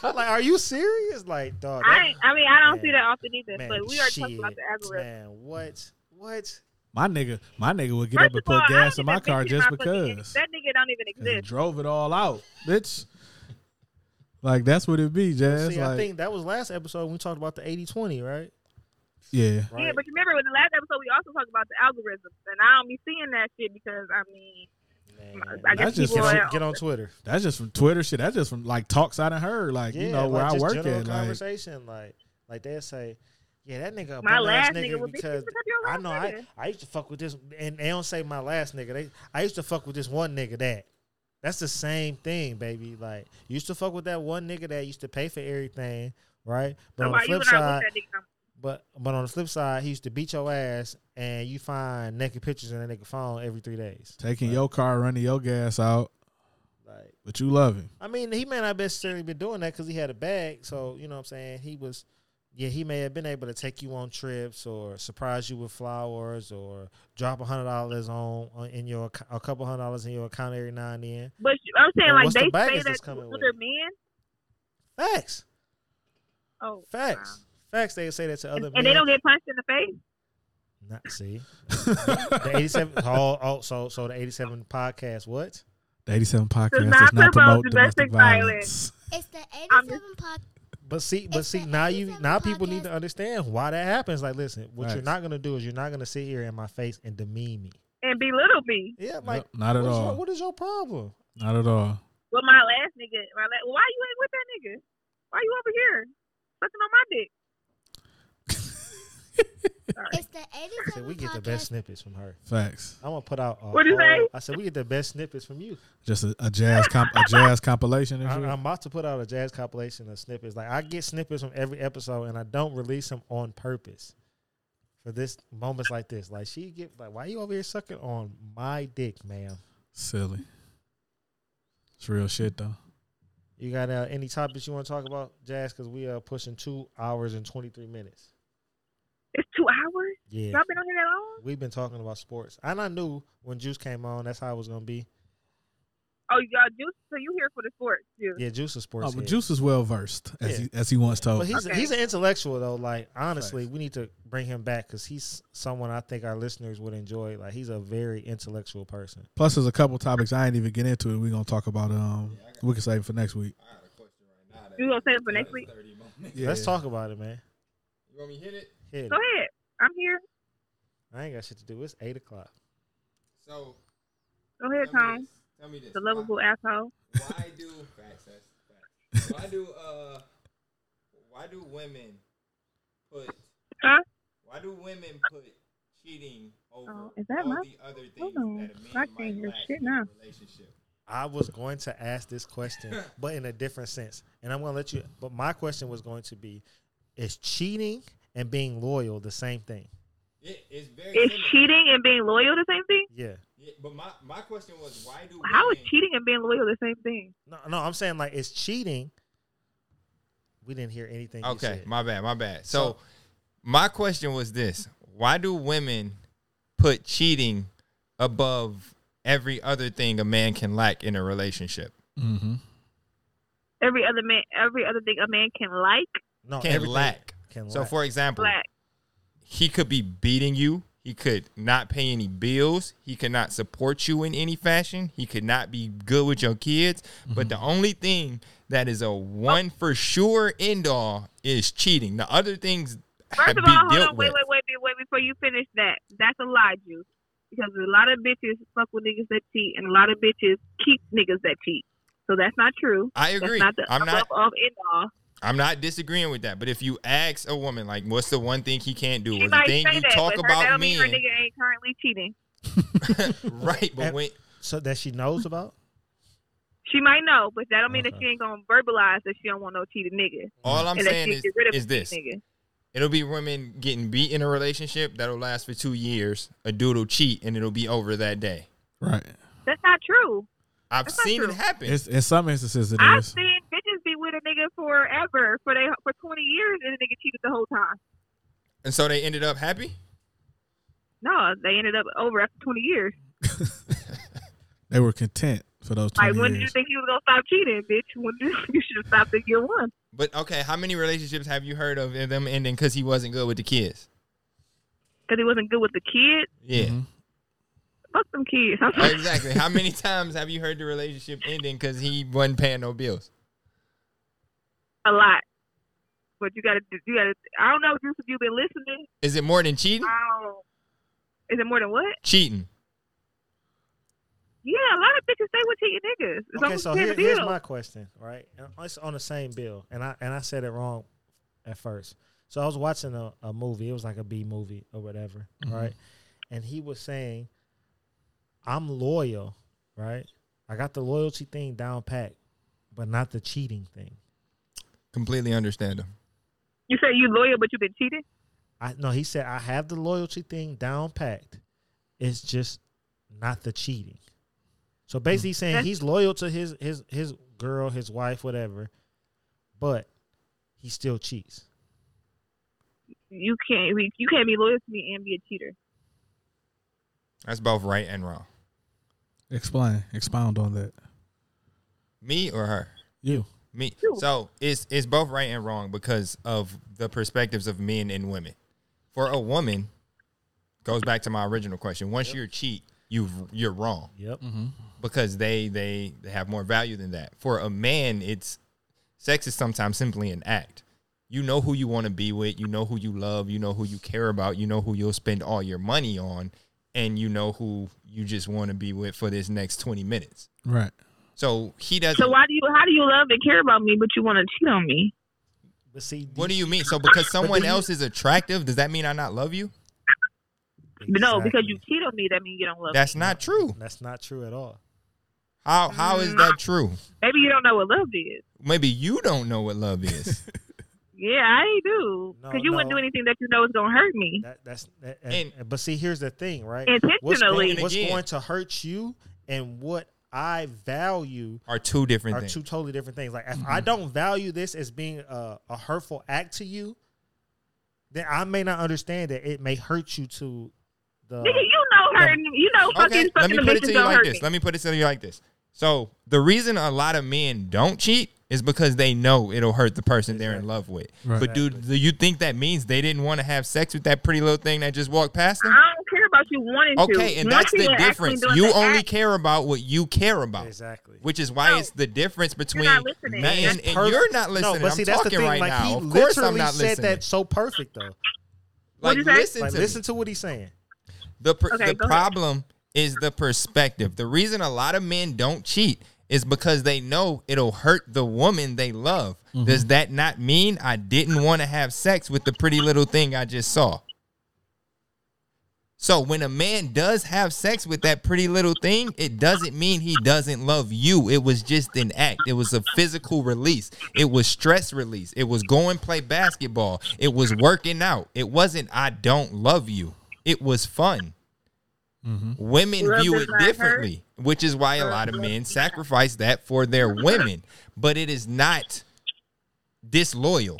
Speaker 2: I'm [LAUGHS] like, are you serious? Like, dog.
Speaker 6: I, ain't- I mean, I don't
Speaker 2: Man.
Speaker 6: see that often either.
Speaker 2: man,
Speaker 6: but we are talking about
Speaker 2: shit,
Speaker 6: the algorithm.
Speaker 2: Man, what? What?
Speaker 1: my nigga, my nigga would get up
Speaker 6: First
Speaker 1: and
Speaker 6: of all,
Speaker 1: put
Speaker 6: I
Speaker 1: gas
Speaker 6: don't
Speaker 1: in my
Speaker 6: even
Speaker 1: car
Speaker 6: mention
Speaker 1: just
Speaker 6: my fucking-
Speaker 1: because.
Speaker 6: that nigga don't even
Speaker 1: And
Speaker 6: exist.
Speaker 1: drove it all out, bitch. like that's what it be, Jazz.
Speaker 2: See, I
Speaker 1: like
Speaker 2: think that was last episode when we talked about the 80-20, right?
Speaker 1: yeah,
Speaker 2: right?
Speaker 6: Yeah, but remember in the last episode we also talked about the algorithms, and I don't be seeing that shit because I mean,
Speaker 2: Man.
Speaker 6: I
Speaker 1: That's
Speaker 6: guess
Speaker 1: just
Speaker 6: people
Speaker 2: get,
Speaker 6: are,
Speaker 2: on, get on Twitter.
Speaker 1: that's just from Twitter shit. That's just from like talks I done heard, like you
Speaker 2: Yeah,
Speaker 1: know
Speaker 2: like,
Speaker 1: where I
Speaker 2: just
Speaker 1: work
Speaker 2: general
Speaker 1: at. Like
Speaker 2: conversation, like, like they'll say, yeah, that nigga a
Speaker 6: my
Speaker 2: bum ass
Speaker 6: last
Speaker 2: nigga,
Speaker 6: nigga was
Speaker 2: because
Speaker 6: because your last
Speaker 2: I know I,
Speaker 6: nigga.
Speaker 2: I used to fuck with this, and they don't say my last nigga. They I used to fuck with this one nigga that. That's the same thing, baby. Like you used to fuck with that one nigga that used to pay for everything, right? But
Speaker 6: So
Speaker 2: on
Speaker 6: why
Speaker 2: the
Speaker 6: you
Speaker 2: flip
Speaker 6: and I
Speaker 2: side,
Speaker 6: with that nigga?
Speaker 2: but but on the flip side, he used to beat your ass, and you find naked pictures in that nigga phone every three days.
Speaker 1: taking your car, running your gas out,
Speaker 2: Like
Speaker 1: but you love
Speaker 6: [LAUGHS]
Speaker 1: him.
Speaker 2: I mean, he may not necessarily been doing that because he had a bag. So you know what I'm saying. He was, yeah, he may have been able to take you on trips or surprise you with flowers or drop a hundred dollars on on- in your acc- a couple hundred dollars in your account every now and then.
Speaker 6: But you- I'm saying
Speaker 2: Well,
Speaker 6: like
Speaker 2: what's the
Speaker 6: they say
Speaker 2: baggage
Speaker 6: that
Speaker 2: that's coming
Speaker 6: with
Speaker 2: with
Speaker 6: their
Speaker 2: it?
Speaker 6: men.
Speaker 2: Facts,
Speaker 6: Oh,
Speaker 2: facts, facts. They say that to
Speaker 6: wow.
Speaker 2: other
Speaker 6: And,
Speaker 2: men.
Speaker 6: and they don't get punched in the face.
Speaker 2: Not see the eighty-seven. [LAUGHS] Oh, oh, so so the eighty-seven podcast. What?
Speaker 1: The 87 podcast
Speaker 6: not
Speaker 1: does not promote
Speaker 6: promote
Speaker 1: domestic
Speaker 6: domestic
Speaker 1: violence.
Speaker 3: It's the 87
Speaker 6: I'm
Speaker 3: podcast.
Speaker 2: But see, but
Speaker 3: It's
Speaker 2: see,
Speaker 3: the
Speaker 2: now you
Speaker 3: 87
Speaker 2: now people need
Speaker 3: podcast.
Speaker 2: to understand why that happens. Like, listen, what you're
Speaker 1: Facts.
Speaker 2: not gonna do is you're not gonna sit here in my face and demean me.
Speaker 6: And belittle me.
Speaker 2: Yeah, like
Speaker 1: Nope, not at
Speaker 2: what is
Speaker 1: all.
Speaker 2: your- what is your problem?
Speaker 1: Not at all.
Speaker 6: Well, my last nigga, my last, why you ain't with that nigga? Why you over here sucking on my dick?
Speaker 3: It's the 87
Speaker 2: I said we get the best snippets from her.
Speaker 1: Facts.
Speaker 2: I'm gonna put out. a
Speaker 6: What'd you
Speaker 2: whole-
Speaker 6: say?
Speaker 2: I said we get the best snippets from you.
Speaker 1: Just a, a jazz comp, a jazz compilation and
Speaker 2: I,
Speaker 1: shit.
Speaker 2: I'm about to put out a jazz compilation of snippets. Like I get snippets from every episode, and I don't release them on purpose for this moments like this. Like she get like, why you over here sucking on my dick, ma'am?
Speaker 1: Silly. It's real shit though.
Speaker 2: You got uh, any topics you want to talk about, Jazz? Because we are pushing two hours and twenty three minutes.
Speaker 6: It's two hours.
Speaker 2: Yeah,
Speaker 6: Y'all been on here that long?
Speaker 2: we've been talking about sports, and I knew when Juice came on, that's how it was gonna be.
Speaker 6: Oh, y'all juice. So you here for the sports, juice?
Speaker 2: Yeah, Juice is sports.
Speaker 1: Oh, but
Speaker 2: head.
Speaker 1: Juice is well versed as
Speaker 2: Yeah.
Speaker 1: he as he once
Speaker 2: but
Speaker 1: told.
Speaker 2: he's
Speaker 6: Okay.
Speaker 2: he's an intellectual though. Like honestly, we need to bring him back because he's someone I think our listeners would enjoy. Like he's a very intellectual person.
Speaker 1: Plus, there's a couple topics I ain't even get into. It. We gonna talk about. Um, we can save it for next week.
Speaker 6: You gonna save it for next week?
Speaker 1: Yeah.
Speaker 2: Let's talk about it, man.
Speaker 4: [LAUGHS] You want me to hit it?
Speaker 2: Hit
Speaker 6: Go
Speaker 2: it.
Speaker 6: ahead. I'm here.
Speaker 2: I ain't got shit to do. It's eight o'clock.
Speaker 4: So
Speaker 6: Go ahead,
Speaker 4: tell me
Speaker 6: Tom.
Speaker 4: this. Tell me this.
Speaker 6: The lovable asshole.
Speaker 4: why do facts, that's facts. why do uh why do women put
Speaker 6: Huh?
Speaker 4: why do women put cheating over
Speaker 6: Oh, is that
Speaker 4: all
Speaker 6: my-
Speaker 4: the other things
Speaker 6: Hold on.
Speaker 4: that a man
Speaker 6: I
Speaker 4: might
Speaker 6: can't hear
Speaker 4: lack
Speaker 6: shit
Speaker 4: in a
Speaker 6: now.
Speaker 4: relationship?
Speaker 2: I was going to ask this question,
Speaker 4: [LAUGHS]
Speaker 2: but in a different sense. And I'm going to let you, but my question was going to be is cheating and being loyal the same thing.
Speaker 4: It- it's very
Speaker 6: Is
Speaker 4: similar.
Speaker 6: cheating and being loyal the same thing?
Speaker 2: Yeah.
Speaker 4: Yeah, but my, my question was why do
Speaker 6: How is
Speaker 4: women-
Speaker 6: cheating and being loyal the same thing?
Speaker 2: No, no, I'm saying like it's cheating. We didn't hear anything.
Speaker 4: Okay,
Speaker 2: You said.
Speaker 4: my bad, my bad. So, my question was this: Why do women put cheating above every other thing a man can lack in a relationship?
Speaker 1: Mm-hmm.
Speaker 6: Every other man, every other thing a man can like,
Speaker 2: no,
Speaker 4: Can
Speaker 2: everything
Speaker 4: lack.
Speaker 2: Can
Speaker 4: So,
Speaker 2: lack.
Speaker 4: for example,
Speaker 6: black.
Speaker 4: he could be beating you. He could not pay any bills. He could not support you in any fashion. He could not be good with your kids.
Speaker 2: Mm-hmm.
Speaker 4: But the only thing that is a one for sure end all is cheating. The other things
Speaker 6: First
Speaker 4: have
Speaker 6: of
Speaker 4: be
Speaker 6: all, hold
Speaker 4: dealt
Speaker 6: on, wait,
Speaker 4: with.
Speaker 6: wait, wait, wait, wait before you finish that. That's a lie, Juice. Because a lot of bitches fuck with niggas that cheat, and a lot of bitches keep niggas that cheat. So that's not true.
Speaker 4: I agree.
Speaker 6: That's not the
Speaker 4: I'm not.
Speaker 6: above of end all.
Speaker 4: I'm not disagreeing with that, but if you ask a woman like, "What's the one thing he can't do?"
Speaker 6: She
Speaker 4: or the
Speaker 6: might say
Speaker 4: thing you
Speaker 6: that,
Speaker 4: talk
Speaker 6: but her-
Speaker 4: about
Speaker 6: that'll mean her
Speaker 4: men,
Speaker 6: nigga ain't currently cheating.
Speaker 4: right? But
Speaker 2: And-
Speaker 4: when
Speaker 2: so that she knows about.
Speaker 6: She might know, but that don't mean that
Speaker 2: Okay.
Speaker 6: she ain't gonna verbalize that she don't want no cheating nigga.
Speaker 4: all Uh-huh. I'm
Speaker 6: and that
Speaker 4: saying
Speaker 6: she
Speaker 4: is,
Speaker 6: get rid of
Speaker 4: is
Speaker 6: a
Speaker 4: this:
Speaker 6: cheating nigga.
Speaker 4: it'll be women getting beat in a relationship that'll last for two years. A dude will cheat, and it'll be over that day.
Speaker 1: Right.
Speaker 6: That's not true.
Speaker 4: I've
Speaker 6: That's not
Speaker 4: seen it
Speaker 6: true.
Speaker 4: happen.
Speaker 1: It's, in some instances, it
Speaker 6: I've
Speaker 1: is.
Speaker 6: seen bitches be with a nigga forever for they for twenty years and the nigga cheated the whole time.
Speaker 4: and so they ended up happy.
Speaker 6: No, they ended up over after twenty years.
Speaker 1: They were content for those
Speaker 6: Like
Speaker 1: 20
Speaker 6: when did you
Speaker 1: years.
Speaker 6: think you was gonna stop cheating, bitch? When did you [LAUGHS] should have stopped at year one?
Speaker 4: But okay, how many relationships have you heard of them ending because he wasn't good with the kids?
Speaker 6: Because he wasn't good with the kids.
Speaker 4: Yeah,
Speaker 1: Mhm.
Speaker 6: Fuck them kids. I'm
Speaker 4: [LAUGHS]
Speaker 6: sorry.
Speaker 4: exactly. How many times have you heard the relationship ending because he wasn't paying no bills?
Speaker 6: [LAUGHS] a lot. But you gotta you gotta I don't know, Juice, if you've been listening.
Speaker 4: Is it more than
Speaker 2: Mm-hmm.
Speaker 4: cheating?
Speaker 6: I don't is it more than what?
Speaker 4: Cheating.
Speaker 6: Yeah, a lot of bitches stay with cheating niggas. As long
Speaker 2: Okay,
Speaker 6: as
Speaker 2: so
Speaker 6: you pay
Speaker 2: here-
Speaker 6: the
Speaker 2: here's
Speaker 6: bill.
Speaker 2: my question, right? And It's on the same bill, and I and I said it wrong at first. So I was watching a, a movie. It was like a B movie or whatever, right? And he was saying, "I'm loyal, right? I got the loyalty thing down pat, but not the cheating thing."
Speaker 4: Completely understand him.
Speaker 6: You say you loyal, but you've been cheating.
Speaker 2: I no, he said I have the loyalty thing down packed. It's just not the cheating. So basically he's saying
Speaker 6: That's-
Speaker 2: he's loyal to his his his girl, his wife, whatever, but he still cheats.
Speaker 6: You can't be, you can't be loyal to me and be a cheater.
Speaker 4: That's both right and wrong.
Speaker 1: Explain. Expound on that.
Speaker 4: Me or her?
Speaker 1: You.
Speaker 4: Me.
Speaker 6: Sure.
Speaker 4: So it's it's both right and wrong because of the perspectives of men and women. For a woman, goes back to my original question. Once you're cheat, you you're wrong
Speaker 2: Yep.
Speaker 6: Mm-hmm.
Speaker 4: because they they they have more value than that. For a man, it's sex is sometimes simply an act. You know who you want to be with, you know who you love, you know who you care about, you know who you'll spend all your money on, and you know who you just want to be with for this next twenty minutes.
Speaker 1: Right.
Speaker 4: So he doesn't.
Speaker 6: So why do you how do you love and care about me, but you want to cheat on me?
Speaker 2: But see,
Speaker 4: What do you mean? So because someone
Speaker 2: do you-
Speaker 4: else is attractive, does that mean I not love you?
Speaker 6: No, because you
Speaker 2: Exactly.
Speaker 6: cheat on me, that means you don't love.
Speaker 4: That's not true.
Speaker 2: That's not true at all.
Speaker 4: How how is that true?
Speaker 6: me. Maybe you don't know what love is.
Speaker 4: Maybe you don't know what
Speaker 2: [LAUGHS]
Speaker 4: love is.
Speaker 6: Yeah, I do.
Speaker 2: No,
Speaker 6: Because you wouldn't
Speaker 2: no.
Speaker 6: do anything that you know is gonna hurt me.
Speaker 2: That that's that, and,
Speaker 4: And-
Speaker 2: but see, here's the thing, right? What's,
Speaker 6: Intentionally.
Speaker 2: going, what's
Speaker 4: Again.
Speaker 2: going to hurt you and what I value
Speaker 4: Are two different Mm-hmm.
Speaker 2: are
Speaker 4: things.
Speaker 2: two totally different things. Like if I don't value this as being a, a hurtful act to you, then I may not understand that it may hurt you to
Speaker 6: [LAUGHS]
Speaker 2: the.
Speaker 6: Nigga, you know her.
Speaker 2: no.
Speaker 6: You know fucking
Speaker 4: uh, okay, let me
Speaker 6: fucking the
Speaker 4: put it
Speaker 6: bitches
Speaker 4: to you
Speaker 6: don't
Speaker 4: like
Speaker 6: hurt
Speaker 4: this.
Speaker 6: me.
Speaker 4: Let me put it to you like this. So the reason a lot of men don't cheat is because they know it'll hurt the person they're in love with.
Speaker 1: Right.
Speaker 4: But dude, do you think that means they didn't want to have sex with that pretty little thing that just walked past them?
Speaker 6: I don't care about you wanting to.
Speaker 4: Okay, and
Speaker 6: Once
Speaker 4: that's
Speaker 6: you
Speaker 4: the
Speaker 6: are actually
Speaker 4: difference.
Speaker 6: doing
Speaker 4: You
Speaker 6: the
Speaker 4: only
Speaker 6: act,
Speaker 4: care about what you care about.
Speaker 2: Exactly.
Speaker 4: Which is why
Speaker 6: No,
Speaker 4: it's the difference between
Speaker 6: not
Speaker 4: man
Speaker 6: listening.
Speaker 4: and
Speaker 2: That's perfect.
Speaker 4: you're not listening.
Speaker 2: No, but see,
Speaker 4: I'm
Speaker 2: that's
Speaker 4: talking
Speaker 2: the thing.
Speaker 4: right
Speaker 2: like
Speaker 4: now.
Speaker 2: he
Speaker 4: Of course, I'm
Speaker 2: literally
Speaker 4: not
Speaker 2: said
Speaker 4: listening.
Speaker 2: that so perfect though.
Speaker 4: like,
Speaker 6: What'd you say?
Speaker 4: listen
Speaker 2: Like
Speaker 4: to
Speaker 2: listen
Speaker 4: me.
Speaker 2: to what he's saying.
Speaker 4: The per-
Speaker 6: Okay,
Speaker 4: the
Speaker 6: go ahead.
Speaker 4: problem is the perspective. The reason a lot of men don't cheat is because they know it'll hurt the woman they love.
Speaker 2: Mm-hmm.
Speaker 4: Does that not mean I didn't want to have sex with the pretty little thing I just saw? So when a man does have sex with that pretty little thing, it doesn't mean he doesn't love you. It was just an act. It was a physical release. It was stress release. It was going play basketball. It was working out. It wasn't I don't love you. It was fun. Women
Speaker 6: Love
Speaker 4: view
Speaker 6: does
Speaker 4: it
Speaker 6: not hurt.
Speaker 4: differently, which is why a lot of men sacrifice that for their women. But it is not disloyal.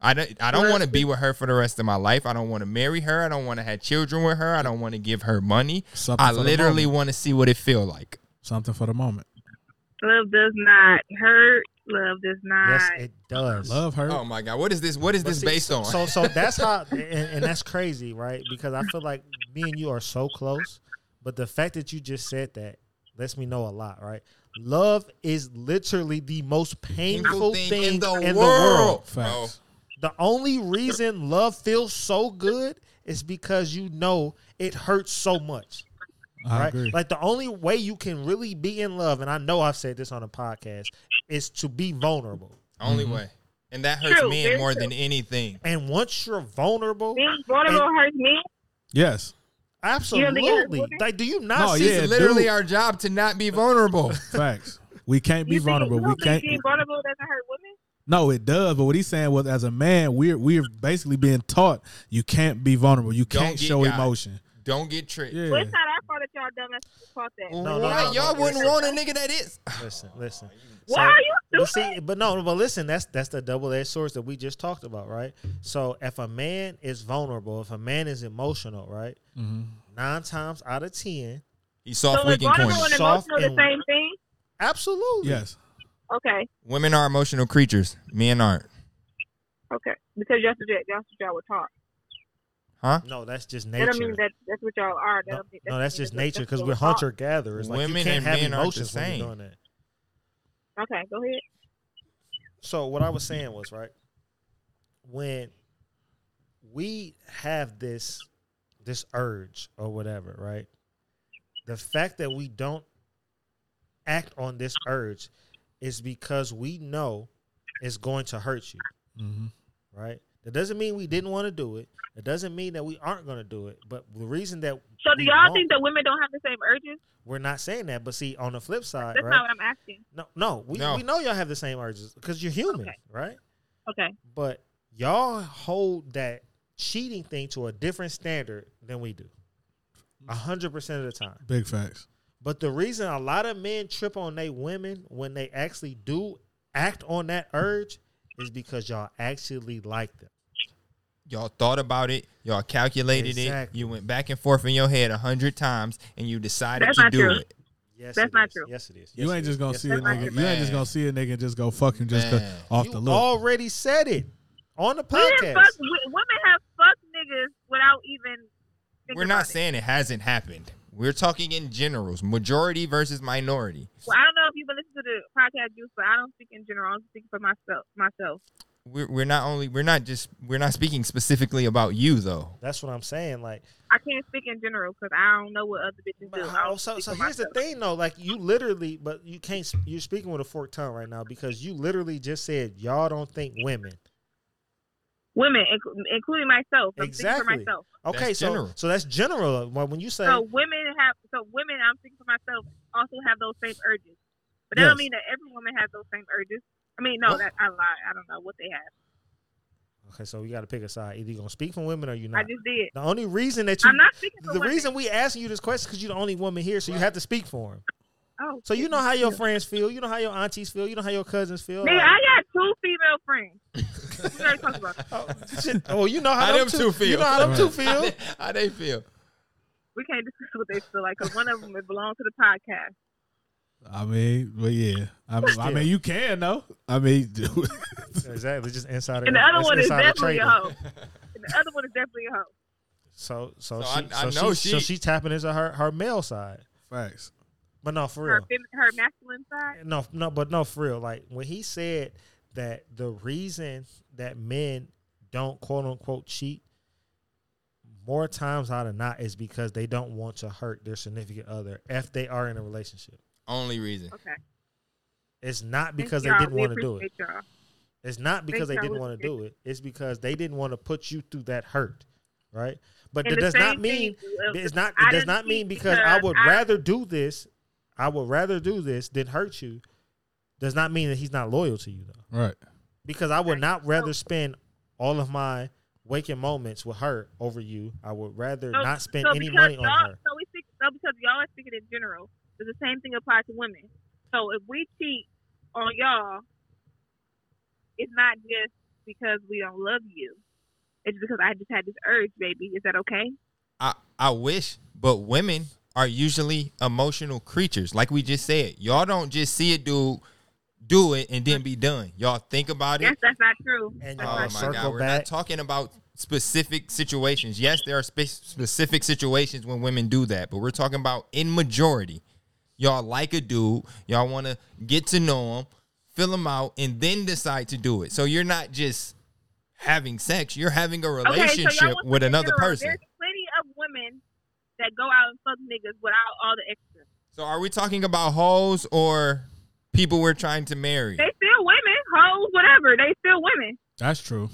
Speaker 4: I don't, I don't want to be with her for the rest of my life. I don't want to marry her. I don't want to have children with her. I don't want to give her money.
Speaker 1: Something
Speaker 4: I
Speaker 1: for the
Speaker 4: literally
Speaker 1: moment.
Speaker 4: want to see what it feel like.
Speaker 1: Something for the moment.
Speaker 6: Love does not hurt. Love does not.
Speaker 2: Yes, it does.
Speaker 1: Love her.
Speaker 4: Oh my god, what is this? What is
Speaker 2: But
Speaker 4: this
Speaker 2: see,
Speaker 4: based on? [LAUGHS]
Speaker 2: So [LAUGHS] so that's how and, and that's crazy, right? Because I feel like me and you are so close, but the fact that you just said that lets me know a lot, right? Love is literally the most painful thing, in, the, world. oh.
Speaker 1: Facts.
Speaker 2: The only reason love feels so good is because you know it hurts so much.
Speaker 1: I
Speaker 2: right?
Speaker 1: agree.
Speaker 2: Like the only way you can really be in love, and I know I've said this on a podcast, is to be vulnerable.
Speaker 4: Bro. Only way, and that hurts
Speaker 6: True,
Speaker 4: men
Speaker 6: very
Speaker 4: more
Speaker 6: true.
Speaker 4: than anything.
Speaker 2: And once you're vulnerable,
Speaker 6: Being vulnerable hurts me.
Speaker 1: yes.
Speaker 6: You don't think it's
Speaker 2: Absolutely.
Speaker 6: important?
Speaker 2: Like, do you not
Speaker 1: No,
Speaker 4: [LAUGHS]
Speaker 2: see?
Speaker 1: yeah,
Speaker 4: It's literally
Speaker 1: dude.
Speaker 4: our job to not
Speaker 2: [LAUGHS]
Speaker 4: be vulnerable.
Speaker 1: Facts. We can't be
Speaker 6: You think-
Speaker 1: vulnerable.
Speaker 6: you
Speaker 1: We
Speaker 6: don't think
Speaker 1: can't.
Speaker 6: Being vulnerable doesn't hurt women.
Speaker 1: No, it does. But what he's saying was, as a man, we're we're basically being taught you can't be vulnerable. You
Speaker 4: Don't
Speaker 1: can't
Speaker 4: get
Speaker 1: show
Speaker 4: got.
Speaker 1: emotion.
Speaker 4: Don't get tricked.
Speaker 1: Yeah.
Speaker 6: Well, it's not our fault that y'all dumbasses caught that.
Speaker 4: Why
Speaker 2: no, no, no,
Speaker 4: y'all
Speaker 2: no.
Speaker 4: wouldn't want a nigga that is?
Speaker 2: Listen, listen.
Speaker 6: Why are you
Speaker 2: but
Speaker 6: stupid?
Speaker 2: see, but no, but listen. That's that's the double edged sword that we just talked about, right? So if a man is vulnerable, if a man is emotional, right? Nine times out of ten,
Speaker 4: He
Speaker 6: So
Speaker 4: soft
Speaker 6: is
Speaker 4: weak and
Speaker 6: vulnerable
Speaker 4: corny.
Speaker 6: and
Speaker 2: Soft
Speaker 6: emotional the
Speaker 2: and-
Speaker 6: same thing?
Speaker 2: absolutely.
Speaker 1: Yes.
Speaker 6: Okay,
Speaker 4: Women are emotional creatures. Men aren't.
Speaker 6: okay. Because that's what y'all- that's what y'all were taught.
Speaker 4: Huh?
Speaker 2: No, that's just
Speaker 6: That don't
Speaker 2: nature.
Speaker 6: mean that that's what y'all are. That
Speaker 2: no,
Speaker 6: don't mean,
Speaker 2: no, that's just nature because
Speaker 6: what
Speaker 2: we're
Speaker 6: y'all
Speaker 2: hunter gatherers. Like
Speaker 4: Women
Speaker 2: you can't
Speaker 4: and
Speaker 2: have
Speaker 4: men aren't the
Speaker 2: emotions when you're
Speaker 4: same.
Speaker 2: doing that.
Speaker 6: taught. Okay, go ahead.
Speaker 2: So what I was saying was right when we have this this urge or whatever, right? The fact that we don't act on this urge is because we know it's going to hurt you,
Speaker 1: Mm-hmm.
Speaker 2: right? That doesn't mean we didn't want to do it. It doesn't mean that we aren't going to do it. But the reason that
Speaker 6: So do
Speaker 2: we
Speaker 6: y'all
Speaker 2: won't-
Speaker 6: think that women don't have the same urges?
Speaker 2: we're not saying that? But see, on the flip side,
Speaker 6: That's
Speaker 2: right?
Speaker 6: not what I'm asking.
Speaker 2: no, no, we,
Speaker 4: No.
Speaker 2: we know y'all have the same urges because you're human,
Speaker 6: Okay.
Speaker 2: right?
Speaker 6: Okay.
Speaker 2: but y'all hold that cheating thing to a different standard than we do. A hundred percent of the time.
Speaker 1: Big facts.
Speaker 2: But the reason a lot of men trip on they women when they actually do act on that urge is because y'all actually like them.
Speaker 4: Y'all thought about it. Y'all calculated
Speaker 2: Exactly.
Speaker 4: it. You went back and forth in your head a hundred times, and you decided
Speaker 6: That's
Speaker 4: to
Speaker 6: not
Speaker 4: do
Speaker 6: true.
Speaker 4: it.
Speaker 2: Yes,
Speaker 6: That's
Speaker 2: it
Speaker 6: not
Speaker 2: is.
Speaker 6: true.
Speaker 2: Yes, it is.
Speaker 1: You
Speaker 2: Yes,
Speaker 1: ain't
Speaker 2: it is.
Speaker 1: just gonna
Speaker 2: Yes,
Speaker 1: see
Speaker 2: it
Speaker 1: a
Speaker 2: is.
Speaker 1: nigga. You ain't
Speaker 4: Man.
Speaker 1: just gonna see a nigga and just go fuck him just 'cause-
Speaker 4: Man.
Speaker 1: off
Speaker 2: You
Speaker 1: the look.
Speaker 2: already said it on the
Speaker 6: We didn't
Speaker 2: podcast.
Speaker 6: Oh, fuck, we, women have fucked niggas without even. thinking
Speaker 4: We're not
Speaker 6: about it.
Speaker 4: saying it hasn't happened. We're talking in generals, majority versus minority.
Speaker 6: Well, I don't know if you've been listening to the podcast, Juice, but I don't speak in general. I'm speaking for myself. Myself.
Speaker 4: We're, we're not only we're not just we're not speaking specifically about you though.
Speaker 2: That's what I'm saying. Like
Speaker 6: I can't speak in general because I don't know what other bitches
Speaker 2: But
Speaker 6: do. I
Speaker 2: how,
Speaker 6: don't
Speaker 2: so,
Speaker 6: speak
Speaker 2: so
Speaker 6: for
Speaker 2: here's the
Speaker 6: myself.
Speaker 2: thing though, like you literally, but you can't. s- You're speaking with a forked tongue right now because you literally just said y'all don't think women.
Speaker 6: Women, inc- including myself. I'm
Speaker 2: Exactly.
Speaker 6: speaking for myself.
Speaker 2: Okay,
Speaker 4: That's
Speaker 2: so
Speaker 4: general.
Speaker 2: so that's general. Well, when you say
Speaker 6: So women have. So women, I'm speaking for myself. Also have those same urges, but that
Speaker 1: Yes.
Speaker 6: don't mean that every woman has those same urges. I mean, no,
Speaker 4: Well-
Speaker 6: that I lie. I don't know what they have.
Speaker 2: okay, so you got to pick a side. Either you gonna speak for women or you not.
Speaker 6: I just did.
Speaker 2: the only reason that you,
Speaker 6: I'm not speaking for
Speaker 2: the
Speaker 6: women.
Speaker 2: reason we asking you this question because you're the only woman here, so you have to speak for them.
Speaker 6: Oh,
Speaker 2: So you know how your uh, friends feel. You know how your aunties feel. You know how your cousins feel.
Speaker 6: Nigga,
Speaker 2: like-
Speaker 6: I got two female
Speaker 2: [LAUGHS]
Speaker 6: friends. we already talked about that.
Speaker 2: oh, [LAUGHS] shit. oh, you know how,
Speaker 4: How
Speaker 2: them
Speaker 4: them two feel.
Speaker 2: You know how them two
Speaker 4: [LAUGHS] How
Speaker 2: feel.
Speaker 4: they, how they feel?
Speaker 6: We can't discuss what they feel like because one of them it belongs to the podcast.
Speaker 1: I mean, but yeah. I mean, I mean, you can though. I mean, [LAUGHS] dude.
Speaker 4: [LAUGHS]
Speaker 2: exactly, just insider.
Speaker 6: And the other
Speaker 2: it's
Speaker 6: one is
Speaker 2: insider
Speaker 6: definitely a
Speaker 2: trading.
Speaker 6: hoe. And the other one is definitely a hoe.
Speaker 2: So so,
Speaker 4: So
Speaker 2: she,
Speaker 4: I- I
Speaker 2: so
Speaker 4: know
Speaker 2: she,
Speaker 4: she-
Speaker 2: so she tapping into her her male side.
Speaker 1: facts.
Speaker 2: But no, for
Speaker 6: Her,
Speaker 2: real.
Speaker 6: fem- her masculine side.
Speaker 2: No, no, but no, for real. Like when he said that the reason that men don't quote unquote cheat more times out of not is because they don't want to hurt their significant other if they are in a relationship.
Speaker 4: Only reason.
Speaker 6: Okay.
Speaker 2: It's not because they
Speaker 6: Thank y'all.
Speaker 2: didn't
Speaker 6: We
Speaker 2: want to do it.
Speaker 6: appreciate Y'all.
Speaker 2: It's not because they
Speaker 6: y'all
Speaker 2: didn't
Speaker 6: was
Speaker 2: want to do it. It's because they didn't want to put you through that hurt. right? But it
Speaker 6: And the
Speaker 2: does not
Speaker 6: same
Speaker 2: mean
Speaker 6: thing, uh,
Speaker 2: it's not
Speaker 6: I
Speaker 2: it does
Speaker 6: didn't
Speaker 2: not mean
Speaker 6: cheat
Speaker 2: because I would
Speaker 6: because I-
Speaker 2: rather do this, I would rather do this than hurt you. Does not mean that he's not loyal to you though.
Speaker 1: Right.
Speaker 2: Because I would not rather spend all of my waking moments with her over you. I would rather
Speaker 6: So-
Speaker 2: not spend
Speaker 6: so
Speaker 2: any
Speaker 6: because
Speaker 2: money on
Speaker 6: y'all-
Speaker 2: her.
Speaker 6: So we speak, so because y'all are speaking in general, does the same thing apply to women? So if we cheat on y'all, it's not just because we don't love you. It's because I just had this urge, baby. Is that okay?
Speaker 4: I, I wish, but women are usually emotional creatures. Like we just said, y'all don't just see a dude do it and then be done. Y'all think about it.
Speaker 6: Yes, that's not true.
Speaker 2: And
Speaker 4: Oh
Speaker 2: y'all
Speaker 4: my
Speaker 2: circle
Speaker 4: God, we're
Speaker 2: back.
Speaker 4: not talking about specific situations. Yes, there are spe- specific situations when women do that, but we're talking about in majority. Y'all like a dude, y'all want to get to know him, fill him out, and then decide to do it. So you're not just having sex; you're having a relationship
Speaker 6: okay, so y'all want
Speaker 4: with
Speaker 6: to
Speaker 4: another
Speaker 6: figure out-
Speaker 4: person.
Speaker 6: There's plenty of women that go out and fuck niggas without all the extra.
Speaker 4: So are we talking about hoes or people we're trying to marry?
Speaker 6: They still women, hoes, whatever. They still women.
Speaker 1: That's true.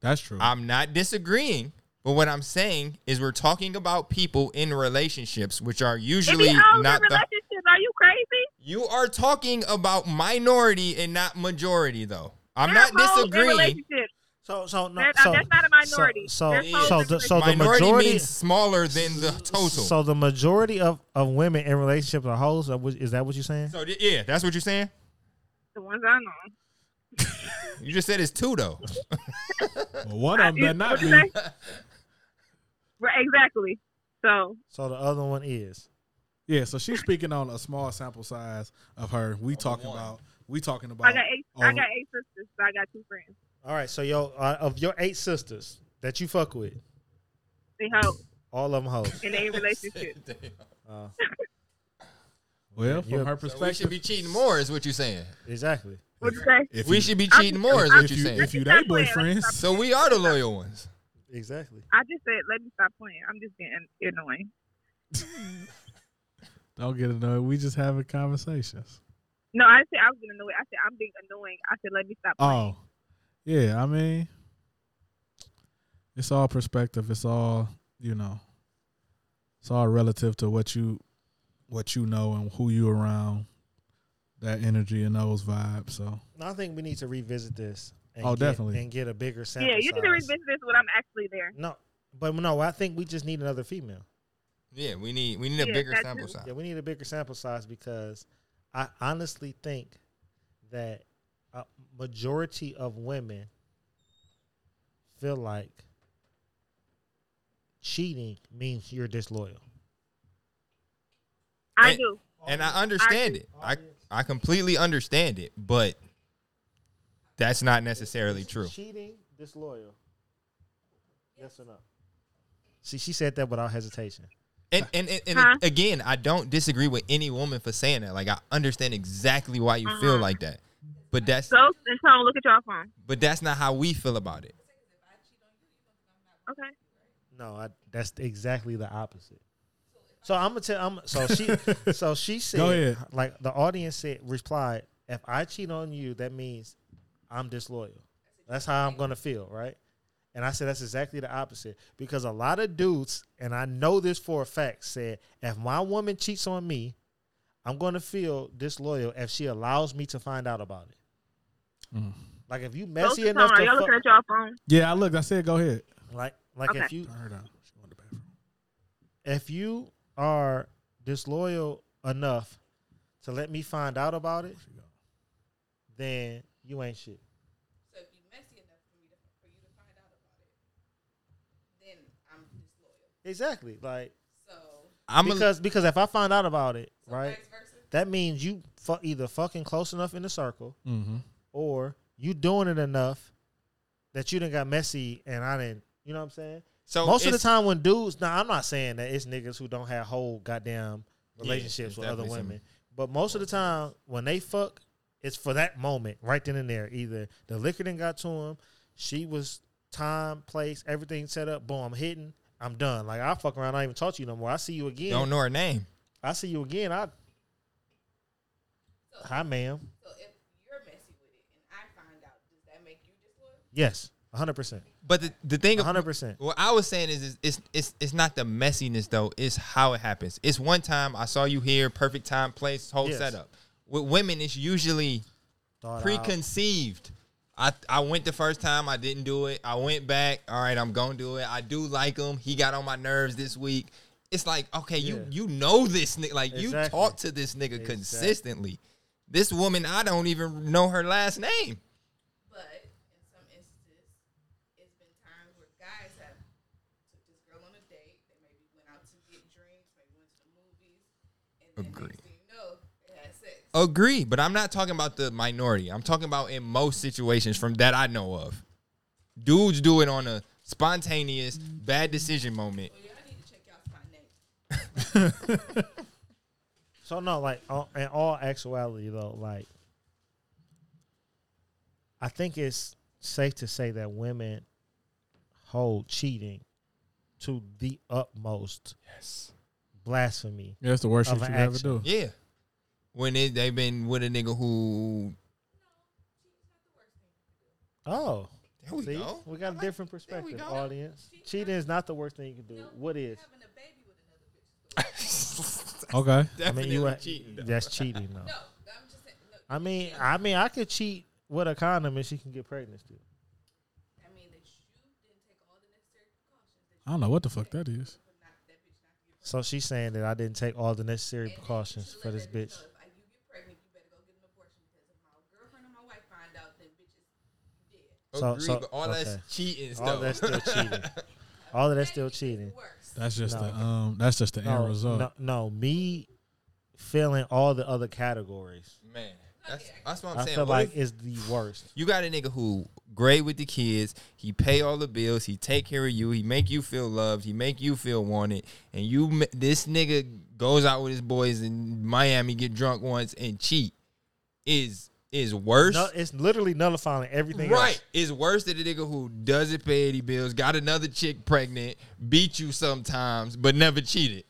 Speaker 1: That's true.
Speaker 4: I'm not disagreeing, but what I'm saying is we're talking about people in relationships, which are
Speaker 6: If
Speaker 4: usually
Speaker 6: he owns a
Speaker 4: not the.
Speaker 6: relationship, are you crazy?
Speaker 4: You are talking about minority and not majority, though. I'm
Speaker 6: They're
Speaker 4: not
Speaker 6: hoes in
Speaker 4: disagreeing.
Speaker 6: relationships.
Speaker 2: So so no
Speaker 6: That-
Speaker 2: so,
Speaker 6: that's not a minority.
Speaker 2: So
Speaker 6: They're
Speaker 2: so
Speaker 4: hoes
Speaker 2: so
Speaker 6: in
Speaker 2: the, so the
Speaker 4: minority
Speaker 2: majority
Speaker 4: means smaller than the total. So,
Speaker 2: So the majority of, of women in relationships are hoes. Is that what- Is that what you're saying?
Speaker 4: th- yeah, that's what you're saying.
Speaker 6: The ones I know.
Speaker 4: You just said it's two, though.
Speaker 1: well, one of them better not
Speaker 6: What'd
Speaker 1: be.
Speaker 6: you
Speaker 2: [LAUGHS]
Speaker 6: say? Right, exactly. So
Speaker 2: So the other one is.
Speaker 1: Yeah, so she's speaking on a small sample size of her. We talking
Speaker 4: one.
Speaker 1: about we talking about
Speaker 6: I got eight. I
Speaker 1: Oh.
Speaker 6: got eight sisters. So I got two friends.
Speaker 2: All right. So yo, uh, of your eight sisters that you fuck with,
Speaker 6: They hoes
Speaker 2: all of them
Speaker 6: [LAUGHS]
Speaker 2: hoes.
Speaker 6: and they
Speaker 2: [LAUGHS]
Speaker 6: in relationships.
Speaker 2: Uh,
Speaker 1: well from her
Speaker 2: Yeah.
Speaker 4: So we
Speaker 1: perspective.
Speaker 4: should be cheating more, is what you're saying.
Speaker 2: exactly.
Speaker 6: What'd you say?
Speaker 1: if
Speaker 4: we
Speaker 1: you,
Speaker 4: should be
Speaker 6: I'm-
Speaker 4: cheating more, is
Speaker 6: I'm-
Speaker 1: if
Speaker 4: what you're
Speaker 1: you
Speaker 4: saying.
Speaker 1: if you they
Speaker 6: That's what-
Speaker 1: boyfriends,
Speaker 4: so we are the loyal ones.
Speaker 2: Exactly.
Speaker 6: I just said, let me stop playing. I'm just getting annoying.
Speaker 1: don't get annoyed. We just having conversations.
Speaker 6: No, I said I was getting annoyed. I said I'm being annoying. I said let me stop.
Speaker 1: Oh, yeah. I mean, it's all perspective. It's all you know. It's all relative to what you, what you know and who you around. That energy and those vibes. So
Speaker 2: No, I think we need to revisit this. And
Speaker 1: Oh,
Speaker 2: get-
Speaker 1: definitely.
Speaker 2: And get a bigger sample.
Speaker 6: Yeah, you need to
Speaker 2: size.
Speaker 6: revisit this when I'm actually there.
Speaker 2: No, but no, I think we just need another female.
Speaker 4: Yeah, we need we need a
Speaker 6: Yeah,
Speaker 4: bigger
Speaker 6: that
Speaker 4: sample
Speaker 6: too.
Speaker 4: size.
Speaker 2: Yeah, we need a bigger sample size because I honestly think that a majority of women feel like cheating means you're disloyal.
Speaker 6: I
Speaker 4: And-
Speaker 6: do.
Speaker 4: And I understand it. I I completely understand it, but that's not necessarily
Speaker 2: Is
Speaker 4: true.
Speaker 2: Cheating, disloyal. Yes or no? See, she said that without hesitation.
Speaker 4: And and, and, and
Speaker 6: Huh?
Speaker 4: again, I don't disagree with any woman for saying that. Like I understand exactly why you feel
Speaker 6: Uh-huh.
Speaker 4: like that. But that's
Speaker 6: So and Tone, look at y'all phone.
Speaker 4: but that's not how we feel about it.
Speaker 6: Okay.
Speaker 2: No, I, that's exactly the opposite. So I'm gonna tell. I'm
Speaker 1: [LAUGHS]
Speaker 2: so she. so she said,
Speaker 1: Go ahead.
Speaker 2: like the audience said, replied, "If I cheat on you, that means I'm disloyal. That's how I'm gonna feel, right?" And I said, "That's exactly the opposite because a lot of dudes, and I know this for a fact, said if my woman cheats on me, I'm gonna feel disloyal if she allows me to find out about it.
Speaker 1: Mm.
Speaker 2: Like if you
Speaker 6: Both
Speaker 2: messy
Speaker 6: the
Speaker 2: enough
Speaker 6: Tone, are
Speaker 2: to
Speaker 6: y'all
Speaker 2: fuck,
Speaker 6: looking at y'all phone?
Speaker 1: yeah, I looked. I said, go ahead.
Speaker 2: like like if
Speaker 6: Okay.
Speaker 2: you
Speaker 1: Turn her down. She went to the bathroom.
Speaker 2: if you are disloyal enough to let me find out about it,
Speaker 1: She go.
Speaker 2: then you ain't shit.
Speaker 7: So if you messy enough for me to, for you to find out about it, then I'm disloyal.
Speaker 2: Exactly. Like
Speaker 7: So,
Speaker 4: I'm a,
Speaker 2: because because if I find out about it,
Speaker 7: so
Speaker 2: right,
Speaker 7: vice versa.
Speaker 2: that means you fu- either fucking close enough in the circle
Speaker 4: Mm.
Speaker 1: Mm-hmm.
Speaker 2: or you doing it enough that you didn't got messy and I didn't. You know what I'm saying?
Speaker 4: so
Speaker 2: Most of the
Speaker 4: it's-
Speaker 2: time when dudes, now I'm not saying that it's niggas who don't have whole goddamn
Speaker 4: Yeah,
Speaker 2: relationships
Speaker 4: it's
Speaker 2: with other
Speaker 4: definitely some-
Speaker 2: women, but most of the time when they fuck, it's for that moment right then and there. Either the liquor did got to him, she was time, place, everything set up. Boom, I'm hitting. I'm done. Like I fuck around. I don't even talk to you no more. I see you again.
Speaker 4: don't know her name.
Speaker 2: I see you again. I. Hi, ma'am.
Speaker 7: So if you're messy with it and I find out, does that make you disloyal?
Speaker 2: Yes. hundred percent,
Speaker 4: But the, the thing,
Speaker 2: hundred percent.
Speaker 4: what I was saying is, is it's it's it's not the messiness though. It's how it happens. It's one time I saw you here, perfect time, place, whole
Speaker 2: Yes.
Speaker 4: setup. With women, it's usually
Speaker 2: um,
Speaker 4: preconceived. I I went the first time, I didn't do it. I went back. All right, I'm gonna do it. I do like him. He got on my nerves this week. It's like okay,
Speaker 2: Yeah.
Speaker 4: you you know this nigga. Like you
Speaker 2: Exactly.
Speaker 4: talk to this nigga
Speaker 2: Exactly.
Speaker 4: consistently. This woman, I don't even know her last name.
Speaker 7: But in some instances, it's been times where guys have took this girl on a date. They maybe went out to get drinks, maybe went to the movies, and then
Speaker 4: Agree.
Speaker 7: next thing you know, they had sex.
Speaker 4: Agree, but I'm not talking about the minority. I'm talking about in most situations from that I know of. Dudes do it on a spontaneous bad decision moment.
Speaker 7: Well, y'all need to check y'all spot name.
Speaker 2: So no, like all, in all actuality though, like I think it's safe to say that women hold cheating to the utmost
Speaker 4: Yes.
Speaker 2: blasphemy.
Speaker 1: Yeah, that's the worst
Speaker 2: Of
Speaker 1: shit you
Speaker 2: an
Speaker 1: ever
Speaker 2: action.
Speaker 1: do.
Speaker 4: Yeah. When it, they've been with a nigga who
Speaker 2: Oh,
Speaker 4: There we
Speaker 2: see,
Speaker 4: go. [LAUGHS]
Speaker 2: we got a different perspective,
Speaker 4: go.
Speaker 2: audience. Cheating is not the worst thing you can do. What is?
Speaker 7: Having a baby with another bitch. is the
Speaker 1: Okay.
Speaker 2: I mean, you
Speaker 4: cheating. though.
Speaker 2: [LAUGHS] that's cheating though.
Speaker 7: worst. No, I'm just saying. No,
Speaker 2: I mean, I mean, I could cheat with a condom and she can get pregnant still.
Speaker 7: I mean that you didn't take all the necessary precautions. That
Speaker 1: I don't know what the fuck that is.
Speaker 7: you would not, that bitch not get pregnant.
Speaker 2: So she's saying that I didn't take all the necessary
Speaker 7: And then you
Speaker 2: precautions
Speaker 7: should
Speaker 2: for
Speaker 7: let
Speaker 2: this
Speaker 7: that
Speaker 2: bitch.
Speaker 7: Know, if I, you get pregnant, you better go get an abortion because if my girlfriend or my wife find out, then bitch is dead.
Speaker 2: So-
Speaker 4: Agree,
Speaker 2: so-
Speaker 4: but all that's
Speaker 2: okay.
Speaker 4: cheating
Speaker 2: All
Speaker 4: stuff.
Speaker 2: that's
Speaker 4: [LAUGHS]
Speaker 2: still cheating. All of that's still cheating.
Speaker 7: Worse.
Speaker 1: That's just
Speaker 2: No.
Speaker 1: the um. That's just the
Speaker 2: No,
Speaker 1: end result.
Speaker 2: no, no, me feeling all the other categories.
Speaker 4: Man, that's, that's what I'm
Speaker 2: i
Speaker 4: saying.
Speaker 2: feel
Speaker 4: What
Speaker 2: like
Speaker 4: if-
Speaker 2: it's the worst.
Speaker 4: You got a nigga who great with the kids. He pay all the bills. He take care of you. He make you feel loved. He make you feel wanted. And you, m- this nigga goes out with his boys in Miami, get drunk once and cheat. Is is worse.
Speaker 2: No, it's literally nullifying everything.
Speaker 4: Right,
Speaker 2: else.
Speaker 4: is worse than a nigga who doesn't pay any bills, got another chick pregnant, beat you sometimes, but never cheated.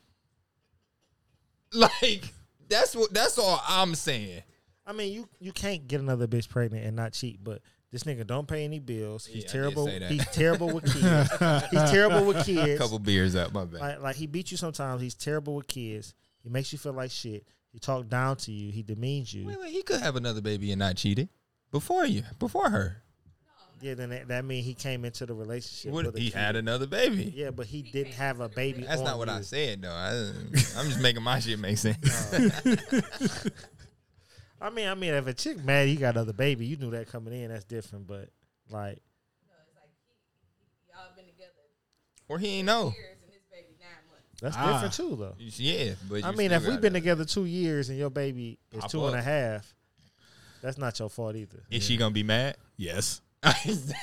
Speaker 4: [LAUGHS] Like that's what that's all I'm saying.
Speaker 2: I mean, you you can't get another bitch pregnant and not cheat, but. This nigga don't pay any bills.
Speaker 4: Yeah, I
Speaker 2: He's
Speaker 4: did
Speaker 2: terrible.
Speaker 4: say that.
Speaker 2: He's terrible with kids. He's terrible with
Speaker 4: [LAUGHS] A
Speaker 2: kids.
Speaker 4: couple beers up, my bad.
Speaker 2: like, like he beat you sometimes. He's terrible with kids. He makes you feel like shit. He talk down to you. He demeans you.
Speaker 4: Wait, wait, he could have another baby and not cheated before you, before her.
Speaker 2: Yeah, then that, that means he came into the relationship.
Speaker 4: What-
Speaker 2: with a
Speaker 4: he
Speaker 2: kid.
Speaker 4: had another baby.
Speaker 2: Yeah, but he didn't have a baby.
Speaker 4: That's
Speaker 2: on
Speaker 4: not what
Speaker 2: you.
Speaker 4: I said though. I, I'm just making my shit make sense.
Speaker 2: [LAUGHS] I mean, I mean, if a chick mad, he got another baby. You knew that coming in. That's different. But like,
Speaker 7: Y'all been together
Speaker 4: [LAUGHS] or he ain't know.
Speaker 7: years and this baby nine months.
Speaker 2: that's
Speaker 1: Ah.
Speaker 2: different too, though.
Speaker 4: Yeah, but you
Speaker 2: I mean,
Speaker 4: still
Speaker 2: if we've
Speaker 4: gotta-
Speaker 2: been together two years and your baby is
Speaker 4: Pop
Speaker 2: two and a half,
Speaker 4: up.
Speaker 2: that's not your fault either.
Speaker 4: is she gonna be mad?
Speaker 1: yes.
Speaker 4: Hell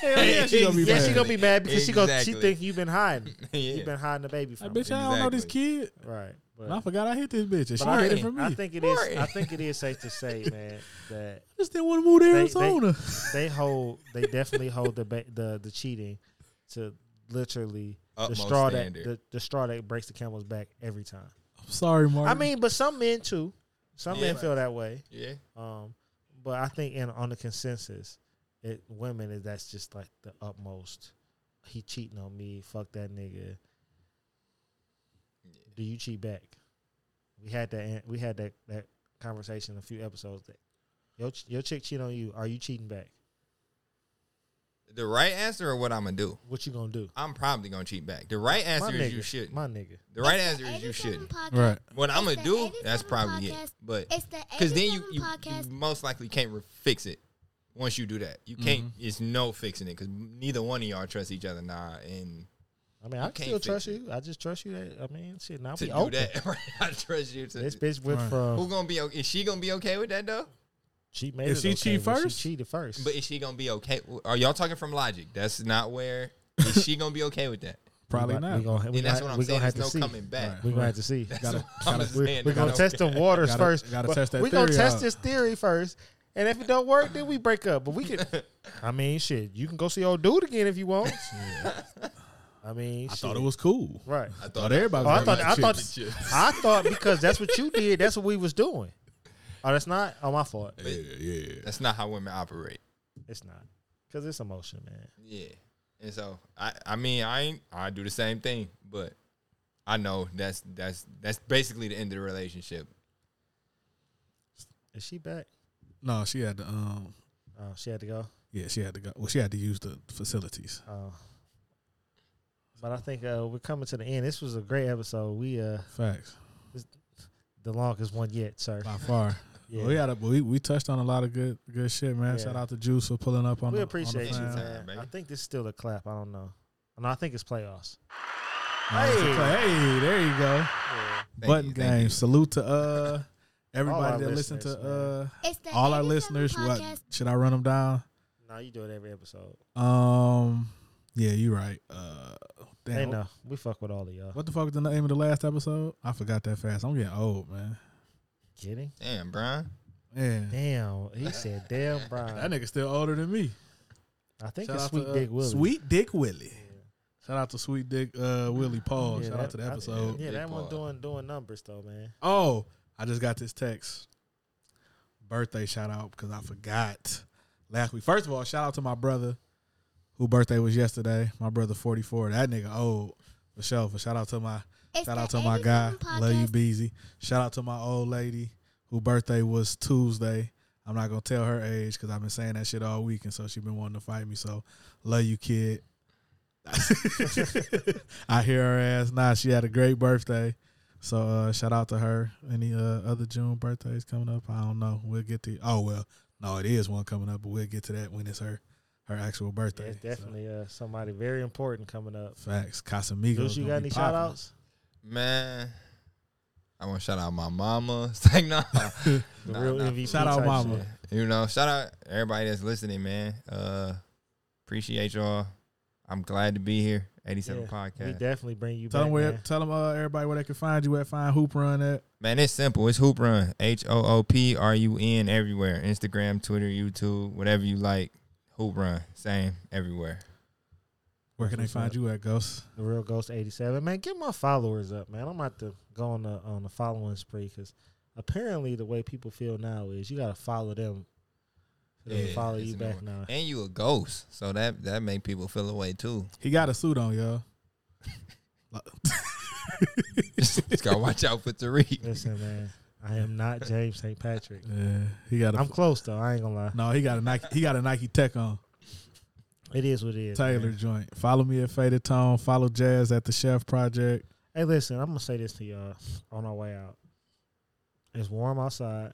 Speaker 1: yeah, she
Speaker 4: [LAUGHS]
Speaker 1: gonna be
Speaker 2: yeah,
Speaker 1: mad.
Speaker 2: she gonna be mad because she go. She
Speaker 4: Exactly.
Speaker 2: think you've been
Speaker 4: [LAUGHS]
Speaker 2: hiding.
Speaker 4: Yeah.
Speaker 2: You've been hiding the baby
Speaker 1: Like,
Speaker 2: from.
Speaker 1: bitch, I don't know this kid.
Speaker 2: me. Right. But
Speaker 1: And I forgot I hit this bitch, and she
Speaker 2: I
Speaker 1: hit it
Speaker 4: think-
Speaker 1: for me.
Speaker 2: I
Speaker 1: I,
Speaker 2: think it is. I
Speaker 4: Right.
Speaker 2: think it is safe to
Speaker 4: [LAUGHS]
Speaker 2: say, man, that
Speaker 1: just didn't want to move to
Speaker 2: they-
Speaker 1: Arizona.
Speaker 2: they hold they definitely hold the ba- the the cheating to literally the
Speaker 4: Utmost
Speaker 2: straw
Speaker 4: standard.
Speaker 2: that the, the straw that breaks the camel's back every time.
Speaker 1: I'm sorry, Mark.
Speaker 2: I mean, but some men too. Some men
Speaker 4: Yeah.
Speaker 2: feel that way.
Speaker 4: Yeah.
Speaker 2: Um, but I think in on the consensus, it women is that's just like the utmost. He cheating on me. Fuck that nigga. Do you cheat back? We had that. an- We had that that conversation a few episodes that your ch- your chick cheat on you. Are you cheating back?
Speaker 4: The right answer or what I'm gonna do?
Speaker 2: What you gonna do?
Speaker 4: I'm probably gonna cheat back. The right answer is you shouldn't.
Speaker 2: My nigga.
Speaker 4: the right
Speaker 3: It's the
Speaker 4: answer is you
Speaker 3: 87
Speaker 4: shouldn't.
Speaker 3: podcast.
Speaker 1: right.
Speaker 4: What I'm
Speaker 3: It's
Speaker 4: gonna
Speaker 3: the
Speaker 4: do? That's
Speaker 3: 87
Speaker 4: probably it.
Speaker 3: podcast.
Speaker 4: But
Speaker 3: It's the
Speaker 4: because then you,
Speaker 3: 87
Speaker 4: you,
Speaker 3: podcast.
Speaker 4: you most likely can't re- fix it once you do that. You can't. It's no fixing it because neither one of y'all trust each other now. And
Speaker 2: I mean, I can
Speaker 4: can't
Speaker 2: still
Speaker 4: fix
Speaker 2: trust
Speaker 4: it.
Speaker 2: you. I just trust you. That I mean, shit. Now
Speaker 4: to
Speaker 2: we
Speaker 4: do
Speaker 2: open.
Speaker 4: that, [LAUGHS] right, I trust you to.
Speaker 2: This bitch went
Speaker 1: Right.
Speaker 2: from
Speaker 4: Who gonna be? o- Is she gonna be okay with that though?
Speaker 2: she made
Speaker 1: If
Speaker 2: it
Speaker 1: she
Speaker 2: okay,
Speaker 1: cheat
Speaker 2: but
Speaker 1: first?
Speaker 2: She cheated first.
Speaker 4: But is she gonna be okay? Are y'all talking from logic? That's not where. Is she gonna be okay with that?
Speaker 1: Probably
Speaker 2: we,
Speaker 1: not.
Speaker 2: We gonna, we
Speaker 4: And that's
Speaker 2: gonna,
Speaker 4: what I'm
Speaker 2: we
Speaker 4: saying.
Speaker 2: gonna have
Speaker 4: There's
Speaker 2: to
Speaker 4: no
Speaker 2: see.
Speaker 4: coming back.
Speaker 2: We're gonna have to see. [LAUGHS]
Speaker 1: Gotta, [LAUGHS]
Speaker 4: [LAUGHS] I'm
Speaker 1: gotta,
Speaker 4: saying.
Speaker 2: We're, we're
Speaker 4: They
Speaker 2: gonna
Speaker 4: gotta-
Speaker 2: test the waters
Speaker 1: gotta-
Speaker 2: first.
Speaker 1: gotta
Speaker 2: But
Speaker 1: test that
Speaker 2: We're gonna
Speaker 1: theory
Speaker 2: test
Speaker 1: out.
Speaker 2: this theory first, and if it don't work, then we break up. But we can.
Speaker 4: [LAUGHS]
Speaker 2: I mean, shit. You can go see old dude again if
Speaker 1: [LAUGHS]
Speaker 2: you want. I mean,
Speaker 1: I
Speaker 2: shit.
Speaker 1: thought it was cool.
Speaker 4: [LAUGHS]
Speaker 2: right.
Speaker 1: I thought everybody.
Speaker 2: Oh, I
Speaker 1: was
Speaker 2: thought
Speaker 1: like
Speaker 2: I
Speaker 1: shit.
Speaker 2: thought I thought because that's what you did. That's what we was doing. Oh, that's not. Oh, my
Speaker 4: [LAUGHS]
Speaker 2: fault.
Speaker 1: Yeah, yeah.
Speaker 4: That's not how women operate.
Speaker 2: It's not because it's emotion, man.
Speaker 4: Yeah. And so I, I mean, I ain't, I do the same thing, but I know that's that's that's basically the end of the relationship.
Speaker 2: Is she back?
Speaker 1: No, she had to. Um,
Speaker 2: Oh, she had to go.
Speaker 1: yeah, she had to go. Well, she had to use the facilities.
Speaker 2: Oh. But I think uh, we're coming to the end. This was a great episode. We uh
Speaker 1: Facts
Speaker 2: the longest one yet, sir. [LAUGHS]
Speaker 1: by far.
Speaker 2: Yeah.
Speaker 1: We had a, we we touched on a lot of good good shit, man.
Speaker 2: Yeah.
Speaker 1: Shout out to Juice for pulling up on.
Speaker 2: we
Speaker 1: the,
Speaker 2: appreciate you,
Speaker 1: on the
Speaker 4: fan.
Speaker 1: fam.
Speaker 2: man.
Speaker 4: Baby.
Speaker 2: I think this is still a clap. I don't know. No, I think it's playoffs.
Speaker 1: Nice.
Speaker 2: Hey.
Speaker 1: Hey, there you go.
Speaker 2: Yeah.
Speaker 4: Thank
Speaker 1: Button
Speaker 4: you, thank
Speaker 1: game.
Speaker 4: you.
Speaker 1: Salute to uh
Speaker 2: our
Speaker 1: everybody that listened to uh
Speaker 2: listeners,
Speaker 3: It's the
Speaker 1: all our
Speaker 3: 87
Speaker 1: listeners. What
Speaker 3: podcast.
Speaker 1: should I run them down?
Speaker 2: No, you do it every episode.
Speaker 1: Um, yeah, you right. Uh,
Speaker 2: hey,
Speaker 1: damn.
Speaker 2: no, we fuck with all of y'all.
Speaker 1: What the fuck was the name of the last episode? I forgot that fast. I'm getting old, man.
Speaker 2: Kidding?
Speaker 4: Damn, Brian.
Speaker 1: Man,
Speaker 2: Damn,
Speaker 1: [LAUGHS]
Speaker 2: he said, "Damn,
Speaker 1: that
Speaker 2: Brian."
Speaker 1: nigga still older than me.
Speaker 2: I think
Speaker 1: Shout
Speaker 2: it's
Speaker 1: out
Speaker 2: Sweet
Speaker 1: to, uh,
Speaker 2: Dick Willie.
Speaker 1: Sweet Dick Willie. Shout out to Sweet Dick uh, Willie Paul.
Speaker 2: Yeah,
Speaker 1: Shout
Speaker 2: that-
Speaker 1: out to the
Speaker 2: I-
Speaker 1: episode.
Speaker 2: Yeah,
Speaker 4: Dick
Speaker 2: that one
Speaker 4: Paul.
Speaker 2: doing doing numbers though, man.
Speaker 1: Oh, I just got this text. Birthday shout out because I forgot last week. First of all, shout out to my brother whose birthday was yesterday. My brother 44. That nigga old for sure. For shout out to my
Speaker 3: It's
Speaker 1: shout
Speaker 3: the
Speaker 1: out to my
Speaker 3: 87
Speaker 1: guy. Love you,
Speaker 3: podcast.
Speaker 1: Beezy. Shout out to my old lady whose birthday was Tuesday. I'm not gonna tell her age because I've been saying that shit all week, and so she been wanting to fight me. So love you, kid. [LAUGHS] I hear her ass. Nah, she had a great birthday. So uh, shout out to her. Any uh, other June birthdays coming up? I don't know. We'll get to. Oh well, no, it is one coming up, but we'll get to that when it's her her actual
Speaker 2: Yeah,
Speaker 1: birthday.
Speaker 2: it's definitely uh, somebody very important coming up.
Speaker 1: So, facts. Casamigos.
Speaker 2: Deuce, you
Speaker 1: gonna
Speaker 2: got
Speaker 1: be popping.
Speaker 2: any shout outs?
Speaker 4: Man, I want to shout out my mama. [LAUGHS] It's like, nah.
Speaker 2: The
Speaker 4: Nah,
Speaker 2: real
Speaker 4: nah.
Speaker 2: MVP.
Speaker 1: Shout out [LAUGHS]
Speaker 2: type
Speaker 1: Mama.
Speaker 2: shit.
Speaker 4: you know, shout out everybody that's listening, man. Uh, appreciate y'all. I'm glad to be here.
Speaker 2: Yeah,
Speaker 4: 87
Speaker 2: We
Speaker 4: podcast.
Speaker 2: definitely bring you
Speaker 1: Tell
Speaker 2: back.
Speaker 1: them where.
Speaker 2: man.
Speaker 1: Tell them uh, everybody where they can find you at. Find Hoop Run at.
Speaker 4: Man, it's simple. It's Hoop Run. H O O P R U N everywhere. Instagram, Twitter, YouTube, whatever you like. Hoop Run. Same everywhere.
Speaker 1: Where can they
Speaker 2: That's what's
Speaker 1: find you at, Ghost?
Speaker 2: The real Ghost eighty seven. Man, get my followers up, man. I'm about to go on the on the following spree because apparently the way people feel now is you gotta follow them. for them to
Speaker 4: Yeah,
Speaker 2: follow
Speaker 4: it's
Speaker 2: you
Speaker 4: a
Speaker 2: back
Speaker 4: new
Speaker 2: now.
Speaker 4: And you a ghost. So that that make people feel away too.
Speaker 1: He got a suit on, y'all. [LAUGHS]
Speaker 4: Just gotta watch out
Speaker 2: [LAUGHS]
Speaker 4: for Tariq.
Speaker 2: Listen, man, I am
Speaker 4: [LAUGHS]
Speaker 2: not James St. Patrick.
Speaker 1: Yeah, he got a.
Speaker 2: I'm close though. I ain't gonna lie.
Speaker 1: [LAUGHS] no, he got a Nike. He got a Nike Tech on.
Speaker 2: It is what it is.
Speaker 1: Taylor
Speaker 2: man.
Speaker 1: joint. Follow me at Faded Tone. Follow Jazz at the Chef Project.
Speaker 2: Hey, listen, I'm gonna say this to y'all on our way out. It's warm outside.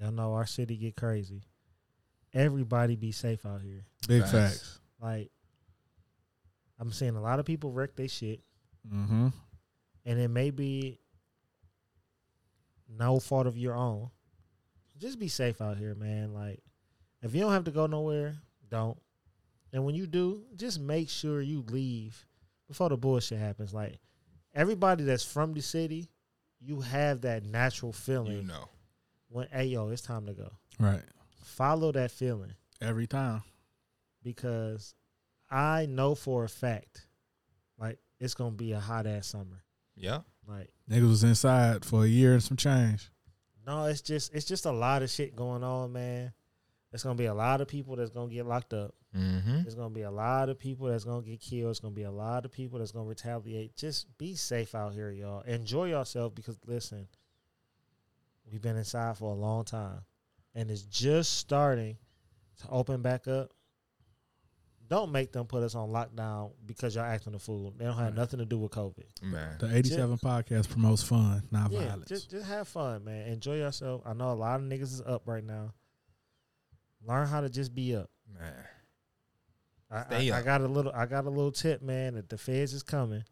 Speaker 2: Y'all know our city get crazy. Everybody be safe out here.
Speaker 1: Big
Speaker 4: Facts.
Speaker 1: facts.
Speaker 2: Like, I'm seeing a lot of people wreck their shit,
Speaker 1: Mm-hmm.
Speaker 2: and it may be no fault of your own. Just be safe out here, man. Like, if you don't have to go nowhere, don't. And when you do, just make sure you leave before the bullshit happens. Like, everybody that's from the city, you have that natural feeling
Speaker 4: You know.
Speaker 2: when, hey, yo, it's time to go.
Speaker 1: Right.
Speaker 2: Follow that feeling
Speaker 1: Every time.
Speaker 2: because I know for a fact, like, it's going to be a hot ass summer.
Speaker 4: Yeah.
Speaker 2: Like,
Speaker 1: Niggas was inside for a year and some change.
Speaker 2: No, it's just it's just a lot of shit going on, man. It's gonna be a lot of people that's gonna get locked up.
Speaker 4: Mm-hmm.
Speaker 2: There's gonna be a lot of people that's gonna get killed. It's gonna be a lot of people that's gonna retaliate. Just be safe out here, y'all. Enjoy yourself because listen, we've been inside for a long time, and it's just starting to open back up. Don't make them put us on lockdown because y'all acting a fool. They don't have nothing to do with COVID.
Speaker 4: Man.
Speaker 1: The 87 podcast promotes fun, not violence.
Speaker 2: Just, just have fun, man. Enjoy yourself. I know a lot of niggas is up right now. Learn how to just be up.
Speaker 4: Man.
Speaker 2: I, I-
Speaker 4: Stay
Speaker 2: I
Speaker 4: up.
Speaker 2: got a little. I got a little tip, man. That the feds is coming.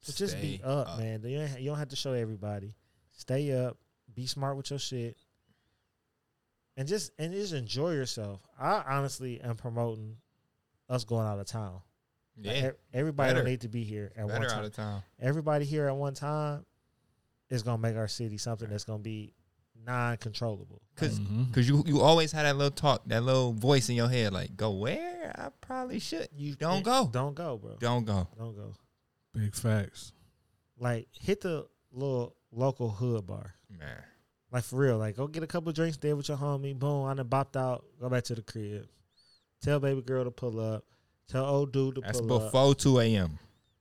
Speaker 2: So just be
Speaker 4: Stay
Speaker 2: up,
Speaker 4: up.
Speaker 2: man. You, ain't, you don't have to show everybody. Stay up. Be smart with your shit. And just and just enjoy yourself. I honestly am promoting us going out of town. Like,
Speaker 4: Yeah.
Speaker 2: e- everybody don't
Speaker 4: Better.
Speaker 2: need to be here at one
Speaker 4: Better
Speaker 2: time
Speaker 4: out of town.
Speaker 2: everybody here at one time is gonna make our city something that's gonna be non-controllable.
Speaker 4: because
Speaker 1: Mhm.
Speaker 4: cause you, you always had that little talk, that little voice in your head, like, go where? I probably should. You don't go.
Speaker 2: Don't go, bro. Don't,
Speaker 4: Don't go.
Speaker 2: go.
Speaker 1: Big facts.
Speaker 2: Like hit the little local hood bar.
Speaker 4: Man.
Speaker 2: Like for real. Like go get a couple drinks there with your homie. Boom, I done bopped out. Go back to the crib. Tell baby girl to pull up. Tell old dude to
Speaker 4: That's
Speaker 2: pull up.
Speaker 4: before 2 a.m.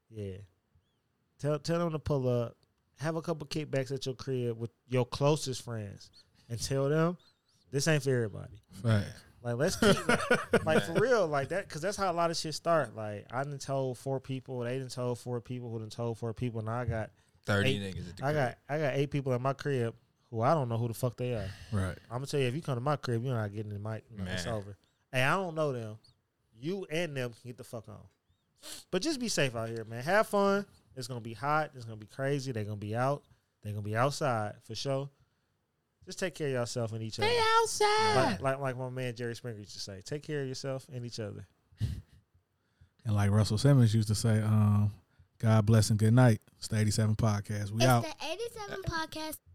Speaker 2: Yeah. Tell tell them to pull up. Have a couple kickbacks at your crib with your closest friends, and tell them this ain't for everybody.
Speaker 1: Right.
Speaker 2: Like let's keep like for real like that because that's how a lot of shit start. Like I done told four people, they done told four people, who done told four people, and I got
Speaker 4: 30
Speaker 2: Eight.
Speaker 4: niggas at the
Speaker 2: I
Speaker 4: crib.
Speaker 2: got I got eight people at my crib who I don't know who the fuck they are.
Speaker 1: Right.
Speaker 2: I'm gonna tell you if you come to my crib, you're not getting in my. No, it's
Speaker 4: Man.
Speaker 2: over. Hey, I don't know them. You and them can get the fuck on. But just be safe out here, man. Have fun. It's gonna be hot. It's gonna be crazy. They're gonna be out. They're gonna be outside for sure. Just take care of yourself and each other. Stay outside. Like, like like my man Jerry Springer used to say, take care of yourself and each other.
Speaker 1: And like Russell Simmons used to say, um, God bless and good night. It's the 87 podcast. We
Speaker 3: It's
Speaker 1: out.
Speaker 3: the 87 podcast.